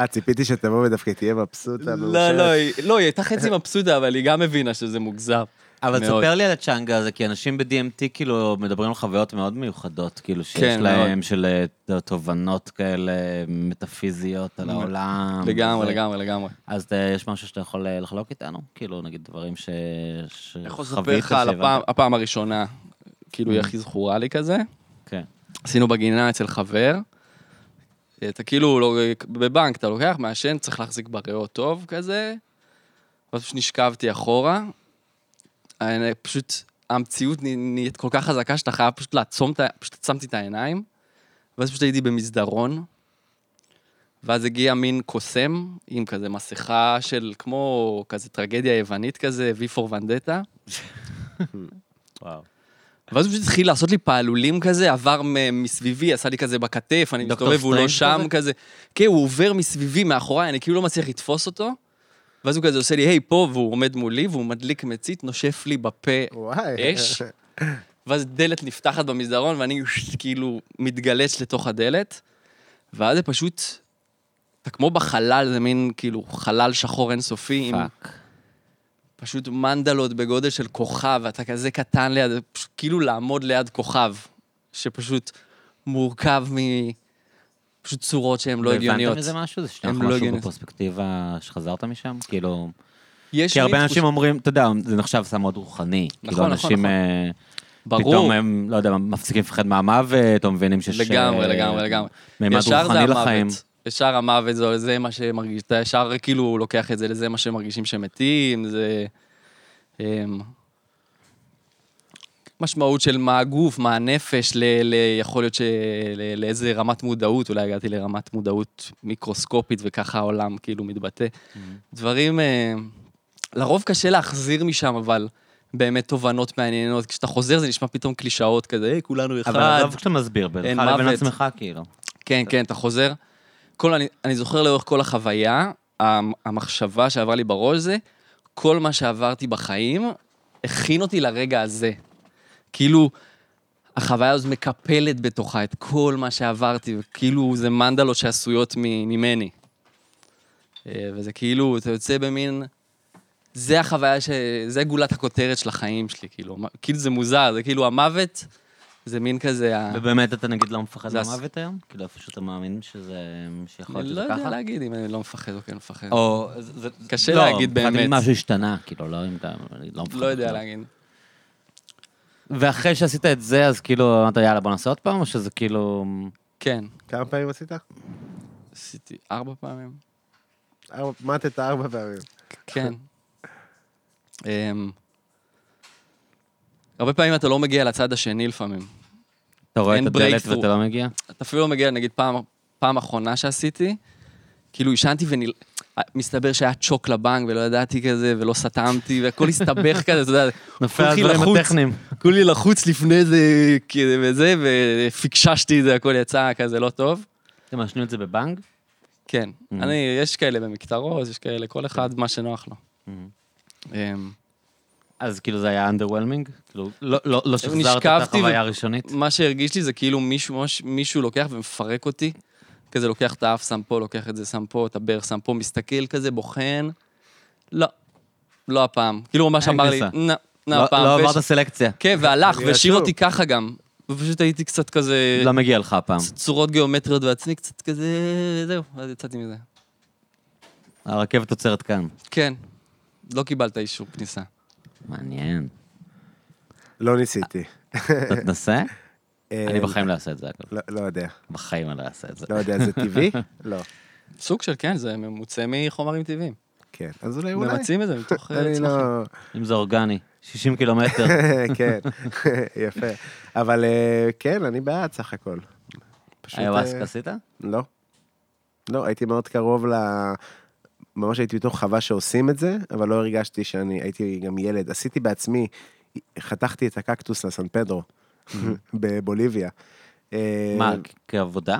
Speaker 3: אה, ציפיתי שתבוא ודווקא תהיה מבסוטה.
Speaker 2: לא,
Speaker 3: מאושרת.
Speaker 2: לא, היא- לא, היא הייתה חצי מבסוטה, אבל היא גם הבינה שזה מוגזם.
Speaker 1: אבל
Speaker 2: מאוד.
Speaker 1: תספר לי על הצ'אנגה הזה, כי אנשים ב-DMT כאילו מדברים על חוויות מאוד מיוחדות, כאילו שיש
Speaker 2: כן,
Speaker 1: להם, של אה, תובנות כאלה מטאפיזיות על העולם.
Speaker 2: לגמרי,
Speaker 1: וזה.
Speaker 2: לגמרי, לגמרי.
Speaker 1: אז אה, יש משהו שאתה יכול אה, לחלוק איתנו? כאילו, נגיד דברים ש... שחווית,
Speaker 2: יכול לספר לך על
Speaker 1: שהבנת?
Speaker 2: הפעם- הפעם הראשונה, כאילו היא הכי זכורה לי כזה.
Speaker 1: כן.
Speaker 2: עשינו בגינה אצל חבר. אתה כאילו, לא- בבנק אתה לוקח, מעשן, צריך להחזיק בריאות טוב כזה. ואז פשוט נשכבתי אחורה. אני- פשוט המציאות נ- נהיית כל כך חזקה שאתה חייב פשוט לעצום את ה... פשוט עצמתי את העיניים. ואז פשוט הייתי במסדרון. ואז הגיע מין קוסם עם כזה מסכה של כמו כזה טרגדיה יוונית כזה, V for Vendetta.
Speaker 1: וואו.
Speaker 2: ואז הוא פשוט התחיל לעשות לי פעלולים כזה, עבר מ- מסביבי, עשה לי כזה בכתף, אני
Speaker 1: דוקטור
Speaker 2: מסתובב, הוא לא
Speaker 1: סטרנג'
Speaker 2: שם כזה. כן, הוא עובר מסביבי, מאחוריי, אני כאילו לא מצליח לתפוס אותו. ואז הוא כזה עושה לי, היי, פה, והוא עומד מולי, והוא מדליק מצית, נושף לי בפה
Speaker 3: וואי.
Speaker 2: אש. ואז דלת נפתחת במסדרון, ואני כאילו מתגלץ לתוך הדלת. ואז זה פשוט, אתה כמו בחלל, זה מין כאילו חלל שחור אינסופי, עם
Speaker 1: פאק.
Speaker 2: פשוט מנדלות בגודל של כוכב, אתה כזה קטן ליד, פשוט כאילו לעמוד ליד כוכב, שפשוט מורכב מ... פשוט צורות שהן לא הגיוניות.
Speaker 1: הבנת מזה משהו? זה שנייה
Speaker 2: הן לא
Speaker 1: משהו
Speaker 2: הגיוניות.
Speaker 1: בפרספקטיבה שחזרת משם? כאילו...
Speaker 2: יש
Speaker 1: כי
Speaker 2: לי
Speaker 1: הרבה
Speaker 2: תחוש-
Speaker 1: אנשים אומרים, אתה יודע, זה נחשב סם מאוד רוחני.
Speaker 2: נכון,
Speaker 1: כאילו
Speaker 2: נכון,
Speaker 1: אנשים...
Speaker 2: נכון.
Speaker 1: אה,
Speaker 2: ברור.
Speaker 1: פתאום הם, לא יודע, מפסיקים לפחד מהמוות, או מבינים שיש...
Speaker 2: לגמרי,
Speaker 1: אה,
Speaker 2: לגמרי, לגמרי.
Speaker 1: מימד
Speaker 2: ישר זה
Speaker 1: רוחני לחיים.
Speaker 2: המוות. ישר המוות, זה, זה מה שמרגיש, אתה ישר כאילו לוקח את זה לזה מה שמרגישים שמתים, זה... אמ, משמעות של מה הגוף, מה הנפש, ל, ל, יכול להיות ש- ל- לאיזה רמת מודעות, אולי הגעתי לרמת מודעות מיקרוסקופית וככה העולם כאילו מתבטא.
Speaker 1: Mm-hmm.
Speaker 2: דברים, אה, לרוב קשה להחזיר משם, אבל באמת תובנות מעניינות. כשאתה חוזר זה נשמע פתאום קלישאות כזה, "אה, כולנו אחד.
Speaker 1: אבל עזוב כשאתה מסביר, בינך לבין
Speaker 2: מוות.
Speaker 1: עצמך, כאילו.
Speaker 2: כן, כן, אתה חוזר. כל, אני, אני זוכר לאורך כל החוויה, המ- המחשבה שעברה לי בראש זה, כל מה שעברתי בחיים הכין אותי לרגע הזה. כאילו, החוויה הזאת מקפלת בתוכה את כל מה שעברתי, וכאילו זה מנדלות שעשויות מ- ממני. אה, וזה כאילו, אתה יוצא במין... זה החוויה ש... זה גולת הכותרת של החיים שלי, כאילו. מה- כאילו זה מוזר, זה כאילו המוות, זה מין כזה... ה-
Speaker 1: ובאמת אתה נגיד לא מפחד
Speaker 2: זה הס-
Speaker 1: מהמוות היום? כאילו איפה שאתה מאמין שזה... שיכול
Speaker 2: אני
Speaker 1: להיות
Speaker 2: לא
Speaker 1: שזה
Speaker 2: יודע
Speaker 1: ככה?
Speaker 2: להגיד אם אני לא מפחד או כן מפחד.
Speaker 1: או...
Speaker 2: קשה להגיד
Speaker 1: לא, מבחינת אם
Speaker 2: באמת.
Speaker 1: משהו השתנה, כאילו, לא אם אתה... אני לא מפחד.
Speaker 2: לא יודע
Speaker 1: בכלל.
Speaker 2: להגיד.
Speaker 1: ואחרי שעשית את זה, אז כאילו אמרת, יאללה, בוא נעשה עוד פעם, או שזה כאילו...
Speaker 2: כן,
Speaker 3: כמה פעמים עשית?
Speaker 2: עשיתי ארבע פעמים.
Speaker 3: ארבע- מתת ארבע פעמים.
Speaker 2: כן. אמ, הרבה פעמים אתה לא מגיע לצד השני לפעמים.
Speaker 1: אתה רואה את
Speaker 2: אין
Speaker 1: הדלת
Speaker 2: breakthrough.
Speaker 1: ואתה לא מגיע?
Speaker 2: אתה אפילו לא מגיע, נגיד פעם, פעם אחרונה שעשיתי, כאילו עישנתי ונל... מסתבר שהיה צ'וק לבנק ולא ידעתי כזה ולא סתמתי והכל הסתבך כזה, אתה יודע,
Speaker 1: נופל
Speaker 2: כולי
Speaker 1: הדברים
Speaker 2: לחוץ.
Speaker 1: הטכניים.
Speaker 2: כולי לחוץ לפני זה כזה וזה, ופיקששתי את זה, הכל יצא כזה לא טוב.
Speaker 1: אתם מעשנים את זה בבנק?
Speaker 2: כן.
Speaker 1: Mm-hmm.
Speaker 2: אני, יש כאלה במקטרות, יש כאלה, כל אחד מה שנוח לו.
Speaker 1: Mm-hmm.
Speaker 2: אמ,
Speaker 1: אז כאילו זה היה underwhelming? כאילו, לא- לא לא שחזרת את
Speaker 2: נשכבתי ו-
Speaker 1: החוויה הראשונית?
Speaker 2: מה שהרגיש לי זה כאילו מישהו, ממש- מישהו לוקח ומפרק אותי, כזה לוקח את האף, שם פה, לוקח את זה, שם פה, את הבאר, שם פה, מסתכל כזה, בוחן. לא, לא הפעם. כאילו הוא ממש
Speaker 1: אין
Speaker 2: אמר לי,
Speaker 1: כניסה.
Speaker 2: נה, נה,
Speaker 1: לא-
Speaker 2: הפעם.
Speaker 1: לא
Speaker 2: ויש-
Speaker 1: עברת סלקציה.
Speaker 2: כן, והלך,
Speaker 3: אני
Speaker 2: והשאיר
Speaker 3: עצוב.
Speaker 2: אותי ככה גם. ופשוט הייתי קצת כזה,
Speaker 1: לא מגיע לך הפעם.
Speaker 2: צורות גיאומטריות בעצמי, קצת כזה, זהו, אז יצאתי מזה.
Speaker 1: הרכבת עוצרת כאן.
Speaker 2: כן, לא קיבלת אישור כניסה.
Speaker 1: מעניין.
Speaker 3: לא ניסיתי.
Speaker 1: אתה תנסה?
Speaker 3: אה,
Speaker 1: אני בחיים לא אעשה את זה, אגב.
Speaker 3: לא- לא יודע.
Speaker 1: בחיים אני לא אעשה את זה.
Speaker 3: לא יודע, זה טבעי? לא.
Speaker 2: סוג של, כן, זה מוצא מחומרים טבעיים.
Speaker 3: כן. אז אולי אולי.
Speaker 2: ממצים את זה מתוך אה,
Speaker 3: אני
Speaker 2: צמחים.
Speaker 3: לא...
Speaker 1: אם זה אורגני, 60 קילומטר.
Speaker 3: כן, יפה. אבל אה, כן, אני בעד סך הכל. פשוט, אה,
Speaker 1: איוואסקה עשית?
Speaker 3: לא. לא, הייתי מאוד קרוב ל... ממש הייתי בתוך חווה שעושים את זה, אבל לא הרגשתי שאני הייתי גם ילד. עשיתי בעצמי, חתכתי את הקקטוס לסן פדרו.
Speaker 2: Mm-hmm.
Speaker 3: בבוליביה. אה,
Speaker 1: מה, כ- כעבודה?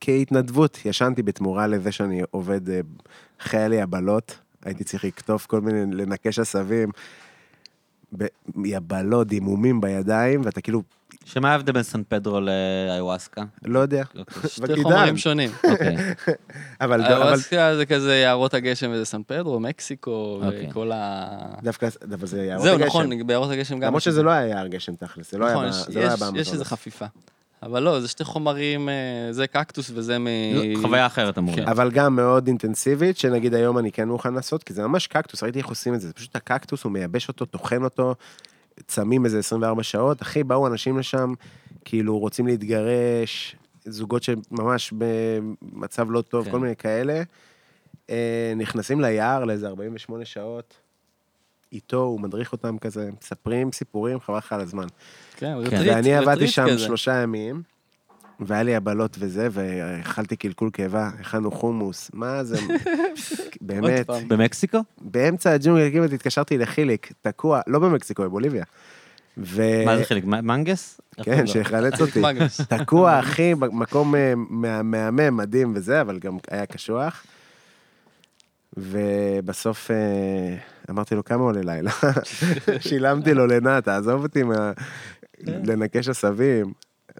Speaker 3: כהתנדבות, ישנתי בתמורה לזה שאני עובד אה, חיילי הבלות, הייתי צריך לקטוף כל מיני, לנקש עשבים, ב- יבלות, דימומים בידיים, ואתה כאילו,
Speaker 1: שמה ההבדל בין סן פדרו לאיוואסקה?
Speaker 3: לא יודע,
Speaker 1: אוקיי,
Speaker 2: שתי חומרים אה, שונים.
Speaker 1: אוקיי.
Speaker 3: אה, אבל, אבל
Speaker 2: האווסקה זה כזה יערות הגשם וזה סן פדרו, מקסיקו,
Speaker 1: אוקיי.
Speaker 2: וכל ה...
Speaker 3: דווקא, אבל זה יערות
Speaker 2: זהו,
Speaker 3: הגשם.
Speaker 2: נכון, ביערות הגשם גם...
Speaker 3: למרות
Speaker 2: יש
Speaker 3: שזה
Speaker 2: את
Speaker 3: לא היה יער גשם תכלס, זה לא היה
Speaker 2: נכון,
Speaker 3: ב-
Speaker 2: יש-
Speaker 3: זה לא היה
Speaker 2: יש- יש
Speaker 3: באמזון.
Speaker 2: איזה חפיפה. אבל לא, זה שתי חומרים, אה, זה קקטוס וזה מ...
Speaker 1: לא, חוויה אחרת אמור
Speaker 2: כן.
Speaker 1: להיות.
Speaker 3: אבל גם מאוד אינטנסיבית, שנגיד היום אני כן מוכן לעשות, כי זה ממש קקטוס, ראיתי איך עושים את זה, זה פשוט הקקטוס, הוא מייבש אותו, טוחן אותו, צמים איזה 24 שעות, אחי, באו אנשים לשם, כאילו רוצים להתגרש, זוגות שממש במצב לא טוב,
Speaker 1: כן.
Speaker 3: כל מיני כאלה, אה, נכנסים ליער לאיזה 48 שעות, איתו, הוא מדריך אותם כזה, מספרים סיפורים, חבל לך על הזמן.
Speaker 2: כן, זה
Speaker 1: כן.
Speaker 2: טריט,
Speaker 3: ואני
Speaker 2: זה
Speaker 3: עבדתי
Speaker 2: טריט
Speaker 3: שם
Speaker 2: כזה.
Speaker 3: שלושה ימים, והיה לי הבלות וזה, ואכלתי קלקול קיבה, הכנו חומוס, מה זה,
Speaker 2: עוד
Speaker 3: באמת.
Speaker 2: פעם.
Speaker 1: במקסיקו?
Speaker 3: באמצע הג'ונגל כמעט התקשרתי לחיליק, תקוע, לא במקסיקו, בבוליביה. ו...
Speaker 1: מה זה חלק? מ- מנגס?
Speaker 3: אה,
Speaker 2: לא.
Speaker 3: כן, שיחלץ אותי.
Speaker 2: מגנוס.
Speaker 3: תקוע, אחי, מקום אה, מה- מהמם, מדהים וזה, אבל גם היה קשוח. ובסוף אה, אמרתי לו, כמה עולה לילה? שילמתי לו לנה, תעזוב אותי מה... לנקש עשבים.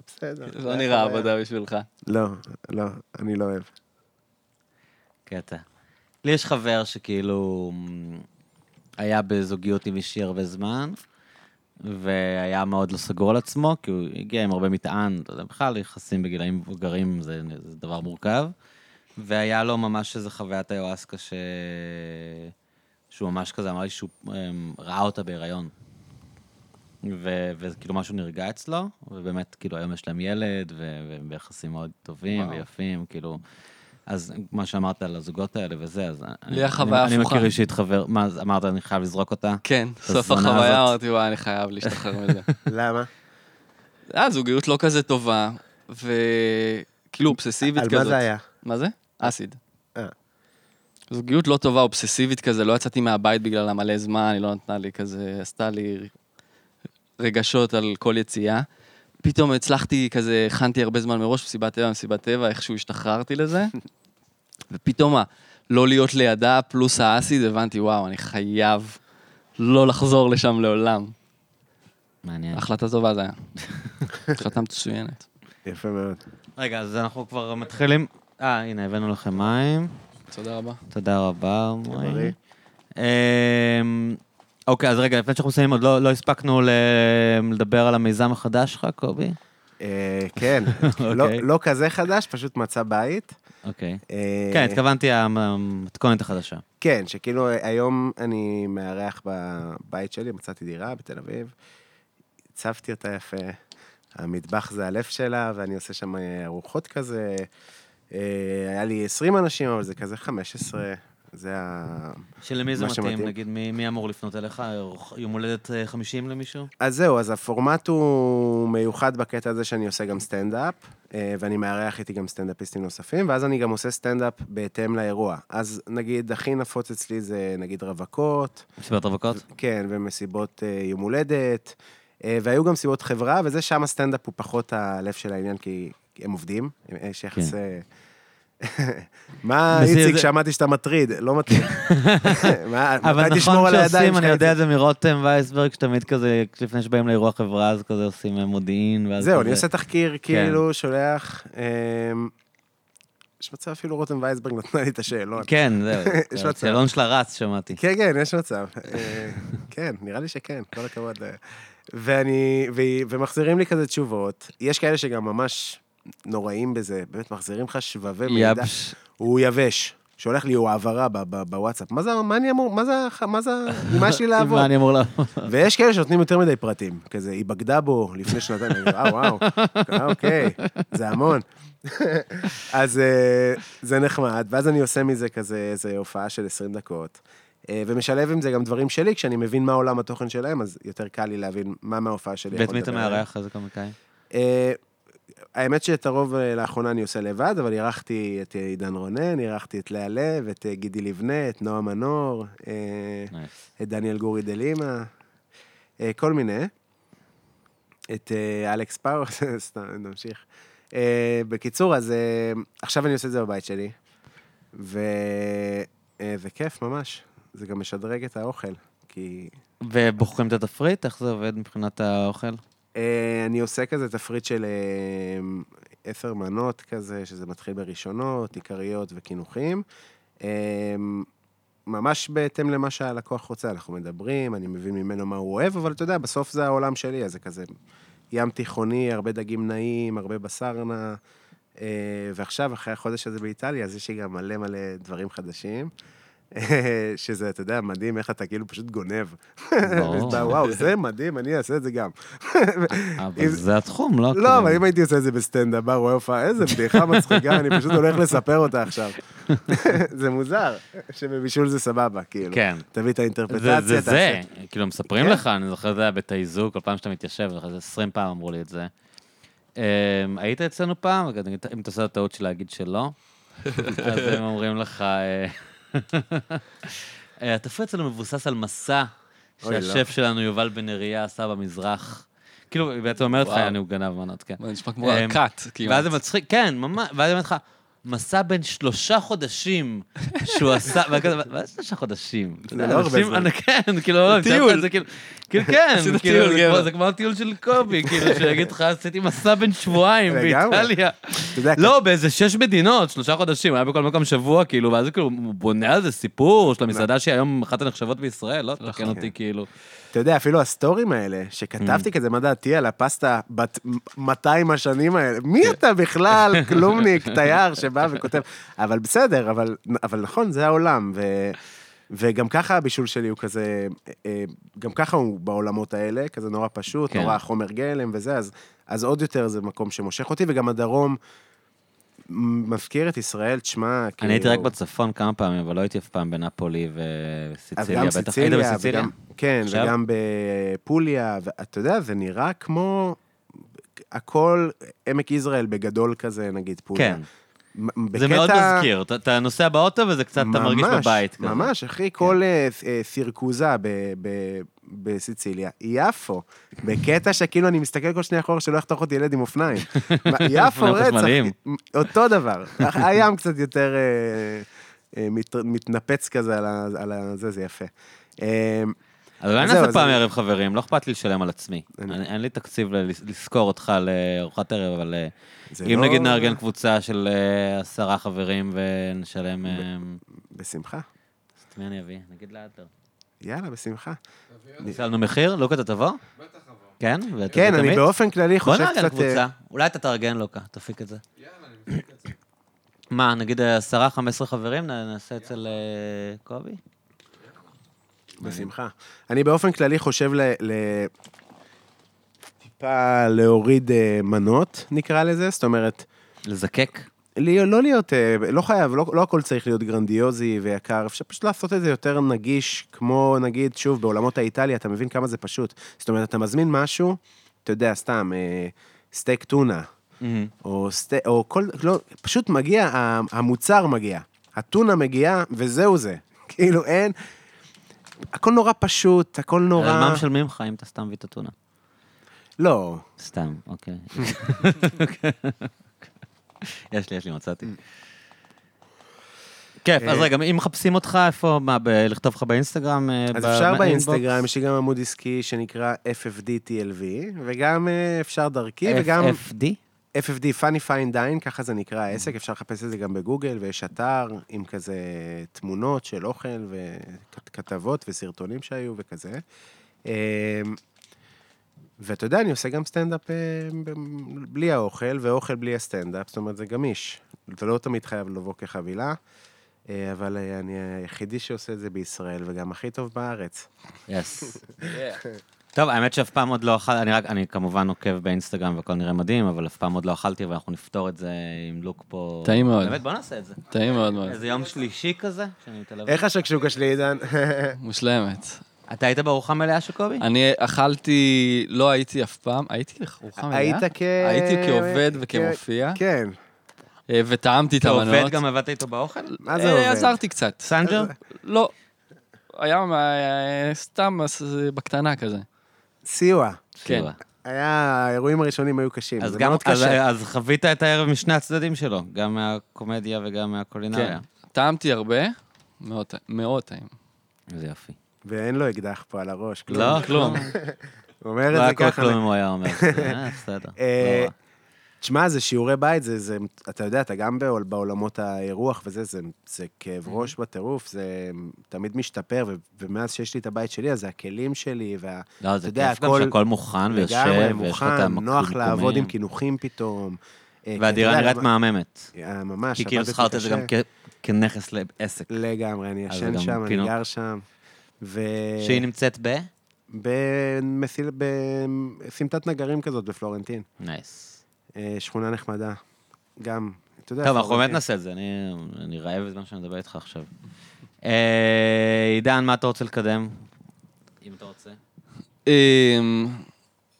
Speaker 3: בסדר.
Speaker 2: לא נראה עבודה בשבילך.
Speaker 3: לא, לא, אני לא אוהב.
Speaker 1: קטע. לי יש חבר שכאילו מ, היה בזוגיות עם אישי הרבה זמן, והיה מאוד לא סגור על עצמו, כי הוא הגיע עם הרבה מטען, אתה יודע, בכלל יחסים בגילאים מבוגרים זה, זה דבר מורכב, והיה לו ממש איזו חוויית היואסקה ש... שהוא ממש כזה אמר לי שהוא אמ, ראה אותה בהיריון. ו- וכאילו משהו נרגע אצלו, ובאמת, כאילו, היום יש להם ילד, ו- והם ביחסים מאוד טובים
Speaker 2: וואו.
Speaker 1: ויפים, כאילו... אז מה שאמרת על הזוגות האלה וזה, אז...
Speaker 2: לי
Speaker 1: אני-
Speaker 2: החוויה
Speaker 1: אני- אני
Speaker 2: הפוכה.
Speaker 1: מכיר אישית חבר, מה, זה- אמרת, אני חייב לזרוק אותה?
Speaker 2: כן, סוף
Speaker 1: הזונה
Speaker 2: החוויה
Speaker 1: הזאת.
Speaker 2: אמרתי, וואי, אני חייב להשתחרר מזה.
Speaker 3: למה?
Speaker 2: אה, זוגיות לא כזה טובה, וכאילו אובססיבית
Speaker 3: על
Speaker 2: כזאת.
Speaker 3: מה זה היה?
Speaker 2: מה זה? אסיד.
Speaker 3: אה.
Speaker 2: זוגיות לא טובה, אובססיבית כזה, לא יצאתי מהבית בגללה מלא זמן, היא לא נתנה לי כזה, עשתה לי רגשות על כל יציאה. פתאום הצלחתי כזה, הכנתי הרבה זמן מראש מסיבת טבע, מסיבת טבע, איכשהו השתחררתי לזה. ופתאום ה- לא להיות לידה פלוס האסיד, הבנתי, וואו, אני חייב לא לחזור לשם לעולם.
Speaker 3: כן.
Speaker 1: מעניין.
Speaker 2: החלטה טובה זה היה. החלטה מצוינת.
Speaker 3: יפה מאוד.
Speaker 1: רגע, אז אנחנו כבר מתחילים... אה, הנה, הבאנו לכם מים.
Speaker 2: תודה רבה.
Speaker 1: תודה רבה,
Speaker 3: בריא.
Speaker 1: עמרי. אמ, אוקיי, אז רגע, לפני שאנחנו מסיימים, עוד לא לא הספקנו ל- לדבר על המיזם החדש שלך, קובי?
Speaker 3: אה, כן,
Speaker 1: אוקיי.
Speaker 3: לא- לא כזה חדש, פשוט מצא בית.
Speaker 1: אוקיי.
Speaker 3: אה,
Speaker 1: כן, התכוונתי המתכונת החדשה.
Speaker 3: כן, שכאילו היום אני מארח בבית שלי, מצאתי דירה בתל אביב, הצבתי אותה יפה, המטבח זה הלב שלה, ואני עושה שם אה, ארוחות כזה. אה, היה לי 20 אנשים, אבל זה כזה 15, זה ה...
Speaker 1: שלמי זה
Speaker 3: מה
Speaker 1: מתאים?
Speaker 3: שמתאים.
Speaker 1: נגיד, מי מי אמור לפנות אליך? יום הולדת אה, 50 למישהו?
Speaker 3: אז זהו, אז הפורמט הוא מיוחד בקטע הזה שאני עושה גם סטנדאפ, אה, ואני מארח איתי גם סטנדאפיסטים נוספים, ואז אני גם עושה סטנדאפ בהתאם לאירוע. אז נגיד, הכי נפוץ אצלי זה נגיד רווקות,
Speaker 1: מסיבת רווקות?
Speaker 3: כן, ומסיבות אה, יום הולדת, אה, והיו גם סיבות חברה, וזה שם הסטנדאפ הוא פחות הלב של העניין, כי הם עובדים, הם- יש יחס...
Speaker 1: כן.
Speaker 3: אה, מה,
Speaker 1: בסדר,
Speaker 3: איציק,
Speaker 1: זה-
Speaker 3: שמעתי שאתה מטריד, לא מטריד. מה,
Speaker 1: אבל
Speaker 3: מתי תשמור
Speaker 1: נכון
Speaker 3: על הידיים
Speaker 1: שעושים,
Speaker 3: שלך?
Speaker 1: אני יודע את
Speaker 3: איציק?
Speaker 1: זה מרותם וייסברג, שתמיד כזה, לפני שבאים לאירוע חברה, אז כזה עושים אה, מודיעין, ואז
Speaker 3: זהו, אני
Speaker 1: כזה-
Speaker 3: עושה
Speaker 1: כן.
Speaker 3: תחקיר, כאילו, שולח... אה, יש מצב אפילו רותם וייסברג נתנה לי את השאלון.
Speaker 1: כן,
Speaker 3: יש
Speaker 1: זהו.
Speaker 3: מצב.
Speaker 1: השאלון שלה רץ, שמעתי.
Speaker 3: כן, כן, יש מצב. אה, כן, נראה לי שכן, כל הכבוד. ל- ואני, ו, ומחזירים לי כזה תשובות. יש כאלה שגם ממש נוראים בזה, באמת מחזירים לך שבבי מידע.
Speaker 1: יבש.
Speaker 3: הוא יבש. שולח לי, הוא העברה ב- ב- בוואטסאפ. מה זה, מה אני אמור, מה זה, הח- מה זה, עם מה יש לי
Speaker 1: עם מה
Speaker 3: לעבוד?
Speaker 1: אני אמור לעבוד?
Speaker 3: ויש כאלה שנותנים יותר מדי פרטים, כזה, היא בגדה בו לפני שנתיים, אני אומר, אה, וואו, אה, אוקיי, זה המון. אז אה, זה נחמד, ואז אני עושה מזה כזה, איזה הופעה של 20 דקות, אה, ומשלב עם זה גם דברים שלי, כשאני מבין מה עולם התוכן שלהם, אז יותר קל לי להבין מה מההופעה שלי.
Speaker 1: ואת
Speaker 3: יכול
Speaker 1: מי אתה
Speaker 3: לדבר עליהם.
Speaker 1: מארח? איזה קומיקאי?
Speaker 3: אה, האמת שאת הרוב אה, לאחרונה אני עושה לבד, אבל אירחתי את אה, עידן רונן, אירחתי את לאה לב, את אה, גידי לבנה, את נועה מנור, אה,
Speaker 1: נייס.
Speaker 3: את דניאל גורי דלימה, אה, כל מיני. את אה, אלכס פאוור, סתם, נמשיך. אה, בקיצור, אז אה, עכשיו אני עושה את זה בבית שלי, וזה כיף ממש. זה גם משדרג את האוכל, כי
Speaker 1: ובוחרים את התפריט? איך זה עובד מבחינת האוכל?
Speaker 3: אה, אני עושה כזה תפריט של אה, עשר מנות כזה, שזה מתחיל בראשונות, עיקריות וקינוחים. אה, ממש בהתאם למה שהלקוח רוצה, אנחנו מדברים, אני מבין ממנו מה הוא אוהב, אבל אתה יודע, בסוף זה העולם שלי, אז זה כזה ים תיכוני, הרבה דגים נעים, הרבה בשר נע. אה, ועכשיו, אחרי החודש הזה באיטליה, אז יש לי גם מלא מלא דברים חדשים. אה, שזה, אתה יודע, מדהים איך אתה כאילו פשוט גונב.
Speaker 1: ברור.
Speaker 3: ואתה, וואו, זה מדהים, אני אעשה את זה גם.
Speaker 1: אבל זה התחום, לא?
Speaker 3: לא, אבל אם הייתי עושה את זה בסטנדאפ, בא, רואה הופעה, איזה בדיחה מצחיקה, אני פשוט הולך לספר אותה עכשיו. זה מוזר, שבבישול זה סבבה, כאילו.
Speaker 1: כן.
Speaker 3: תביא את
Speaker 1: זה
Speaker 3: האינטרפטציה,
Speaker 1: זה, זה,
Speaker 3: תעשה.
Speaker 1: כאילו מספרים
Speaker 3: כן.
Speaker 1: לך, אני זוכר את זה היה בתאיזוק, כל פעם שאתה מתיישב, אני זוכר איזה 20 פעם אמרו לי את זה. אמ, היית אצלנו פעם? רגע, נגיד, אם אתה עושה את הטעות של להגיד שלא, אז הם אומרים לך... אה, אה, התפריט שלנו מבוסס על מסע
Speaker 3: אוי, לא.
Speaker 1: שהשף שלנו, יובל בן אריה, עשה במזרח. כאילו, בעצם אומר לך,
Speaker 2: וואו.
Speaker 1: אני הוא גנב מנות, כן.
Speaker 2: זה נשמע כמו כאילו.
Speaker 1: אמ,
Speaker 2: ערכת,
Speaker 1: ואז
Speaker 2: כמעט.
Speaker 1: זה מצחיק, כן, ממש, ואז היא אומרת לך, מסע בין שלושה חודשים שהוא עשה, ואז כזה, מה זה שלושה חודשים?
Speaker 3: זה לא הרבה
Speaker 1: אנשים-
Speaker 3: זמן.
Speaker 1: כן, כאילו, לא,
Speaker 2: טיול.
Speaker 1: תאר לך את זה כאילו, כאילו, כן,
Speaker 2: עשית
Speaker 1: כאילו,
Speaker 2: טיול,
Speaker 1: זה כמו-
Speaker 2: גבר.
Speaker 1: זה כמו הטיול של קובי, כאילו, שיגיד לך, עשיתי מסע בין שבועיים
Speaker 3: לגמרי.
Speaker 1: באיטליה.
Speaker 3: אתה יודע,
Speaker 1: לא, באיזה שש מדינות, שלושה חודשים, היה בכל מקום שבוע, כאילו, ואז כאילו, הוא בונה על זה סיפור של המסעדה שהיא היום אחת הנחשבות בישראל, לא? תקן אותי, כאילו.
Speaker 3: אתה יודע, אפילו הסטורים האלה,
Speaker 1: Mm.
Speaker 3: שכתבתי כזה, מה דעתי על הפסטה בת 200 השנים האלה?
Speaker 1: כן.
Speaker 3: מי אתה בכלל, כלומניק, תייר שבא וכותב? אבל בסדר, אבל, אבל נכון, זה העולם. ו, וגם ככה הבישול שלי הוא כזה, אה, גם ככה הוא בעולמות האלה, כזה נורא פשוט,
Speaker 1: כן.
Speaker 3: נורא חומר גלם וזה, אז, אז עוד יותר זה מקום שמושך אותי, וגם הדרום מפקיר את ישראל, תשמע, כאילו-
Speaker 1: אני הייתי רק בצפון כמה פעמים, אבל לא הייתי אף פעם בנפולי ו-
Speaker 3: אז
Speaker 1: וסיציליה.
Speaker 3: גם
Speaker 1: בטח. היית
Speaker 3: סיציליה,
Speaker 1: בסיציליה?
Speaker 3: וגם- כן,
Speaker 1: עכשיו?
Speaker 3: וגם בפוליה, ואתה יודע, זה נראה כמו הכל עמק יזרעאל בגדול כזה, נגיד פוליה.
Speaker 1: כן.
Speaker 3: מ-
Speaker 1: זה
Speaker 3: בקטע-
Speaker 1: מאוד מזכיר, אתה- אתה נוסע באוטו וזה קצת, אתה מרגיש
Speaker 3: ממש,
Speaker 1: בבית. כזה. כן.
Speaker 3: ממש, אחי, כל אה, ס- אה, סירקוזה ב- ב- בסיציליה, היא יפו, בקטע שכאילו אני מסתכל כל שנייה אחורה שלא יחתוך אותי ילד עם אופניים. מה, יפו
Speaker 1: אופניים
Speaker 3: רצח,
Speaker 1: חשמליים.
Speaker 3: אותו דבר. הים קצת יותר אה, אה, מת- מתנפץ כזה על ה- על ה- זה, זה יפה. אה,
Speaker 1: אז אולי
Speaker 3: אז זהו,
Speaker 1: נעשה
Speaker 3: אז
Speaker 1: פעם
Speaker 3: אני-
Speaker 1: ערב חברים, לא אכפת לי לשלם על עצמי.
Speaker 3: אני-
Speaker 1: אני- אין לי תקציב ל- לזכור אותך לארוחת ערב, אבל אה,
Speaker 3: זה
Speaker 1: אם
Speaker 3: לא-
Speaker 1: נגיד נארגן קבוצה של אה, עשרה חברים ונשלם... אה,
Speaker 3: בשמחה.
Speaker 1: את מי אני אביא? נגיד לאדלר.
Speaker 3: יאללה, בשמחה.
Speaker 1: כן, נשאלנו מחיר? לוקה, אתה תבוא?
Speaker 4: בטח אבל.
Speaker 1: כן? ואת-
Speaker 3: כן,
Speaker 1: ואת
Speaker 3: אני
Speaker 1: עמית?
Speaker 3: באופן כללי
Speaker 1: בוא
Speaker 3: חושב קצת...
Speaker 1: נארגן
Speaker 3: אה,
Speaker 1: קבוצה. אולי אתה תארגן, לוקה, תפיק את זה.
Speaker 4: יאללה, אני מבין את זה.
Speaker 1: מה, נגיד אה, עשרה, חמש עשרה חברים, נ- נעשה אצל אה, קובי?
Speaker 3: בשמחה. אני באופן כללי חושב ל... ל- טיפה להוריד אה, מנות, נקרא לזה, זאת אומרת,
Speaker 1: לזקק?
Speaker 3: לי- לא להיות, אה, לא חייב, לא, לא הכל צריך להיות גרנדיוזי ויקר, אפשר פשוט לעשות את זה יותר נגיש, כמו נגיד, שוב, בעולמות האיטליה, אתה מבין כמה זה פשוט. זאת אומרת, אתה מזמין משהו, אתה יודע, סתם, אה, סטייק טונה, או, סט... או כל, לא, פשוט מגיע, ה- המוצר מגיע, הטונה מגיעה, וזהו זה. כאילו אין, הכל נורא פשוט, הכל נורא...
Speaker 1: על אה, מה משלמים לך אם אתה סתם מביא את הטונה?
Speaker 3: לא,
Speaker 1: סתם, אוקיי. יש לי, יש לי, מצאתי. כיף,
Speaker 3: אה,
Speaker 1: אז רגע, אם מחפשים אותך, איפה, מה, ב- לכתוב לך באינסטגרם? אה,
Speaker 3: אז
Speaker 1: ב-
Speaker 3: אפשר
Speaker 1: באינבוקס?
Speaker 3: באינסטגרם, יש לי גם עמוד עסקי שנקרא FFDTLV, וגם אה, אפשר דרכי, וגם
Speaker 1: FFD?
Speaker 3: FFD, Funny Fine Dine, ככה זה נקרא העסק, אפשר לחפש את זה גם בגוגל, ויש אתר עם כזה תמונות של אוכל וכתבות וסרטונים שהיו וכזה. אה, ואתה יודע, אני עושה גם סטנדאפ אה, ב- בלי האוכל, ואוכל בלי הסטנדאפ, זאת אומרת, זה גמיש. אתה לא תמיד חייב לבוא כחבילה, אה, אבל אה, אני היחידי שעושה את זה בישראל, וגם הכי טוב בארץ.
Speaker 1: יס. טוב, האמת שאף פעם עוד לא אכלתי, אני רק, אני כמובן עוקב באינסטגרם והכל נראה מדהים, אבל אף פעם עוד לא אכלתי, ואנחנו נפתור את זה עם לוק פה.
Speaker 2: טעים מאוד.
Speaker 1: באמת, בוא נעשה את זה.
Speaker 2: טעים מאוד מאוד.
Speaker 1: איזה יום שלישי כזה, שאני מתל אביב.
Speaker 3: איך השקשוקה שלי, עידן?
Speaker 2: אה, מושלמת.
Speaker 1: אתה היית בארוחה מלאה של קובי?
Speaker 2: אני אכלתי, לא הייתי אף פעם, הייתי לארוחה מלאה?
Speaker 3: היית כ...
Speaker 2: אה, הייתי כעובד
Speaker 3: כ-
Speaker 2: וכמופיע,
Speaker 3: כן.
Speaker 2: אה, וטעמתי את המנות.
Speaker 1: כעובד גם עבדת איתו באוכל?
Speaker 3: מה
Speaker 2: אה,
Speaker 3: זה עובד?
Speaker 2: עזרתי קצת.
Speaker 1: סנג'ר?
Speaker 2: לא. היה מה- סתם אה, בקטנה כזה.
Speaker 3: סיוע.
Speaker 2: כן.
Speaker 1: סיוע.
Speaker 3: היה, האירועים הראשונים היו קשים.
Speaker 1: אז
Speaker 3: כאילו, זה
Speaker 1: גם,
Speaker 3: מאוד
Speaker 1: אז,
Speaker 3: קשה.
Speaker 1: אז חווית את הערב משני הצדדים שלו, גם מהקומדיה וגם
Speaker 2: כן.
Speaker 1: מהקולינריה.
Speaker 2: טעמתי הרבה, מאוד טע- מאוד טעים.
Speaker 1: איזה יופי.
Speaker 3: ואין לו אקדח פה על הראש, כלום.
Speaker 1: כן. לא, כלום.
Speaker 3: הוא אומר
Speaker 1: לא
Speaker 3: את
Speaker 1: היה
Speaker 3: זה
Speaker 1: כל
Speaker 3: ככה.
Speaker 1: כלום אם הוא היה אומר. אה, בסדר.
Speaker 3: אה,
Speaker 1: לא רע.
Speaker 3: תשמע, זה שיעורי בית, זה, זה, אתה יודע, אתה גם בעול, בעולמות האירוח וזה, זה, זה
Speaker 1: Mm-hmm.
Speaker 3: כאב ראש בטירוף, זה תמיד משתפר, ו, ומאז שיש לי את הבית שלי, אז זה הכלים שלי, וה...
Speaker 1: לא, זה
Speaker 3: אתה יודע,
Speaker 1: כיף גם
Speaker 3: הכל-
Speaker 1: שהכל מוכן
Speaker 3: לגמרי,
Speaker 1: ויושב, ויש לך את
Speaker 3: מוכן,
Speaker 1: המקום.
Speaker 3: נוח לעבוד עם קינוחים פתאום. אה, כי
Speaker 1: והדירה
Speaker 3: אתה יודע,
Speaker 1: נראית מהממת.
Speaker 3: אה, ממש,
Speaker 1: כי כאילו
Speaker 3: עבדתי
Speaker 1: שכרת את זה
Speaker 3: קשה.
Speaker 1: גם כ- כנכס לעסק.
Speaker 3: לגמרי, אני
Speaker 1: אז
Speaker 3: ישן
Speaker 1: גם
Speaker 3: שם, אני
Speaker 1: פינות.
Speaker 3: גר שם. ו...
Speaker 1: שהיא נמצאת ב?
Speaker 3: במסיל... בסמטת נגרים כזאת בפלורנטין.
Speaker 1: נייס.
Speaker 3: אה, שכונה נחמדה. גם, אתה יודע...
Speaker 1: טוב, אנחנו באמת
Speaker 3: פלורנטין.
Speaker 1: נעשה את זה, אני אני רעב בזמן שאני מדבר איתך עכשיו. אה, עידן, מה אתה רוצה לקדם? אם אתה רוצה.
Speaker 2: אמ,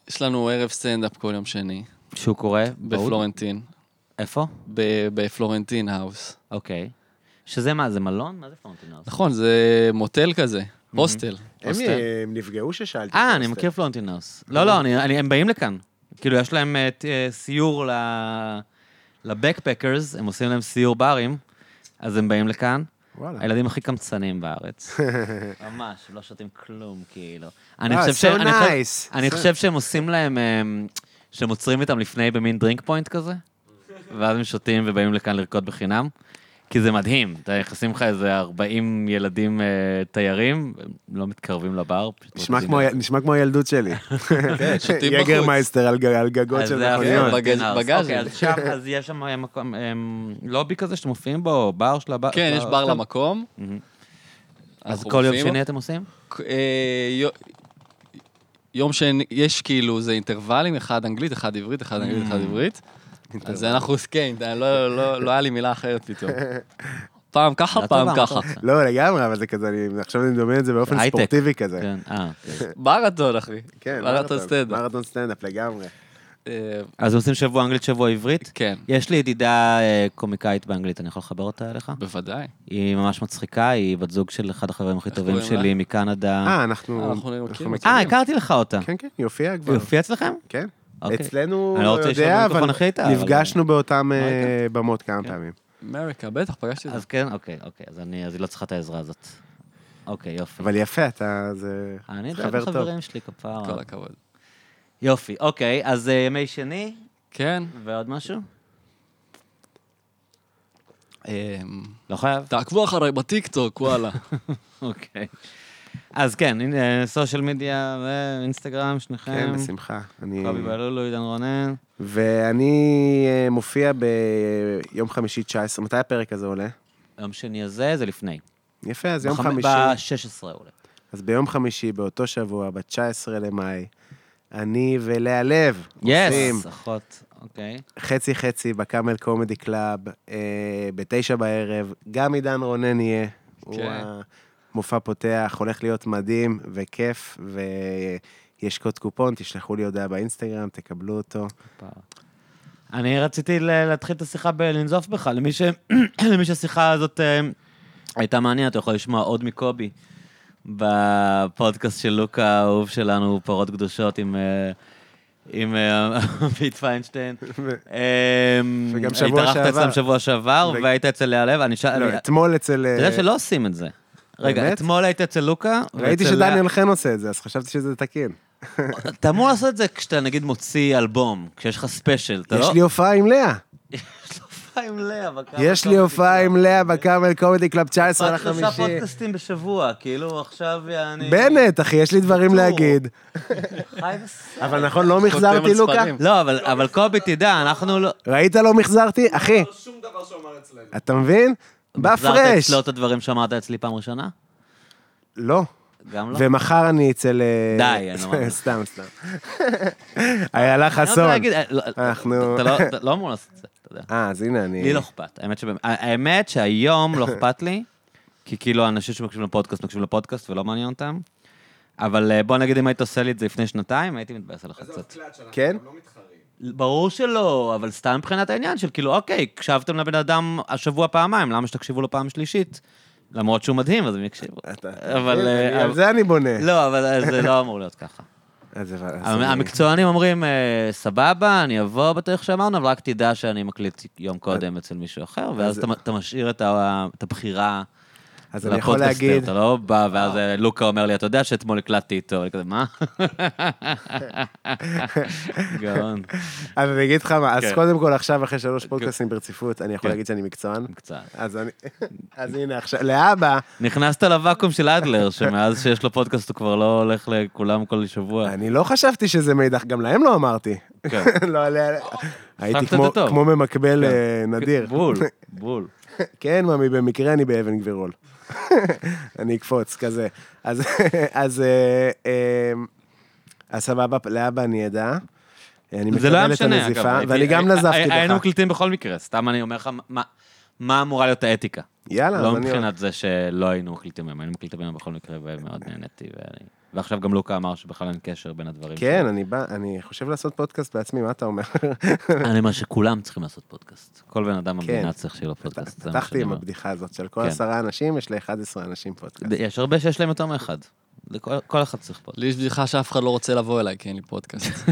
Speaker 2: יש לנו ערב סטנדאפ כל יום שני,
Speaker 1: שהוא קורא? בהוד?
Speaker 2: בפלורנטין.
Speaker 1: איפה?
Speaker 2: ב- בפלורנטין האוס.
Speaker 1: אוקיי. שזה מה, זה מלון? מה זה פלורנטינאוס?
Speaker 2: נכון, זה מוטל כזה, הוסטל.
Speaker 3: הם, אה, הם נפגעו ששאלתי.
Speaker 1: אה,
Speaker 3: את
Speaker 1: אני
Speaker 3: הסטייק.
Speaker 1: מכיר פלורנטינאוס.
Speaker 2: נכון.
Speaker 1: לא, לא, אני- אני- הם באים לכאן. כאילו, יש להם אה, ת- אה, סיור ל- לבקפקרס, הם עושים להם סיור ברים, אז הם באים לכאן.
Speaker 3: וואלה.
Speaker 1: הילדים הכי קמצנים בארץ. ממש, לא שותים כלום, כאילו. אני
Speaker 3: אה,
Speaker 1: חושב
Speaker 3: so
Speaker 1: ש... אני חושב-
Speaker 3: nice.
Speaker 1: אני
Speaker 3: So-
Speaker 1: חושב שהם עושים להם... אמ, שהם עוצרים איתם לפני במין דרינק פוינט כזה, ואז הם שותים ובאים לכאן לרקוד בחינם. כי זה מדהים, אתה נכנסים לך איזה 40 ילדים אה, תיירים, הם לא מתקרבים לבר. פשוט
Speaker 3: נשמע
Speaker 1: רוקדים.
Speaker 3: כמו- נשמע כמו הילדות שלי. כן,
Speaker 2: שותים בחוץ.
Speaker 3: יגרמייסטר על ג- על גגות
Speaker 1: אז
Speaker 3: של
Speaker 1: אה, זה
Speaker 3: מכוניות.
Speaker 1: הפלורנטינאוס.
Speaker 2: בגז- בגז.
Speaker 1: אוקיי, אז שם, אז יש שם אה, מקום, אה, לובי כזה שאתם מופיעים בו, או בר של הבר.
Speaker 2: כן, יש בר
Speaker 1: שלהם?
Speaker 2: למקום.
Speaker 1: אה, אז
Speaker 2: אנחנו
Speaker 1: כל יום
Speaker 2: מופיעים
Speaker 1: שני
Speaker 2: בו.
Speaker 1: אתם עושים?
Speaker 2: אה, יו- יום שני, יש כאילו, זה אינטרוולים, אחד אנגלית, אחד עברית, אחד אנגלית, אחד עברית. אז אנחנו, כן, אני לא- לא לא היה לי מילה אחרת פתאום. פעם ככה,
Speaker 1: אתה
Speaker 2: פעם
Speaker 1: בא, מה אתה
Speaker 2: ככה.
Speaker 1: רוצה?
Speaker 3: לא, לגמרי, אבל זה כזה, אני- עכשיו אני מדמיין את זה באופן
Speaker 1: הייטק.
Speaker 3: ספורטיבי כזה.
Speaker 1: כן, אה, אוקיי.
Speaker 2: מרתון, אחי.
Speaker 3: כן,
Speaker 2: מרתון סטנדאפ.
Speaker 3: מרתון סטנדאפ, לגמרי.
Speaker 2: אה,
Speaker 1: אז עושים שבוע אנגלית, שבוע עברית?
Speaker 2: כן,
Speaker 1: יש לי ידידה אה, קומיקאית באנגלית, אני יכול לחבר אותה אליך?
Speaker 2: בוודאי.
Speaker 1: היא ממש מצחיקה, היא בת זוג של אחד החברים הכי טובים
Speaker 2: קוראים
Speaker 1: שלי מקנדה.
Speaker 3: אה, אנחנו...
Speaker 2: אנחנו מכירים אותה.
Speaker 1: אה, הכרתי לך אותה.
Speaker 3: כן, כן, היא הופיעה כבר.
Speaker 1: היא הופיעה אצלכם?
Speaker 3: כן.
Speaker 1: אוקיי.
Speaker 3: אצלנו,
Speaker 1: אני לא
Speaker 3: לא
Speaker 1: רוצה לשאול
Speaker 3: יודע,
Speaker 1: במיקרופון
Speaker 3: אבל
Speaker 1: אחרי איתה, אבל-
Speaker 3: נפגשנו באותם אה,
Speaker 1: אוקיי.
Speaker 3: במות כמה
Speaker 1: כן.
Speaker 3: פעמים.
Speaker 2: אמריקה, בטח, פגשתי את זה.
Speaker 1: אז כן, אוקיי, אוקיי, אז אני- אז היא לא צריכה את העזרה הזאת. אוקיי, יופי.
Speaker 3: אבל יפה, אתה... זה
Speaker 1: אני דואג
Speaker 3: חבר טוב.
Speaker 1: לחברים שלי
Speaker 2: כל
Speaker 1: כפרה.
Speaker 2: הכבוד.
Speaker 1: יופי, אוקיי, אז אה, ימי שני,
Speaker 2: כן.
Speaker 1: ועוד משהו?
Speaker 2: אמ,
Speaker 1: לא חייב.
Speaker 2: תעקבו אחריי בטיקטוק, וואלה.
Speaker 1: אוקיי. אז כן, הנה, סושיאל מדיה ואינסטגרם, אה, שניכם.
Speaker 3: כן, בשמחה. אני...
Speaker 1: קובי בלולו, עידן רונן.
Speaker 3: ואני אה, מופיע ביום חמישי 19, מתי הפרק הזה עולה?
Speaker 1: יום שני הזה, זה לפני.
Speaker 3: יפה, אז יום
Speaker 1: בחמ-
Speaker 3: חמישי.
Speaker 1: ב-16 עולה.
Speaker 3: אז ביום חמישי, באותו שבוע, ב-19 למאי, אני ולאה לב עושים
Speaker 1: יס, אחות, אוקיי.
Speaker 3: חצי-חצי בקאמל קומדי קלאב, אה, בתשע בערב, גם עידן רונן יהיה. הוא
Speaker 2: כן.
Speaker 3: המופע פותח, הולך להיות מדהים וכיף, ויש קוד קופון, תשלחו לי הודעה באינסטגרם, תקבלו אותו.
Speaker 1: אני רציתי ל- להתחיל את השיחה בלנזוף בך, למי ש- למי שהשיחה הזאת אה, הייתה מעניינת, אתה יכול לשמוע עוד מקובי בפודקאסט של לוקה האהוב שלנו, פרות קדושות עם... אה, עם אה, עמית פיינשטיין. אמ,
Speaker 3: וגם שבוע
Speaker 1: התארחת
Speaker 3: שעבר.
Speaker 1: אצלם שבוע שעבר,
Speaker 3: ו-
Speaker 1: והיית אצל לאה לב, אני שאל...
Speaker 3: לא,
Speaker 1: אני-
Speaker 3: אתמול אצל...
Speaker 1: אתה יודע שלא עושים את זה. רגע,
Speaker 3: באמת?
Speaker 1: אתמול היית אצל לוקה.
Speaker 3: אה, ראיתי
Speaker 1: ואצל לאה-
Speaker 3: שדניאל חן עושה את זה, אז חשבתי שזה תקין.
Speaker 1: אתה אמור לעשות את זה כשאתה נגיד מוציא אלבום, כשיש לך ספיישל, אתה
Speaker 3: יש
Speaker 1: לא...
Speaker 3: לי הופעה עם לאה.
Speaker 1: יש לי הופעה עם לאה, אבל כמה...
Speaker 3: יש לי
Speaker 1: כמה-
Speaker 3: הופעה עם לאה בקאמל קומדי קלאב 19
Speaker 1: פאק, שלושה
Speaker 3: לחמישי.
Speaker 1: פודקאסטים בשבוע, כאילו עכשיו אני...
Speaker 3: בנט, אחי, יש לי דברים
Speaker 1: טור.
Speaker 3: להגיד.
Speaker 1: חי בסרט.
Speaker 3: אבל נכון, לא
Speaker 2: חותם
Speaker 3: מחזרתי,
Speaker 2: על
Speaker 3: לוקה?
Speaker 2: ספרים.
Speaker 1: לא, אבל- אבל קובי, תדע, אנחנו לא...
Speaker 3: ראית לא מחזרתי? אחי,
Speaker 4: לא שום דבר שהוא אמר אצלנו.
Speaker 3: אתה מבין?
Speaker 1: החזרת
Speaker 3: בפרש.
Speaker 1: אצלו את הדברים שאמרת אצלי פעם ראשונה?
Speaker 3: לא.
Speaker 1: גם לא?
Speaker 3: ומחר אני אצל... אה,
Speaker 1: די, אני לא מאמין.
Speaker 3: סתם, סתם. איילה
Speaker 1: אני רוצה
Speaker 3: חסון.
Speaker 1: להגיד, אה, לא,
Speaker 3: אנחנו-
Speaker 1: אתה לא- אתה לא אמור לעשות את זה, אתה יודע.
Speaker 3: אה, אז הנה, אני...
Speaker 1: לי לא אכפת. האמת שבאמת- האמת שהיום לא אכפת לי, כי כאילו אנשים שמקשיבים לפודקאסט מקשיבים לפודקאסט ולא מעניין אותם. אבל אה, בוא נגיד אם היית עושה לי את זה לפני שנתיים, הייתי מתבאס עליך
Speaker 4: זה עוד
Speaker 1: קצת.
Speaker 4: קלאץ', אנחנו
Speaker 3: כן?
Speaker 4: גם לא מתחרים.
Speaker 1: ברור שלא, אבל סתם מבחינת העניין של כאילו, אוקיי, הקשבתם לבן אדם השבוע פעמיים, למה שתקשיבו לו פעם שלישית? למרות שהוא מדהים, אז הם יקשיבו.
Speaker 3: אתה-
Speaker 1: אבל...
Speaker 3: אני-
Speaker 1: אה,
Speaker 3: על זה אני בונה.
Speaker 1: לא, אבל אה, זה לא אמור להיות ככה.
Speaker 3: אז זה- אז
Speaker 1: המ-
Speaker 3: זה-
Speaker 1: המקצוענים אומרים, אה, סבבה, אני אבוא בתאריך שאמרנו, אבל רק תדע שאני מקליט יום קודם אצל מישהו אחר, ואז
Speaker 3: אז-
Speaker 1: אתה- אתה משאיר את ה- את הבחירה
Speaker 3: אז אני יכול
Speaker 1: לפודקאסטר.
Speaker 3: להגיד,
Speaker 1: אתה לא בא, ואז אה, לוקה אומר לי, אתה יודע שאתמול הקלטתי איתו, אני כזה, מה? גאון,
Speaker 3: אז אני אגיד לך מה, אז
Speaker 1: כן.
Speaker 3: קודם כל עכשיו, אחרי שלוש פודקאסטים ברציפות, אני יכול להגיד שאני מקצוען?
Speaker 1: קצת.
Speaker 3: אז אני, אז הנה עכשיו, להבא,
Speaker 1: נכנסת לוואקום של אדלר, שמאז שיש לו פודקאסט הוא כבר לא הולך לכולם כל שבוע.
Speaker 3: אני לא חשבתי שזה מידע, גם להם לא אמרתי.
Speaker 1: כן.
Speaker 3: לא עליה, הייתי
Speaker 1: הפכת את
Speaker 3: כמו-
Speaker 1: זה טוב. כן.
Speaker 3: כמו ממקבל אה, נדיר.
Speaker 1: בול, בול.
Speaker 3: כן, ממי, במקרה אני באבן גבירול. אני אקפוץ, כזה. אז, אז, אה, אה, אז סבבה, להבא אני אדע. אני
Speaker 1: זה לא היה
Speaker 3: מקבל את
Speaker 1: משנה,
Speaker 3: הנזיפה,
Speaker 1: אגב.
Speaker 3: ואני
Speaker 1: הייתי-
Speaker 3: גם
Speaker 1: הי-
Speaker 3: נזפתי
Speaker 1: הי- היינו כאילו
Speaker 3: בך.
Speaker 1: מקליטים בכל מקרה, סתם אני אומר לך מה- מה אמורה להיות האתיקה.
Speaker 3: יאללה, אז
Speaker 1: לא
Speaker 3: אני...
Speaker 1: מבחינת זה שלא היינו מקליטים היום, היינו מקליטים היום בכל מקרה, ומאוד נהניתי. ואני- ועכשיו גם לוקה אמר שבכלל אין קשר בין הדברים.
Speaker 3: כן, אני בא, אני חושב לעשות פודקאסט בעצמי, מה אתה אומר?
Speaker 1: אני אומר שכולם צריכים לעשות פודקאסט. כל בן אדם במדינה
Speaker 3: כן.
Speaker 1: צריך שיהיה לו פודקאסט. זה מה
Speaker 3: פתחתי
Speaker 1: שאני
Speaker 3: עם
Speaker 1: אומר.
Speaker 3: הבדיחה הזאת של כל
Speaker 1: כן.
Speaker 3: עשרה אנשים, יש ל-11 אנשים פודקאסט.
Speaker 1: יש הרבה שיש להם יותר מאחד. זה כל- כל אחד צריך פודקאסט.
Speaker 2: לי יש בדיחה שאף אחד לא רוצה לבוא אליי, כי אין לי פודקאסט.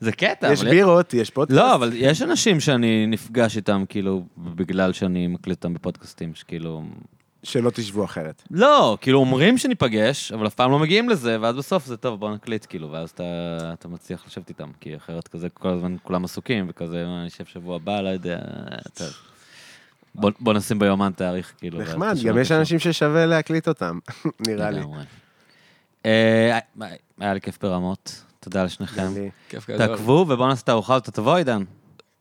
Speaker 1: זה קטע,
Speaker 3: יש
Speaker 1: אבל...
Speaker 3: בירות, יש פודקאסט.
Speaker 1: לא, אבל יש אנשים שאני נפגש איתם, כאילו, בגלל שאני מקליט אותם בפודקאסטים, שכאילו...
Speaker 3: שלא תשבו אחרת.
Speaker 1: לא, כאילו אומרים שניפגש, אבל אף פעם לא מגיעים לזה, ואז בסוף זה טוב, בוא נקליט, כאילו, ואז אתה, אתה מצליח לשבת איתם, כי אחרת כזה כל הזמן כולם עסוקים, וכזה, "אה, אני אשב שבוע הבא, לא יודע, טוב. בוא, בוא נשים ביומן תאריך, כאילו. ואז
Speaker 3: נחמד,
Speaker 1: תשמע
Speaker 3: גם יש
Speaker 1: קשר.
Speaker 3: אנשים ששווה להקליט אותם, נראה לי.
Speaker 1: לגמרי. אה, היה- היה לי כיף ברמות, תודה לשניכם.
Speaker 3: אני-
Speaker 2: כיף גדול.
Speaker 1: תעקבו ובוא נעשה את הארוחה הזאת, אתה תבוא עידן,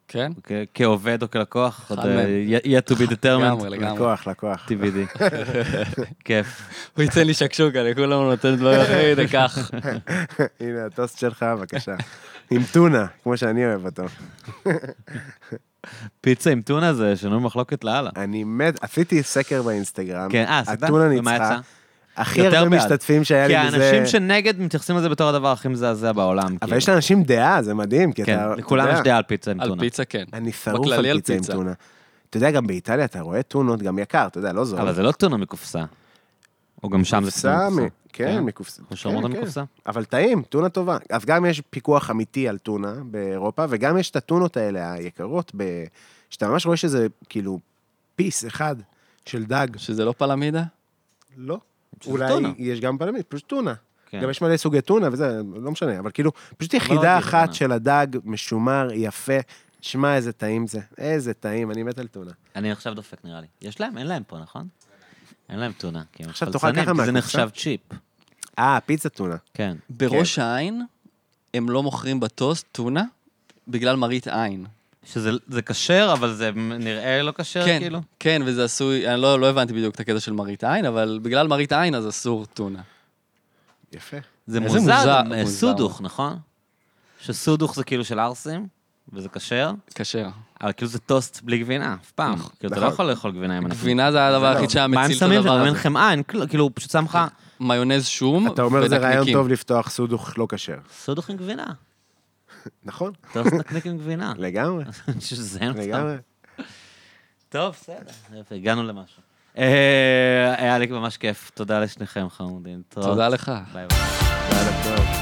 Speaker 2: כן?
Speaker 1: כ- כעובד או כלקוח, עוד
Speaker 2: אחד
Speaker 1: אה,
Speaker 2: מהם.
Speaker 1: י- yet to be determined,
Speaker 2: לגמרי, לגמרי.
Speaker 3: לקוח, לקוח.
Speaker 1: TBD. כיף.
Speaker 2: הוא ייתן לי שקשוקה, לכולם הוא נותן דברים אחרים, הנה, קח.
Speaker 3: הנה הטוסט שלך, בבקשה. עם טונה, כמו שאני אוהב אותו.
Speaker 1: פיצה עם טונה זה שנוי מחלוקת לאללה.
Speaker 3: אני מת, עשיתי סקר באינסטגרם.
Speaker 1: כן, אה, עשית?
Speaker 3: הטונה
Speaker 1: ומה
Speaker 3: ניצחה.
Speaker 1: יצא?
Speaker 3: הכי
Speaker 1: יותר
Speaker 3: הרבה
Speaker 1: בעד.
Speaker 3: משתתפים שהיה
Speaker 1: כי
Speaker 3: לי
Speaker 1: האנשים
Speaker 3: בזה...
Speaker 1: שנגד מתייחסים לזה בתור הדבר הכי מזעזע בעולם.
Speaker 3: אבל יש לאנשים דעה, זה מדהים, כי אתה...
Speaker 1: כן,
Speaker 3: אתה
Speaker 1: לכולם
Speaker 3: יודע,
Speaker 1: יש דעה על פיצה עם
Speaker 2: על
Speaker 1: טונה.
Speaker 2: פיצה כן.
Speaker 3: אני שרוף
Speaker 2: בכללי
Speaker 3: על
Speaker 2: על
Speaker 3: פיצה עם
Speaker 2: פיצה.
Speaker 3: טונה. אתה יודע, גם באיטליה אתה רואה טונות, גם יקר, אתה יודע, לא זול.
Speaker 1: אבל זה לא טונה מקופסה. או גם שם זה
Speaker 3: קופסה
Speaker 1: טונה
Speaker 3: מ-
Speaker 1: מקופסה.
Speaker 3: כן, מקופסה.
Speaker 1: או שרמוטה
Speaker 3: כן, כן.
Speaker 1: מקופסה.
Speaker 3: אבל טעים, טונה טובה. אז גם יש פיקוח אמיתי על טונה באירופה, וגם יש את הטונות האלה, היקרות, ב- שאתה ממש רואה שזה כאילו פיס אחד של דג.
Speaker 2: שזה לא פלמידה?
Speaker 3: לא.
Speaker 1: שזה
Speaker 3: אולי
Speaker 1: טונה.
Speaker 3: יש גם פלמית, פשוט טונה.
Speaker 1: כן.
Speaker 3: גם יש מלא סוגי טונה וזה, לא משנה, אבל אה. כאילו, פשוט יחידה
Speaker 1: רגיל,
Speaker 3: אחת
Speaker 1: טונה.
Speaker 3: של הדג, משומר, יפה. שמע, איזה טעים זה. איזה טעים, אני מת על טונה.
Speaker 1: אני עכשיו דופק נראה לי. יש להם? אין להם פה, נכון? אין להם טונה. כי הם
Speaker 3: עכשיו תאכל
Speaker 1: חלצנים,
Speaker 3: ככה
Speaker 1: כי זה
Speaker 3: מהקופסה?
Speaker 1: נחשב צ'יפ.
Speaker 3: אה, פיצה טונה.
Speaker 1: כן.
Speaker 2: בראש העין הם לא מוכרים בטוסט טונה בגלל מראית עין.
Speaker 1: שזה זה כשר, אבל זה נראה לא כשר,
Speaker 2: כן,
Speaker 1: כאילו.
Speaker 2: כן, וזה עשוי, אני לא, לא הבנתי בדיוק את הקטע של מראית עין, אבל בגלל מראית עין אז אסור טונה.
Speaker 3: יפה.
Speaker 1: זה
Speaker 2: איזה
Speaker 1: מוזר.
Speaker 2: מוזר-
Speaker 1: אה,
Speaker 2: מוזר.
Speaker 1: סודוך, נכון? שסודוך זה כאילו של ערסים, וזה כשר.
Speaker 2: כשר.
Speaker 1: אבל כאילו זה טוסט בלי גבינה, אף פעם. כאילו, אתה לא
Speaker 3: נכון.
Speaker 1: יכול לאכול גבינה אם אנחנו...
Speaker 2: גבינה זה הדבר
Speaker 3: לא.
Speaker 2: היחיד שהיה
Speaker 1: מה הם
Speaker 2: מציל את
Speaker 1: שמים שם?
Speaker 2: הדבר
Speaker 1: גם אין
Speaker 2: הזה.
Speaker 1: חמאה, אין כלום, כאילו, הוא פשוט שם לך
Speaker 2: מיונז שום
Speaker 3: אתה אומר, זה רעיון
Speaker 2: ונקניקים.
Speaker 3: טוב לפתוח סודוך לא כשר.
Speaker 1: סודוך עם גבינה.
Speaker 3: נכון,
Speaker 1: טוסט נקניק עם גבינה.
Speaker 3: לגמרי,
Speaker 1: אני חושב שזה אין אותם.
Speaker 3: לגמרי.
Speaker 1: טוב, בסדר. יופי, הגענו למשהו. אה, היה לי ממש כיף. תודה לשניכם, חמודים.
Speaker 2: תודה לך.
Speaker 1: ביי ביי.
Speaker 3: יאללה, טוב.